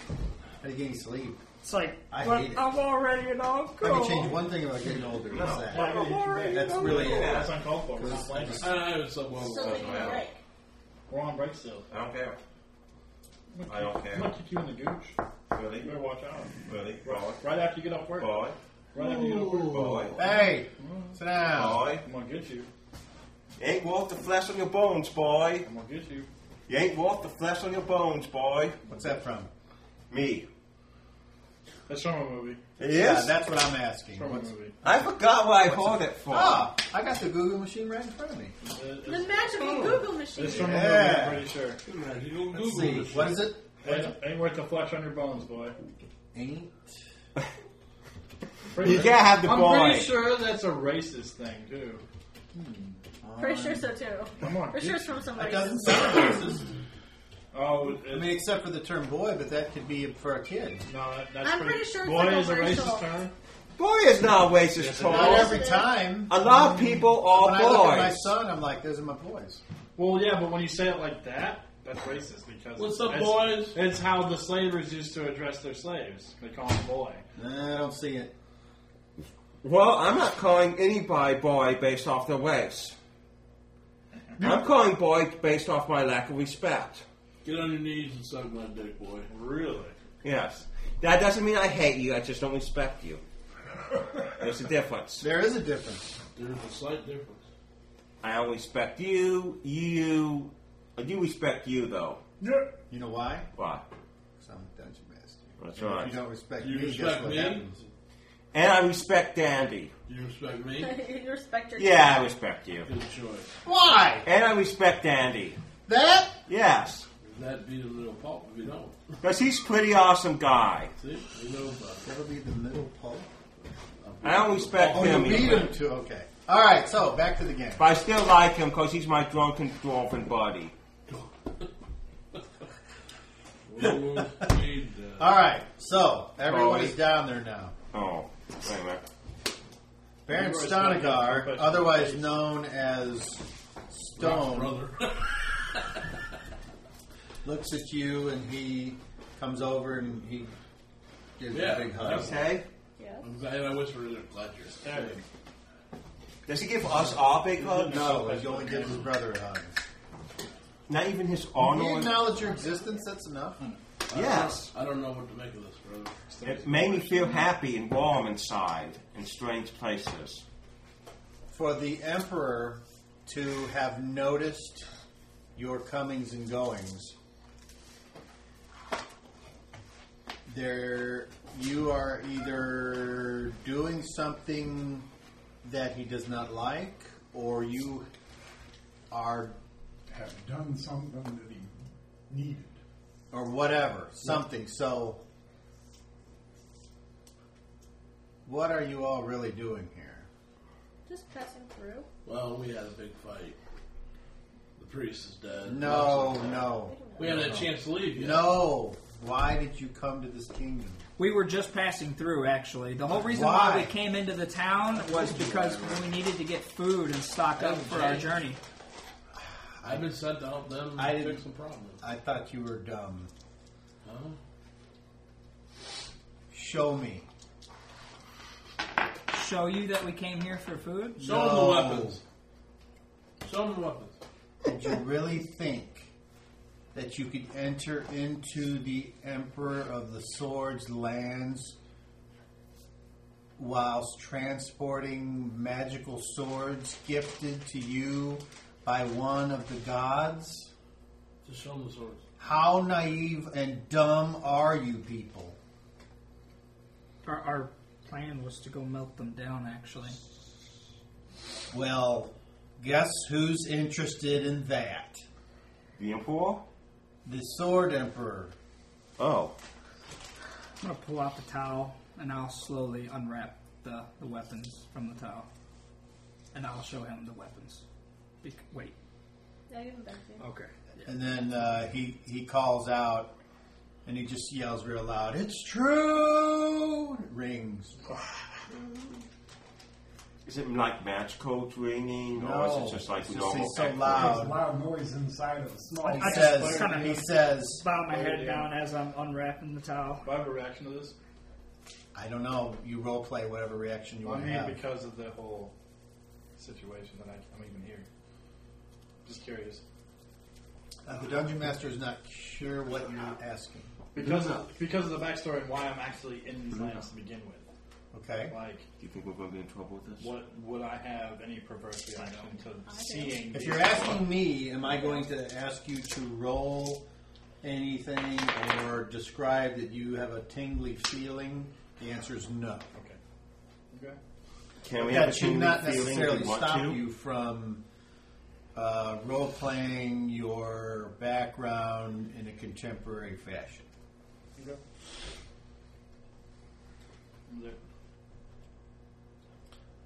Speaker 2: How you getting sleep?
Speaker 4: It's like,
Speaker 2: I
Speaker 4: but
Speaker 2: hate it.
Speaker 4: I'm already an uncle.
Speaker 2: I can change one thing about getting older. That's that.
Speaker 4: I'm already
Speaker 2: That's
Speaker 4: an
Speaker 2: really
Speaker 4: uncle.
Speaker 2: it.
Speaker 9: That's uncalled for. We're not playing.
Speaker 3: I don't have it so well.
Speaker 7: So they need a break.
Speaker 9: We're on break still.
Speaker 1: I don't care.
Speaker 9: I'm gonna
Speaker 1: I don't
Speaker 9: kick-
Speaker 1: care.
Speaker 9: I'm gonna kick you in the gooch.
Speaker 1: Really?
Speaker 9: You better watch out.
Speaker 1: Really? Boy?
Speaker 9: Right after you get off work.
Speaker 1: Boy?
Speaker 9: Right after you get off work.
Speaker 1: Boy?
Speaker 2: Hey, sit down.
Speaker 1: Boy?
Speaker 9: I'm gonna get you.
Speaker 1: Ain't worth the flesh on your bones, boy.
Speaker 9: I'm gonna get you.
Speaker 1: You ain't worth the flesh on your bones, boy.
Speaker 2: What's that from?
Speaker 1: Me.
Speaker 9: That's from a movie.
Speaker 1: It
Speaker 2: Yeah,
Speaker 1: is?
Speaker 2: that's what I'm asking.
Speaker 9: It's from a
Speaker 2: What's-
Speaker 9: movie.
Speaker 1: I forgot what I heard it for.
Speaker 2: Ah, I got the Google machine right in front of me.
Speaker 9: It-
Speaker 7: The
Speaker 9: Uh, It's,
Speaker 7: magical Google
Speaker 9: it's
Speaker 7: machine.
Speaker 9: from a movie.
Speaker 2: Yeah.
Speaker 9: I'm pretty sure.
Speaker 3: You gonna
Speaker 2: Let's
Speaker 3: Google
Speaker 2: see.
Speaker 3: this
Speaker 2: What
Speaker 3: shit.
Speaker 2: is it?
Speaker 9: Ain't, ain't worth the flesh on your bones, boy.
Speaker 2: Ain't.
Speaker 9: Pretty
Speaker 1: You gotta have the
Speaker 9: I'm
Speaker 1: boy.
Speaker 9: pretty sure that's a racist thing too.
Speaker 7: Pretty sure so too.
Speaker 9: Come on.
Speaker 7: Pretty sure it's from
Speaker 2: That
Speaker 7: somebody.
Speaker 2: doesn't sound racist.
Speaker 9: Oh,
Speaker 2: I
Speaker 9: it,
Speaker 2: mean, except for the term boy, but that could be for a kid.
Speaker 9: no, that, that's
Speaker 7: I'm
Speaker 9: pretty,
Speaker 7: pretty sure it's
Speaker 9: boy
Speaker 7: like a
Speaker 9: is a
Speaker 7: racial-
Speaker 9: racist term.
Speaker 1: Boy is not racist,
Speaker 2: Not
Speaker 1: Carl.
Speaker 2: every time.
Speaker 1: A lot of people
Speaker 2: When
Speaker 1: are
Speaker 2: I look at my
Speaker 1: Oh, boys.
Speaker 2: son, I'm like, those are my boys.
Speaker 9: Well, yeah, but when you say it like that, that's racist because
Speaker 3: What's up,
Speaker 9: it's,
Speaker 3: boys?
Speaker 9: It's how the slavers used to address their slaves. They call them boy.
Speaker 2: Nah, I don't see it.
Speaker 1: Well, I'm not calling anybody boy based off their race. I'm calling boy based off my lack of respect.
Speaker 3: Get on your knees and suck my dick, boy.
Speaker 9: Really?
Speaker 1: Yes. That doesn't mean I hate you, I just don't respect you. There's a difference.
Speaker 2: There is a difference.
Speaker 3: There's a slight difference.
Speaker 1: I don't respect you, you. I do respect you, though.
Speaker 2: You know why?
Speaker 1: Why?
Speaker 2: Because I'm a dungeon master.
Speaker 1: That's
Speaker 2: If
Speaker 1: right.
Speaker 2: you don't respect
Speaker 3: You
Speaker 2: me, guess
Speaker 3: respect
Speaker 2: what
Speaker 3: me?
Speaker 2: happens?
Speaker 1: And I respect Dandy.
Speaker 3: You respect me?
Speaker 7: you respect your
Speaker 1: Yeah, I respect you.
Speaker 3: Good choice.
Speaker 2: Why?
Speaker 1: And I respect Dandy.
Speaker 2: That?
Speaker 1: Yes.
Speaker 3: That'd be the little pulp if you don't.
Speaker 1: Because he's a pretty awesome guy.
Speaker 3: See? You know about it.
Speaker 2: That'll be the middle pole.
Speaker 1: I don't respect
Speaker 2: Oh, you
Speaker 1: him.
Speaker 2: beat
Speaker 1: either.
Speaker 2: him to. Okay. All right. So back to the game.
Speaker 1: But I still like him because he's my drunken dwarven buddy.
Speaker 3: Well, we, uh,
Speaker 2: All right. So everybody's
Speaker 1: Always.
Speaker 2: down there now.
Speaker 1: Oh, wait a minute.
Speaker 2: Baron
Speaker 9: Leroy's gonna get a
Speaker 2: Stonigar,
Speaker 9: professional
Speaker 2: otherwise known as Stone,
Speaker 3: brother.
Speaker 2: looks at you and he comes over and he gives
Speaker 3: Yeah,
Speaker 2: you a big hug.
Speaker 3: that's-
Speaker 1: Okay.
Speaker 7: Yeah.
Speaker 3: I'm glad I whispered in her glad you're stabbing.
Speaker 1: Does he give us all big hugs?
Speaker 2: No, he only gives his brother a hug.
Speaker 1: Not even his
Speaker 2: Can you
Speaker 1: honor.
Speaker 2: acknowledge your existence? That's enough.
Speaker 1: Yes.
Speaker 3: I don't know what to make of this, brother.
Speaker 1: It made me feel happy and warm inside in strange places.
Speaker 2: For the Emperor to have noticed your comings and goings, there you are either doing something that he does not like, or you are,
Speaker 5: Have done something that he needed.
Speaker 2: or whatever, something. So, what are you all really doing here?
Speaker 7: Just passing through.
Speaker 3: Well, we had a big fight. The priest is dead.
Speaker 2: No, no,
Speaker 3: We haven't had a chance to leave yet.
Speaker 2: no. Why did you come to this kingdom?
Speaker 4: We were just passing through, actually. The whole reason
Speaker 2: Why?
Speaker 4: why we came into the town was because we needed to get food and stock up for our journey.
Speaker 3: I've been sent to help them
Speaker 2: I didn't-
Speaker 3: fix some problems.
Speaker 2: I thought you were dumb.
Speaker 3: Huh?
Speaker 2: Show me.
Speaker 4: Show you that we came here for food?
Speaker 3: Show them
Speaker 2: No.
Speaker 3: the weapons. Show them the weapons.
Speaker 2: Did you really think that you could enter into the Emperor of the Swords lands whilst transporting magical swords gifted to you by one of the gods?
Speaker 3: Just show them the swords.
Speaker 2: How naive and dumb are you people?
Speaker 4: Our, our plan was to go melt them down, actually.
Speaker 2: Well, guess who's interested in that?
Speaker 1: The Emperor?
Speaker 2: The Sword Emperor.
Speaker 1: Oh.
Speaker 4: I'm going to pull out the towel and I'll slowly unwrap the, the weapons from the towel. And I'll show him the weapons. Bec- wait.
Speaker 7: Yeah, give them back to you.
Speaker 4: Okay. Yeah.
Speaker 2: And then uh, he he calls out, and he just yells real loud, "It's true!" It rings.
Speaker 1: Oh, Is it like magical ringing, or
Speaker 2: No.
Speaker 1: is it just like
Speaker 2: It's just
Speaker 1: normal?
Speaker 2: he's so
Speaker 1: echoing?
Speaker 2: loud.
Speaker 5: There's a loud noise inside of the small.
Speaker 2: He
Speaker 4: I just
Speaker 2: says,
Speaker 4: kinda-
Speaker 2: he says,
Speaker 4: Bow my
Speaker 9: Oh,
Speaker 4: head
Speaker 9: yeah.
Speaker 4: down as I'm unwrapping the towel.
Speaker 9: Do I have a reaction to this?
Speaker 2: "I don't know. You role play whatever reaction you
Speaker 9: I
Speaker 2: want to
Speaker 9: mean,
Speaker 2: have."
Speaker 9: because of the whole situation that I, I'm even here. Just curious.
Speaker 2: Uh, the dungeon master is not sure what you're asking.
Speaker 9: Because of, because of the backstory and why I'm actually in
Speaker 2: Mm-hmm.
Speaker 9: these lands to begin with.
Speaker 2: Okay.
Speaker 9: Like,
Speaker 1: Do you think we're going to be in trouble with this?
Speaker 9: what would I have any perverse reaction to seeing?
Speaker 2: If
Speaker 9: these-
Speaker 2: you're asking me, am I going to ask you to roll anything or describe that you have a tingly feeling? The answer is no.
Speaker 9: Okay. Okay.
Speaker 1: Can we have a
Speaker 2: that should
Speaker 1: tingling
Speaker 2: not
Speaker 1: feeling?
Speaker 2: necessarily
Speaker 1: we want
Speaker 2: stop
Speaker 1: to?
Speaker 2: you from uh, role playing your background in a contemporary fashion.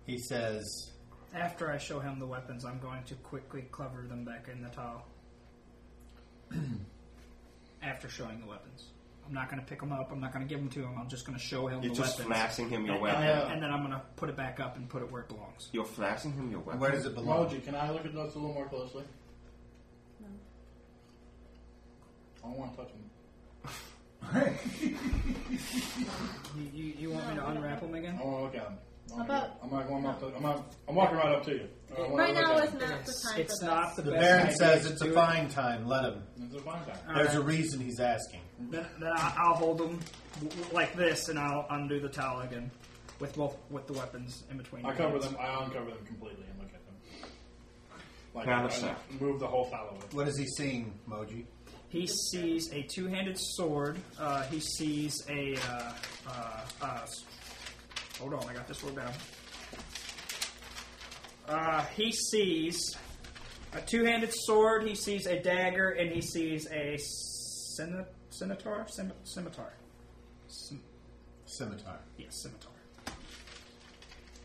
Speaker 2: He says,
Speaker 10: After I show him the weapons, I'm going to quickly cover them back in the towel. After showing the weapons, I'm not going to pick them up. I'm not going to give them to him. I'm just going to show him
Speaker 1: You're
Speaker 10: the
Speaker 1: just
Speaker 10: weapons,
Speaker 1: flashing him your
Speaker 10: and,
Speaker 2: uh,
Speaker 1: weapon.
Speaker 10: then, and then I'm going to put it back up and put it where it belongs.
Speaker 1: You're flashing him your weapon.
Speaker 2: Where does it belong?
Speaker 9: Moji, can I look at those a little more closely? I don't want to touch them.
Speaker 10: You, you, you want me to unwrap them again?
Speaker 9: I want to look at them. I'm,
Speaker 7: About-
Speaker 9: I'm not going up to. I'm not. I'm walking right up to you. I wanna
Speaker 7: Right
Speaker 9: look
Speaker 7: now
Speaker 9: at
Speaker 7: is
Speaker 9: 'em.
Speaker 7: not the
Speaker 10: It's,
Speaker 7: time
Speaker 10: it's
Speaker 7: for
Speaker 10: not the,
Speaker 2: The
Speaker 10: best.
Speaker 2: Baron
Speaker 10: idea
Speaker 2: says
Speaker 10: to
Speaker 2: it's
Speaker 10: do
Speaker 2: a
Speaker 10: it.
Speaker 2: fine time, let him.
Speaker 9: It's a fine time.
Speaker 10: All
Speaker 2: There's
Speaker 10: right.
Speaker 2: a reason he's asking.
Speaker 10: Then, then I- I'll hold them like this, and I'll undo the towel again with both with the weapons in between.
Speaker 9: I
Speaker 10: your
Speaker 9: cover
Speaker 10: hands.
Speaker 9: them. I uncover them completely and look at them. Like
Speaker 1: Now
Speaker 9: I
Speaker 1: that's that.
Speaker 9: move the whole foul away.
Speaker 2: What is he seeing, Moji?
Speaker 10: He sees a two-handed sword. Uh, he sees a. Uh, uh, uh, s- hold on, I got this one down. Uh, he sees a two-handed sword. He sees a dagger, and he sees a scimi- scimitar. Scim- Scimitar. Scim-
Speaker 2: Scimitar.
Speaker 10: yes, scimitar.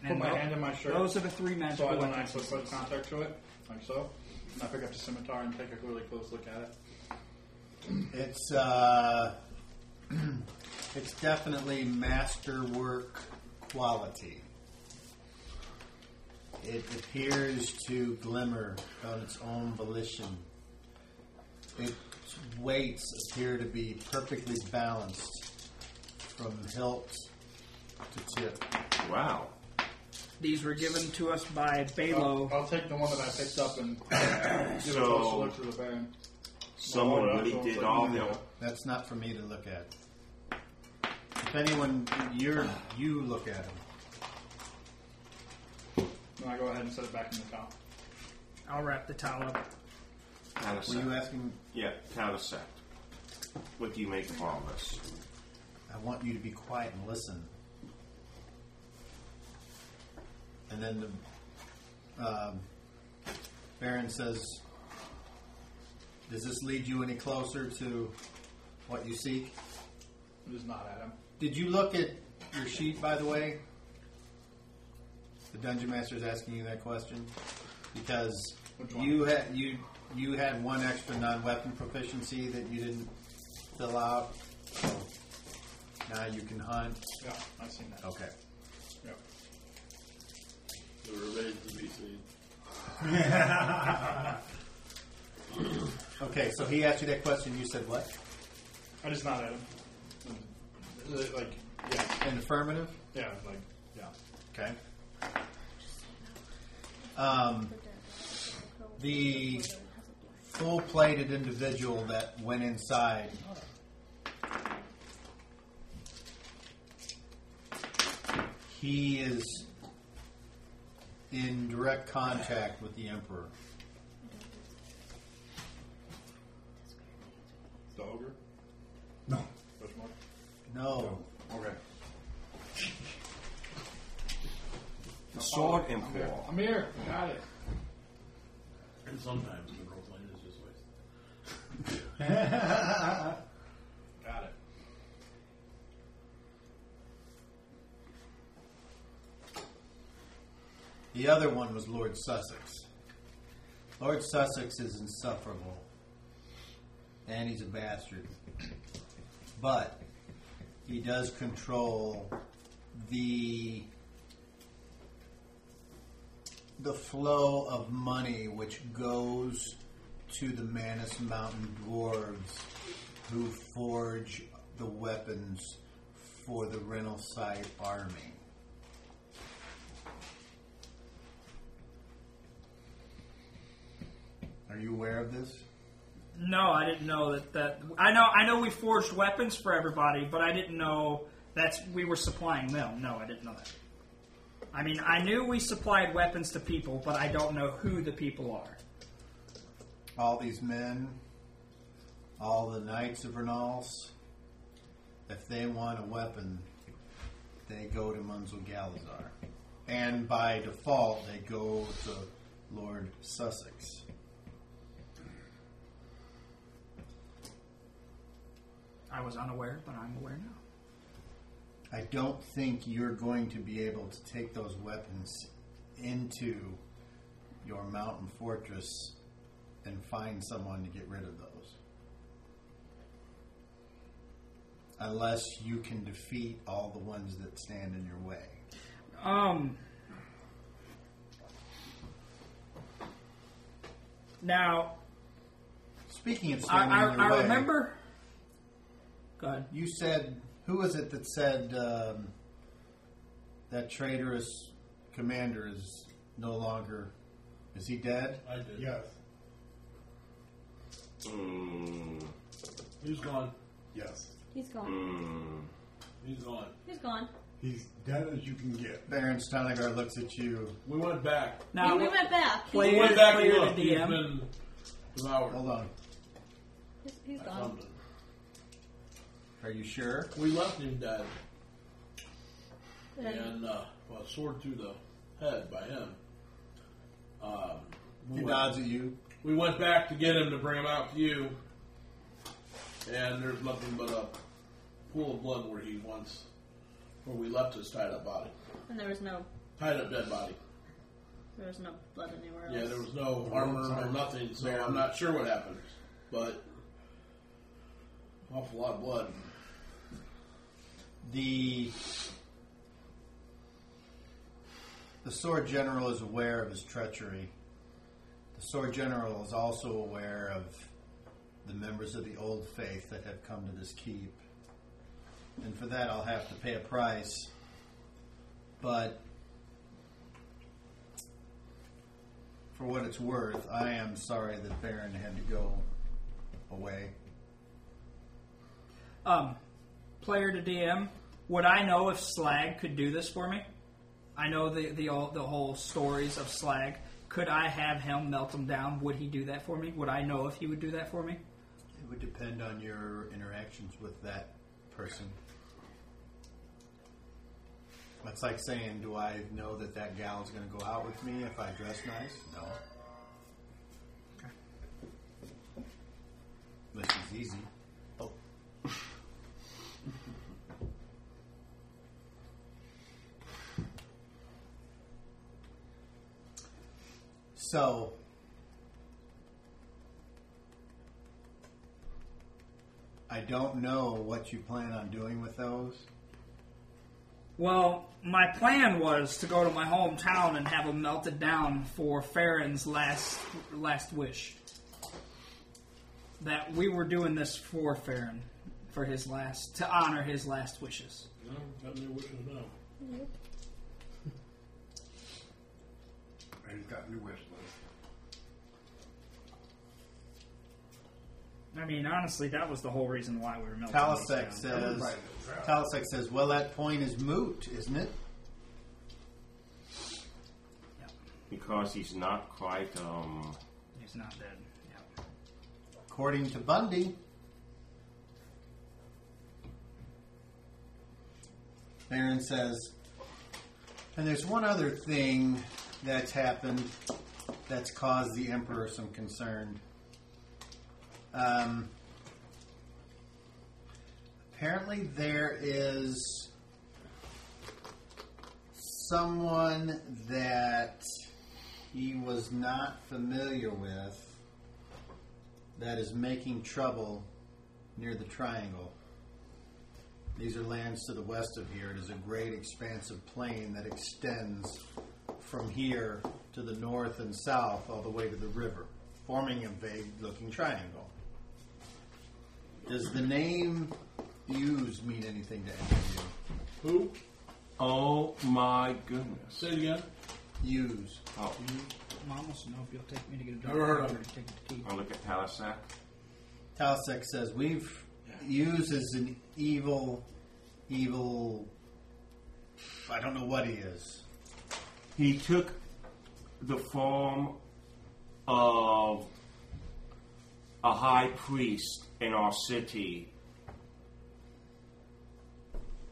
Speaker 9: Put my
Speaker 10: tho-
Speaker 9: hand in my shirt.
Speaker 10: Those are the three magical
Speaker 9: So I don't
Speaker 10: weapons.
Speaker 9: actually put contact to it, like so. And I pick up the scimitar and take a really close look at it.
Speaker 2: It's uh, it's definitely masterwork quality. It appears to glimmer on its own volition. Its weights appear to be perfectly balanced from hilt to tip.
Speaker 1: Wow.
Speaker 10: These were given to us by Balo.
Speaker 9: I'll, I'll take the one that I picked up and give a closer
Speaker 1: So
Speaker 9: look to the baron.
Speaker 1: someone
Speaker 9: Well,
Speaker 1: really
Speaker 9: that's
Speaker 1: did
Speaker 9: what
Speaker 1: all
Speaker 9: I'm
Speaker 1: their
Speaker 9: doing.
Speaker 2: That's not for me to look at. If anyone, you're you look at him.
Speaker 9: And I go ahead and set it back in the top.
Speaker 10: I'll wrap the towel up.
Speaker 2: Were you
Speaker 1: palisade.
Speaker 2: asking?
Speaker 1: Yeah, palisade. What do you make of all this?
Speaker 2: I want you to be quiet and listen. And then the um, Baron says, "Does this lead you any closer to what you seek?"
Speaker 9: I'm just nod at him.
Speaker 2: Did you look at your sheet, by the way? The dungeon master is asking you that question because
Speaker 9: Which one?
Speaker 2: you had you you had one extra non-weapon proficiency that you didn't fill out. So now you can hunt.
Speaker 9: Yeah, I've seen that.
Speaker 2: Okay.
Speaker 9: Yeah.
Speaker 3: They were raised to be seen.
Speaker 2: Okay. So he asked you that question. You said what?
Speaker 9: I just nod at him. And, Like, yeah,
Speaker 2: An affirmative.
Speaker 9: yeah, like, yeah.
Speaker 2: Okay. Um,
Speaker 7: that.
Speaker 2: the full plated individual that went inside. He is in direct contact with the Emperor.
Speaker 9: The ogre?
Speaker 11: No.
Speaker 9: Which one?
Speaker 2: No,
Speaker 9: Okay.
Speaker 1: The sword
Speaker 9: I'm here.
Speaker 1: emperor.
Speaker 9: I'm here. Got it.
Speaker 3: And sometimes the role playing is just wasted.
Speaker 9: Got it.
Speaker 2: the other one was Lord Sussex. Lord Sussex is insufferable, and he's a bastard. But he does control the the flow of money which goes to the Manus Mountain dwarves who forge the weapons for the rental site army. Are you aware of this?
Speaker 10: No, I didn't know that. That I know. I know we forged weapons for everybody, but I didn't know that's we were supplying them. No, I didn't know that. I mean, I knew we supplied weapons to people, but I don't know who the people are.
Speaker 2: all these men, all the knights of Renals, if they want a weapon, they go to Munzel Galazar. And by default, they go to Lord Sussex.
Speaker 10: I was unaware, but I'm aware now.
Speaker 2: I don't think you're going to be able to take those weapons into your mountain fortress and find someone to get rid of those. Unless you can defeat all the ones that stand in your way.
Speaker 10: Um. Now,
Speaker 2: Speaking of
Speaker 10: I,
Speaker 2: standing
Speaker 10: I,
Speaker 2: in your
Speaker 10: I
Speaker 2: way,
Speaker 10: remember. Go ahead.
Speaker 2: you said who was it that said um, that traitorous commander is no longer is he dead?
Speaker 3: I did.
Speaker 5: Yes.
Speaker 1: Mm,
Speaker 3: He's gone.
Speaker 5: Yes.
Speaker 7: He's gone.
Speaker 1: mm.
Speaker 3: He's gone.
Speaker 7: He's gone.
Speaker 5: He's dead as you can get.
Speaker 2: Baron Steinigar looks at you.
Speaker 3: We went back.
Speaker 10: Now,
Speaker 7: we, we went back. He's,
Speaker 10: Play-
Speaker 3: We
Speaker 10: Clear-
Speaker 3: went back and
Speaker 10: clear
Speaker 3: looked.
Speaker 10: the
Speaker 3: He's
Speaker 10: DM.
Speaker 3: been devoured.
Speaker 2: Hold on.
Speaker 7: he's, he's
Speaker 3: I
Speaker 7: gone.
Speaker 3: found him.
Speaker 2: Are you sure?
Speaker 3: We left him dead,
Speaker 7: Then
Speaker 3: and uh, well, sword through the head by him. Um, we
Speaker 2: He
Speaker 3: went-
Speaker 2: nods at you.
Speaker 3: We went back to get him to bring him out to you, and there's nothing but a pool of blood where he once, where we left his tied up body,
Speaker 7: And there was no
Speaker 3: tied up dead body.
Speaker 7: there was no blood anywhere else.
Speaker 3: Yeah, there was no armor or nothing, so I'm not sure what happened, but awful lot of blood.
Speaker 2: The the sword general is aware of his treachery. The sword general is also aware of the members of the old faith that have come to this keep. And for that I'll have to pay a price. But for what it's worth, I am sorry that Baron had to go away.
Speaker 10: um, player to DM, would I know if Slag could do this for me? I know the the all, the whole stories of Slag. Could I have him melt him down? Would he do that for me? Would I know if he would do that for me?
Speaker 2: It would depend on your interactions with that person. That's like saying, do I know that that gal is going to go out with me if I dress nice? No. Unless she's easy. Oh. so, I don't know what you plan on doing with those.
Speaker 10: Well, my plan was to go to my hometown and have him melted down for Farron's last last wish. That we were doing this for Farron, for his last to honor his last wishes.
Speaker 3: No, got me wishes now.
Speaker 5: And he's got new wish list.
Speaker 10: I mean, honestly, that was the whole reason why we were melting. these
Speaker 2: Talisek
Speaker 10: down.
Speaker 2: says.
Speaker 5: Everybody knows that.
Speaker 2: Talisek says, "Well, that point is moot, isn't it?"
Speaker 1: Because he's not quite. Um,
Speaker 10: He's not dead. Yep.
Speaker 2: According to Bundy. Baron says, and there's one other thing that's happened that's caused the Emperor some concern. Um, apparently, there is someone that he was not familiar with that is making trouble near the triangle. These are lands to the west of here. It is a great expanse of plain that extends from here to the north and south all the way to the river, forming a vague looking triangle. Does the name used mean anything to any of
Speaker 3: Who?
Speaker 1: oh my goodness.
Speaker 3: Say it again.
Speaker 2: you? Use.
Speaker 1: Oh,
Speaker 10: I almost know if you'll take me to get a
Speaker 3: Never heard of
Speaker 10: doctor
Speaker 3: it.
Speaker 10: to take the key.
Speaker 1: I'll look at Talisac.
Speaker 2: Talisek says we've used as an evil, evil. I don't know what he is.
Speaker 1: He took the form of a high priest in our city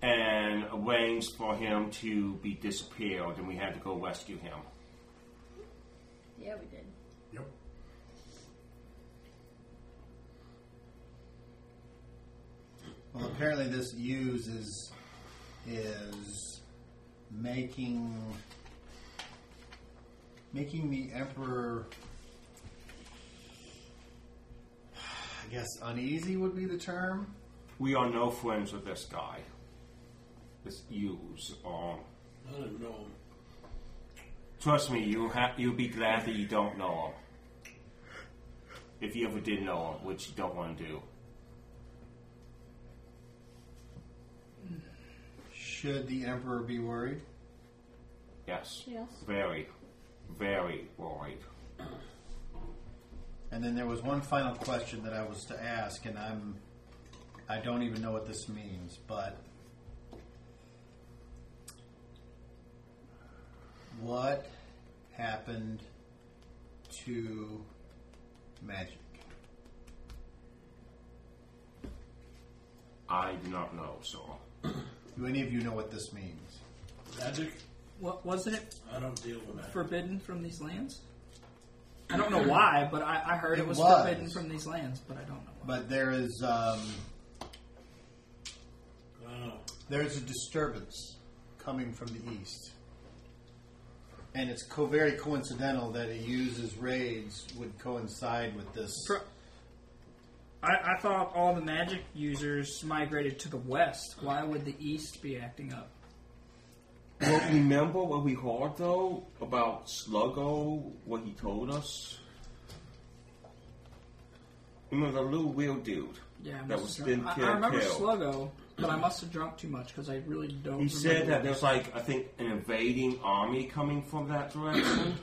Speaker 1: and arranged for him to be disappeared, and we had to go rescue him.
Speaker 7: Yeah, we did.
Speaker 5: Yep.
Speaker 2: Well, apparently this use is is making making the emperor. I guess uneasy would be the term.
Speaker 1: We are no friends with this guy. This use. Um,
Speaker 3: I don't even know him.
Speaker 1: trust me, you ha- you'll be glad that you don't know him. If you ever did know him, which you don't want to do.
Speaker 2: Should the emperor be worried?
Speaker 1: Yes.
Speaker 7: Yes.
Speaker 1: Very, very worried.
Speaker 2: And then there was one final question that I was to ask, and I'm I don't even know what this means, but what happened to magic?
Speaker 1: I do not know, so.
Speaker 2: Do any of you know what this means?
Speaker 3: Magic?
Speaker 10: What wasn't it
Speaker 3: I don't deal with that.
Speaker 10: forbidden from these lands? I don't know why, but I, I heard it,
Speaker 2: It
Speaker 10: was,
Speaker 2: was.
Speaker 10: forbidden from these lands, but I don't know. Why.
Speaker 2: But there is um,
Speaker 3: I don't know.
Speaker 2: there is a disturbance coming from the east, and it's co- very coincidental that it uses raids would coincide with this.
Speaker 10: Pro- I, I thought all the magic users migrated to the west. Why would the east be acting up?
Speaker 1: Well, remember what we heard, though, about Sluggo, what he told us? Remember the little weird dude
Speaker 10: Yeah, I
Speaker 1: that
Speaker 10: must
Speaker 1: was
Speaker 10: have
Speaker 1: been
Speaker 10: drunk- I,
Speaker 1: kill,
Speaker 10: I remember
Speaker 1: kill.
Speaker 10: Sluggo, but I must have drunk too much because I really don't.
Speaker 1: He
Speaker 10: remember
Speaker 1: said that
Speaker 10: what-
Speaker 1: there's like I think an invading army coming from that direction.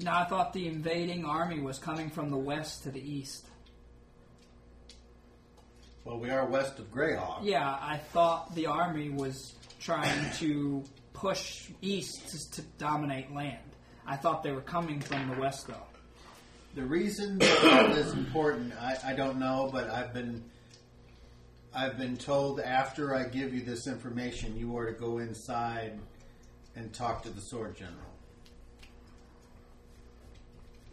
Speaker 10: No, I thought the invading army was coming from the west to the east.
Speaker 2: Well, we are west of Greyhawk.
Speaker 10: Yeah, I thought the army was trying to push east to, to dominate land. I thought they were coming from the west, though.
Speaker 2: The reason that is important, I, I don't know, but I've been I've been told after I give you this information, you are to go inside and talk to the sword general.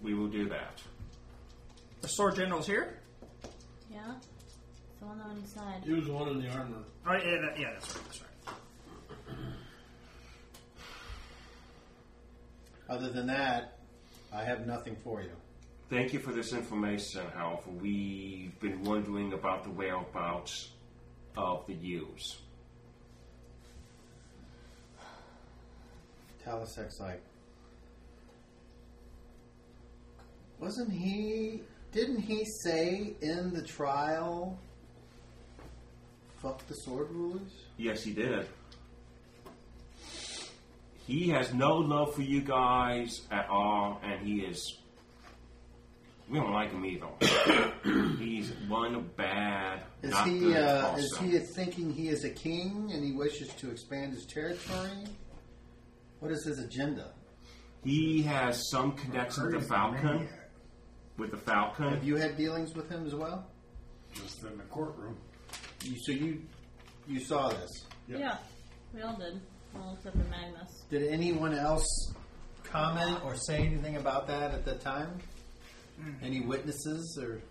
Speaker 1: we will do that.
Speaker 10: The sword general's here.
Speaker 7: Yeah? It's the one on the side.
Speaker 3: He was the one in the armor.
Speaker 10: Oh yeah, that, yeah, that's right. That's right.
Speaker 2: Other than that, I have nothing for you.
Speaker 1: Thank you for this information, however. We've been wondering about the whereabouts of the use.
Speaker 2: Talisek's like, wasn't he? Didn't he say in the trial, "Fuck the sword rulers"?
Speaker 1: Yes, he did. He has no love for you guys at all, and he is. We don't like him either. He's one bad,
Speaker 2: Is
Speaker 1: not
Speaker 2: he
Speaker 1: good
Speaker 2: uh,
Speaker 1: person.
Speaker 2: is he thinking he is a king and he wishes to expand his territory? What is his agenda?
Speaker 1: He has some connection with the Falcon. With the
Speaker 2: Have
Speaker 1: Falcon,
Speaker 2: you had dealings with him as well?
Speaker 5: Just in the courtroom.
Speaker 2: You, so you you saw this.
Speaker 7: Yeah. We all did. Well, except for Magnus.
Speaker 2: Did anyone else comment or say anything about that at the time? Any witnesses or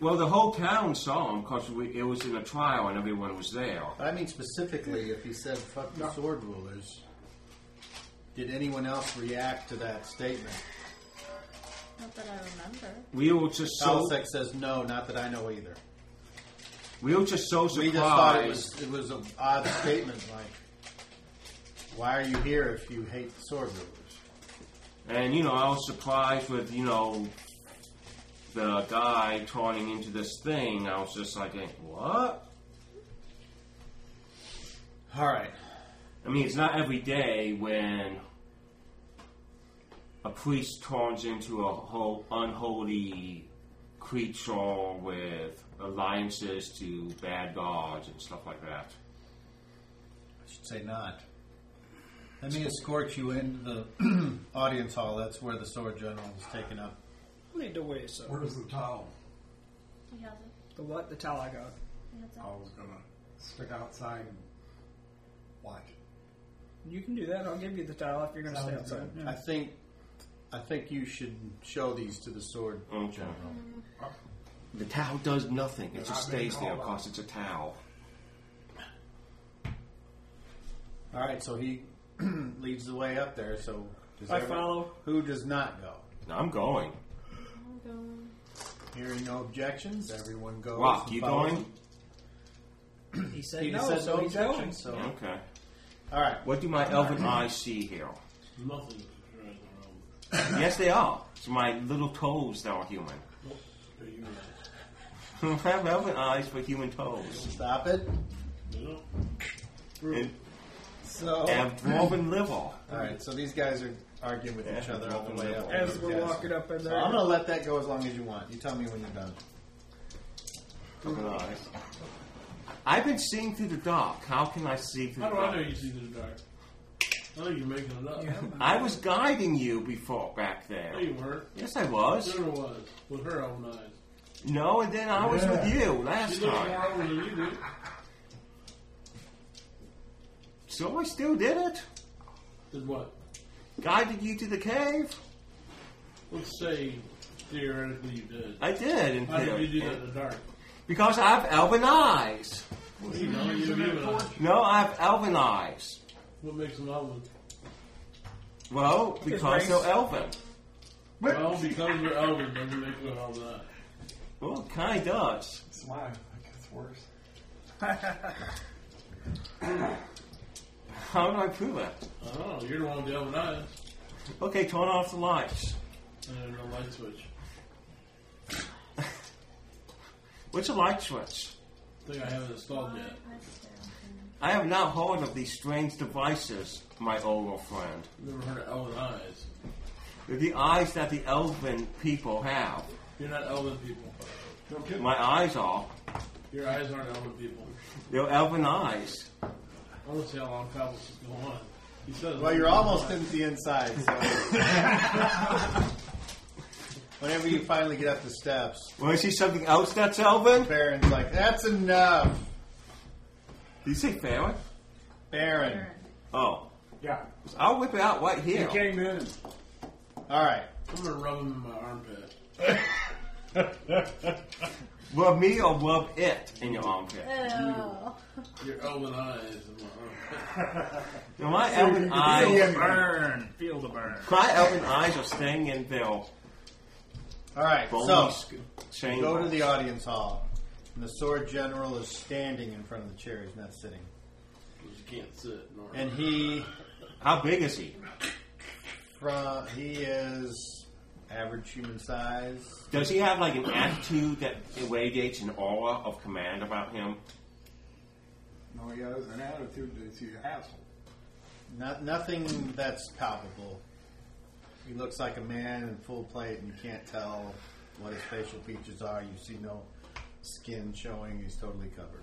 Speaker 1: well, the whole town saw him because it was in a trial and everyone was there.
Speaker 2: I mean specifically if he said fuck the sword rulers. Did anyone else react to that statement?
Speaker 7: Not that I remember.
Speaker 1: We were just so
Speaker 2: Talisek says no, not that I know either.
Speaker 1: we were just so
Speaker 2: We just thought it
Speaker 1: surprised.
Speaker 2: was it was an odd statement. Like, why are you here if you hate the sword rulers?
Speaker 1: And you know, I was surprised with you know the guy turning into this thing. I was just like, eh, what?
Speaker 2: All right.
Speaker 1: I mean, it's not every day when a priest turns into a whole unholy creature with alliances to bad gods and stuff like that.
Speaker 2: I should say not. Let me escort you into the audience hall. That's where the sword general is taken up.
Speaker 10: We need to wait a second.
Speaker 5: Where's the towel?
Speaker 7: He has it.
Speaker 10: The what? The towel I got.
Speaker 7: He has it.
Speaker 5: I was gonna stick outside and watch.
Speaker 10: You can do that. I'll give you the towel if you're going to stay
Speaker 5: Sounds
Speaker 10: outside.
Speaker 5: good.
Speaker 10: Yeah.
Speaker 2: I
Speaker 4: Hmm.
Speaker 2: think, I think you should show these to the sword
Speaker 1: Okay.
Speaker 2: general.
Speaker 1: The towel does nothing. It just
Speaker 5: I've been
Speaker 1: stays there
Speaker 5: called
Speaker 1: because it's a towel.
Speaker 2: All right, so he leads the way up there. So does
Speaker 4: I
Speaker 2: everyone-
Speaker 4: follow.
Speaker 2: Who does not go?
Speaker 1: Now I'm going.
Speaker 2: Hearing no objections, everyone goes.
Speaker 1: Rock,
Speaker 2: and
Speaker 1: you
Speaker 2: follows.
Speaker 1: going?
Speaker 4: He said
Speaker 2: He
Speaker 4: no,
Speaker 2: said
Speaker 4: so
Speaker 2: no
Speaker 4: he's going.
Speaker 2: objections. So
Speaker 1: Okay.
Speaker 2: all right,
Speaker 1: What do my elven eyes see here?
Speaker 3: Nothing compared to
Speaker 1: yes, they are. It's my little toes that are human.
Speaker 3: our own. You
Speaker 1: I have elven eyes for human toes.
Speaker 2: stop it.
Speaker 3: know, you know?
Speaker 1: And,
Speaker 2: So
Speaker 1: and dwarven liver.
Speaker 2: all right, so these guys are arguing with each other all the way up.
Speaker 4: As we're
Speaker 2: Yes.
Speaker 4: walking up in
Speaker 2: So
Speaker 4: there,
Speaker 2: I'm gonna let that go as long as you want. You tell me when you're done.
Speaker 1: Elven eyes. I've been seeing through the dark. How can I see through
Speaker 3: How
Speaker 1: the
Speaker 3: do I know
Speaker 1: dark?
Speaker 3: you see through the dark? I know you're making it up.
Speaker 1: I was guiding you before back
Speaker 3: No,
Speaker 1: there.
Speaker 3: you weren't.
Speaker 1: Yes, I was.
Speaker 3: Sarah was with her own eyes.
Speaker 1: No, and then I was with you
Speaker 3: She
Speaker 1: last
Speaker 3: looks
Speaker 1: time.
Speaker 3: more over than you do.
Speaker 1: So I still did it.
Speaker 3: Did what?
Speaker 1: Guided you to the cave.
Speaker 3: Let's say theoretically you did.
Speaker 1: I did. In
Speaker 3: How did
Speaker 1: theory.
Speaker 3: you do that in the dark?
Speaker 1: Because I have elven eyes.
Speaker 3: You know, you have human eyes.
Speaker 1: No, I have elven eyes.
Speaker 3: What makes an elven?
Speaker 1: Well, because
Speaker 4: race.
Speaker 1: they're elven.
Speaker 3: Well, because they're elven doesn't make you an elven eye.
Speaker 1: Well, it Oh, kind of does.
Speaker 8: Why? It gets worse.
Speaker 1: How do I prove it?
Speaker 3: I don't know. Oh, You're the one with the elven eyes.
Speaker 1: Okay, turn off the lights.
Speaker 3: And then the light switch.
Speaker 1: What's a light switch?
Speaker 3: I think I haven't installed yet.
Speaker 1: I have not heard of these strange devices, my older friend.
Speaker 3: Never heard of elven eyes.
Speaker 1: They're the eyes that the elven people have.
Speaker 3: You're not elven people.
Speaker 1: My eyes are.
Speaker 3: Your eyes aren't elven people.
Speaker 1: They're elven eyes.
Speaker 3: I want to see how long Cobbles is going on. He says,
Speaker 2: Well, you're almost in the inside. So. Whenever you finally get up the steps,
Speaker 1: Want to see something else that's elven?
Speaker 2: Baron's like, "That's enough,
Speaker 1: Did you say Farron?
Speaker 2: Baron."
Speaker 1: Oh.
Speaker 5: Yeah.
Speaker 1: I'll whip it out right
Speaker 5: He
Speaker 1: here.
Speaker 5: came in.
Speaker 2: All right,
Speaker 3: I'm going to rub him in my armpit.
Speaker 1: Rub me or rub it in your armpit.
Speaker 7: Oh.
Speaker 3: Your elven eyes in my armpit.
Speaker 1: Now, my elven eyes,
Speaker 4: feel the burn. Feel the burn.
Speaker 1: my elven eyes are staying in their
Speaker 2: all right.
Speaker 1: bony
Speaker 2: So
Speaker 1: sc- chamber.
Speaker 2: go to the audience hall, and the sword general is standing in front of the chair. He's not sitting,
Speaker 3: 'Cause You can't sit. Nor
Speaker 2: and he
Speaker 1: How big is he?
Speaker 2: from he is average human size.
Speaker 1: Does he have like an attitude that irradiates an aura of command about him?
Speaker 5: No, he has an attitude that you hassle.
Speaker 2: Not nothing that's palpable. He looks like a man in full plate, and you can't tell what his facial features are. You see no skin showing. He's totally covered.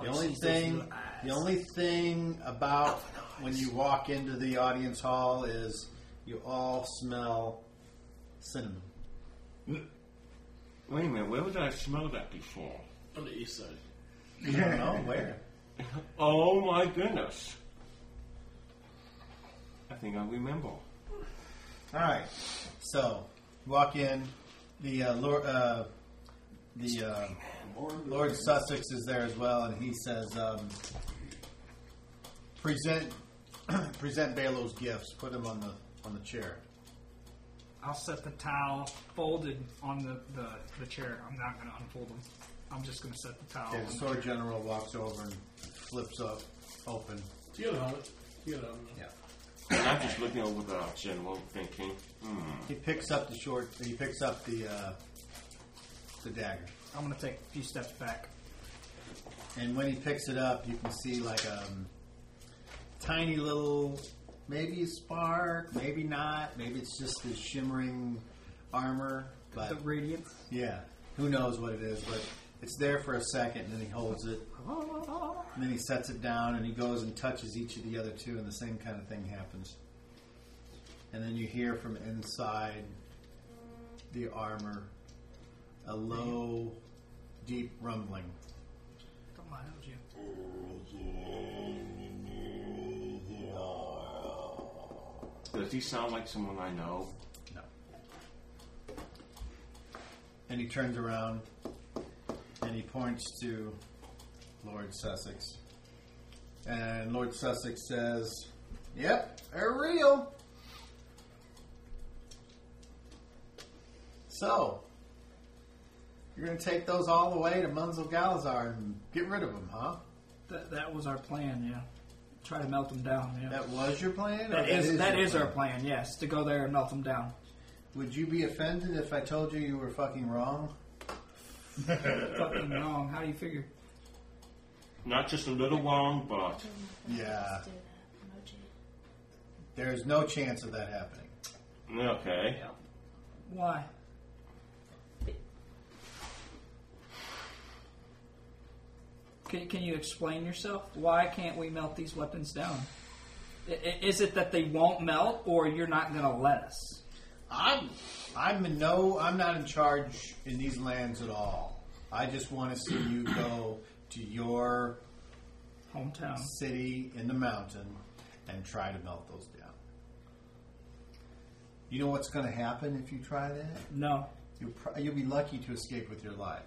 Speaker 2: The only thing, the only thing about when you walk into the audience hall is you all smell cinnamon.
Speaker 1: Wait a minute, where did I smell that before?
Speaker 3: on the east side.
Speaker 2: I don't know where.
Speaker 1: Oh my goodness. I think I remember.
Speaker 2: All right. So, walk in. The uh, Lord, uh, the uh, Lord Sussex is there as well, and he says, um, "Present, present Balow's gifts. Put him on the on the chair."
Speaker 4: I'll set the towel folded on the, the, the chair. I'm not going to unfold them. I'm just going to set the towel.
Speaker 2: And
Speaker 4: on
Speaker 2: the
Speaker 4: the
Speaker 2: Sword General walks over and flips up open.
Speaker 3: You get a helmet. You get a helmet.
Speaker 2: Yeah.
Speaker 1: And I'm just looking over the general thinking, hmm.
Speaker 2: He picks up the short. He picks up the uh, the dagger.
Speaker 4: I'm going to take a few steps back.
Speaker 2: And when he picks it up, you can see like a um, tiny little, maybe a spark, maybe not. Maybe it's just the shimmering armor.
Speaker 4: The
Speaker 2: But
Speaker 4: radiance.
Speaker 2: yeah, who knows what it is? But it's there for a second, and then he holds it, and then he sets it down, and he goes and touches each of the other two, and the same kind of thing happens. And then you hear from inside the armor a low, deep rumbling.
Speaker 4: Don't lie, that was you.
Speaker 1: Does he sound like someone I know?
Speaker 2: No. And he turns around and he points to Lord Sussex. And Lord Sussex says, Yep, they're real. So, you're going to take those all the way to Munzel Galazar and get rid of them, huh?
Speaker 4: That, that was our plan, yeah. Try to melt them down, yeah.
Speaker 2: That was your plan? or
Speaker 4: that is that
Speaker 2: your
Speaker 4: is our plan, yes, to go there and melt them down.
Speaker 2: Would you be offended if I told you you were fucking wrong?
Speaker 4: Fucking wrong. How do you figure?
Speaker 10: Not just a little long, but
Speaker 2: Yeah.
Speaker 7: Let's do that. Emoji.
Speaker 2: There's no chance of that happening.
Speaker 10: okay.
Speaker 4: Why? Can, can you explain yourself? Why can't we melt these weapons down? I- i- Is it that they won't melt, or you're not going to let us?
Speaker 2: I'm I'm in no I'm not in charge in these lands at all. I just want to see you go to your
Speaker 4: Hometown.
Speaker 2: city in the mountain and try to melt those down. You know what's going to happen if you try that?
Speaker 4: No.
Speaker 2: You'll, pr- you'll be lucky to escape with your life.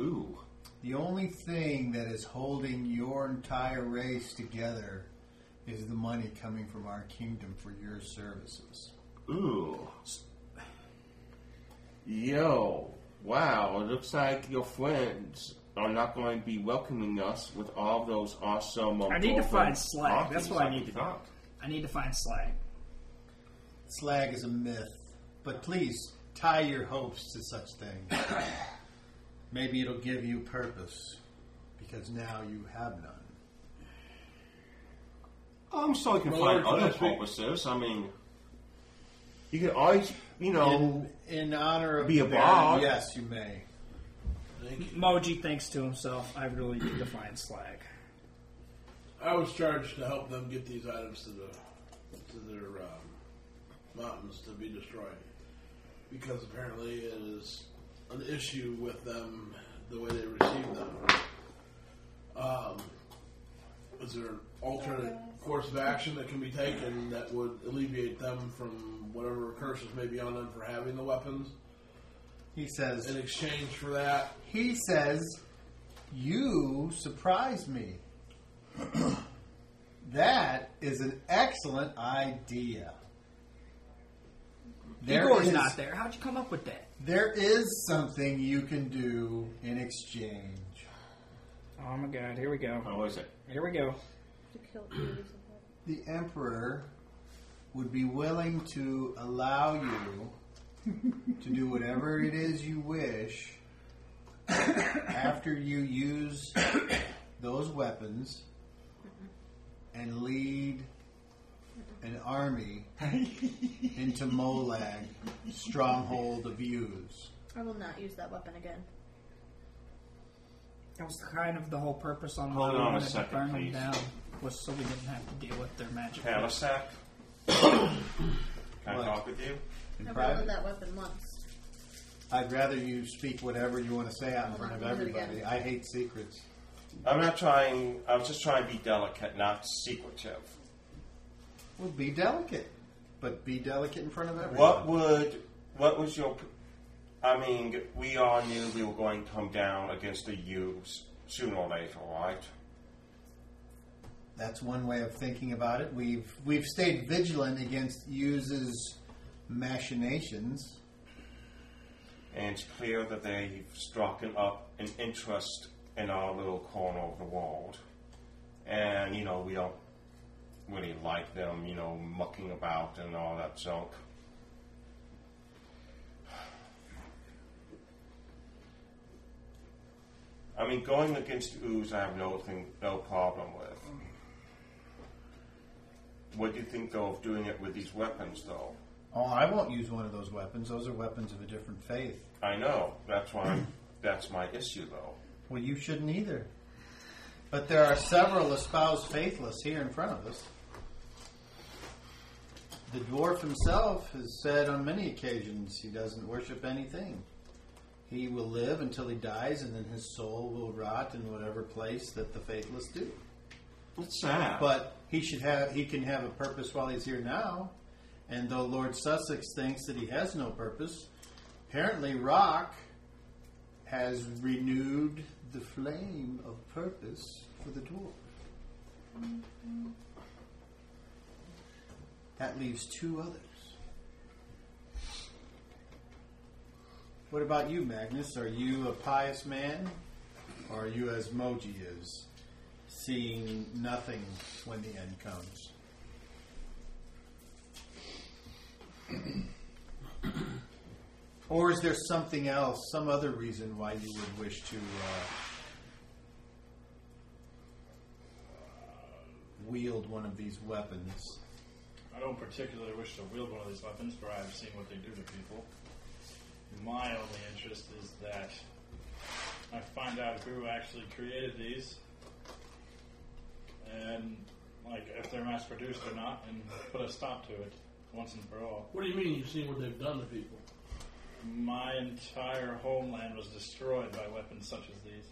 Speaker 10: Ooh.
Speaker 2: The only thing that is holding your entire race together is the money coming from our kingdom for your services.
Speaker 10: Ooh. Yo. Wow. It looks like your friends are not going to be welcoming us with all those awesome. Um,
Speaker 4: I need to
Speaker 10: girlfriend
Speaker 4: find Slack. That's
Speaker 10: options
Speaker 4: what I
Speaker 10: like
Speaker 4: need
Speaker 10: we
Speaker 4: to do.
Speaker 10: thought.
Speaker 4: I need to find Slag.
Speaker 2: Slag is a myth, but please tie your hopes to such things. Maybe it'll give you purpose, because now you have none.
Speaker 10: I'm Oh, sure you can
Speaker 3: Well,
Speaker 10: find
Speaker 3: we're
Speaker 10: other
Speaker 3: connected.
Speaker 10: purposes. I mean, you can always, you know,
Speaker 2: In, in honor of
Speaker 10: Be a
Speaker 2: Baron,
Speaker 10: bard.
Speaker 2: yes, you may.
Speaker 4: Moji thinks to himself, I really need to find Slag.
Speaker 3: I was charged to help them get these items to the to their um, mountains to be destroyed because apparently it is an issue with them the way they receive them. Um, is there an alternate course of action that can be taken that would alleviate them from whatever curses may be on them for having the weapons?
Speaker 2: He says.
Speaker 3: In exchange for that,
Speaker 2: He says, "You surprise me." that is an excellent idea.
Speaker 4: Igor's
Speaker 2: is-
Speaker 4: not there. How'd you come up with that?
Speaker 2: There is something you can do in exchange.
Speaker 4: Oh my god, here we go.
Speaker 10: how is it?
Speaker 4: Here we go.
Speaker 7: You killed me.
Speaker 2: The emperor would be willing to allow you to do whatever it is you wish after you use those weapons and lead an army into Molag, stronghold of Yuz.
Speaker 7: I will not use that weapon again.
Speaker 4: That was kind of the whole purpose on why
Speaker 10: Hold
Speaker 4: we
Speaker 10: on a
Speaker 4: wanted to
Speaker 10: second,
Speaker 4: burn
Speaker 10: please.
Speaker 4: them down was so we didn't have to deal with their magic.
Speaker 10: Palisac. Can I
Speaker 2: What?
Speaker 10: talk with you?
Speaker 2: In
Speaker 7: I've only
Speaker 2: private,
Speaker 7: that weapon once.
Speaker 2: I'd rather you speak whatever you want to say out in front of everybody. I hate secrets.
Speaker 1: I'm not trying. I was just trying to be delicate, not secretive.
Speaker 2: Well, be delicate, but be delicate in front of everyone.
Speaker 1: What would? What was your? I mean, we all knew we were going to come down against the U's sooner or later, right?
Speaker 2: That's one way of thinking about it. We've we've stayed vigilant against uses machinations.
Speaker 1: And it's clear that they've struck an up an interest in our little corner of the world. And you know, we don't really like them, you know, mucking about and all that junk. I mean, going against ooze, I have no thing, no problem with. What do you think though of doing it with these weapons, though?
Speaker 2: Oh, I won't use one of those weapons. Those are weapons of a different faith.
Speaker 1: I know that's why I'm- that's my issue, though.
Speaker 2: Well, you shouldn't either. But there are several espoused faithless here in front of us. The dwarf himself has said on many occasions he doesn't worship anything. He will live until he dies, and then his soul will rot in whatever place that the faithless do.
Speaker 10: What's that?
Speaker 2: But he should have he can have a purpose while he's here now. And though Lord Sussex thinks that he has no purpose, apparently Rock has renewed the flame of purpose for the dwarf. That leaves two others. What about you, Magnus? Are you a pious man? Or are you as Moji is, seeing nothing when the end comes? Or is there something else, some other reason why you would wish to uh, wield one of these weapons?
Speaker 9: I don't particularly wish to wield one of these weapons, but I've seen what they do to people. My only interest is that I find out who actually created these, and like if they're mass produced or not, and put a stop to it once and for all.
Speaker 3: What do you mean you've seen what they've done to people?
Speaker 9: My entire homeland was destroyed by weapons such as these.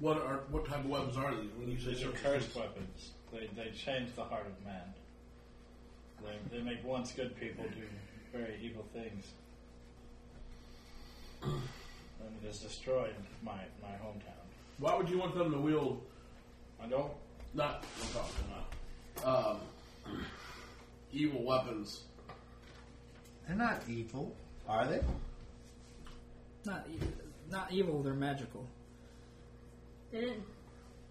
Speaker 3: What are what type of weapons are these? When you say
Speaker 9: These are
Speaker 3: circus-
Speaker 9: cursed weapons. They, they change the heart of man. They, they make once good people do very evil things. And it has destroyed my, my hometown.
Speaker 3: why would you want them to wield
Speaker 9: I don't.
Speaker 3: not I'm talking about um, evil weapons?
Speaker 2: They're not evil, are they?
Speaker 4: Not, e- not evil. They're magical.
Speaker 7: They didn't.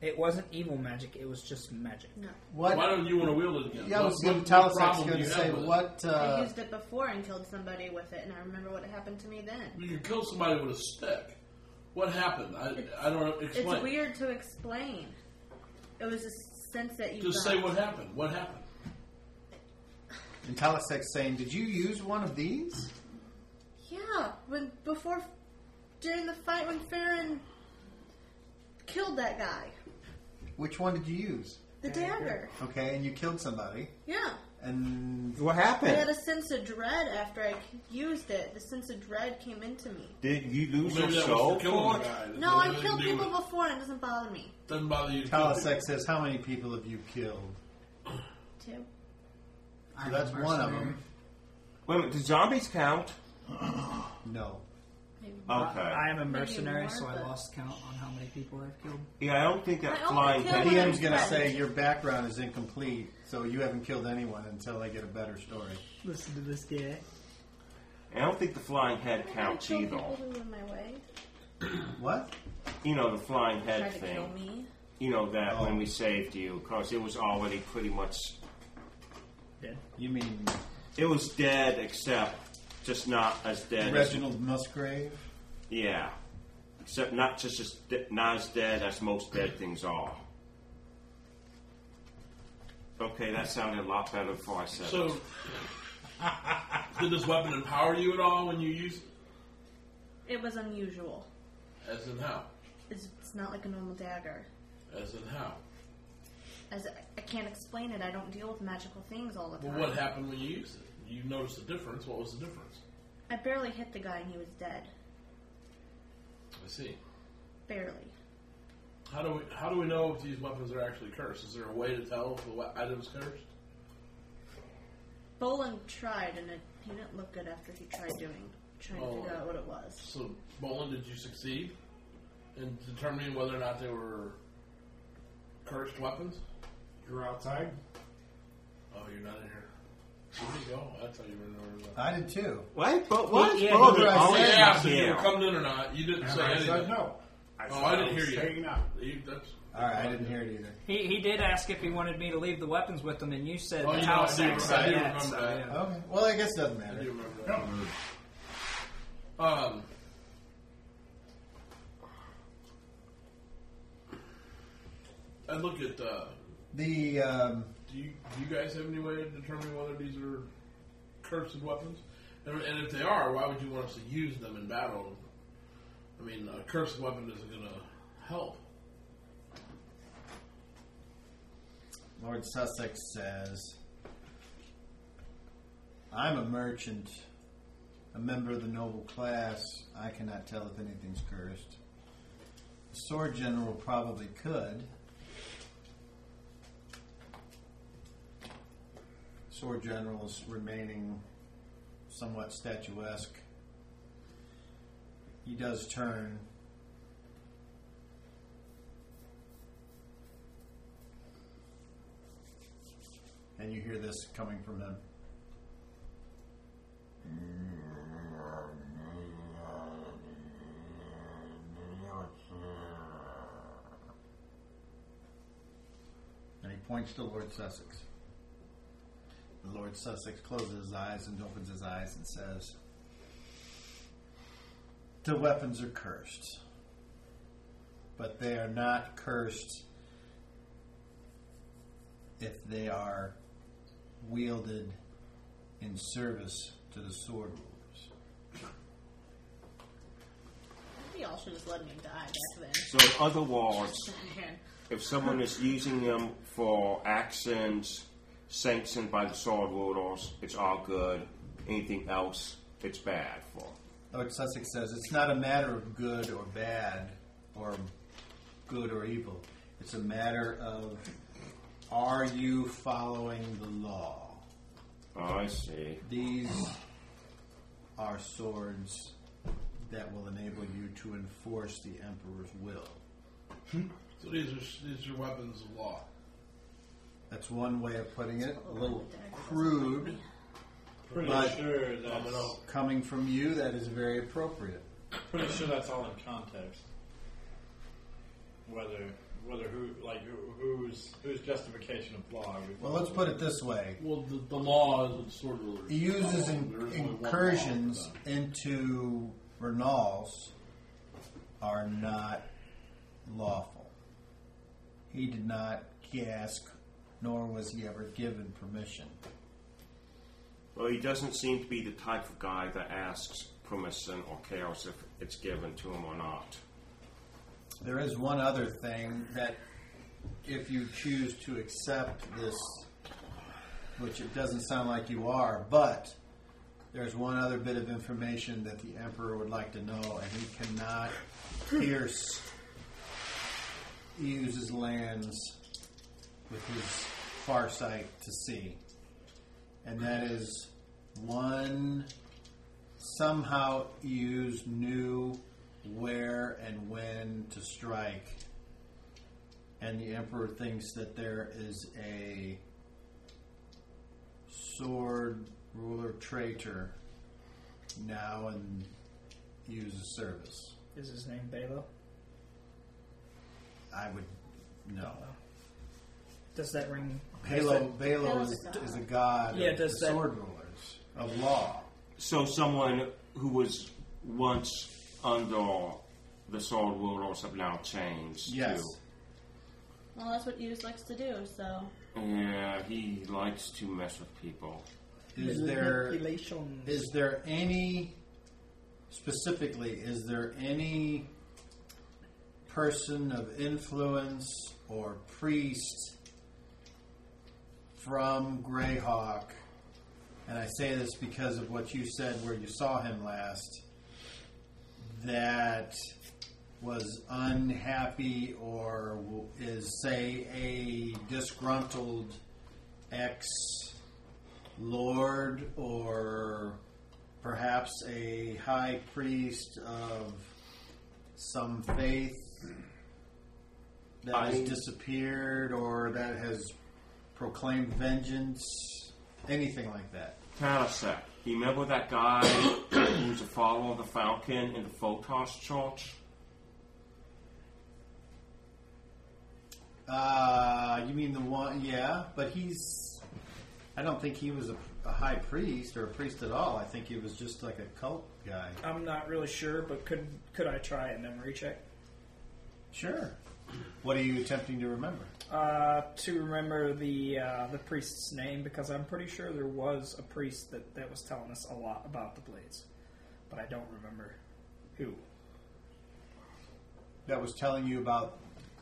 Speaker 4: It wasn't evil magic. It was just magic.
Speaker 7: No.
Speaker 2: What?
Speaker 3: Why don't you want to wield it again?
Speaker 2: yeah, I
Speaker 3: What-
Speaker 2: was going
Speaker 3: what-
Speaker 2: to tell
Speaker 3: what
Speaker 2: us. I was
Speaker 3: problem do
Speaker 2: going
Speaker 3: you
Speaker 2: to
Speaker 3: have
Speaker 2: say
Speaker 3: with it?
Speaker 2: what.
Speaker 7: I
Speaker 2: Uh,
Speaker 7: used it before and killed somebody with it, and I remember what happened to me then.
Speaker 3: You can kill somebody with a stick. What happened? I, I don't
Speaker 7: It's
Speaker 3: explain.
Speaker 7: weird to explain. It was a sense that you
Speaker 3: Just
Speaker 7: got.
Speaker 3: say what happened. What happened?
Speaker 2: Intellisex saying, "Did you use one of these?"
Speaker 7: Yeah, when before during the fight when Farron killed that guy,
Speaker 2: Which one did you use?
Speaker 7: the dagger.
Speaker 2: Okay, and you killed somebody.
Speaker 7: Yeah,
Speaker 2: And
Speaker 1: What
Speaker 7: I had
Speaker 1: happened?
Speaker 7: a sense of dread after I used it. The sense of dread came into me.
Speaker 1: Did you lose
Speaker 3: Maybe
Speaker 1: your
Speaker 3: that
Speaker 1: soul?
Speaker 3: was for killing
Speaker 1: for
Speaker 3: the
Speaker 1: it?
Speaker 3: guy. It
Speaker 7: No, I
Speaker 3: doesn't
Speaker 7: killed
Speaker 3: do
Speaker 7: people
Speaker 3: it.
Speaker 7: before, and it doesn't bother me.
Speaker 3: Doesn't bother you. to kill people.
Speaker 2: Intellisex says, "How many people have you killed?"
Speaker 7: Too.
Speaker 2: So that's one of them.
Speaker 1: Wait a minute, do zombies count?
Speaker 2: No.
Speaker 7: Maybe.
Speaker 1: Okay.
Speaker 4: I am a
Speaker 7: Maybe
Speaker 4: mercenary,
Speaker 7: more,
Speaker 4: so I
Speaker 7: but-
Speaker 4: lost count on how many people I've killed.
Speaker 1: yeah, I don't think that
Speaker 7: I only
Speaker 1: flying
Speaker 7: killed
Speaker 1: thing.
Speaker 7: one.
Speaker 2: DM's going to say your background is incomplete, so you haven't killed anyone until I get a better story.
Speaker 4: Listen to this guy.
Speaker 1: I don't think the flying head counts
Speaker 7: I killed
Speaker 1: either.
Speaker 7: people who were in my way.
Speaker 2: What?
Speaker 1: You know the flying
Speaker 7: Tried
Speaker 1: head
Speaker 7: to
Speaker 1: thing.
Speaker 7: kill me.
Speaker 1: You know that
Speaker 2: Oh.
Speaker 1: when we saved you, because it was already pretty much
Speaker 4: Dead.
Speaker 2: You mean
Speaker 1: it was dead, except just not as dead. as
Speaker 2: Reginald Musgrave?
Speaker 1: Yeah, except not just as de- not as dead as most dead things are. Okay, that sounded a lot better before I said it.
Speaker 3: So, did this weapon empower you at all when you use it?
Speaker 7: It was unusual.
Speaker 3: As in how?
Speaker 7: It's, it's not like a normal dagger.
Speaker 3: As in how?
Speaker 7: As I, I can't explain it. I don't deal with magical things all the
Speaker 3: Well,
Speaker 7: time.
Speaker 3: what happened when you used it? You noticed the difference. What was the difference?
Speaker 7: I barely hit the guy, and he was dead.
Speaker 3: I see.
Speaker 7: Barely.
Speaker 3: How do we how do we know if these weapons are actually cursed? Is there a way to tell if the we- item's cursed?
Speaker 7: Bolin tried, and it, he didn't look good after he tried doing, trying
Speaker 3: Oh.
Speaker 7: to figure out what it was.
Speaker 3: So, Bolin, did you succeed in determining whether or not they were cursed weapons?
Speaker 5: You're outside.
Speaker 3: Oh, you're not in here. Where'd he go? That's how you remember.
Speaker 5: Uh,
Speaker 2: I did too.
Speaker 1: Wait, but what?
Speaker 4: Yeah,
Speaker 1: Oh, they're
Speaker 2: yeah,
Speaker 1: always
Speaker 2: yeah,
Speaker 3: Yeah, so you
Speaker 1: here.
Speaker 3: were coming in or not? You didn't
Speaker 5: And
Speaker 3: say
Speaker 5: I
Speaker 3: anything.
Speaker 5: said no. I
Speaker 3: Oh,
Speaker 5: said
Speaker 3: I didn't
Speaker 5: was
Speaker 3: hear you.
Speaker 5: Staying out.
Speaker 3: You- that's-
Speaker 2: All right, I didn't hear it either.
Speaker 4: He, he did ask if he wanted me to leave the weapons with him, and you said
Speaker 3: Oh, you know, I do
Speaker 4: Intellisex
Speaker 3: remember-
Speaker 4: said
Speaker 3: I do remember
Speaker 4: yes, so,
Speaker 3: that.
Speaker 4: yeah.
Speaker 2: Okay. Well, I guess it doesn't
Speaker 3: I do
Speaker 2: matter.
Speaker 3: remember that. Um, I look at. Uh,
Speaker 2: The um,
Speaker 3: do you do you guys have any way of determining whether these are cursed weapons? And, and if they are, why would you want us to use them in battle? I mean, a cursed weapon isn't going to help.
Speaker 2: Lord Sussex says, "I'm a merchant, a member of the noble class. I cannot tell if anything's cursed. The sword general probably could." Sword general's remaining somewhat statuesque. He does turn. And you hear this coming from him. And he points to Lord Sussex. The Lord Sussex closes his eyes and opens his eyes and says, The weapons are cursed. But they are not cursed if they are wielded in service to the sword rulers.
Speaker 7: Y'all should just let me die back then.
Speaker 1: So, in other words,
Speaker 7: Man.
Speaker 1: if someone is using them for actions sanctioned by the sword rulers, it's all good. Anything else, it's bad for.
Speaker 2: Lord Sussex says, It's not a matter of good or bad or good or evil. It's a matter of are you following the law?
Speaker 1: I see.
Speaker 2: These are swords that will enable you to enforce the Emperor's will.
Speaker 3: So these are these are weapons of law.
Speaker 2: That's one way of putting it. A little crude,
Speaker 9: Pretty
Speaker 2: But-
Speaker 9: sure that's
Speaker 2: coming from you, that is very appropriate.
Speaker 9: pretty sure that's all in context. Whether whether who like who, who's whose justification of law. Are we
Speaker 2: Well, let's put it this way
Speaker 3: Well, the, the law is what sword rulers.
Speaker 2: He uses
Speaker 3: follow.
Speaker 2: in-
Speaker 3: There is only one law for
Speaker 2: incursions
Speaker 3: them.
Speaker 2: into Bernal's are not lawful. He did not ask, nor was he ever given permission.
Speaker 1: Well, he doesn't seem to be the type of guy that asks permission or cares if it's given to him or not.
Speaker 2: There is one other thing that, if you choose to accept this, which it doesn't sound like you are, but there's one other bit of information that the Emperor would like to know, and he cannot pierce. He uses lands with his far sight to see, and that is one somehow used knew where and when to strike. And the Emperor thinks that there is a sword ruler traitor now and uses service.
Speaker 4: Is his name Balo?
Speaker 2: I would no.
Speaker 4: Does that ring?
Speaker 2: Halo Balo
Speaker 7: Balo's
Speaker 2: is,
Speaker 7: a god.
Speaker 2: is a god
Speaker 4: Yeah,
Speaker 2: of
Speaker 4: does
Speaker 2: the
Speaker 4: that-
Speaker 2: sword rulers of law.
Speaker 1: So, someone who was once under the sword rulers have now changed.
Speaker 2: Yes.
Speaker 1: To,
Speaker 7: Well, that's what Hughes likes to do, so.
Speaker 1: yeah, he likes to mess with people.
Speaker 2: Is there Is there any, specifically, is there any person of influence or priest from Greyhawk? And I say this because of what you said where you saw him last, that was unhappy or w- is, say, a disgruntled ex lord or perhaps a high priest of some faith that
Speaker 1: I-
Speaker 2: has disappeared or that has proclaimed vengeance, anything like that.
Speaker 1: Palisade. You remember that guy who was a follower of the Falcon in the Photos Church?
Speaker 2: Uh, you mean the one? Yeah, but he's. I don't think he was a, a high priest or a priest at all. I think he was just like a cult guy.
Speaker 4: I'm not really sure, but could could I try a memory check
Speaker 2: Sure. What are you attempting to remember?
Speaker 4: uh, to remember the uh, the priest's name? Because I'm pretty sure there was a priest that, that was telling us a lot about the blades, but I don't remember who.
Speaker 2: That was telling you about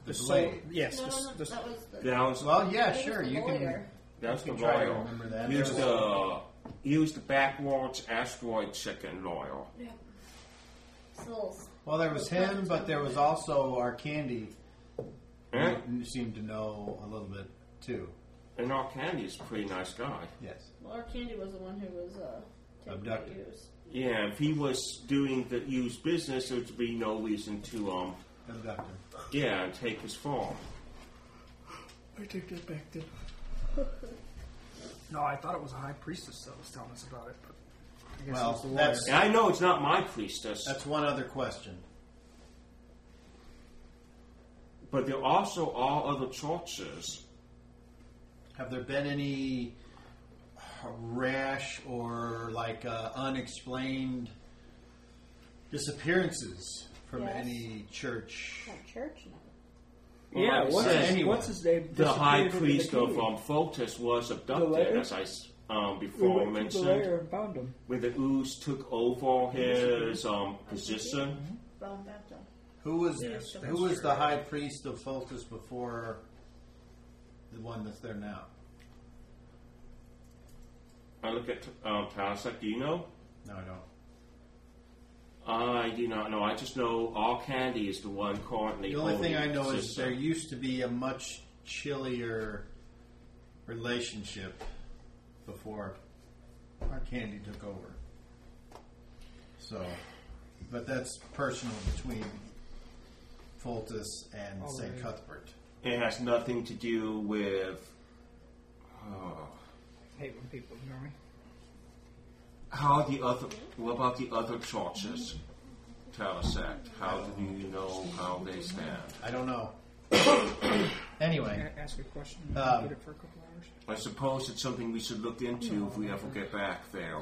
Speaker 2: the,
Speaker 4: soul-
Speaker 2: blade.
Speaker 4: yes,
Speaker 7: No,
Speaker 4: the,
Speaker 7: no, no,
Speaker 4: the-
Speaker 7: that was the.
Speaker 1: That was,
Speaker 2: Well, yeah,
Speaker 7: that was
Speaker 2: sure.
Speaker 7: the
Speaker 2: You can,
Speaker 7: lawyer.
Speaker 1: that's the
Speaker 2: you can try to
Speaker 1: lawyer.
Speaker 2: remember that.
Speaker 1: He was
Speaker 2: There's-
Speaker 1: the, he was the backwards asteroid chicken lawyer.
Speaker 7: Yeah. Souls.
Speaker 2: well, there was him, but there was also our candy.
Speaker 1: Yeah.
Speaker 2: Who seemed to know a little bit too.
Speaker 1: And our candy is a pretty nice guy.
Speaker 2: Yes.
Speaker 7: Laura Candy was the one who was uh,
Speaker 2: Abducted.
Speaker 7: use.
Speaker 1: Yeah, if he was doing the used business, there would be no reason to, um,
Speaker 2: Abducted.
Speaker 1: yeah, take his form.
Speaker 10: I take that back then. no, I thought it was a high priestess that was telling us about it, but I guess
Speaker 2: Well,
Speaker 10: it was the lawyer.
Speaker 2: that's
Speaker 1: And I know it's not my priestess,
Speaker 2: that's one other question.
Speaker 1: but there also are other churches.
Speaker 2: Have there been any rash or like uh, unexplained disappearances from
Speaker 7: Yes.
Speaker 2: any church?
Speaker 7: That church now.
Speaker 10: yeah,
Speaker 1: Like I
Speaker 10: what's,
Speaker 1: said,
Speaker 2: anyway,
Speaker 10: what's his name?
Speaker 1: the high
Speaker 10: disappeared into the
Speaker 1: priest of
Speaker 10: cave.
Speaker 1: um, Photis was
Speaker 10: The
Speaker 1: abducted,
Speaker 10: layer?
Speaker 1: as I s- um,
Speaker 10: We
Speaker 1: before
Speaker 10: went through
Speaker 1: mentioned,
Speaker 10: the layer and found him.
Speaker 1: when the ooze took over his um, position.
Speaker 7: Bone Baptist.
Speaker 2: Who was
Speaker 12: Yes, that's
Speaker 2: who was
Speaker 12: true.
Speaker 2: the high priest of Fultus before the one that's there now?
Speaker 1: I look at um, Tarasek, do you know?
Speaker 2: No, I don't.
Speaker 1: I do not know. I just know all candy is the one currently.
Speaker 2: The only thing I
Speaker 1: holding
Speaker 2: know
Speaker 1: the
Speaker 2: is
Speaker 1: system.
Speaker 2: there used to be a much chillier relationship before our candy took over. So, but that's personal between Fultus and
Speaker 10: Oh,
Speaker 2: St.
Speaker 10: right.
Speaker 2: Cuthbert.
Speaker 1: It has nothing to do with. Oh,
Speaker 10: Hate when people ignore me.
Speaker 1: how the other? What about the other churches? Tarasek, how do you know how they stand?
Speaker 2: I don't know. anyway,
Speaker 10: A- Ask a question. and
Speaker 2: Um,
Speaker 10: get it for a couple hours.
Speaker 1: I suppose it's something we should look into if we ever get back there.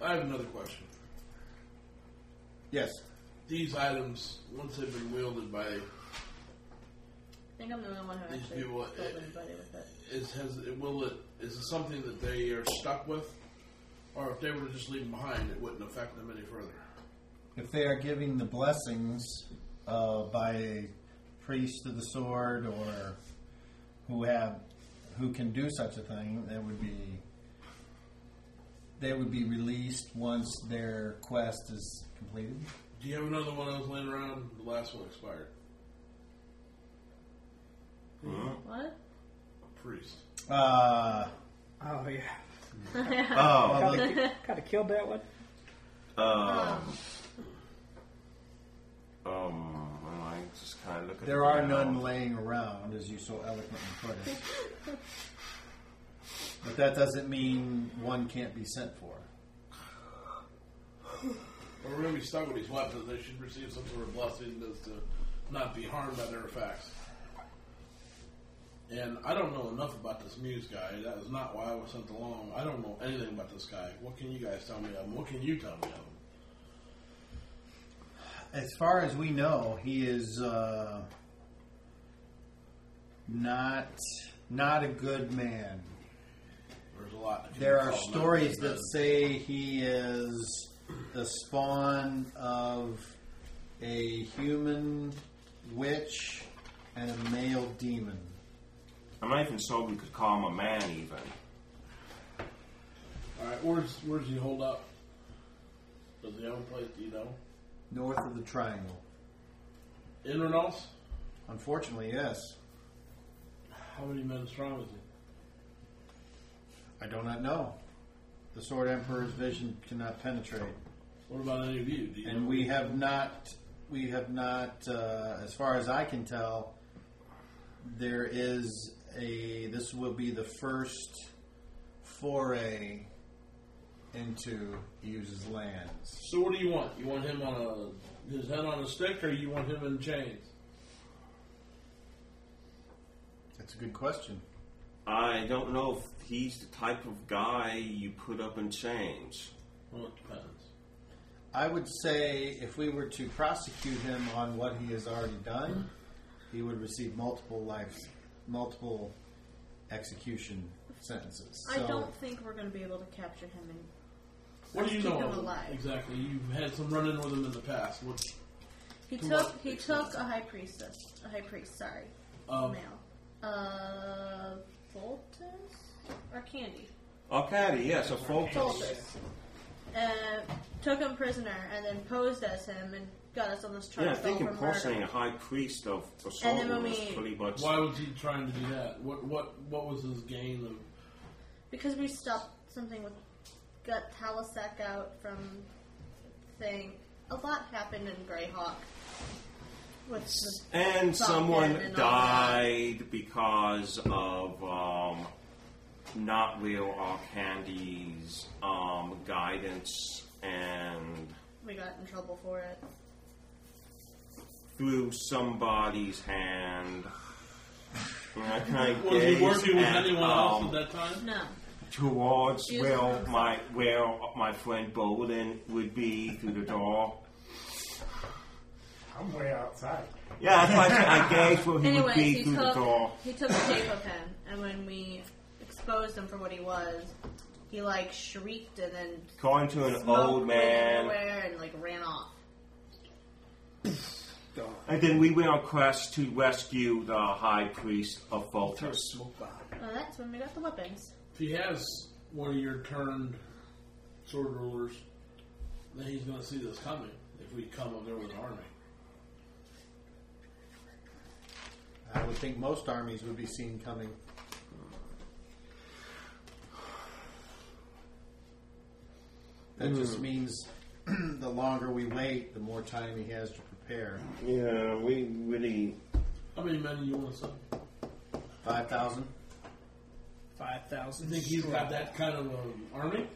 Speaker 3: I have another question.
Speaker 2: yes.
Speaker 3: These items, once they've been wielded by,
Speaker 7: I think I'm the only one who
Speaker 3: These
Speaker 7: actually
Speaker 3: people,
Speaker 7: killed
Speaker 3: uh,
Speaker 7: anybody with it.
Speaker 3: is has it will it is it something that they are stuck with, or if they were to just leave them behind, it wouldn't affect them any further.
Speaker 2: If they are giving the blessings uh, by a priest of the sword or who have who can do such a thing, that would be they would be released once their quest is completed.
Speaker 3: Do you have another one that was laying around? The last one expired.
Speaker 7: What?
Speaker 3: Priest.
Speaker 2: Uh,
Speaker 10: Oh, yeah.
Speaker 1: Oh,
Speaker 2: well, the-
Speaker 10: Gotta kill that one.
Speaker 1: um, um, well, I just kind of look at.
Speaker 2: there
Speaker 1: the
Speaker 2: are
Speaker 1: ground.
Speaker 2: none laying around, as you so eloquently put it. But that doesn't mean one can't be sent for.
Speaker 3: Or we're going to be stuck with these weapons. They should receive some sort of blessing as to not be harmed by their effects. And I don't know enough about this Muse guy. That is not why I was sent along. I don't know anything about this guy. What can you guys tell me of him? What can you tell me of him?
Speaker 2: As far as we know, he is uh, not not a good man.
Speaker 3: There's a lot. that can
Speaker 2: There
Speaker 3: be
Speaker 2: are
Speaker 3: called out.
Speaker 2: stories that say he is the spawn of a human witch and a male demon.
Speaker 1: I'm not even sure we could call him a man, even.
Speaker 3: All right, where's where's he hold up? Does he have a place? Do you know?
Speaker 2: North of the triangle.
Speaker 3: In Reynolds?
Speaker 2: Unfortunately, yes.
Speaker 3: How many men strong is he?
Speaker 2: I do not know. The Sword Emperor's vision cannot penetrate.
Speaker 3: What about any of you? Do you
Speaker 2: And
Speaker 3: know?
Speaker 2: we have not, we have not, uh, as far as I can tell, there is a, this will be the first foray into uses lands.
Speaker 3: So what do you want? You want him on a his head on a stick, or you want him in chains?
Speaker 2: That's a good question.
Speaker 1: I don't know if he's the type of guy you put up in chains.
Speaker 3: Well, it depends.
Speaker 2: I would say if we were to prosecute him on what he has already done, he would receive multiple lives, multiple execution sentences.
Speaker 7: I
Speaker 2: So-
Speaker 7: don't think we're going to be able to capture him. And
Speaker 3: What do you
Speaker 7: Keep
Speaker 3: know
Speaker 7: him
Speaker 3: of him?
Speaker 7: alive.
Speaker 3: Exactly. You've had some run-in with him in the past. What,
Speaker 7: he
Speaker 3: Come
Speaker 7: took
Speaker 3: on.
Speaker 7: he took a high priestess, a high priest. Sorry,
Speaker 3: um,
Speaker 7: male. Uh, Voltus or Candy?
Speaker 1: Okay, Oh, yes, a focus.
Speaker 7: Voltus. Uh, took him prisoner and then posed as him and got us on this trial
Speaker 1: Yeah, I think
Speaker 7: for
Speaker 1: of course
Speaker 7: murder.
Speaker 1: saying a high priest of assault
Speaker 7: And then when
Speaker 1: was
Speaker 7: we-
Speaker 1: pretty much.
Speaker 3: why was he trying to do that? What what what was his gain? Of,
Speaker 7: Because we stopped something with got Talisek out from thing, a lot happened in Greyhawk. With the
Speaker 1: And
Speaker 7: Falcon
Speaker 1: someone
Speaker 7: and all
Speaker 1: died because of um, not real or candy's um, guidance and
Speaker 7: that. We got in trouble for it.
Speaker 1: through somebody's hand. And I kind of
Speaker 3: Was he
Speaker 1: gazed
Speaker 3: working with
Speaker 1: at,
Speaker 3: anyone else
Speaker 1: um,
Speaker 3: at that time?
Speaker 7: No.
Speaker 1: towards
Speaker 7: She was
Speaker 1: where
Speaker 7: from-
Speaker 1: my where my friend Bolden would be through the door.
Speaker 5: I'm way outside.
Speaker 1: Yeah, that's why I gave where he would
Speaker 7: Anyways,
Speaker 1: be
Speaker 7: he
Speaker 1: through the door.
Speaker 7: took, he took the tape of him, and when we exposed him for what he was, he like shrieked and then
Speaker 1: Calling to an
Speaker 7: smoke
Speaker 1: old
Speaker 7: went
Speaker 1: man.
Speaker 7: everywhere and like ran off.
Speaker 1: And then we went on quest to rescue the high priest of
Speaker 4: Throw a
Speaker 1: Voltus.
Speaker 4: smoke bomb.
Speaker 7: Well, that's when we got the weapons.
Speaker 3: If he has one of your turned sword rulers, then he's going to see this coming. If we come up there with an army,
Speaker 2: I would think most armies would be seen coming. That just
Speaker 1: Hmm.
Speaker 2: means the longer we wait, the more time he has to prepare.
Speaker 1: Yeah, we really.
Speaker 3: how many men do you want to send?
Speaker 2: Five thousand.
Speaker 4: Five
Speaker 3: You
Speaker 4: thousand.
Speaker 3: think he's got that kind of an army?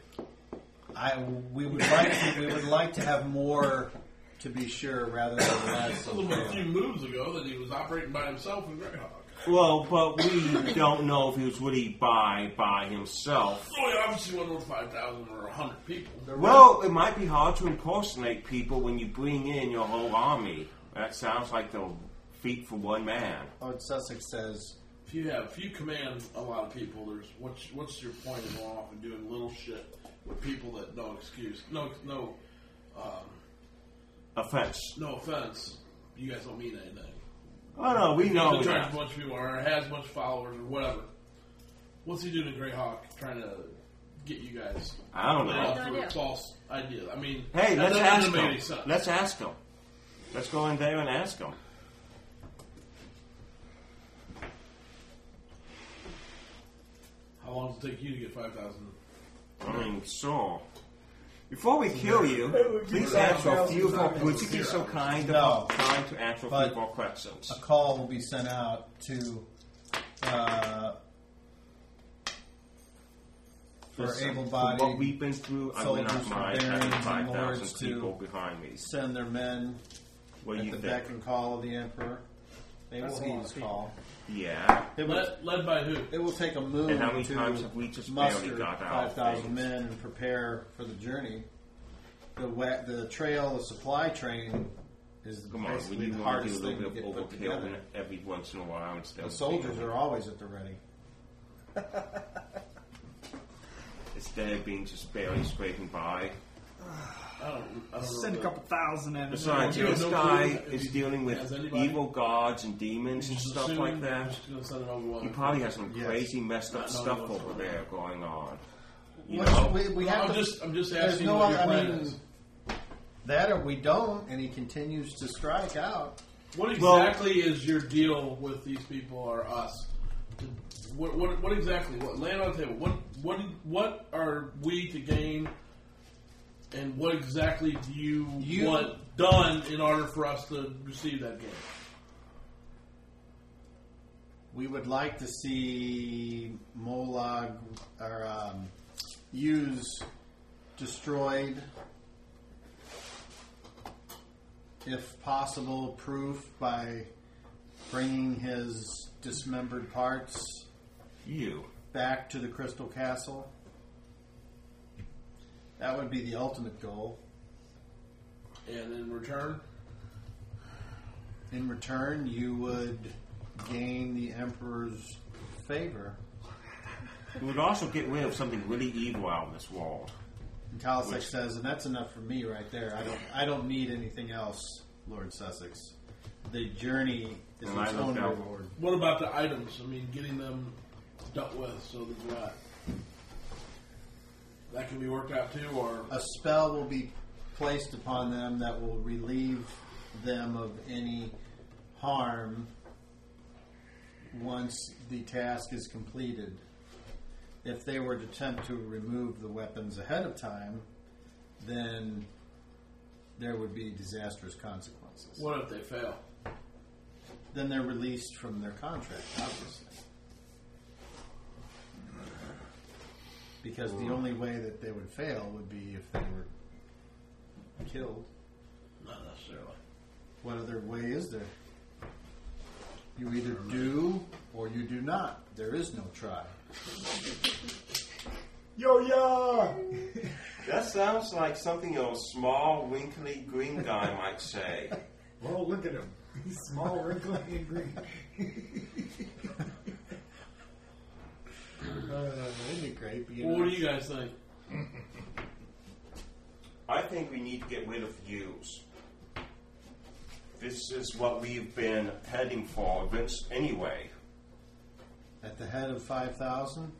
Speaker 2: I we would like to, we would like to have more to be sure rather than
Speaker 3: I
Speaker 2: less.
Speaker 3: told him a few moves ago that he was operating by himself in Greyhawk.
Speaker 1: Well, but we don't know if he was really by by himself.
Speaker 3: Oh, yeah, obviously one with 5,000 or 100 people.
Speaker 1: Well, it might be hard to impersonate people when you bring in your whole army. That sounds like the feat for one man.
Speaker 2: Lord Oh, Sussex says
Speaker 3: If you have, if you command a lot of people, there's what's what's your point in going off and doing little shit with people that no excuse, no no
Speaker 1: Offense.
Speaker 3: no offense, you guys don't mean anything.
Speaker 1: Oh no, we know
Speaker 3: He
Speaker 1: that.
Speaker 3: attracts a bunch of people or has a bunch of followers or whatever. What's he doing in Greyhawk trying to get you guys?
Speaker 1: I don't
Speaker 3: laid
Speaker 1: know.
Speaker 3: off
Speaker 7: No
Speaker 3: for
Speaker 7: idea.
Speaker 3: false idea. I mean,
Speaker 1: Hey,
Speaker 3: that
Speaker 1: let's
Speaker 3: doesn't
Speaker 1: ask
Speaker 3: make any
Speaker 1: him.
Speaker 3: sense.
Speaker 1: Let's ask him. Let's go in there and ask him.
Speaker 3: How long does it take you to get five thousand?
Speaker 1: I mean, so. Before we kill you, please answer a few more. Would you be so kind
Speaker 2: No.
Speaker 1: of trying to answer a
Speaker 2: But-
Speaker 1: few more questions?
Speaker 2: a call will be sent out to uh, for
Speaker 1: Just
Speaker 2: able-bodied
Speaker 1: What we've been through, I would
Speaker 2: soldiers
Speaker 1: not
Speaker 2: from
Speaker 1: mind having
Speaker 2: Barons and
Speaker 1: 5,000
Speaker 2: lords to-
Speaker 1: people behind me.
Speaker 2: send their men
Speaker 1: What do
Speaker 2: at
Speaker 1: you
Speaker 2: the
Speaker 1: think?
Speaker 2: beck and call of the emperor. They
Speaker 4: That's
Speaker 2: will
Speaker 4: a lot
Speaker 2: heed
Speaker 4: of
Speaker 2: his
Speaker 4: people.
Speaker 2: call.
Speaker 1: Yeah.
Speaker 2: It will,
Speaker 3: Led, led by who?
Speaker 2: it will take a moon
Speaker 1: And how many
Speaker 2: to
Speaker 1: times have we just barely
Speaker 2: muster
Speaker 1: got out
Speaker 2: five thousand
Speaker 1: things?
Speaker 2: men and prepare for the journey. The wa- the trail, the supply train, is
Speaker 1: Come on, we
Speaker 2: basically
Speaker 1: need
Speaker 2: the
Speaker 1: to do a
Speaker 2: hardest thing
Speaker 1: little
Speaker 2: to
Speaker 1: bit
Speaker 2: get
Speaker 1: of
Speaker 2: put
Speaker 1: overkill
Speaker 2: together.
Speaker 1: in every once in a while instead
Speaker 2: The
Speaker 1: of
Speaker 2: soldiers
Speaker 1: being,
Speaker 2: are always at the ready.
Speaker 1: instead of being just barely scraping by.
Speaker 3: I don't. I don't know
Speaker 4: Send a
Speaker 3: the-
Speaker 4: couple thousand in. and
Speaker 1: Besides,
Speaker 3: you have
Speaker 1: this
Speaker 3: no
Speaker 1: guy
Speaker 3: clue if
Speaker 1: is
Speaker 3: he-
Speaker 1: dealing
Speaker 3: has
Speaker 1: with
Speaker 3: anybody-
Speaker 1: evil gods and demons and
Speaker 3: Just
Speaker 1: stuff
Speaker 3: assume
Speaker 1: like that.
Speaker 3: just gonna send it over one.
Speaker 1: You probably have some
Speaker 2: Yes.
Speaker 1: crazy messed up
Speaker 3: Not knowing
Speaker 1: stuff
Speaker 3: what's
Speaker 1: over
Speaker 3: going
Speaker 1: there going on. You
Speaker 2: Which
Speaker 1: know?
Speaker 2: we, we
Speaker 3: No,
Speaker 2: have
Speaker 3: I'm
Speaker 2: to-
Speaker 3: just, I'm just
Speaker 2: there's
Speaker 3: asking
Speaker 2: no
Speaker 3: what
Speaker 2: other-
Speaker 3: your
Speaker 2: I
Speaker 3: plan
Speaker 2: mean-
Speaker 3: is.
Speaker 2: That or we don't, and he continues to strike out.
Speaker 3: What
Speaker 1: Well-
Speaker 3: exactly is your deal with these people or us? To- What, what, what exactly? What land on the table? What, what, what are we to gain? And what exactly do you,
Speaker 2: You-
Speaker 3: want done in order for us to receive that game?
Speaker 2: We would like to see Molag or um, use destroyed, if possible, proof by bringing his dismembered parts
Speaker 1: You.
Speaker 2: back to the Crystal Castle. That would be the ultimate goal.
Speaker 3: And in return,
Speaker 2: In return, you would gain the Emperor's favor.
Speaker 1: It would also get rid of something really evil out of this world.
Speaker 2: And Talisek says, and that's enough for me right there. I don't, I don't need anything else, Lord Sussex. The journey is
Speaker 1: And I
Speaker 2: its own
Speaker 1: looked out.
Speaker 2: reward.
Speaker 3: what about the items? I mean, getting them dealt with so that you're not. That can be worked out too, or
Speaker 2: A spell will be placed upon them that will relieve them of any harm once the task is completed. if they were to attempt to remove the weapons ahead of time, then there would be disastrous consequences.
Speaker 3: What if they fail?
Speaker 2: Then they're released from their contract, obviously. Because
Speaker 3: Hmm.
Speaker 2: the only way that they would fail would be if they were killed.
Speaker 3: Not necessarily.
Speaker 2: What other way is there? You either do or you do not. There is no try.
Speaker 10: Yo, yo!
Speaker 1: That sounds like something your small, winkly green guy might say.
Speaker 5: Oh, look at him. He's small, wrinkly, and green.
Speaker 2: Uh, that'd be great. But you
Speaker 3: Well, what
Speaker 2: know,
Speaker 3: do you guys think?
Speaker 1: I think we need to get rid of use. This is what we've been heading for events anyway.
Speaker 2: at the head of five thousand,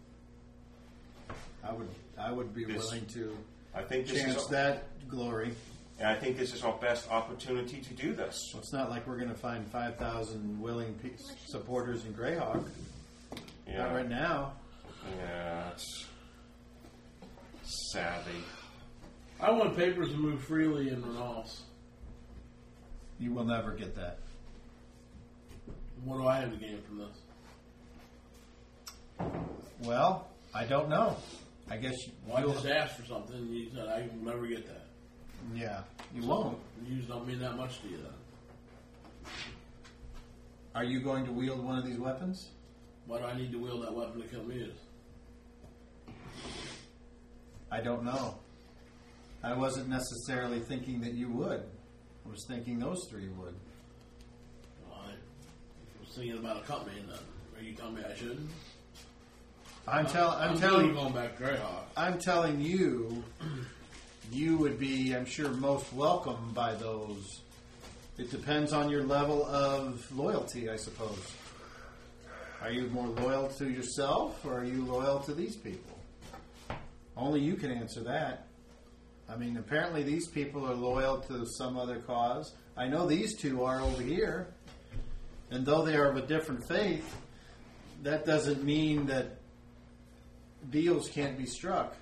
Speaker 2: I would I would be
Speaker 1: Yes.
Speaker 2: willing to
Speaker 1: I think this
Speaker 2: chance
Speaker 1: is
Speaker 2: that glory.
Speaker 1: and I think this is our best opportunity to do this.
Speaker 2: Well, it's not like we're going to find five thousand willing pe- supporters in Greyhawk. Not right now.
Speaker 1: Yes. Savvy.
Speaker 3: I want papers to move freely in Renault's.
Speaker 2: You will never get that.
Speaker 3: What do I have to gain from this?
Speaker 2: Well, I don't know. I guess you,
Speaker 3: Well, I
Speaker 2: you'll-
Speaker 3: just asked for something, and you said I will never get that.
Speaker 2: yeah, you won't.
Speaker 3: Use don't mean that much to you then.
Speaker 2: Are you going to wield one of these weapons?
Speaker 3: Why do I need to wield that weapon to kill mutants?
Speaker 2: I don't know. I wasn't necessarily thinking that you would. I was thinking those three would.
Speaker 3: Well, I was thinking about a company, and then are you telling me I shouldn't?
Speaker 2: I'm tell I'm,
Speaker 3: I'm
Speaker 2: telling
Speaker 3: really going back to Greyhawk.
Speaker 2: I'm telling you, you would be, I'm sure, most welcome by those. It depends on your level of loyalty, I suppose. Are you more loyal to yourself, or are you loyal to these people? Only you can answer that. I mean, apparently these people are loyal to some other cause. I know these two are over here, and though they are of a different faith, that doesn't mean that deals can't be struck.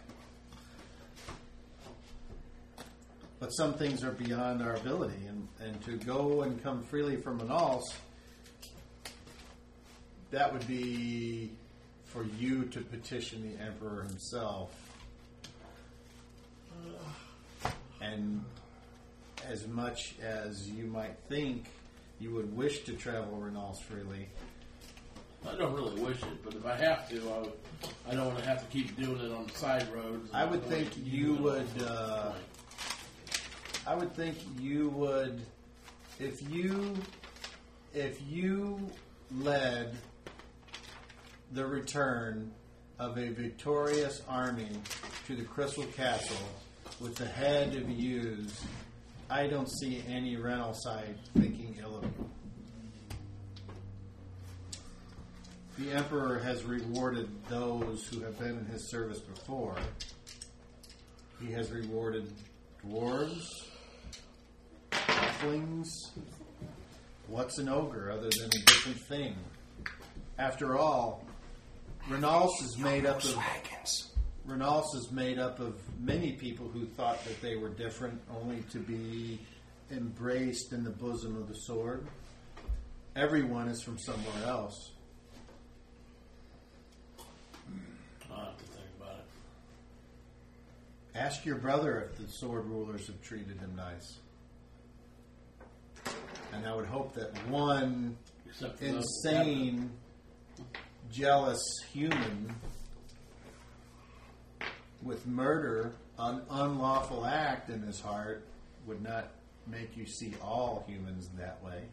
Speaker 2: But some things are beyond our ability, and, and to go and come freely from Manaus, that would be for you to petition the Emperor himself. And as much as you might think you would wish to travel Renals freely,
Speaker 3: I don't really wish it, but if I have to, I, would, I don't want to have to keep doing it on side roads. and
Speaker 2: I would
Speaker 3: don't
Speaker 2: think
Speaker 3: want to
Speaker 2: you
Speaker 3: do it
Speaker 2: would.
Speaker 3: on-
Speaker 2: Uh, I would think you would, if you, if you led the return of a victorious army to the Crystal Castle with the head of Hughes, I don't see any rental side thinking ill of you. The Emperor has rewarded those who have been in his service before. He has rewarded dwarves, halflings. What's an ogre other than a different thing? After all, Renaults is made up of Renaults is made up of many people who thought that they were different, only to be embraced in the bosom of the sword. Everyone is from somewhere else.
Speaker 3: I'll have to think about it.
Speaker 2: Ask your brother if the sword rulers have treated him nice. And I would hope that one
Speaker 3: Except for those-
Speaker 2: insane, jealous human with murder, an unlawful act in his heart, would not make you see all humans that way.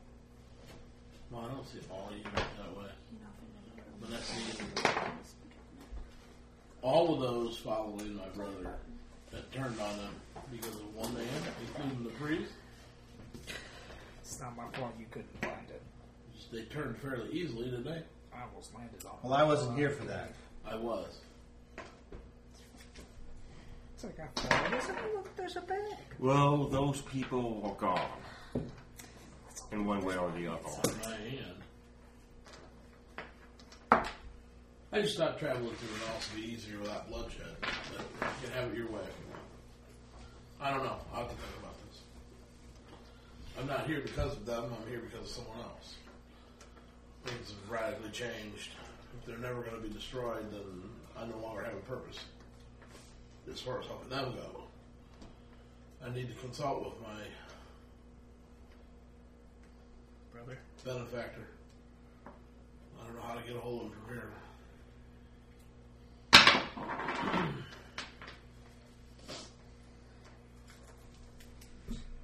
Speaker 3: Well, I don't see all of you that way. But I see all of those following my brother that turned on him because of one man, including the priest.
Speaker 4: It's not my fault you couldn't find it.
Speaker 3: just- They turned fairly easily, didn't they?
Speaker 4: I almost landed on
Speaker 2: Well, I wasn't here for that.
Speaker 3: I was.
Speaker 4: It's like I thought, there's a, look, there's a bag.
Speaker 1: Well, those people are gone. In one way or the other.
Speaker 3: My hand. I just thought traveling through the mountains would be easier without bloodshed, but you can have it your way if you want. I don't know. I'll have to think about this. I'm not here because of them. I'm here because of someone else. Things have radically changed. If they're never going to be destroyed, then I no longer have a purpose. As far as helping them go, I need to consult with my
Speaker 9: brother.
Speaker 3: benefactor. I don't know how to get a hold of him from here.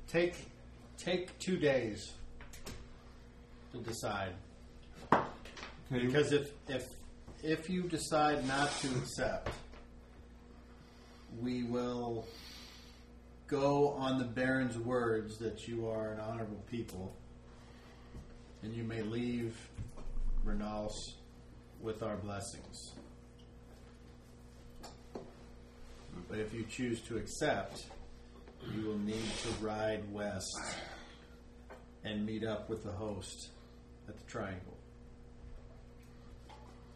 Speaker 2: Take take two days to decide. Because if if if you decide not to accept, we will go on the Baron's words that you are an honorable people, and you may leave Renals with our blessings. But if you choose to accept, you will need to ride west and meet up with the host at the triangle.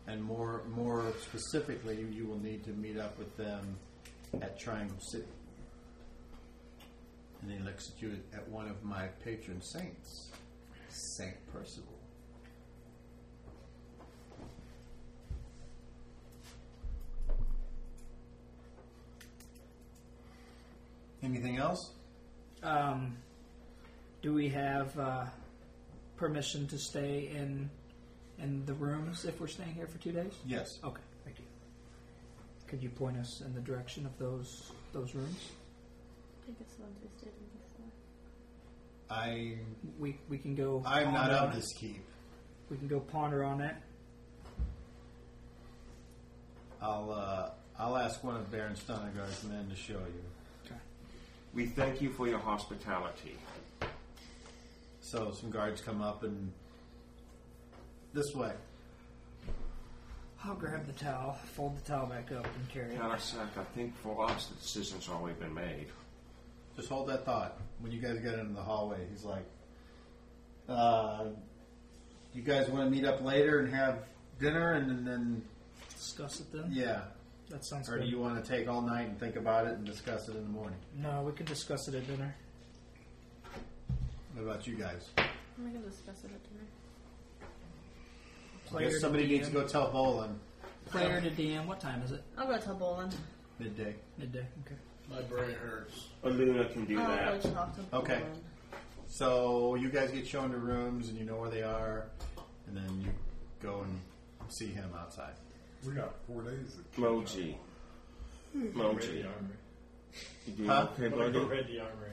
Speaker 2: And more more specifically, you will need to meet up with them at Triangle City. And he looks at you at one of my patron saints, Saint Percival. Anything else?
Speaker 10: Um, do we have uh, permission to stay in in the rooms if we're staying here for two days?
Speaker 2: Yes.
Speaker 10: Okay, thank you. Could you point us in the direction of those those rooms?
Speaker 7: I think it's the ones we stayed in before.
Speaker 2: I
Speaker 10: We we can go.
Speaker 2: I'm not
Speaker 10: ponder on
Speaker 2: of
Speaker 10: it.
Speaker 2: this keep.
Speaker 10: We can go ponder on it.
Speaker 2: I'll uh, I'll ask one of Baron Stonegar's men to show you.
Speaker 10: Okay.
Speaker 1: We thank you for your hospitality.
Speaker 2: So some guards come up and this way.
Speaker 10: I'll grab the towel, fold the towel back up, and carry it.
Speaker 1: Kalasak, I think for us the decision's already been made.
Speaker 2: Just hold that thought. When you guys get into the hallway, he's like, uh, "You guys want to meet up later and have dinner, and, then then
Speaker 10: Discuss it then.
Speaker 2: yeah,
Speaker 10: That sounds
Speaker 2: or
Speaker 10: good.
Speaker 2: do you want to take all night and think about it and discuss it in the morning?"
Speaker 10: No, we can discuss it at dinner.
Speaker 2: What about you guys?
Speaker 7: I'm going to discuss it at dinner.
Speaker 2: I guess somebody
Speaker 10: to
Speaker 2: needs to
Speaker 10: DM.
Speaker 2: go tell Bolin
Speaker 10: Player to DM. What time is it?
Speaker 7: I'll go tell Bolin.
Speaker 2: midday.
Speaker 10: Midday. Okay.
Speaker 3: My brain hurts.
Speaker 1: Aluna can do
Speaker 7: I'll
Speaker 1: that.
Speaker 7: go talk to
Speaker 2: Okay.
Speaker 7: Bolin.
Speaker 2: So you guys get shown to rooms and you know where they are, and then you go and see him outside.
Speaker 5: We got four days. of-
Speaker 1: Moji. Moji.
Speaker 9: The armory.
Speaker 1: You doing
Speaker 2: Huh?
Speaker 1: okay,
Speaker 9: Well,
Speaker 1: buddy?
Speaker 9: they read the armory.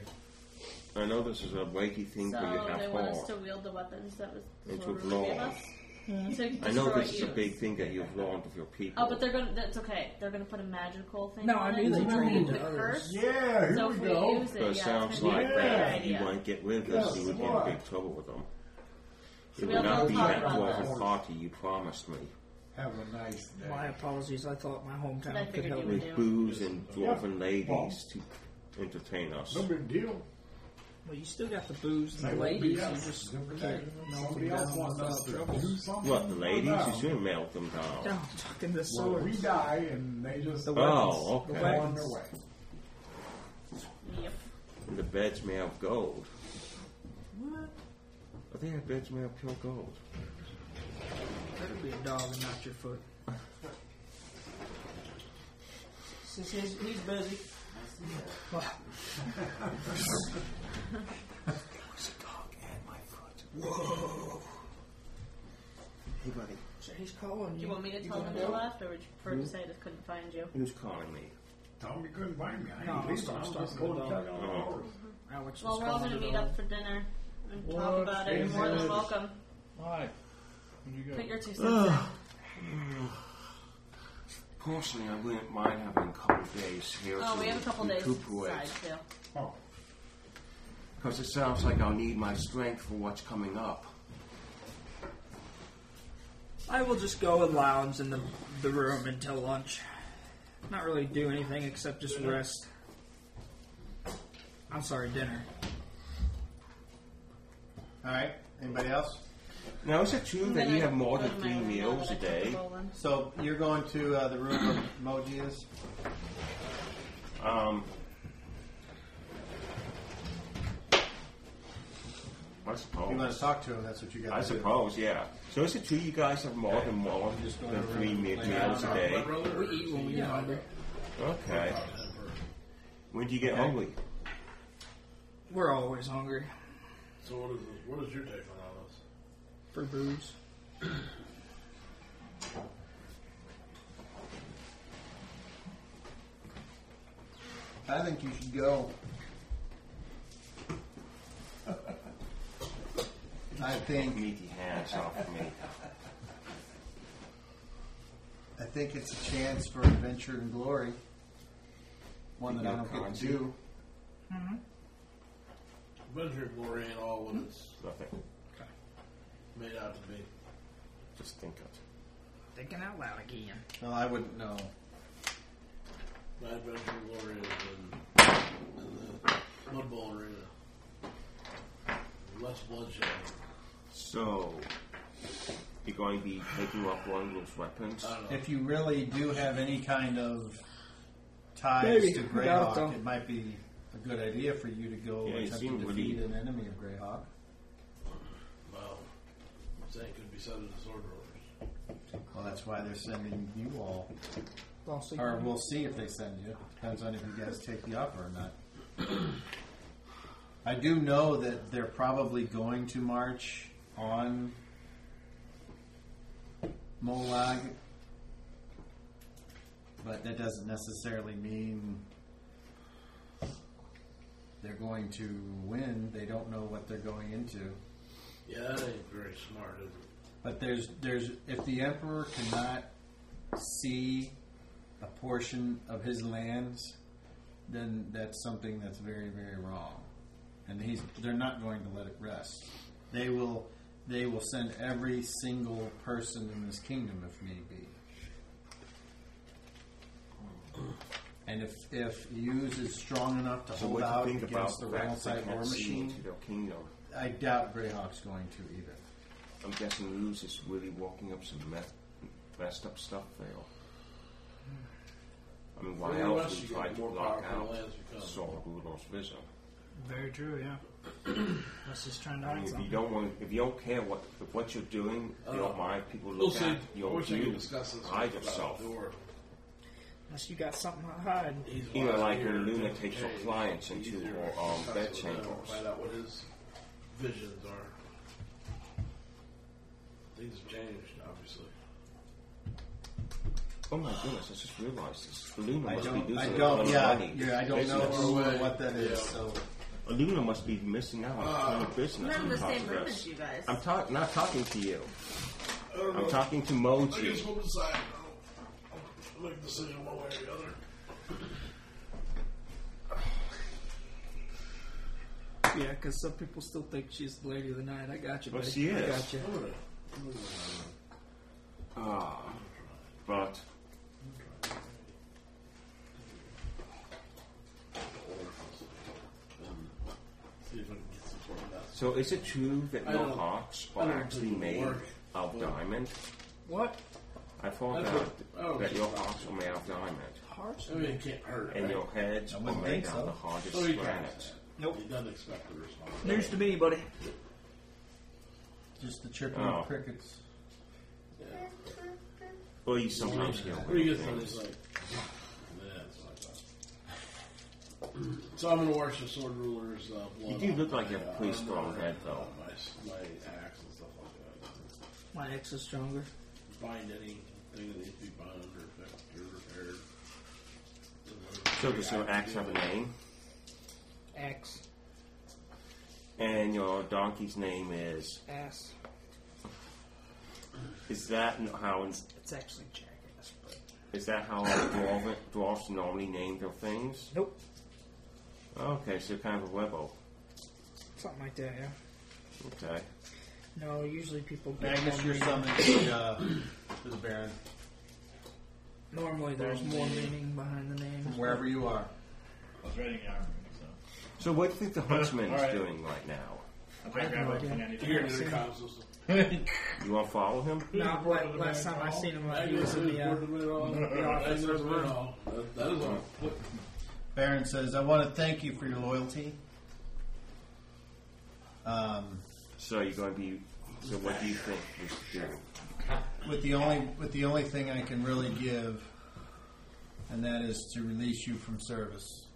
Speaker 1: I know this is a wakey thing for you
Speaker 7: So
Speaker 1: have
Speaker 7: they want us
Speaker 1: for.
Speaker 7: to wield the weapons that was the
Speaker 1: Into
Speaker 7: Zorro
Speaker 1: law.
Speaker 7: gave us.
Speaker 10: Hmm.
Speaker 7: So you can
Speaker 1: I know
Speaker 7: destroy
Speaker 1: this is a
Speaker 7: you.
Speaker 1: big thing that you've learned with your people.
Speaker 7: Oh, but they're gonna. That's okay. They're gonna put a magical thing.
Speaker 10: No,
Speaker 7: on
Speaker 10: I
Speaker 7: it.
Speaker 10: knew they
Speaker 7: so
Speaker 10: turned
Speaker 7: we
Speaker 10: into
Speaker 7: put
Speaker 10: others.
Speaker 7: curse.
Speaker 5: Yeah, here
Speaker 7: so
Speaker 5: we
Speaker 7: if we
Speaker 5: go.
Speaker 7: use it,
Speaker 1: So
Speaker 7: yeah,
Speaker 1: it
Speaker 7: it's
Speaker 1: sounds
Speaker 7: gonna be
Speaker 1: like
Speaker 7: a
Speaker 1: that.
Speaker 7: great
Speaker 1: If you
Speaker 7: idea.
Speaker 1: won't get rid of
Speaker 5: Yes,
Speaker 1: us, you would get in
Speaker 5: why?
Speaker 1: big trouble with them.
Speaker 7: So
Speaker 1: It
Speaker 7: we all
Speaker 1: would not
Speaker 7: know
Speaker 1: be
Speaker 7: how
Speaker 1: that
Speaker 7: about
Speaker 1: dwarven
Speaker 7: this.
Speaker 1: party you promised me.
Speaker 5: Have a nice day.
Speaker 10: My apologies. I thought my
Speaker 7: I
Speaker 10: hometown could
Speaker 7: figured
Speaker 10: help
Speaker 7: you
Speaker 10: me.
Speaker 7: would.
Speaker 1: With booze and dwarven
Speaker 5: Well.
Speaker 1: ladies to entertain us.
Speaker 5: No big deal.
Speaker 10: Well, you still got the booze and the
Speaker 5: Somebody
Speaker 10: ladies. You
Speaker 5: else.
Speaker 10: just
Speaker 5: Somebody
Speaker 10: can't knock them
Speaker 5: Somebody else
Speaker 10: down
Speaker 5: wants us
Speaker 10: without
Speaker 5: to
Speaker 10: trouble.
Speaker 5: do something.
Speaker 1: What, the ladies?
Speaker 5: No.
Speaker 1: You should melt them down.
Speaker 10: No, I'm talking the
Speaker 5: Well,
Speaker 10: sword.
Speaker 5: we die and they just
Speaker 10: The
Speaker 5: go
Speaker 1: Oh,
Speaker 10: weapons. The
Speaker 1: okay.
Speaker 5: on
Speaker 10: weapons.
Speaker 5: their way.
Speaker 7: Yep.
Speaker 1: And the beds made of gold. What? I think the beds made of pure gold.
Speaker 10: Better be a dog and not your foot. Since he's, he's busy.
Speaker 1: Hey, buddy.
Speaker 10: So he's calling
Speaker 7: Do
Speaker 10: you. Hmm?
Speaker 7: you want me to tell them they left, or would you prefer to say I just couldn't find you?
Speaker 1: Who's calling me?
Speaker 5: Tell them you couldn't find me. I ain't
Speaker 10: No,
Speaker 5: leaving.
Speaker 10: stop,
Speaker 5: I'm
Speaker 10: stop,
Speaker 5: just going to
Speaker 10: stop.
Speaker 5: tell you all the horse.
Speaker 10: Alex
Speaker 7: Well,
Speaker 10: was
Speaker 7: we're all
Speaker 10: calling
Speaker 7: gonna
Speaker 10: the
Speaker 7: meet
Speaker 10: dog.
Speaker 7: up for dinner and
Speaker 9: What
Speaker 7: talk about it. You're
Speaker 9: is
Speaker 7: more than
Speaker 9: it?
Speaker 7: welcome.
Speaker 9: Why? Where'd you go?
Speaker 7: Put your two cents in.
Speaker 1: Personally, I wouldn't mind having a couple days here
Speaker 7: Oh,
Speaker 1: to
Speaker 7: we have a couple days to decide
Speaker 1: recuperate.
Speaker 7: too.
Speaker 5: Oh,
Speaker 1: Because it sounds like I'll need my strength for what's coming up.
Speaker 10: I will just go and lounge in the, the room until lunch. Not really do anything except just rest. I'm sorry, dinner.
Speaker 2: All right. Anybody else?
Speaker 1: Now, is it true
Speaker 7: And
Speaker 1: that
Speaker 7: then
Speaker 1: you
Speaker 7: I
Speaker 1: have more
Speaker 7: go
Speaker 1: than
Speaker 7: to my
Speaker 1: three
Speaker 7: room now
Speaker 1: meals
Speaker 7: that
Speaker 1: a
Speaker 7: I come
Speaker 1: day?
Speaker 7: rolling.
Speaker 2: So you're going to uh, the room where Moji is?
Speaker 1: Um, I
Speaker 2: You want
Speaker 1: suppose.
Speaker 2: to talk to him? That's what you got.
Speaker 1: I
Speaker 2: to do.
Speaker 1: suppose, yeah. So is it true you guys have more than one than three me- meals a day?
Speaker 3: We eat when we get hungry.
Speaker 1: Okay. When do you get hungry?
Speaker 4: We're always hungry
Speaker 3: So what is this, what is your take on all this?
Speaker 4: for booze.
Speaker 2: I think you should go. I think
Speaker 1: Meaty hands off me.
Speaker 2: I think it's a chance for adventure and glory. One that I don't get to do.
Speaker 3: Adventure glory ain't all what it's
Speaker 1: Nothing.
Speaker 3: made out to be.
Speaker 1: Just think of
Speaker 4: Thinking out loud again.
Speaker 2: No, I wouldn't know.
Speaker 3: My adventure glory is in, in the Mud Bowl arena. Less bloodshed.
Speaker 1: it. So, you're going to be taking off one of those weapons?
Speaker 3: I don't know.
Speaker 2: If you really do have any kind of ties
Speaker 4: Maybe.
Speaker 2: to
Speaker 4: I doubt it,
Speaker 2: Greyhawk,
Speaker 4: though.
Speaker 2: it might be a good idea for you to go
Speaker 1: Yeah, you
Speaker 2: attempt to
Speaker 1: seem really-
Speaker 2: defeat an enemy of Greyhawk.
Speaker 3: Well, saying could be said of the sword rollers.
Speaker 2: Well, that's why they're sending you all.
Speaker 4: Don't sleep.
Speaker 2: Or we'll see if they send you. Depends on if you guys take the offer or not. I do know that they're probably going to march on Molag, but that doesn't necessarily mean they're going to win. They don't know what they're going into.
Speaker 3: Yeah, that ain't very smart, is it?
Speaker 2: But there's there's if the emperor cannot see a portion of his lands, then that's something that's very very wrong, and he's they're not going to let it rest. They will they will send every single person in this kingdom if need be. And if if Hughes is strong enough to
Speaker 1: So
Speaker 2: hold
Speaker 1: what
Speaker 2: out
Speaker 1: do you think about
Speaker 2: against
Speaker 1: the
Speaker 2: the
Speaker 1: fact
Speaker 2: wrong
Speaker 1: that they
Speaker 2: side war
Speaker 1: can't see
Speaker 2: machine,
Speaker 1: into their kingdom?
Speaker 2: I doubt Greyhawk's going to either.
Speaker 1: I'm guessing Luz is really walking up some mess, messed up stuff there. I mean, why
Speaker 3: Well,
Speaker 1: else
Speaker 3: unless
Speaker 1: would
Speaker 3: you
Speaker 1: you
Speaker 3: get
Speaker 1: try to
Speaker 3: more
Speaker 1: block
Speaker 3: powerful
Speaker 1: out
Speaker 3: as you come.
Speaker 1: Saul Rudolph's vision?
Speaker 4: Very true, yeah. Let's just trying to
Speaker 1: I mean,
Speaker 4: hide
Speaker 1: if you
Speaker 4: something.
Speaker 1: don't want, if you don't care what if what you're doing, you
Speaker 3: Uh,
Speaker 1: don't mind people
Speaker 3: We'll
Speaker 1: look
Speaker 3: see.
Speaker 1: at
Speaker 3: I
Speaker 1: your
Speaker 3: wish I
Speaker 1: you
Speaker 3: could discuss this
Speaker 1: hide
Speaker 3: with, uh,
Speaker 1: yourself.
Speaker 3: Dor.
Speaker 4: Unless you got something to hide.
Speaker 3: He's
Speaker 1: You know,
Speaker 3: lost
Speaker 1: like
Speaker 3: here
Speaker 1: when
Speaker 3: in
Speaker 1: Luna
Speaker 3: different
Speaker 1: takes her
Speaker 3: caves.
Speaker 1: clients into
Speaker 3: Easier
Speaker 1: her, um,
Speaker 3: to discuss
Speaker 1: bed
Speaker 3: with him and
Speaker 1: chambers.
Speaker 3: Find out what his visions are. Things have changed, obviously.
Speaker 1: Oh my goodness! I just realized this. Luna
Speaker 2: I
Speaker 1: must be
Speaker 2: don't. I
Speaker 1: losing a ton
Speaker 2: don't.
Speaker 1: of
Speaker 2: Yeah.
Speaker 1: money.
Speaker 2: Yeah. I don't know
Speaker 1: Business.
Speaker 2: for what, what that is.
Speaker 3: Yeah.
Speaker 2: So
Speaker 1: Luna must be missing out on a ton
Speaker 3: Uh,
Speaker 1: of
Speaker 7: I'm
Speaker 1: business.
Speaker 7: not in the same room
Speaker 1: because-
Speaker 7: as you guys.
Speaker 1: I'm ta- not talking to you.
Speaker 3: I don't
Speaker 1: I'm
Speaker 3: know.
Speaker 1: talking to
Speaker 3: I guess
Speaker 1: Moji.
Speaker 3: we'll decide. I'll- I'll make a decision one way or the other.
Speaker 4: Yeah, because some people still think she's the lady of the night. I got you,
Speaker 1: Well,
Speaker 4: buddy.
Speaker 1: she
Speaker 4: I
Speaker 1: is.
Speaker 4: got you.
Speaker 3: I'm gonna-
Speaker 1: Ah, but
Speaker 3: see if I can get some sort of that.
Speaker 1: so is it true that
Speaker 3: I
Speaker 1: no
Speaker 3: don't-
Speaker 1: hawks
Speaker 3: I
Speaker 1: are
Speaker 3: don't
Speaker 1: actually
Speaker 3: think it
Speaker 1: made
Speaker 3: works.
Speaker 1: of
Speaker 3: Well-
Speaker 1: diamond?
Speaker 4: What?
Speaker 1: I thought
Speaker 3: That's
Speaker 1: that,
Speaker 3: what- oh,
Speaker 1: that
Speaker 3: yeah.
Speaker 1: your hawks were made of diamond,
Speaker 4: Hearts?
Speaker 3: I mean, it can't hurt.
Speaker 1: and
Speaker 3: right?
Speaker 1: your heads
Speaker 2: I
Speaker 1: were
Speaker 2: wouldn't
Speaker 1: made
Speaker 2: think
Speaker 1: out of
Speaker 2: so.
Speaker 1: the hardest
Speaker 3: So he
Speaker 1: granite.
Speaker 3: can't.
Speaker 4: Nope.
Speaker 3: He doesn't expect the response.
Speaker 4: News to me, buddy.
Speaker 2: just the chirping
Speaker 1: Oh.
Speaker 2: of crickets.
Speaker 1: Well, you sometimes hear
Speaker 3: Pretty
Speaker 1: weird
Speaker 3: good son. He's
Speaker 1: things.
Speaker 3: like, yeah, that's what I thought. So I'm gonna wash the sword ruler's uh, blood.
Speaker 1: You do
Speaker 3: off
Speaker 1: look like
Speaker 3: my,
Speaker 1: a
Speaker 3: uh,
Speaker 1: pretty strong
Speaker 3: armor
Speaker 1: head,
Speaker 3: and,
Speaker 1: though.
Speaker 3: uh, My, s- my axe and stuff like that.
Speaker 4: My ex is stronger.
Speaker 3: Bind anything that needs to be bound or fixed or repaired.
Speaker 1: So does your axe have a name?
Speaker 4: Axe.
Speaker 1: And your donkey's name is.
Speaker 4: Ass.
Speaker 1: Is that n- how?
Speaker 4: It's actually jackass, but.
Speaker 1: Is that how dwarf, dwarfs normally name their things?
Speaker 4: Nope.
Speaker 1: Okay, so you're kind of a rebel.
Speaker 4: Something like that, yeah.
Speaker 1: Okay.
Speaker 4: No, usually people get
Speaker 2: Magnus,
Speaker 4: one
Speaker 2: you're
Speaker 4: meaning.
Speaker 2: summoned to the, uh, to the Baron
Speaker 4: Normally there's more meaning behind the name.
Speaker 2: from wherever you are.
Speaker 9: I was raiding the armory, so.
Speaker 1: So what do you think the huntsman is
Speaker 9: Alright.
Speaker 1: doing right now?
Speaker 9: I'm trying to grab everything I need to
Speaker 3: You're
Speaker 9: grab.
Speaker 3: in the comms system.
Speaker 1: You want to follow him?
Speaker 4: Not what last time I seen him, like, he was in the. Uh, office
Speaker 3: That is
Speaker 4: of the
Speaker 3: all. That- that is all.
Speaker 2: Baron says, I want to thank you for your loyalty. Um,
Speaker 1: So you're going to be. So what do you think we should do?
Speaker 2: with the only with the only thing I can really give, and that is to release you from service.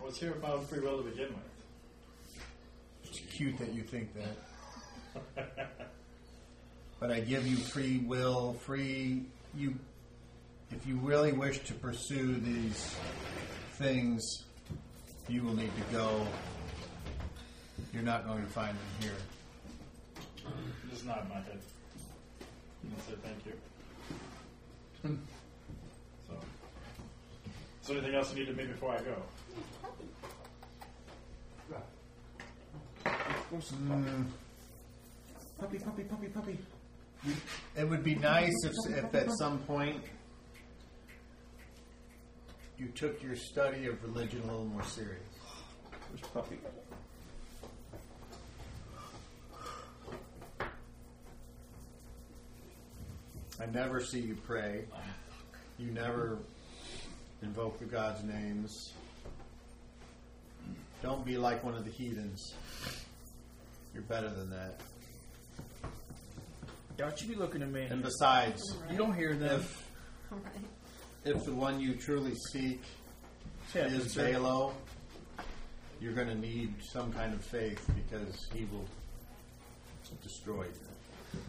Speaker 9: I was here about free will to begin with.
Speaker 2: It's cute that you think that. but I give you free will, free you if you really wish to pursue these things, you will need to go. You're not going to find them here.
Speaker 9: This is not in my head. I said thank you. so, is there anything else you need to me before I go?
Speaker 2: Puppy, puppy, puppy, puppy. It would be nice if, if at some point you took your study of religion a little more serious.
Speaker 1: Where's puppy?
Speaker 2: I never see you pray. You never invoke the gods' names. Don't be like one of the heathens. You're better than that.
Speaker 4: Don't you be looking at me.
Speaker 2: And besides,
Speaker 4: You don't hear them.
Speaker 2: if
Speaker 7: All right.
Speaker 2: if the one you truly seek is Balo, you're going to need some kind of faith because he will destroy you.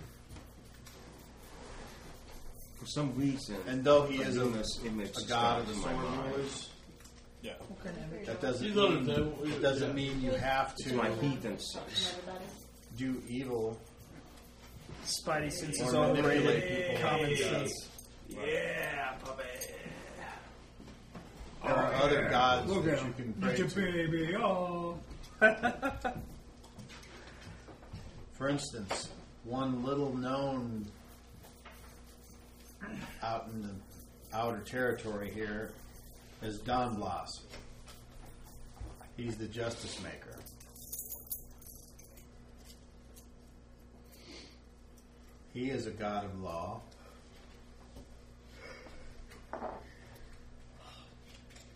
Speaker 1: For some reason.
Speaker 2: And though he is a,
Speaker 1: doing this image
Speaker 2: a god of the
Speaker 1: stuck in
Speaker 2: sword
Speaker 1: my mind.
Speaker 2: rulers,
Speaker 9: Yeah.
Speaker 2: that doesn't
Speaker 3: He's on
Speaker 2: mean,
Speaker 3: the table.
Speaker 2: it doesn't mean you have
Speaker 1: It's my
Speaker 2: to
Speaker 1: heathen sense.
Speaker 7: Everybody.
Speaker 2: do evil
Speaker 4: Spidey senses
Speaker 2: or
Speaker 4: all
Speaker 2: manipulate
Speaker 4: rated.
Speaker 2: people.
Speaker 4: Common sense.
Speaker 3: Yeah, puppy.
Speaker 2: There are other gods
Speaker 4: Look at
Speaker 2: that you
Speaker 4: him.
Speaker 2: can pray to.
Speaker 4: baby. Oh.
Speaker 2: For instance, one little known out in the outer territory here is Don Blas. He's the justice maker. He is a god of law.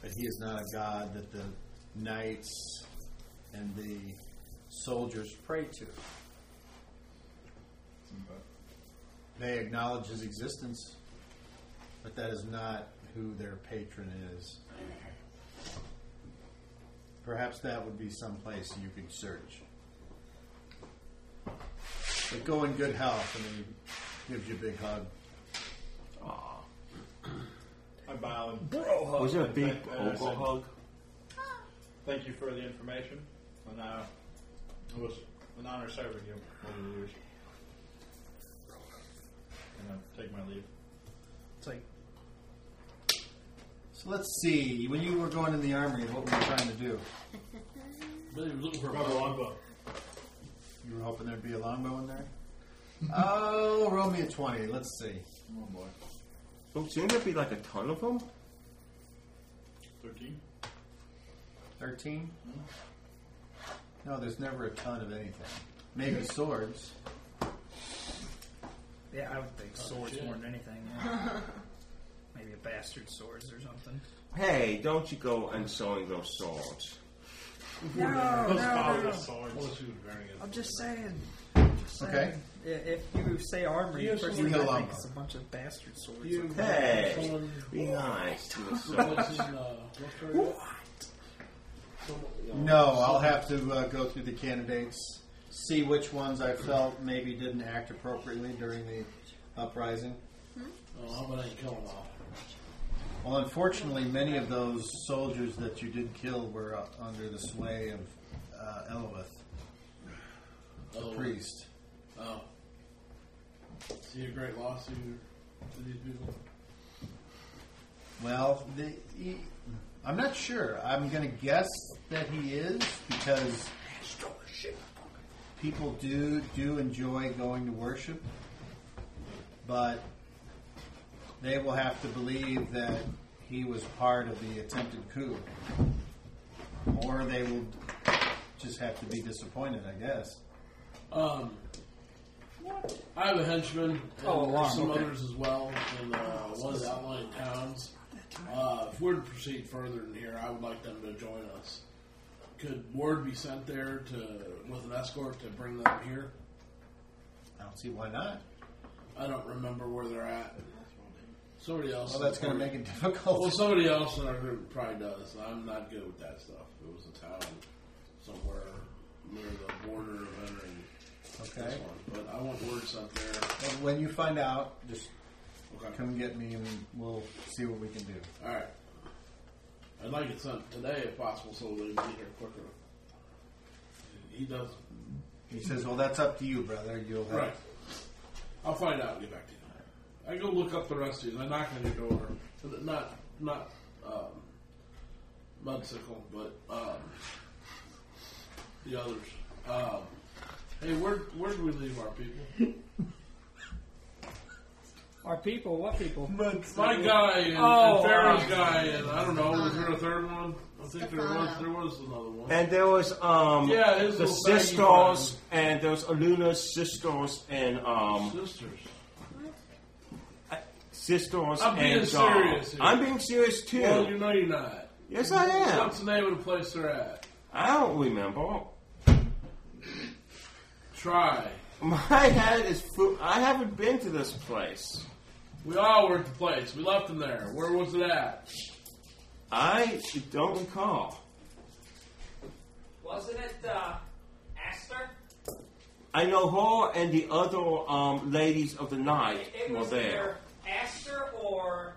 Speaker 2: But he is not a god that the knights and the soldiers pray to. They acknowledge his existence, but that is not who their patron is. Perhaps that would be some place you could search. But go in good health, and then he gives you a big hug.
Speaker 9: I bow and
Speaker 1: Was it a big
Speaker 9: Thank- uh,
Speaker 1: oval
Speaker 9: said-
Speaker 1: hug?
Speaker 9: thank you for the information. And uh, it was an honor serving you over the years. And I take my leave.
Speaker 4: It's like
Speaker 2: So let's see. When you were going in the armory, what were you trying to do?
Speaker 3: But he was looking for a
Speaker 9: Rubber longbow.
Speaker 2: You were hoping there'd be a longbow in there? oh, roll me a 20. Let's see.
Speaker 9: Oh boy.
Speaker 1: Oh, shouldn't there be like a ton of them?
Speaker 9: 13?
Speaker 2: 13? No, there's never a ton of anything. Maybe swords.
Speaker 4: yeah, I would think swords more than anything. yeah. Maybe a bastard swords or something.
Speaker 1: Hey, don't you go unsewing those swords.
Speaker 4: No, no,
Speaker 9: Bow with swords.
Speaker 10: Uh,
Speaker 4: I'm just saying. Just saying.
Speaker 2: Okay.
Speaker 4: I- If you say armory,
Speaker 3: Yes,
Speaker 4: first
Speaker 2: you
Speaker 4: thing
Speaker 2: know
Speaker 4: I think
Speaker 2: longbow.
Speaker 4: it's a bunch of bastard swords.
Speaker 1: Hey, be nice to the swords.
Speaker 3: What's his, uh, what's her name?
Speaker 2: No, I'll have to uh, go through the candidates, see which ones I felt maybe didn't act appropriately during the uprising.
Speaker 3: Oh, how about I ain't killing off?
Speaker 2: Well, unfortunately, many of those soldiers that you did kill were uh, under the sway of uh, Eloweth, the
Speaker 3: Oh,
Speaker 2: priest.
Speaker 3: Oh. See a great lawsuit to these people?
Speaker 2: Well, the, he, I'm not sure. I'm going to guess that he is because people do do enjoy going to worship, but they will have to believe that he was part of the attempted coup. Or they will just have to be disappointed, I guess.
Speaker 3: Um, I have a henchman and
Speaker 4: Oh, alarm,
Speaker 3: some
Speaker 4: okay.
Speaker 3: others as well in uh, one of the outlying towns. Uh, if we're to proceed further in here, I would like them to join us. Could Ward be sent there to with an escort to bring them here?
Speaker 2: I don't see why not.
Speaker 3: I don't remember where they're at. Somebody else.
Speaker 2: Well, that's going to make it difficult.
Speaker 3: Well, somebody else in our group probably does. I'm not good with that stuff. It was a town somewhere near the border of entering this
Speaker 2: okay.
Speaker 3: one, but I want word sent there.
Speaker 2: Well, when you find out, just
Speaker 3: Okay.
Speaker 2: come get me and we'll see what we can do.
Speaker 3: All right. I'd like it sent today, if possible, so we can get here quicker. He does.
Speaker 2: He says, "Well, that's up to you, brother. You'll have
Speaker 3: Right. I'll find out and get back to you. I go look up the rest of you. I knock on your door. Not not um, Mudsickle, but um, the others. Um, hey, where where did we leave our people?
Speaker 4: Our people, what people?
Speaker 3: My guy and,
Speaker 4: Oh,
Speaker 3: and Pharaoh's
Speaker 4: um,
Speaker 3: guy and I don't know. Was there a third one? I think there was.
Speaker 7: Stefano.
Speaker 3: There was another one.
Speaker 1: And there was um
Speaker 3: Yeah, his
Speaker 1: the
Speaker 3: little baggy
Speaker 1: sisters and there was Aluna's sisters and um
Speaker 3: Sisters.
Speaker 1: sisters
Speaker 3: I'm being
Speaker 1: and John.
Speaker 3: serious here.
Speaker 1: I'm being serious too.
Speaker 3: Well, you know you're not.
Speaker 1: yes, I am.
Speaker 3: What's the name of the place they're at?
Speaker 1: I don't remember.
Speaker 3: Try.
Speaker 1: My head is full. I haven't been to this place.
Speaker 3: We all were at the place. We left them there. Where was it at?
Speaker 1: I don't recall.
Speaker 4: Wasn't it uh, Aster?
Speaker 1: I know her and the other um, ladies of the night were there.
Speaker 4: Aster or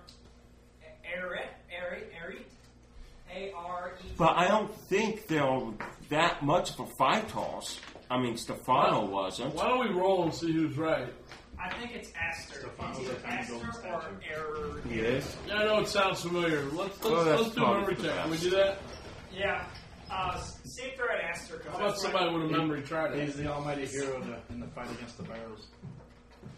Speaker 4: Eret, Eret, Eret, A R E.
Speaker 1: But I don't think there were that much of a fight toss. I mean, Stefano wasn't.
Speaker 3: Why don't we roll and see who's right?
Speaker 4: I think it's Aster.
Speaker 9: Stefano's
Speaker 4: It's
Speaker 9: a
Speaker 4: either
Speaker 9: tiny golden
Speaker 4: Aster or
Speaker 9: statue.
Speaker 4: Eret.
Speaker 1: Yes.
Speaker 3: Yeah, I know it sounds familiar. Let's let's,
Speaker 1: Well, that's
Speaker 3: let's do a
Speaker 1: probably
Speaker 3: memory
Speaker 1: the
Speaker 3: check. Can we
Speaker 1: best.
Speaker 3: do that?
Speaker 4: Yeah. Uh, see if they're at Aster. 'cause
Speaker 3: How about
Speaker 4: that's
Speaker 3: somebody with a memory try
Speaker 9: He's
Speaker 3: it?
Speaker 9: the almighty hero in the, in the fight against the barrels.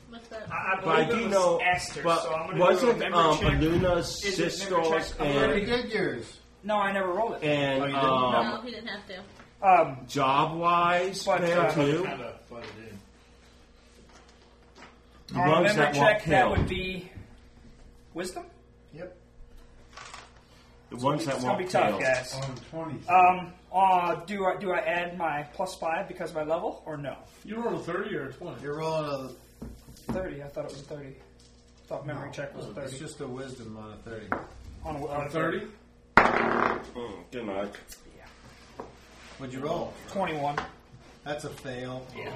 Speaker 7: What's that?
Speaker 4: Right.
Speaker 5: Ah.
Speaker 4: I, I
Speaker 1: But I
Speaker 4: believe it
Speaker 1: do
Speaker 4: was
Speaker 1: know.
Speaker 4: Aster,
Speaker 1: but
Speaker 4: so I'm gonna do a
Speaker 1: wasn't
Speaker 4: memory
Speaker 1: um,
Speaker 4: check.
Speaker 1: Aluna's
Speaker 4: Is it memory
Speaker 1: sisters
Speaker 4: check? I'm
Speaker 2: Already
Speaker 1: and
Speaker 2: did yours.
Speaker 4: No, I never rolled it.
Speaker 1: and
Speaker 9: Oh, you didn't?
Speaker 7: no,
Speaker 1: um,
Speaker 7: he didn't have to.
Speaker 4: Um,
Speaker 1: job wise
Speaker 4: But,
Speaker 1: there
Speaker 4: uh,
Speaker 1: too?
Speaker 9: Kind of flooded in.
Speaker 1: The
Speaker 4: on a
Speaker 1: ones
Speaker 4: memory
Speaker 1: that were
Speaker 4: check, that
Speaker 1: killed.
Speaker 4: would be wisdom.
Speaker 2: Yep.
Speaker 1: The ones that
Speaker 4: It's gonna be
Speaker 1: were
Speaker 4: tough,
Speaker 1: killed.
Speaker 4: guys.
Speaker 5: On 20.
Speaker 4: Um, uh, do I do I add my plus five because of my level or no?
Speaker 3: You rolled a thirty or a twenty?
Speaker 2: You're rolling
Speaker 4: Thirty. I thought it was thirty. I thought memory check was
Speaker 2: a. It's
Speaker 4: thirty.
Speaker 2: just a wisdom on a thirty.
Speaker 4: on a,
Speaker 3: A thirty?
Speaker 1: Mm, good night.
Speaker 2: What'd you roll?
Speaker 4: Twenty-one.
Speaker 2: That's a fail.
Speaker 4: Yeah.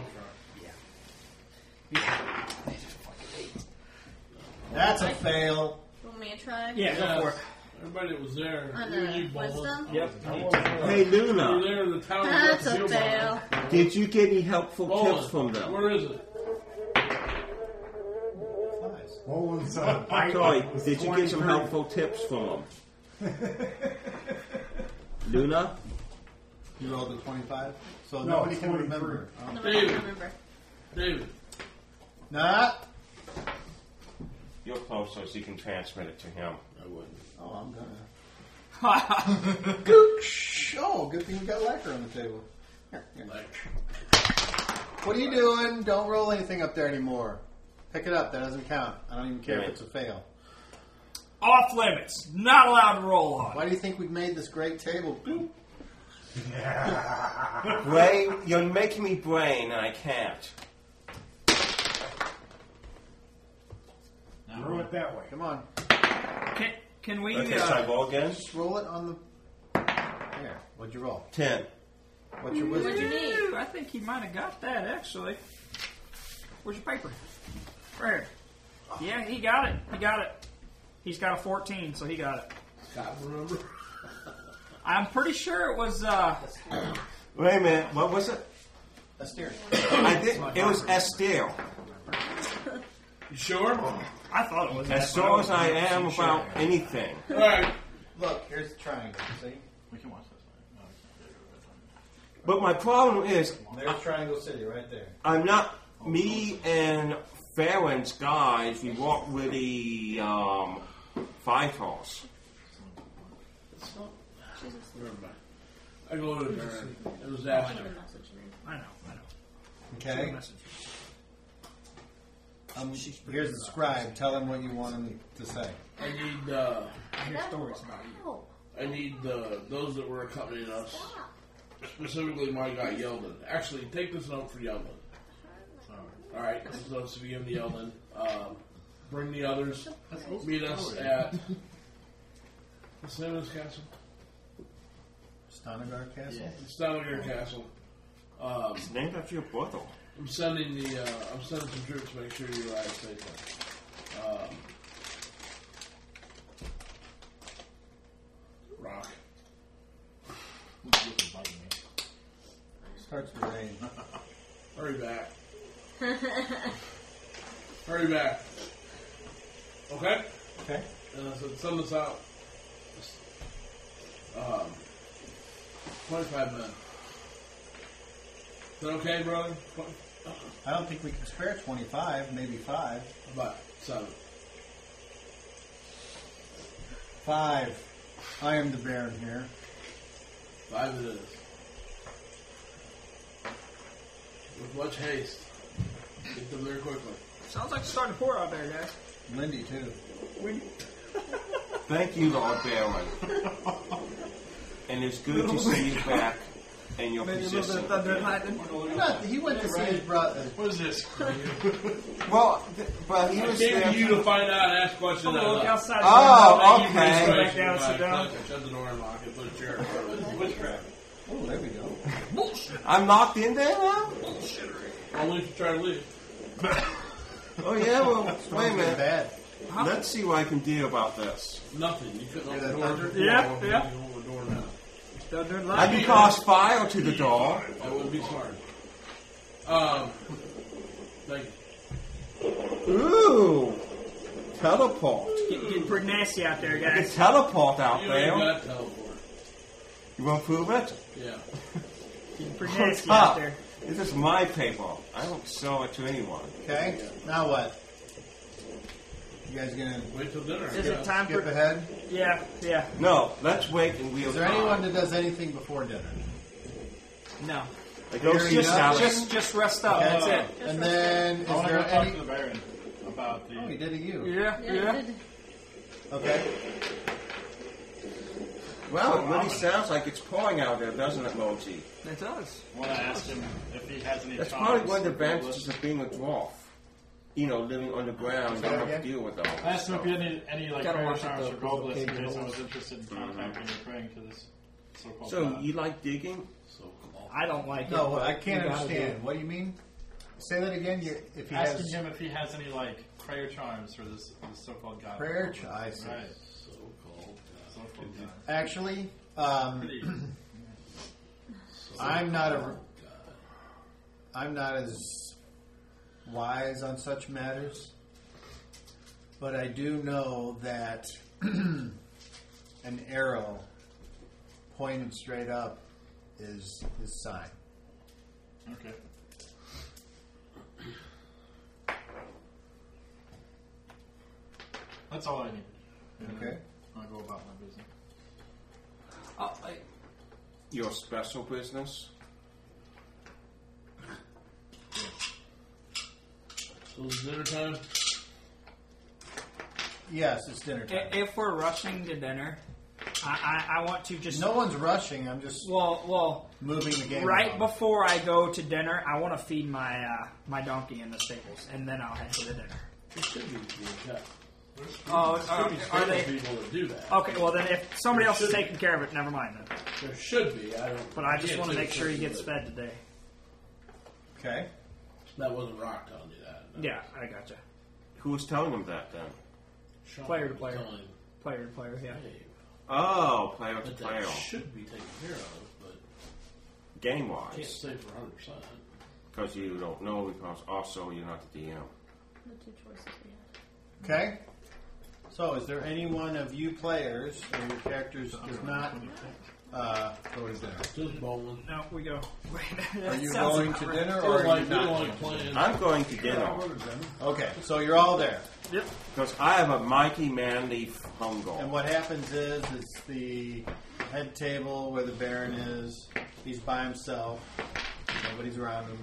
Speaker 2: That's a fail.
Speaker 7: You want me to try?
Speaker 4: Yeah. Go for it.
Speaker 3: Everybody that was there.
Speaker 7: On
Speaker 3: you and
Speaker 7: the
Speaker 3: you, Bowen.
Speaker 7: wisdom?
Speaker 4: Yep.
Speaker 1: Hey
Speaker 3: You were
Speaker 1: Luna,
Speaker 3: there in the town.
Speaker 7: That's a
Speaker 3: with
Speaker 7: fail.
Speaker 1: did you get any helpful
Speaker 4: Oh.
Speaker 3: Bowen,
Speaker 1: tips from them?
Speaker 3: Where is it?
Speaker 2: Nice.
Speaker 5: What was uh, I
Speaker 1: Troy, did you get some helpful tips from them? Luna?
Speaker 2: You rolled a twenty-five, so
Speaker 5: No,
Speaker 2: nobody can
Speaker 5: 23.
Speaker 2: remember. Oh.
Speaker 7: No, I
Speaker 3: Dude.
Speaker 7: don't remember.
Speaker 3: David.
Speaker 2: Nah.
Speaker 1: You're close, so you can transmit it to him.
Speaker 3: I wouldn't.
Speaker 2: Oh, I'm gonna. oh, good thing we got lacquer on the table. Here, here.
Speaker 3: Like
Speaker 2: What are you doing? Don't roll anything up there anymore. Pick it up. That doesn't count. I don't even care if it's a fail.
Speaker 4: Off limits. Not allowed to roll on.
Speaker 2: Why do you think we made this great table? Boop.
Speaker 1: Brain, you're making me brain, and I can't.
Speaker 5: Throw it that way.
Speaker 2: Come on,
Speaker 4: Can, can we?
Speaker 1: Okay, so I
Speaker 4: uh,
Speaker 1: roll again?
Speaker 2: just roll it on the. There. What'd you roll?
Speaker 1: Ten.
Speaker 2: What's your
Speaker 7: What'd you
Speaker 2: wisdom?
Speaker 7: need?
Speaker 4: Ooh, I think he might have got that actually. Where's your paper? Right here. Yeah, he got it. He got it. He's got a fourteen, so he got it.
Speaker 3: God, remember?
Speaker 4: I'm pretty sure it was. Uh,
Speaker 1: Wait a minute, what was it?
Speaker 2: A steer.
Speaker 1: I did, it was Estelle.
Speaker 3: You sure? All
Speaker 4: I thought it was.
Speaker 1: As sure as I am about anything.
Speaker 3: right.
Speaker 2: Look, here's the triangle. See?
Speaker 9: We can watch this. one. No, we
Speaker 1: But my problem is,
Speaker 2: There's Triangle City right there.
Speaker 1: I'm not. Me and Farron's guys, we walked with the um, fighters.
Speaker 3: something? Never mind. I go to her. It was after.
Speaker 4: I know, I know.
Speaker 2: Okay.
Speaker 4: Message.
Speaker 2: Um, here's the scribe. Tell him what you want him to say.
Speaker 3: I need uh,
Speaker 4: I hear stories about you.
Speaker 3: I need uh, those that were accompanying us, specifically my guy Yeldon. Actually, take this note for Yeldon. All right, this is notes to be given to Yeldon. Um, bring the others. Meet us at what's the name of this castle?
Speaker 2: Stonegar Castle?
Speaker 3: Stavanger Castle. Um,
Speaker 1: It's named after your brother.
Speaker 3: I'm sending the uh, I'm sending some troops to make sure you arrive safely. Um, rock.
Speaker 2: Starts to rain.
Speaker 3: Hurry back. Hurry back. Okay?
Speaker 2: Okay.
Speaker 3: Uh, so send us out. Um, 25 men. Is that okay, brother? Twen-
Speaker 2: I don't think we can spare 25, maybe 5.
Speaker 3: About seven.
Speaker 2: 5. I am the Baron here.
Speaker 3: Five it is. With much haste. Get them there quickly.
Speaker 4: Sounds like it's starting to pour out there, guys.
Speaker 2: Lindy, too.
Speaker 1: Thank you, Lord Baron. and it's good to see you back in your position. again.
Speaker 2: Not- he went to see his brother.
Speaker 9: What is this?
Speaker 1: Well, th- but he
Speaker 3: I
Speaker 1: was
Speaker 3: came
Speaker 1: there.
Speaker 3: to you to find out and ask questions. I
Speaker 4: Look
Speaker 3: left.
Speaker 4: outside.
Speaker 1: Oh,
Speaker 4: Thank you,
Speaker 1: okay.
Speaker 4: Bruce.
Speaker 3: Right,
Speaker 4: Back down, sit down.
Speaker 3: Shut the door and lock it. Put a chair in front of it. Witchcraft.
Speaker 2: Oh, there we go.
Speaker 1: I'm locked in there now?
Speaker 3: Only if you try to leave.
Speaker 1: Oh, yeah, well, wait a
Speaker 2: Not
Speaker 1: minute.
Speaker 2: bad.
Speaker 1: Let's see what I can do about this.
Speaker 3: Nothing. You couldn't
Speaker 2: that
Speaker 3: open the door.
Speaker 2: thunder?
Speaker 3: before.
Speaker 4: Yeah,
Speaker 3: You
Speaker 4: yeah.
Speaker 3: can open the door now.
Speaker 4: Don't do it
Speaker 1: I
Speaker 4: live.
Speaker 1: can cast fire to the door.
Speaker 3: That would be smart. Um, like,
Speaker 1: Ooh! Teleport.
Speaker 4: Get, get pretty nasty out there,
Speaker 1: I can
Speaker 4: guys.
Speaker 1: teleport out
Speaker 3: you
Speaker 1: there.
Speaker 3: ain't got teleport.
Speaker 1: You want to prove it?
Speaker 3: Yeah.
Speaker 4: Get pretty nasty
Speaker 1: Ah,
Speaker 4: out there.
Speaker 1: This is my paper. I don't sell it to anyone.
Speaker 2: Okay. Now what? You guys gonna
Speaker 3: Wait till dinner.
Speaker 4: Is
Speaker 3: yeah.
Speaker 4: it time
Speaker 2: skip
Speaker 4: for?
Speaker 2: ahead?
Speaker 4: Yeah, yeah.
Speaker 1: No, let's wait and we'll.
Speaker 2: Is there anyone that does anything before dinner?
Speaker 4: No.
Speaker 1: Like, go
Speaker 2: Hearing
Speaker 1: see
Speaker 2: nothing.
Speaker 1: Alex.
Speaker 4: Just, just rest up.
Speaker 2: Okay.
Speaker 4: Oh, That's it.
Speaker 2: And then
Speaker 9: I
Speaker 2: is
Speaker 9: want to
Speaker 2: there
Speaker 9: go talk
Speaker 2: any?
Speaker 9: to the Baron about the.
Speaker 2: Oh, he did to you.
Speaker 4: Yeah, yeah.
Speaker 2: Okay.
Speaker 1: Well, it really sounds like it's pouring out there, doesn't it, Moji?
Speaker 4: It does.
Speaker 9: want to ask him if he has any.
Speaker 1: That's
Speaker 9: thoughts
Speaker 1: probably one of the
Speaker 9: about
Speaker 1: advantages of being a dwarf. You know, living underground, you don't have to deal with all this
Speaker 9: I asked him if
Speaker 1: stuff.
Speaker 9: he had any, any like
Speaker 4: Gotta
Speaker 9: prayer
Speaker 4: watch it,
Speaker 9: charms
Speaker 4: though,
Speaker 9: or
Speaker 4: 'cause
Speaker 9: gold
Speaker 4: the
Speaker 9: lists in
Speaker 4: pig
Speaker 9: case I
Speaker 4: knows.
Speaker 9: was interested in contacting or praying to this so-called
Speaker 1: So
Speaker 9: Oh, god.
Speaker 1: you like digging?
Speaker 3: So cool.
Speaker 4: I don't like it.
Speaker 2: No, what I
Speaker 4: but
Speaker 2: can't
Speaker 4: we gotta
Speaker 2: understand. What do you mean? Say that again. You, if he
Speaker 9: asking
Speaker 2: has
Speaker 9: him if he has any like prayer charms for this, this so-called god.
Speaker 2: prayer, ch- I see.
Speaker 9: Right.
Speaker 3: So cold.
Speaker 9: So-called god.
Speaker 2: Actually, um,
Speaker 9: Pretty-
Speaker 2: I'm not a, I'm not as wise on such matters, but I do know that an arrow pointed straight up is his sign.
Speaker 9: okay. That's all I need. And
Speaker 2: Okay.
Speaker 9: I'll go about my business.
Speaker 4: Oh, like,
Speaker 1: Your special business?
Speaker 3: So it's dinner time.
Speaker 2: Yes, it's dinner
Speaker 4: i-
Speaker 2: time.
Speaker 4: if we're rushing to dinner, I, I, I want to just.
Speaker 2: No one's rushing. I'm just
Speaker 4: Well, well.
Speaker 2: moving the game.
Speaker 4: Right
Speaker 2: along.
Speaker 4: before I go to dinner, I want to feed my uh, my donkey in the stables, and then I'll head to the dinner.
Speaker 3: It should be being kept.
Speaker 4: Oh,
Speaker 3: There
Speaker 4: are,
Speaker 3: should be
Speaker 4: are
Speaker 3: stable
Speaker 4: they?
Speaker 3: people that do that.
Speaker 4: Okay, well then, if somebody else is taking care of it, never mind then.
Speaker 3: There should be. I don't.
Speaker 4: But I just
Speaker 3: can't
Speaker 4: want to
Speaker 3: say
Speaker 4: make sure he gets
Speaker 3: something
Speaker 4: fed today.
Speaker 2: Okay.
Speaker 3: that- That wasn't Rock telling you that. No.
Speaker 4: Yeah, I gotcha.
Speaker 1: Who was telling him that then?
Speaker 3: Sean
Speaker 4: Player to
Speaker 3: was
Speaker 4: player.
Speaker 3: telling him,
Speaker 4: Player to player, yeah.
Speaker 3: "Hey,
Speaker 1: Oh, player to
Speaker 3: But
Speaker 1: player.
Speaker 3: that should be taken care of, but
Speaker 1: Game
Speaker 3: can't
Speaker 1: wise.
Speaker 3: say for 100%.
Speaker 1: Because you don't know, because also you're not the DM.
Speaker 7: The two choices we had.
Speaker 2: Okay. So, is there any one of you players or your characters does not uh, go to dinner?
Speaker 3: Just bowling.
Speaker 4: No, we go. Wait,
Speaker 2: Are
Speaker 4: that
Speaker 2: you
Speaker 4: sounds
Speaker 2: going
Speaker 4: about
Speaker 2: to
Speaker 4: right.
Speaker 2: dinner
Speaker 3: Or
Speaker 2: or are
Speaker 3: like,
Speaker 2: you
Speaker 3: we don't
Speaker 2: not?
Speaker 3: like playing.
Speaker 1: I'm going to dinner.
Speaker 2: Okay, so you're all there.
Speaker 10: Yep.
Speaker 1: Because I have a mighty manly
Speaker 2: And
Speaker 1: fungal.
Speaker 2: what happens is, it's the head table where the Baron is. He's by himself. Nobody's around him.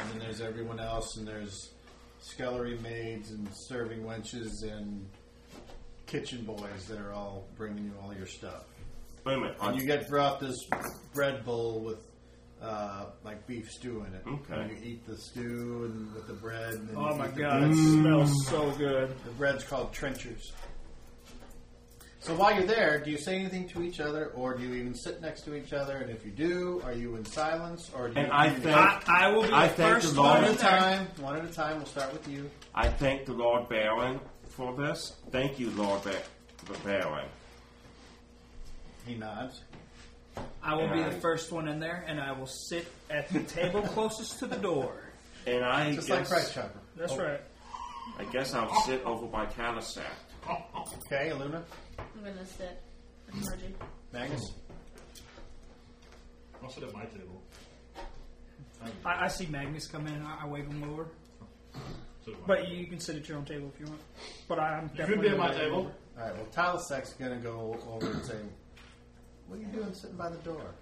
Speaker 2: And then there's everyone else, and there's scullery maids and serving wenches and kitchen boys that are all bringing you all your stuff.
Speaker 1: Wait a minute.
Speaker 2: And you get brought this bread bowl with uh, like beef stew in it.
Speaker 1: Okay.
Speaker 2: And you eat the stew and with the bread. And then
Speaker 10: Oh
Speaker 2: you
Speaker 10: my
Speaker 2: eat the
Speaker 10: god,
Speaker 2: bread.
Speaker 5: Mm.
Speaker 10: it smells so good.
Speaker 2: The bread's called trenchers. So while you're there, do you say anything to each other, or do you even sit next to each other? And if you do, are you in silence, or do you?
Speaker 1: And I
Speaker 2: communicate?
Speaker 10: I, I will be
Speaker 1: I
Speaker 10: the
Speaker 1: thank
Speaker 10: first
Speaker 1: the
Speaker 2: one
Speaker 1: Lord.
Speaker 10: one
Speaker 2: at
Speaker 10: in
Speaker 2: a
Speaker 10: there.
Speaker 2: time. One at a time. We'll start with you.
Speaker 1: I thank the Lord Baron for this. Thank you, Lord ba- the Baron.
Speaker 2: He nods.
Speaker 10: I will be
Speaker 1: Yeah.
Speaker 10: the first one in there, and I will sit at the table closest to the door.
Speaker 4: Oh.
Speaker 1: And I
Speaker 2: Just like
Speaker 1: guess
Speaker 2: Price Chopper.
Speaker 10: That's right.
Speaker 1: I guess I'll sit over by Talisac.
Speaker 2: Okay, Luna,
Speaker 7: I'm gonna sit. Emerging.
Speaker 2: Magnus.
Speaker 1: Hmm.
Speaker 9: I'll sit at my table.
Speaker 10: I, I see Magnus come in. I, I wave him over.
Speaker 9: Sit at my
Speaker 10: But
Speaker 9: table.
Speaker 10: you can sit at your own table if you want. But I- I'm
Speaker 9: you could be
Speaker 10: definitely
Speaker 9: at my
Speaker 10: gonna wave
Speaker 9: table.
Speaker 10: over.
Speaker 2: All right. Well, Talisak's gonna go over and say, "What are you doing sitting by the door?"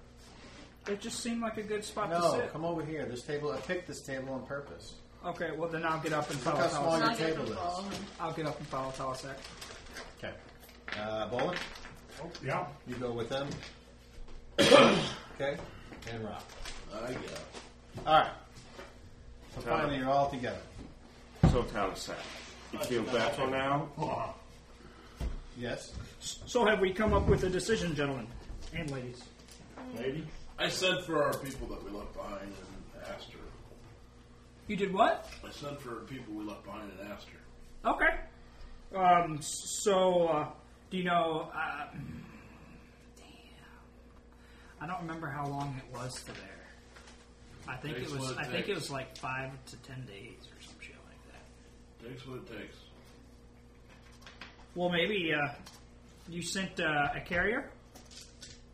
Speaker 10: It just seemed like a good spot to
Speaker 2: No,
Speaker 10: sit.
Speaker 2: come over here. This table. I picked this table on purpose.
Speaker 10: Okay, well then I'll get up and follow
Speaker 2: how small
Speaker 10: Talisac.
Speaker 2: your
Speaker 7: I'll get
Speaker 2: table
Speaker 7: them
Speaker 2: is.
Speaker 7: all. I'll
Speaker 10: I'll get up and follow Talisac.
Speaker 2: Okay. Uh, Bolin,
Speaker 5: Oh, yeah.
Speaker 2: you go with them. okay. And Rock.
Speaker 3: I get it.
Speaker 2: All right. So
Speaker 1: Got
Speaker 2: finally,
Speaker 1: it.
Speaker 2: you're all together.
Speaker 1: So Talisac, you feel better now?
Speaker 2: Yes.
Speaker 10: So have we come up with a decision, gentlemen and ladies?
Speaker 9: Maybe.
Speaker 3: I said for our people that we left behind and asked her.
Speaker 10: You did what?
Speaker 3: I said for people we left behind and asked her.
Speaker 10: Okay. Um. s- So, uh, do you know? Uh, damn. I don't remember how long it was to there. I think
Speaker 3: Takes
Speaker 10: it was.
Speaker 3: what it
Speaker 10: I think it
Speaker 3: takes.
Speaker 10: was like five to ten days or some shit like that.
Speaker 3: Takes what it takes.
Speaker 10: Well, maybe uh, you sent uh, a carrier.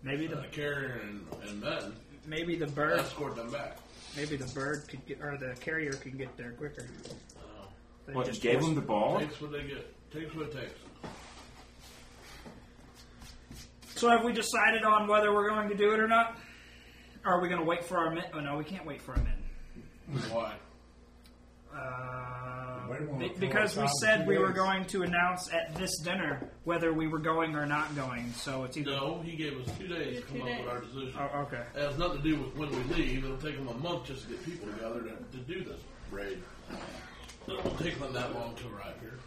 Speaker 10: Maybe the
Speaker 3: Uh, carrier and, and then
Speaker 10: maybe the bird
Speaker 3: escort them back.
Speaker 10: maybe the bird could get or the carrier could get there quicker. They
Speaker 1: What, you
Speaker 10: just
Speaker 1: gave
Speaker 10: forced-
Speaker 1: him the ball?
Speaker 3: Takes what they get. Takes what it takes.
Speaker 10: So have we decided on whether we're going to do it or not? Or are we going to wait for our men? Oh no, we can't wait for our men.
Speaker 3: Why?
Speaker 10: Uh,
Speaker 5: Wait a moment,
Speaker 10: be-
Speaker 5: come
Speaker 10: because
Speaker 5: on,
Speaker 10: we
Speaker 5: Tom,
Speaker 10: said
Speaker 5: two
Speaker 10: we were
Speaker 5: days.
Speaker 10: going to announce at this dinner whether we were going or not going. So it's either.
Speaker 3: No, he gave us two days to
Speaker 7: Two
Speaker 3: come up
Speaker 7: days.
Speaker 3: with our decision.
Speaker 10: Oh, okay.
Speaker 3: It has nothing to do with when we leave. It'll take them a month just to get people together to, to do this raid. It won't take them that long to arrive here.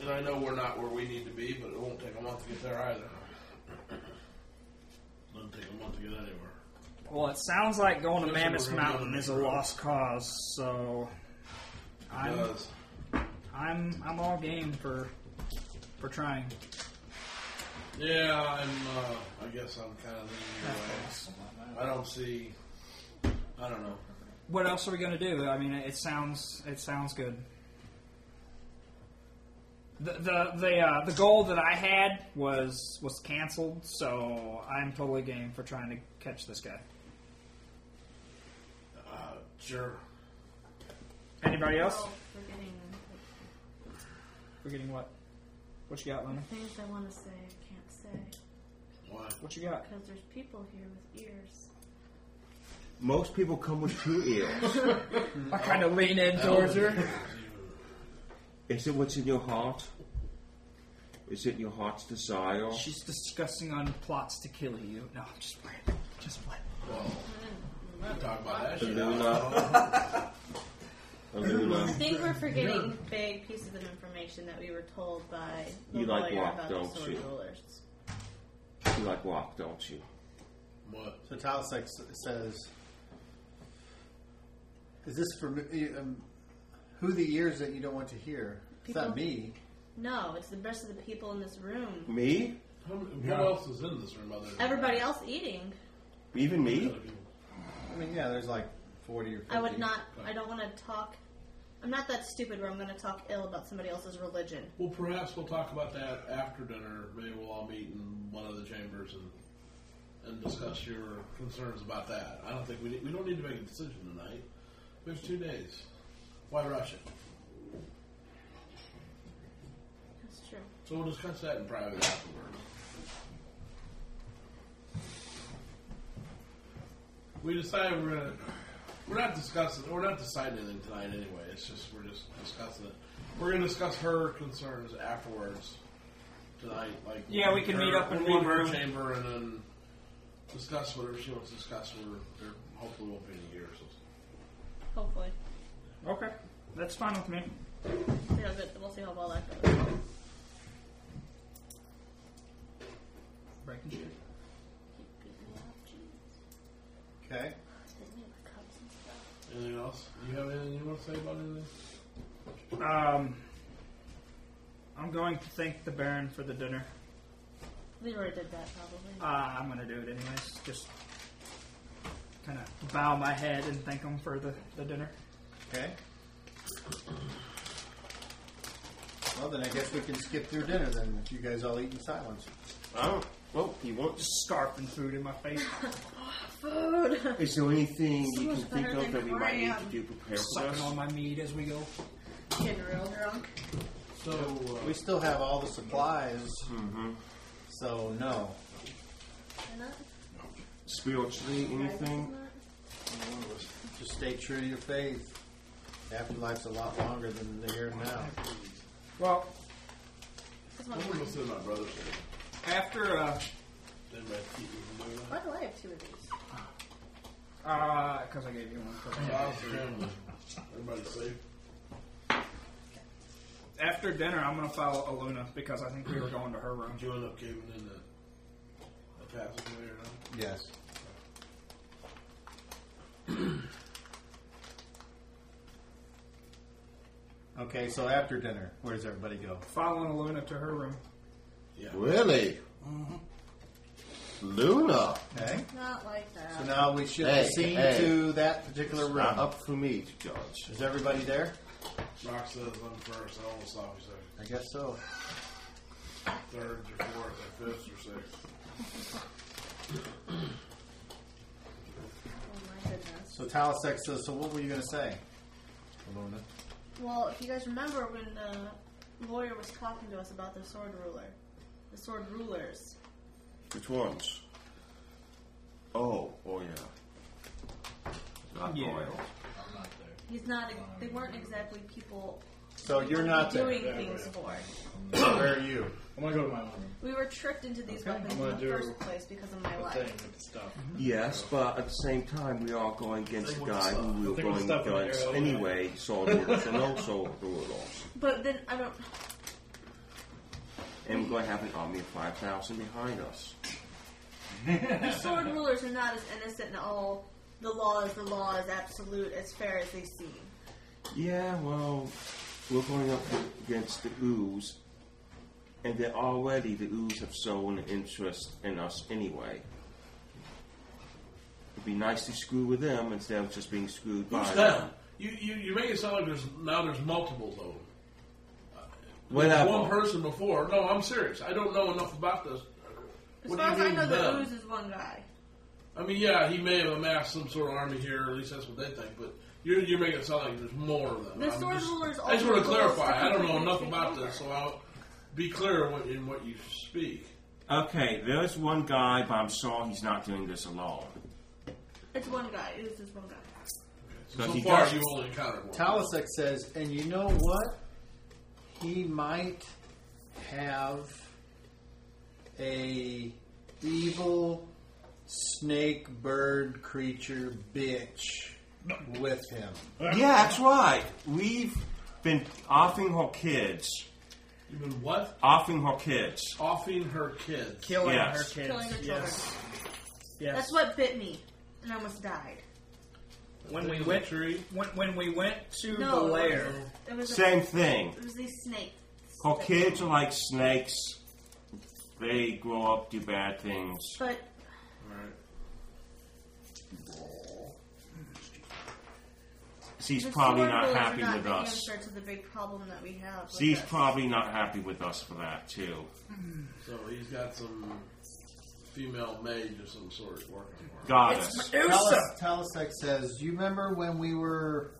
Speaker 3: And I know we're not where we need to be, but it won't take a month to get there either. Doesn't take a month to get anywhere.
Speaker 10: Well, it sounds like going to
Speaker 3: Listen, we're
Speaker 10: Mammoth
Speaker 3: gonna go
Speaker 10: Mountain
Speaker 3: to
Speaker 10: is a
Speaker 3: the-
Speaker 10: lost cause. So I'm
Speaker 3: Because
Speaker 10: I'm I'm all game for for trying.
Speaker 3: yeah, I'm. Uh, I guess I'm kind of leaning your way. I don't see. I don't know.
Speaker 10: What else are we going to do? I mean, it sounds it sounds good. The the the, uh, the goal that I had was was canceled, so I'm totally game for trying to catch this guy.
Speaker 3: Uh, sure.
Speaker 10: Anybody else?
Speaker 7: Oh, forgetting
Speaker 10: Forgetting what? What you got, Luna?
Speaker 7: things I want to say I can't say
Speaker 3: Why?
Speaker 10: What you got?
Speaker 7: because there's people here with ears.
Speaker 1: Most people come with two ears.
Speaker 10: I kind of lean in towards her.
Speaker 1: Is it what's in your heart? Is it your heart's
Speaker 4: Oh.
Speaker 1: desire?
Speaker 10: She's discussing on plots to kill you. No, I'm just playing. Just playing.
Speaker 3: Talk about that shit.
Speaker 1: Aluna.
Speaker 7: I
Speaker 1: Aluna.
Speaker 7: think we're forgetting big pieces of information that we were told by the
Speaker 1: You like
Speaker 7: lawyer
Speaker 1: rock,
Speaker 7: about
Speaker 1: don't
Speaker 7: the sword
Speaker 1: you?
Speaker 7: rulers.
Speaker 1: You like walk, don't you?
Speaker 3: What?
Speaker 2: So Talisak s- says, "Is this for me? Um, who the ears that you don't want to hear? It's not
Speaker 7: People.
Speaker 2: me.
Speaker 7: No, it's the rest of the people in this room.
Speaker 1: Me?
Speaker 3: How m-
Speaker 5: Yeah.
Speaker 3: What else is in this room other than
Speaker 7: Everybody else eating.
Speaker 1: Even me?
Speaker 2: I mean, yeah, there's like forty or 50.
Speaker 7: I would not. I don't want to talk. I'm not that stupid where I'm going to talk ill about somebody else's religion.
Speaker 3: Well, perhaps we'll talk about that after dinner. Maybe we'll all meet in one of the chambers and and discuss your concerns about that. I don't think we need, we don't need to make a decision tonight. We have two days. Why rush it? So we'll discuss that in private afterwards. We decided we're gonna. We're not discussing. We're not deciding anything tonight anyway. It's just we're just discussing it. We're gonna discuss her concerns afterwards tonight. Like
Speaker 4: Yeah, we can
Speaker 3: her-
Speaker 4: meet up in
Speaker 3: we'll meet
Speaker 4: one
Speaker 3: her
Speaker 4: room.
Speaker 3: chamber and then discuss whatever she wants to discuss. We're there hopefully won't be in a year or so.
Speaker 7: Hopefully.
Speaker 4: Okay, that's fine with me.
Speaker 7: You know, but We'll see how well that goes.
Speaker 4: Breaking shit.
Speaker 7: Keep beating me up, jeez.
Speaker 2: Okay.
Speaker 7: Hit me with cups and stuff.
Speaker 3: Anything else? Do you have anything you want to say about anything?
Speaker 4: Um, I'm going to thank the Baron for the dinner.
Speaker 7: We already did that, probably.
Speaker 4: Uh, I'm gonna do it anyways. Just kind of bow my head and thank him for the, the dinner.
Speaker 2: Okay. Well, then I guess we can skip through dinner then, if you guys all eat in silence.
Speaker 1: Oh, well, you want.
Speaker 4: Scarfing food in my face.
Speaker 7: Food!
Speaker 1: Is there anything
Speaker 7: So
Speaker 1: you
Speaker 7: much
Speaker 1: can think
Speaker 7: better
Speaker 1: of
Speaker 7: than
Speaker 1: that we might need to
Speaker 7: crayon.
Speaker 1: do prepare for
Speaker 4: Sucking
Speaker 1: us?
Speaker 4: on my meat as we go.
Speaker 7: Getting real drunk.
Speaker 3: So uh,
Speaker 2: We still have all the supplies, so no.
Speaker 7: Isn't it?
Speaker 1: Spiritually, anything?
Speaker 2: Just stay true to your faith. Afterlife's a lot longer than the here and now.
Speaker 4: Well,
Speaker 7: That's
Speaker 3: I'm
Speaker 7: one
Speaker 3: gonna
Speaker 7: mine.
Speaker 3: go sit in my brother's room.
Speaker 4: after uh,
Speaker 3: Then my feet were moving.
Speaker 7: Why do I have two of these?
Speaker 4: uh, cause I gave you one. For
Speaker 3: Wow, family. Everybody safe.
Speaker 4: After dinner, I'm gonna follow Aluna because I think we were going to her room.
Speaker 3: Did you end up caving in the, the passageway or not?
Speaker 2: Yes. okay, so after dinner, where does everybody go?
Speaker 4: Following Aluna to her room.
Speaker 3: Yeah.
Speaker 1: Really? Luna!
Speaker 2: Okay.
Speaker 7: Not like that.
Speaker 2: So now we shift
Speaker 1: Hey,
Speaker 2: the scene
Speaker 1: hey.
Speaker 2: to that particular room.
Speaker 1: Not up for me to judge.
Speaker 2: Is everybody there?
Speaker 3: Rock says I'm first. I almost thought you
Speaker 2: I guess so.
Speaker 3: said third or fourth or fifth or sixth.
Speaker 7: Oh my goodness.
Speaker 2: So Talisex says, so what were you going to say? Alona.
Speaker 7: Well, if you guys remember when the lawyer was talking to us about the sword ruler, the sword rulers.
Speaker 1: Which ones? Oh, oh yeah. Not
Speaker 4: Yeah.
Speaker 1: oil.
Speaker 7: He's not. They weren't exactly people
Speaker 2: So you're not there.
Speaker 7: doing things for.
Speaker 2: Where are you?
Speaker 9: I'm gonna go to my own room.
Speaker 7: We were tricked into these
Speaker 2: Okay,
Speaker 7: weapons
Speaker 9: I'm
Speaker 7: in
Speaker 9: gonna
Speaker 7: the
Speaker 9: do
Speaker 7: first place because of my
Speaker 9: The thing
Speaker 7: life.
Speaker 9: with the stuff.
Speaker 1: Yes, but at the same time, we are going against the guy who we were
Speaker 9: Think we'll
Speaker 1: going
Speaker 9: stop right
Speaker 1: against
Speaker 9: here, okay.
Speaker 1: anyway, sword rulers and also rulers.
Speaker 7: But then I don't.
Speaker 1: And we're going to have an army of 5,000 behind us.
Speaker 7: The sword rulers are not as innocent and all. The law is the law is absolute as fair as they seem.
Speaker 1: Yeah, well, we're going up against the ooze, and they're already the ooze have shown an interest in us anyway. It'd be nice to screw with them instead of just being screwed by
Speaker 3: Who's them? You, you you make it sound like there's now there's multiples of them.
Speaker 1: Whatever.
Speaker 3: One person before. No, I'm serious. I don't know enough about this.
Speaker 7: As
Speaker 3: What do
Speaker 7: far
Speaker 3: you
Speaker 7: as I
Speaker 3: mean
Speaker 7: know,
Speaker 3: them?
Speaker 7: the ooze is one guy.
Speaker 3: I mean, yeah, he may have amassed some sort of army here, or at least that's what they think. But you're, you're making it sound like there's more of them.
Speaker 7: The
Speaker 3: I'm
Speaker 7: sword
Speaker 3: just-
Speaker 7: rulers
Speaker 3: I just
Speaker 7: also
Speaker 3: want to
Speaker 7: rule
Speaker 3: clarify. I don't know
Speaker 7: something
Speaker 3: enough
Speaker 7: they
Speaker 3: about
Speaker 7: take
Speaker 3: this, so
Speaker 7: over.
Speaker 3: I'll be clear in what, in what you speak.
Speaker 1: Okay, there's one guy, but I'm sure he's not doing this alone.
Speaker 7: It's one guy. It is just one guy.
Speaker 3: So,
Speaker 1: Does he
Speaker 3: far,
Speaker 1: does-
Speaker 3: you've only encountered one.
Speaker 2: Talisex says, and you know what? He might have a evil snake bird creature bitch with him.
Speaker 1: yeah, that's right. We've been offing her kids.
Speaker 3: You've been what?
Speaker 1: Offing her kids.
Speaker 3: Offing her kids.
Speaker 4: Killing
Speaker 1: Yes.
Speaker 4: her kids.
Speaker 7: Killing the children.
Speaker 4: yes. Yes.
Speaker 7: That's what bit me, and I almost died.
Speaker 4: when we
Speaker 3: Thing
Speaker 4: went
Speaker 3: in the tree.
Speaker 4: when, when we went to
Speaker 7: No,
Speaker 4: the
Speaker 7: it
Speaker 4: lair.
Speaker 7: It was
Speaker 1: Same thing.
Speaker 7: A, it was these snakes.
Speaker 1: Her kids are like snakes. They grow up, do bad things.
Speaker 7: But
Speaker 3: Alright.
Speaker 1: She's
Speaker 7: the
Speaker 1: probably
Speaker 7: sword
Speaker 1: not
Speaker 7: rulers are
Speaker 1: happy
Speaker 7: not
Speaker 1: with
Speaker 7: the
Speaker 1: us.
Speaker 7: answer to the big problem that we have. with
Speaker 1: She's
Speaker 7: this.
Speaker 1: probably not happy with us for that too.
Speaker 3: So he's got some female mage of some sort working for him.
Speaker 1: Got us.
Speaker 2: Talis, Talisex says, you remember when we were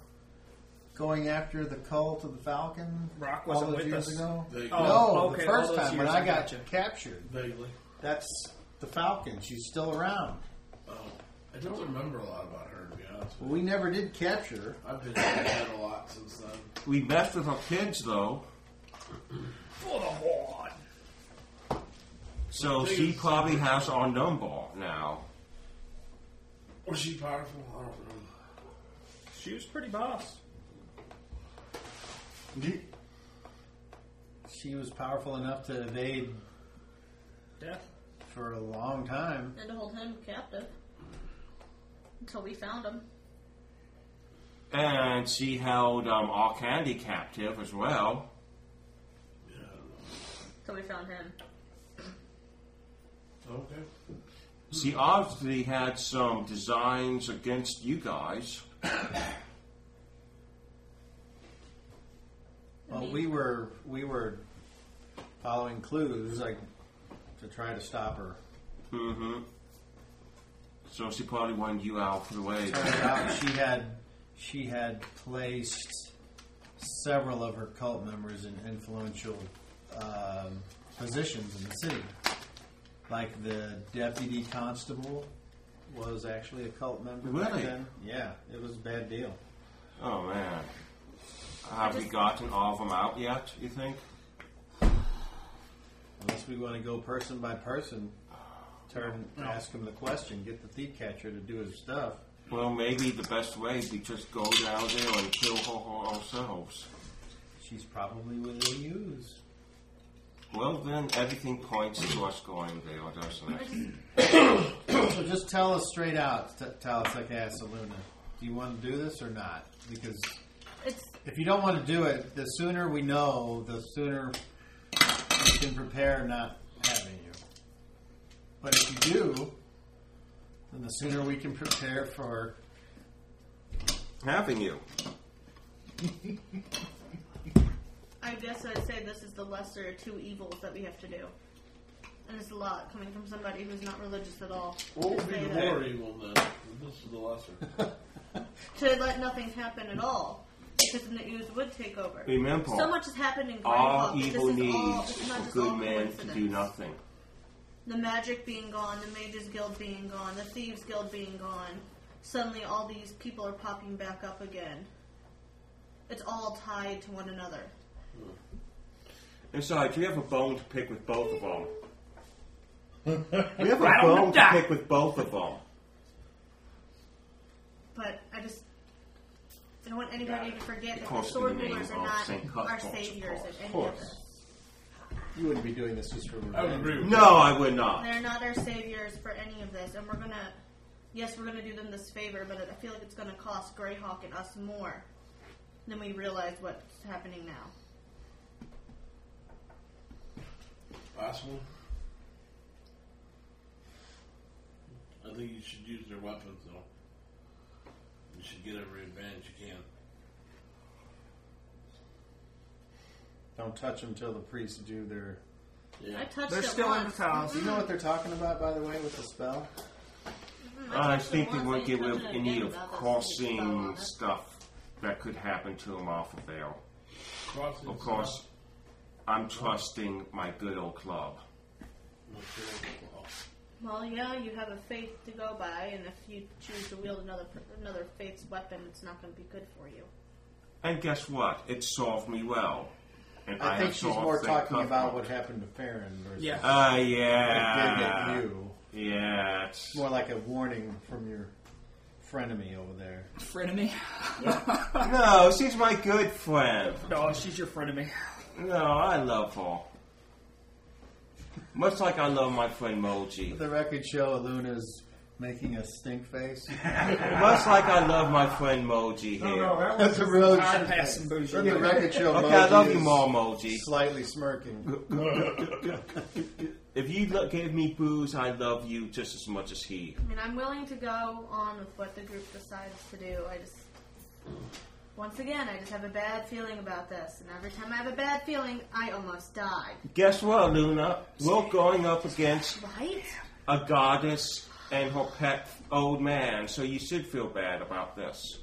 Speaker 2: going after the cult of the Falcon?
Speaker 4: Rock
Speaker 2: all
Speaker 4: wasn't
Speaker 2: those
Speaker 4: with
Speaker 2: years
Speaker 4: us. Oh,
Speaker 2: ago.
Speaker 3: Vaguely.
Speaker 2: no,
Speaker 4: okay,
Speaker 2: the
Speaker 4: all
Speaker 2: first
Speaker 4: those
Speaker 2: time when
Speaker 4: years,
Speaker 2: I
Speaker 4: I
Speaker 2: got
Speaker 4: gotcha.
Speaker 2: captured,
Speaker 3: Vaguely.
Speaker 2: that's the Falcon. She's still around.
Speaker 3: Oh, I don't remember a lot about her, to be honest. with
Speaker 2: We never did capture her.
Speaker 3: you. I've been in that a lot since then.
Speaker 1: We messed with her kids though,
Speaker 4: For the horn.
Speaker 1: so she probably has our number now.
Speaker 3: Was she powerful? I don't remember.
Speaker 4: She was pretty boss.
Speaker 2: She was powerful enough to evade
Speaker 4: Death.
Speaker 2: for a long time.
Speaker 7: And to hold him captive until we found him.
Speaker 1: And she held um, our candy captive as well.
Speaker 7: Until we found him.
Speaker 3: Okay.
Speaker 1: She obviously had some designs against you guys.
Speaker 2: Well, we were we were following clues like to try to stop her.
Speaker 1: Mm-hmm. So she probably wanted you out for the way.
Speaker 2: Turned out she had she had placed several of her cult members in influential um, positions in the city. Like the deputy constable was actually a cult member. back
Speaker 1: Really?
Speaker 2: then. Yeah, it was a bad deal.
Speaker 1: Oh man. Have we gotten all of them out yet, you think?
Speaker 2: Unless we want to go person by person, turn ask him the question, get the thief catcher to do his stuff.
Speaker 1: Well, maybe the best way is to just go down there and kill her ourselves.
Speaker 2: She's probably within use.
Speaker 1: Well, then everything points to us going there, doesn't it?
Speaker 2: So just tell us straight out, t- Talitha Casaluna, do you want to do this or not? Because
Speaker 7: It's
Speaker 2: if you don't want to do it, the sooner we know, the sooner we can prepare not having you. But if you do, then the sooner we can prepare for.
Speaker 1: Having you.
Speaker 7: I guess I'd say this is the lesser of two evils that we have to do. And it's a lot coming from somebody who's not religious at all.
Speaker 3: What
Speaker 7: to,
Speaker 3: would be
Speaker 7: say
Speaker 3: the
Speaker 7: that-
Speaker 3: more evil then? This is the lesser.
Speaker 7: to let nothing happen at all. Because then the ooze would take over.
Speaker 1: Remember,
Speaker 7: So much is happening. in
Speaker 1: all
Speaker 7: Grindhawk, but
Speaker 1: evil
Speaker 7: this is all,
Speaker 1: needs
Speaker 7: this is not
Speaker 1: a
Speaker 7: just all
Speaker 1: good man to
Speaker 7: coincidence.
Speaker 1: do nothing.
Speaker 7: The magic being gone, the mages guild being gone, the thieves guild being gone. Suddenly, all these people are popping back up again. It's all tied to one another.
Speaker 1: Besides, we have a bone to pick with both of them. we have a
Speaker 4: Right on the
Speaker 1: bone to
Speaker 4: dot.
Speaker 1: pick with both of them.
Speaker 7: But I just I don't want anybody to
Speaker 1: Of
Speaker 7: forget that the
Speaker 1: course,
Speaker 7: sword
Speaker 1: in the name
Speaker 7: rulers are
Speaker 1: of
Speaker 7: not
Speaker 1: Saint
Speaker 7: our
Speaker 1: Cuthbert's, of course,
Speaker 7: saviors in any
Speaker 1: course.
Speaker 7: of this.
Speaker 2: You wouldn't be doing this just for revenge.
Speaker 3: I would agree with
Speaker 1: No, I would not.
Speaker 7: They're not our saviors for any of this, and we're gonna. Yes, we're gonna do them this favor, but I feel like it's gonna cost Greyhawk and us more than we realize what's happening now.
Speaker 3: that. Last one. I think you should use their weapons though. You should get every advantage you can.
Speaker 2: Don't touch them till the priests do their.
Speaker 3: Yeah.
Speaker 7: I touched
Speaker 4: They're
Speaker 7: it
Speaker 4: still in the
Speaker 7: once. Mm-hmm.
Speaker 4: tiles.
Speaker 2: Do you know what they're talking about, by the way, with the spell?
Speaker 7: Mm,
Speaker 1: I
Speaker 7: touched it
Speaker 1: think they
Speaker 7: once,
Speaker 1: won't
Speaker 7: I
Speaker 1: get
Speaker 7: touched
Speaker 1: rid of
Speaker 7: it
Speaker 1: any
Speaker 7: again
Speaker 1: of
Speaker 7: without that spell on
Speaker 1: crossing
Speaker 7: it.
Speaker 1: stuff that could happen to them off of there.
Speaker 3: Crossing
Speaker 1: Of course, I'm trusting my good old club.
Speaker 7: Well, yeah, you have a faith to go by, and if you choose to wield another another faith's weapon, it's not going to be good for you.
Speaker 1: And guess what? It solved me well. And
Speaker 2: I, think
Speaker 1: have
Speaker 2: she's
Speaker 1: solved
Speaker 2: more
Speaker 1: Saint
Speaker 2: talking about what
Speaker 1: Cuthbert.
Speaker 2: happened to Farron versus
Speaker 4: Yeah.
Speaker 1: Ah,
Speaker 2: what
Speaker 1: yeah.
Speaker 2: did it you.
Speaker 1: Yeah. it's-
Speaker 2: More like a warning from your frenemy over there.
Speaker 4: Frenemy?
Speaker 1: No, she's my good friend.
Speaker 4: No, she's your frenemy.
Speaker 1: No, I love her. Much like I love my friend Moji.
Speaker 2: The record show Luna's making a stink face.
Speaker 1: Much like I love my friend Moji
Speaker 5: No,
Speaker 1: here.
Speaker 5: no, that was
Speaker 2: That's a real.
Speaker 4: I pass some bougie.
Speaker 2: The record show.
Speaker 1: Okay, I love
Speaker 2: Moji
Speaker 1: you
Speaker 2: is
Speaker 1: more, Moji.
Speaker 2: Slightly smirking.
Speaker 1: If you lo- gave me booze, I love you just as much as he.
Speaker 7: I mean, I'm willing to go on with what the group decides to do. I just, once again, I just have a bad feeling about this, and every time I have a bad feeling, I almost die.
Speaker 1: Guess what, Luna? We're going up against
Speaker 7: Right?
Speaker 1: a goddess and her pet old man, so you should feel bad about this.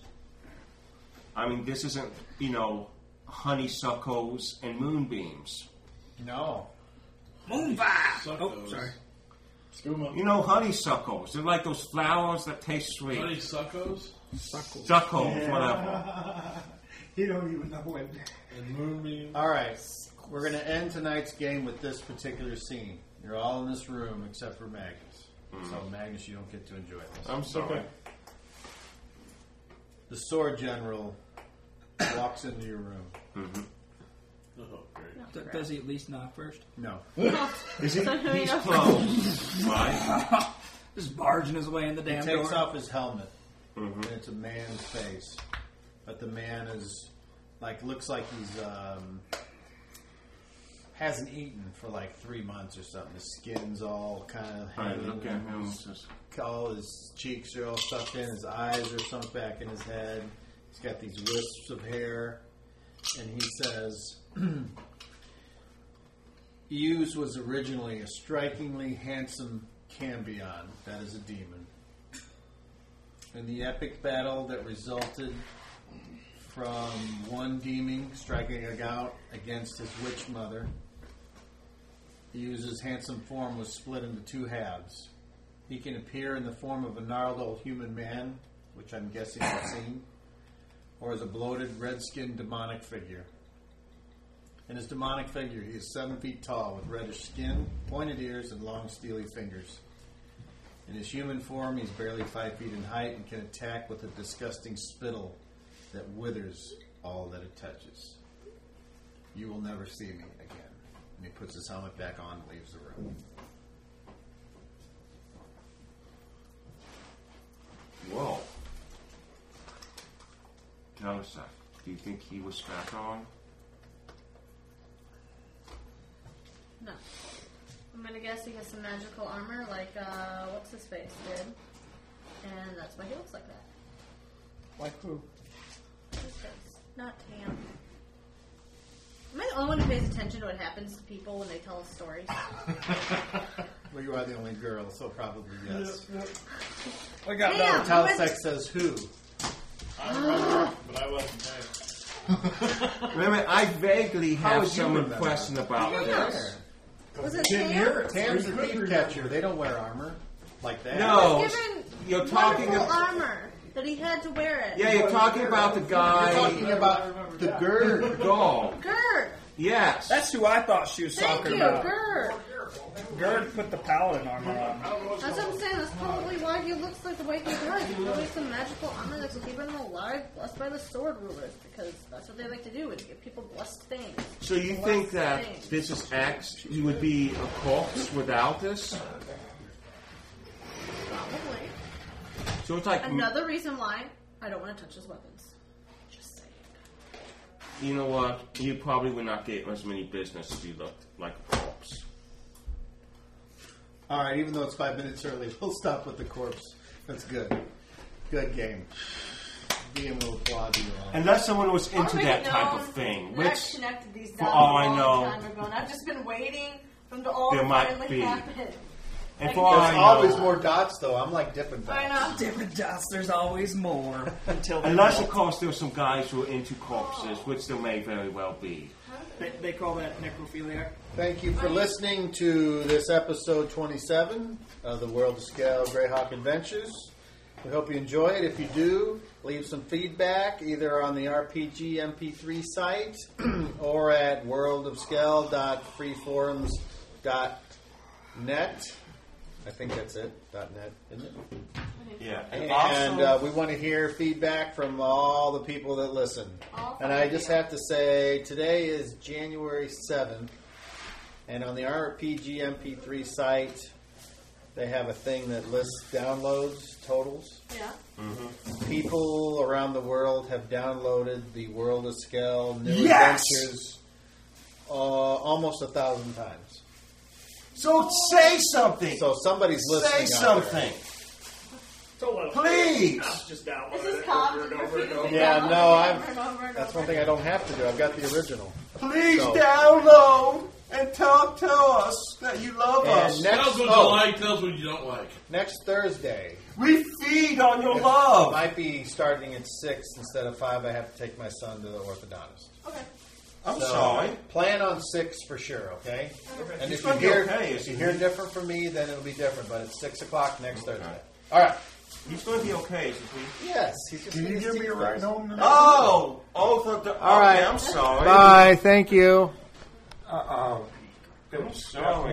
Speaker 1: I mean, this isn't, you know, honeysuckles and moonbeams.
Speaker 2: No.
Speaker 4: Moon vibe.
Speaker 3: Suck
Speaker 4: Oh,
Speaker 3: those.
Speaker 4: sorry.
Speaker 9: Scoop 'em up.
Speaker 1: You know, honeysuckles. They're like those flowers that taste sweet.
Speaker 3: Honey suckos
Speaker 1: Suckles, whatever.
Speaker 5: You don't even know when.
Speaker 3: and moonbeams.
Speaker 2: All right, we're going to end tonight's game with this particular scene. You're all in this room except for Magnus.
Speaker 1: Mm-hmm.
Speaker 2: So Magnus, you don't get to enjoy this.
Speaker 1: I'm sorry.
Speaker 2: The sword general walks into your room.
Speaker 3: Oh, great.
Speaker 4: D- does he at least knock first?
Speaker 2: No,
Speaker 1: Is it?
Speaker 7: So who
Speaker 1: He's
Speaker 7: knows?
Speaker 1: closed, right?
Speaker 4: Just barging his way in the
Speaker 2: he
Speaker 4: damn
Speaker 2: takes
Speaker 4: door.
Speaker 2: off his helmet,
Speaker 1: Mm-hmm.
Speaker 2: and it's a man's face, but the man is like looks like he's um, hasn't eaten for like three months or something. His skin's all kind of
Speaker 1: I
Speaker 2: hanging.
Speaker 1: look at him and says,
Speaker 2: all his cheeks are all stuffed in, his eyes are sunk back in his head. He's got these wisps of hair, and he says, "Use was originally a strikingly handsome cambion. That is a demon. In the epic battle that resulted from one demon striking a gout against his witch mother." Hughes's handsome form was split into two halves. He can appear in the form of a gnarled old human man, which I'm guessing you've seen, or as a bloated, red skinned demonic figure. In his demonic figure, he is seven feet tall with reddish skin, pointed ears, and long, steely fingers. In his human form, he's barely five feet in height and can attack with a disgusting spittle that withers all that it touches. You will never see me again. And he puts his helmet back on and leaves the room.
Speaker 1: Whoa. Tell us that. Do you think he was back on?
Speaker 7: No. I'm gonna guess he has some magical armor, like uh, what's his face did, and that's why he looks like that.
Speaker 2: Like who?
Speaker 7: What's his? Not Tam. Am I the only one who pays attention to what happens to people when they tell us stories?
Speaker 2: Well, you are the only girl, so probably yes.
Speaker 4: We got
Speaker 7: Damn,
Speaker 2: Talsex
Speaker 7: who is-
Speaker 2: says who?
Speaker 9: But I wasn't there.
Speaker 1: Wait a minute, I vaguely
Speaker 2: How
Speaker 1: have
Speaker 2: would you
Speaker 1: some
Speaker 2: remember?
Speaker 1: impression about
Speaker 7: Yeah.
Speaker 1: this.
Speaker 7: Was it
Speaker 5: Didn't hear
Speaker 7: Tam?
Speaker 5: it.
Speaker 2: Tam's a
Speaker 5: You could
Speaker 2: thief
Speaker 5: remember.
Speaker 2: catcher. They don't wear armor like that.
Speaker 1: No,
Speaker 7: He was given
Speaker 1: you're talking.
Speaker 7: wonderful
Speaker 1: About,
Speaker 7: armor that he had to wear it.
Speaker 1: yeah, you're talking about the
Speaker 2: You're
Speaker 1: guy
Speaker 2: talking about the girder.
Speaker 1: Gaul.
Speaker 7: Gerd.
Speaker 1: Yes,
Speaker 4: That's who I thought she was
Speaker 7: Thank
Speaker 4: talking
Speaker 7: you,
Speaker 4: about.
Speaker 7: Gerd.
Speaker 4: Gerd put the paladin armor on.
Speaker 7: That's what I'm saying. That's probably why he looks like the way he does. He probably some magical armor that's keeping him alive, blessed by the sword rulers, because that's what they like to do is give people blessed things.
Speaker 1: So you
Speaker 7: Blessed
Speaker 1: think that
Speaker 7: things.
Speaker 1: this is X? You would be a corpse without this.
Speaker 7: probably
Speaker 1: So it's like
Speaker 7: another reason why I don't want to touch his weapons. Just saying.
Speaker 1: you know what? You probably would not get as many business if you looked like a corpse.
Speaker 2: All right, even though it's five minutes early, we'll stop with the corpse. That's good. Good game. Ian will applaud you all.
Speaker 1: Unless someone was into
Speaker 7: Already
Speaker 1: that type
Speaker 7: known
Speaker 1: of thing,
Speaker 7: that I've
Speaker 1: which
Speaker 7: connected these dots
Speaker 1: for all
Speaker 7: a
Speaker 1: I
Speaker 7: long
Speaker 1: know-
Speaker 7: time ago, and I've just been waiting for them to all
Speaker 1: There might
Speaker 7: finally
Speaker 1: be.
Speaker 7: happen.
Speaker 1: and
Speaker 7: I
Speaker 1: for all
Speaker 7: know.
Speaker 1: I
Speaker 2: There's
Speaker 1: know,
Speaker 2: always more dots, though. I'm like dipping
Speaker 7: I
Speaker 2: dots.
Speaker 7: know.
Speaker 4: Different dots, there's always more. Until they
Speaker 1: unless
Speaker 4: all-
Speaker 1: of course there were some guys who were into corpses, which there may very well be.
Speaker 4: they, they call that necrophilia.
Speaker 2: Thank you for listening to this episode 27 of the World of Scale Greyhawk Adventures. We hope you enjoy it. If you do, leave some feedback either on the RPG MP3 site or at worldofscale.freeforums.net. I think that's it. .net, isn't it?
Speaker 1: Yeah, and,
Speaker 2: And
Speaker 1: also-
Speaker 2: uh, we want to hear feedback from all the people that listen.
Speaker 7: All
Speaker 2: And I just have to say, today is January 7th, and on the RPG MP3 site, they have a thing that lists downloads, totals.
Speaker 7: Yeah.
Speaker 2: People around the world have downloaded the World of Scale New
Speaker 4: Yes!
Speaker 2: Adventures uh, almost a thousand times.
Speaker 1: so say something.
Speaker 2: So somebody's
Speaker 1: say
Speaker 2: listening. out there.
Speaker 1: something, please.
Speaker 9: Just down.
Speaker 7: This is common. repeatedly
Speaker 2: Yeah,
Speaker 7: done
Speaker 2: no,
Speaker 7: over
Speaker 2: I'm-
Speaker 7: and over and
Speaker 2: That's
Speaker 7: over.
Speaker 2: one thing I don't have to do. I've got the original.
Speaker 1: Please
Speaker 2: So-
Speaker 1: download and talk to us that you love
Speaker 2: And
Speaker 1: us.
Speaker 2: next,
Speaker 3: Tells what
Speaker 2: oh,
Speaker 3: you like, tells what you don't like.
Speaker 2: next Thursday,
Speaker 1: We feed on your love.
Speaker 2: Might be starting at six instead of five. I have to take my son to the orthodontist.
Speaker 1: I'm
Speaker 2: So,
Speaker 1: sorry.
Speaker 2: Plan on six for sure, okay? And
Speaker 1: He's
Speaker 2: if you
Speaker 1: gonna be
Speaker 2: hear
Speaker 1: okay,
Speaker 2: if
Speaker 1: isn't
Speaker 2: you
Speaker 1: he?
Speaker 2: hear different from me, then it'll be different. But it's six o'clock next Thursday. All right.
Speaker 1: He's going to be okay, isn't he?
Speaker 2: Yes. He's just
Speaker 5: Can you
Speaker 2: he's
Speaker 5: give me a ride home? tonight?
Speaker 1: Oh, oh, the,
Speaker 2: All right.
Speaker 1: I'm sorry.
Speaker 2: Bye. Thank you.
Speaker 5: Uh-oh.
Speaker 1: Oh, I'm sorry.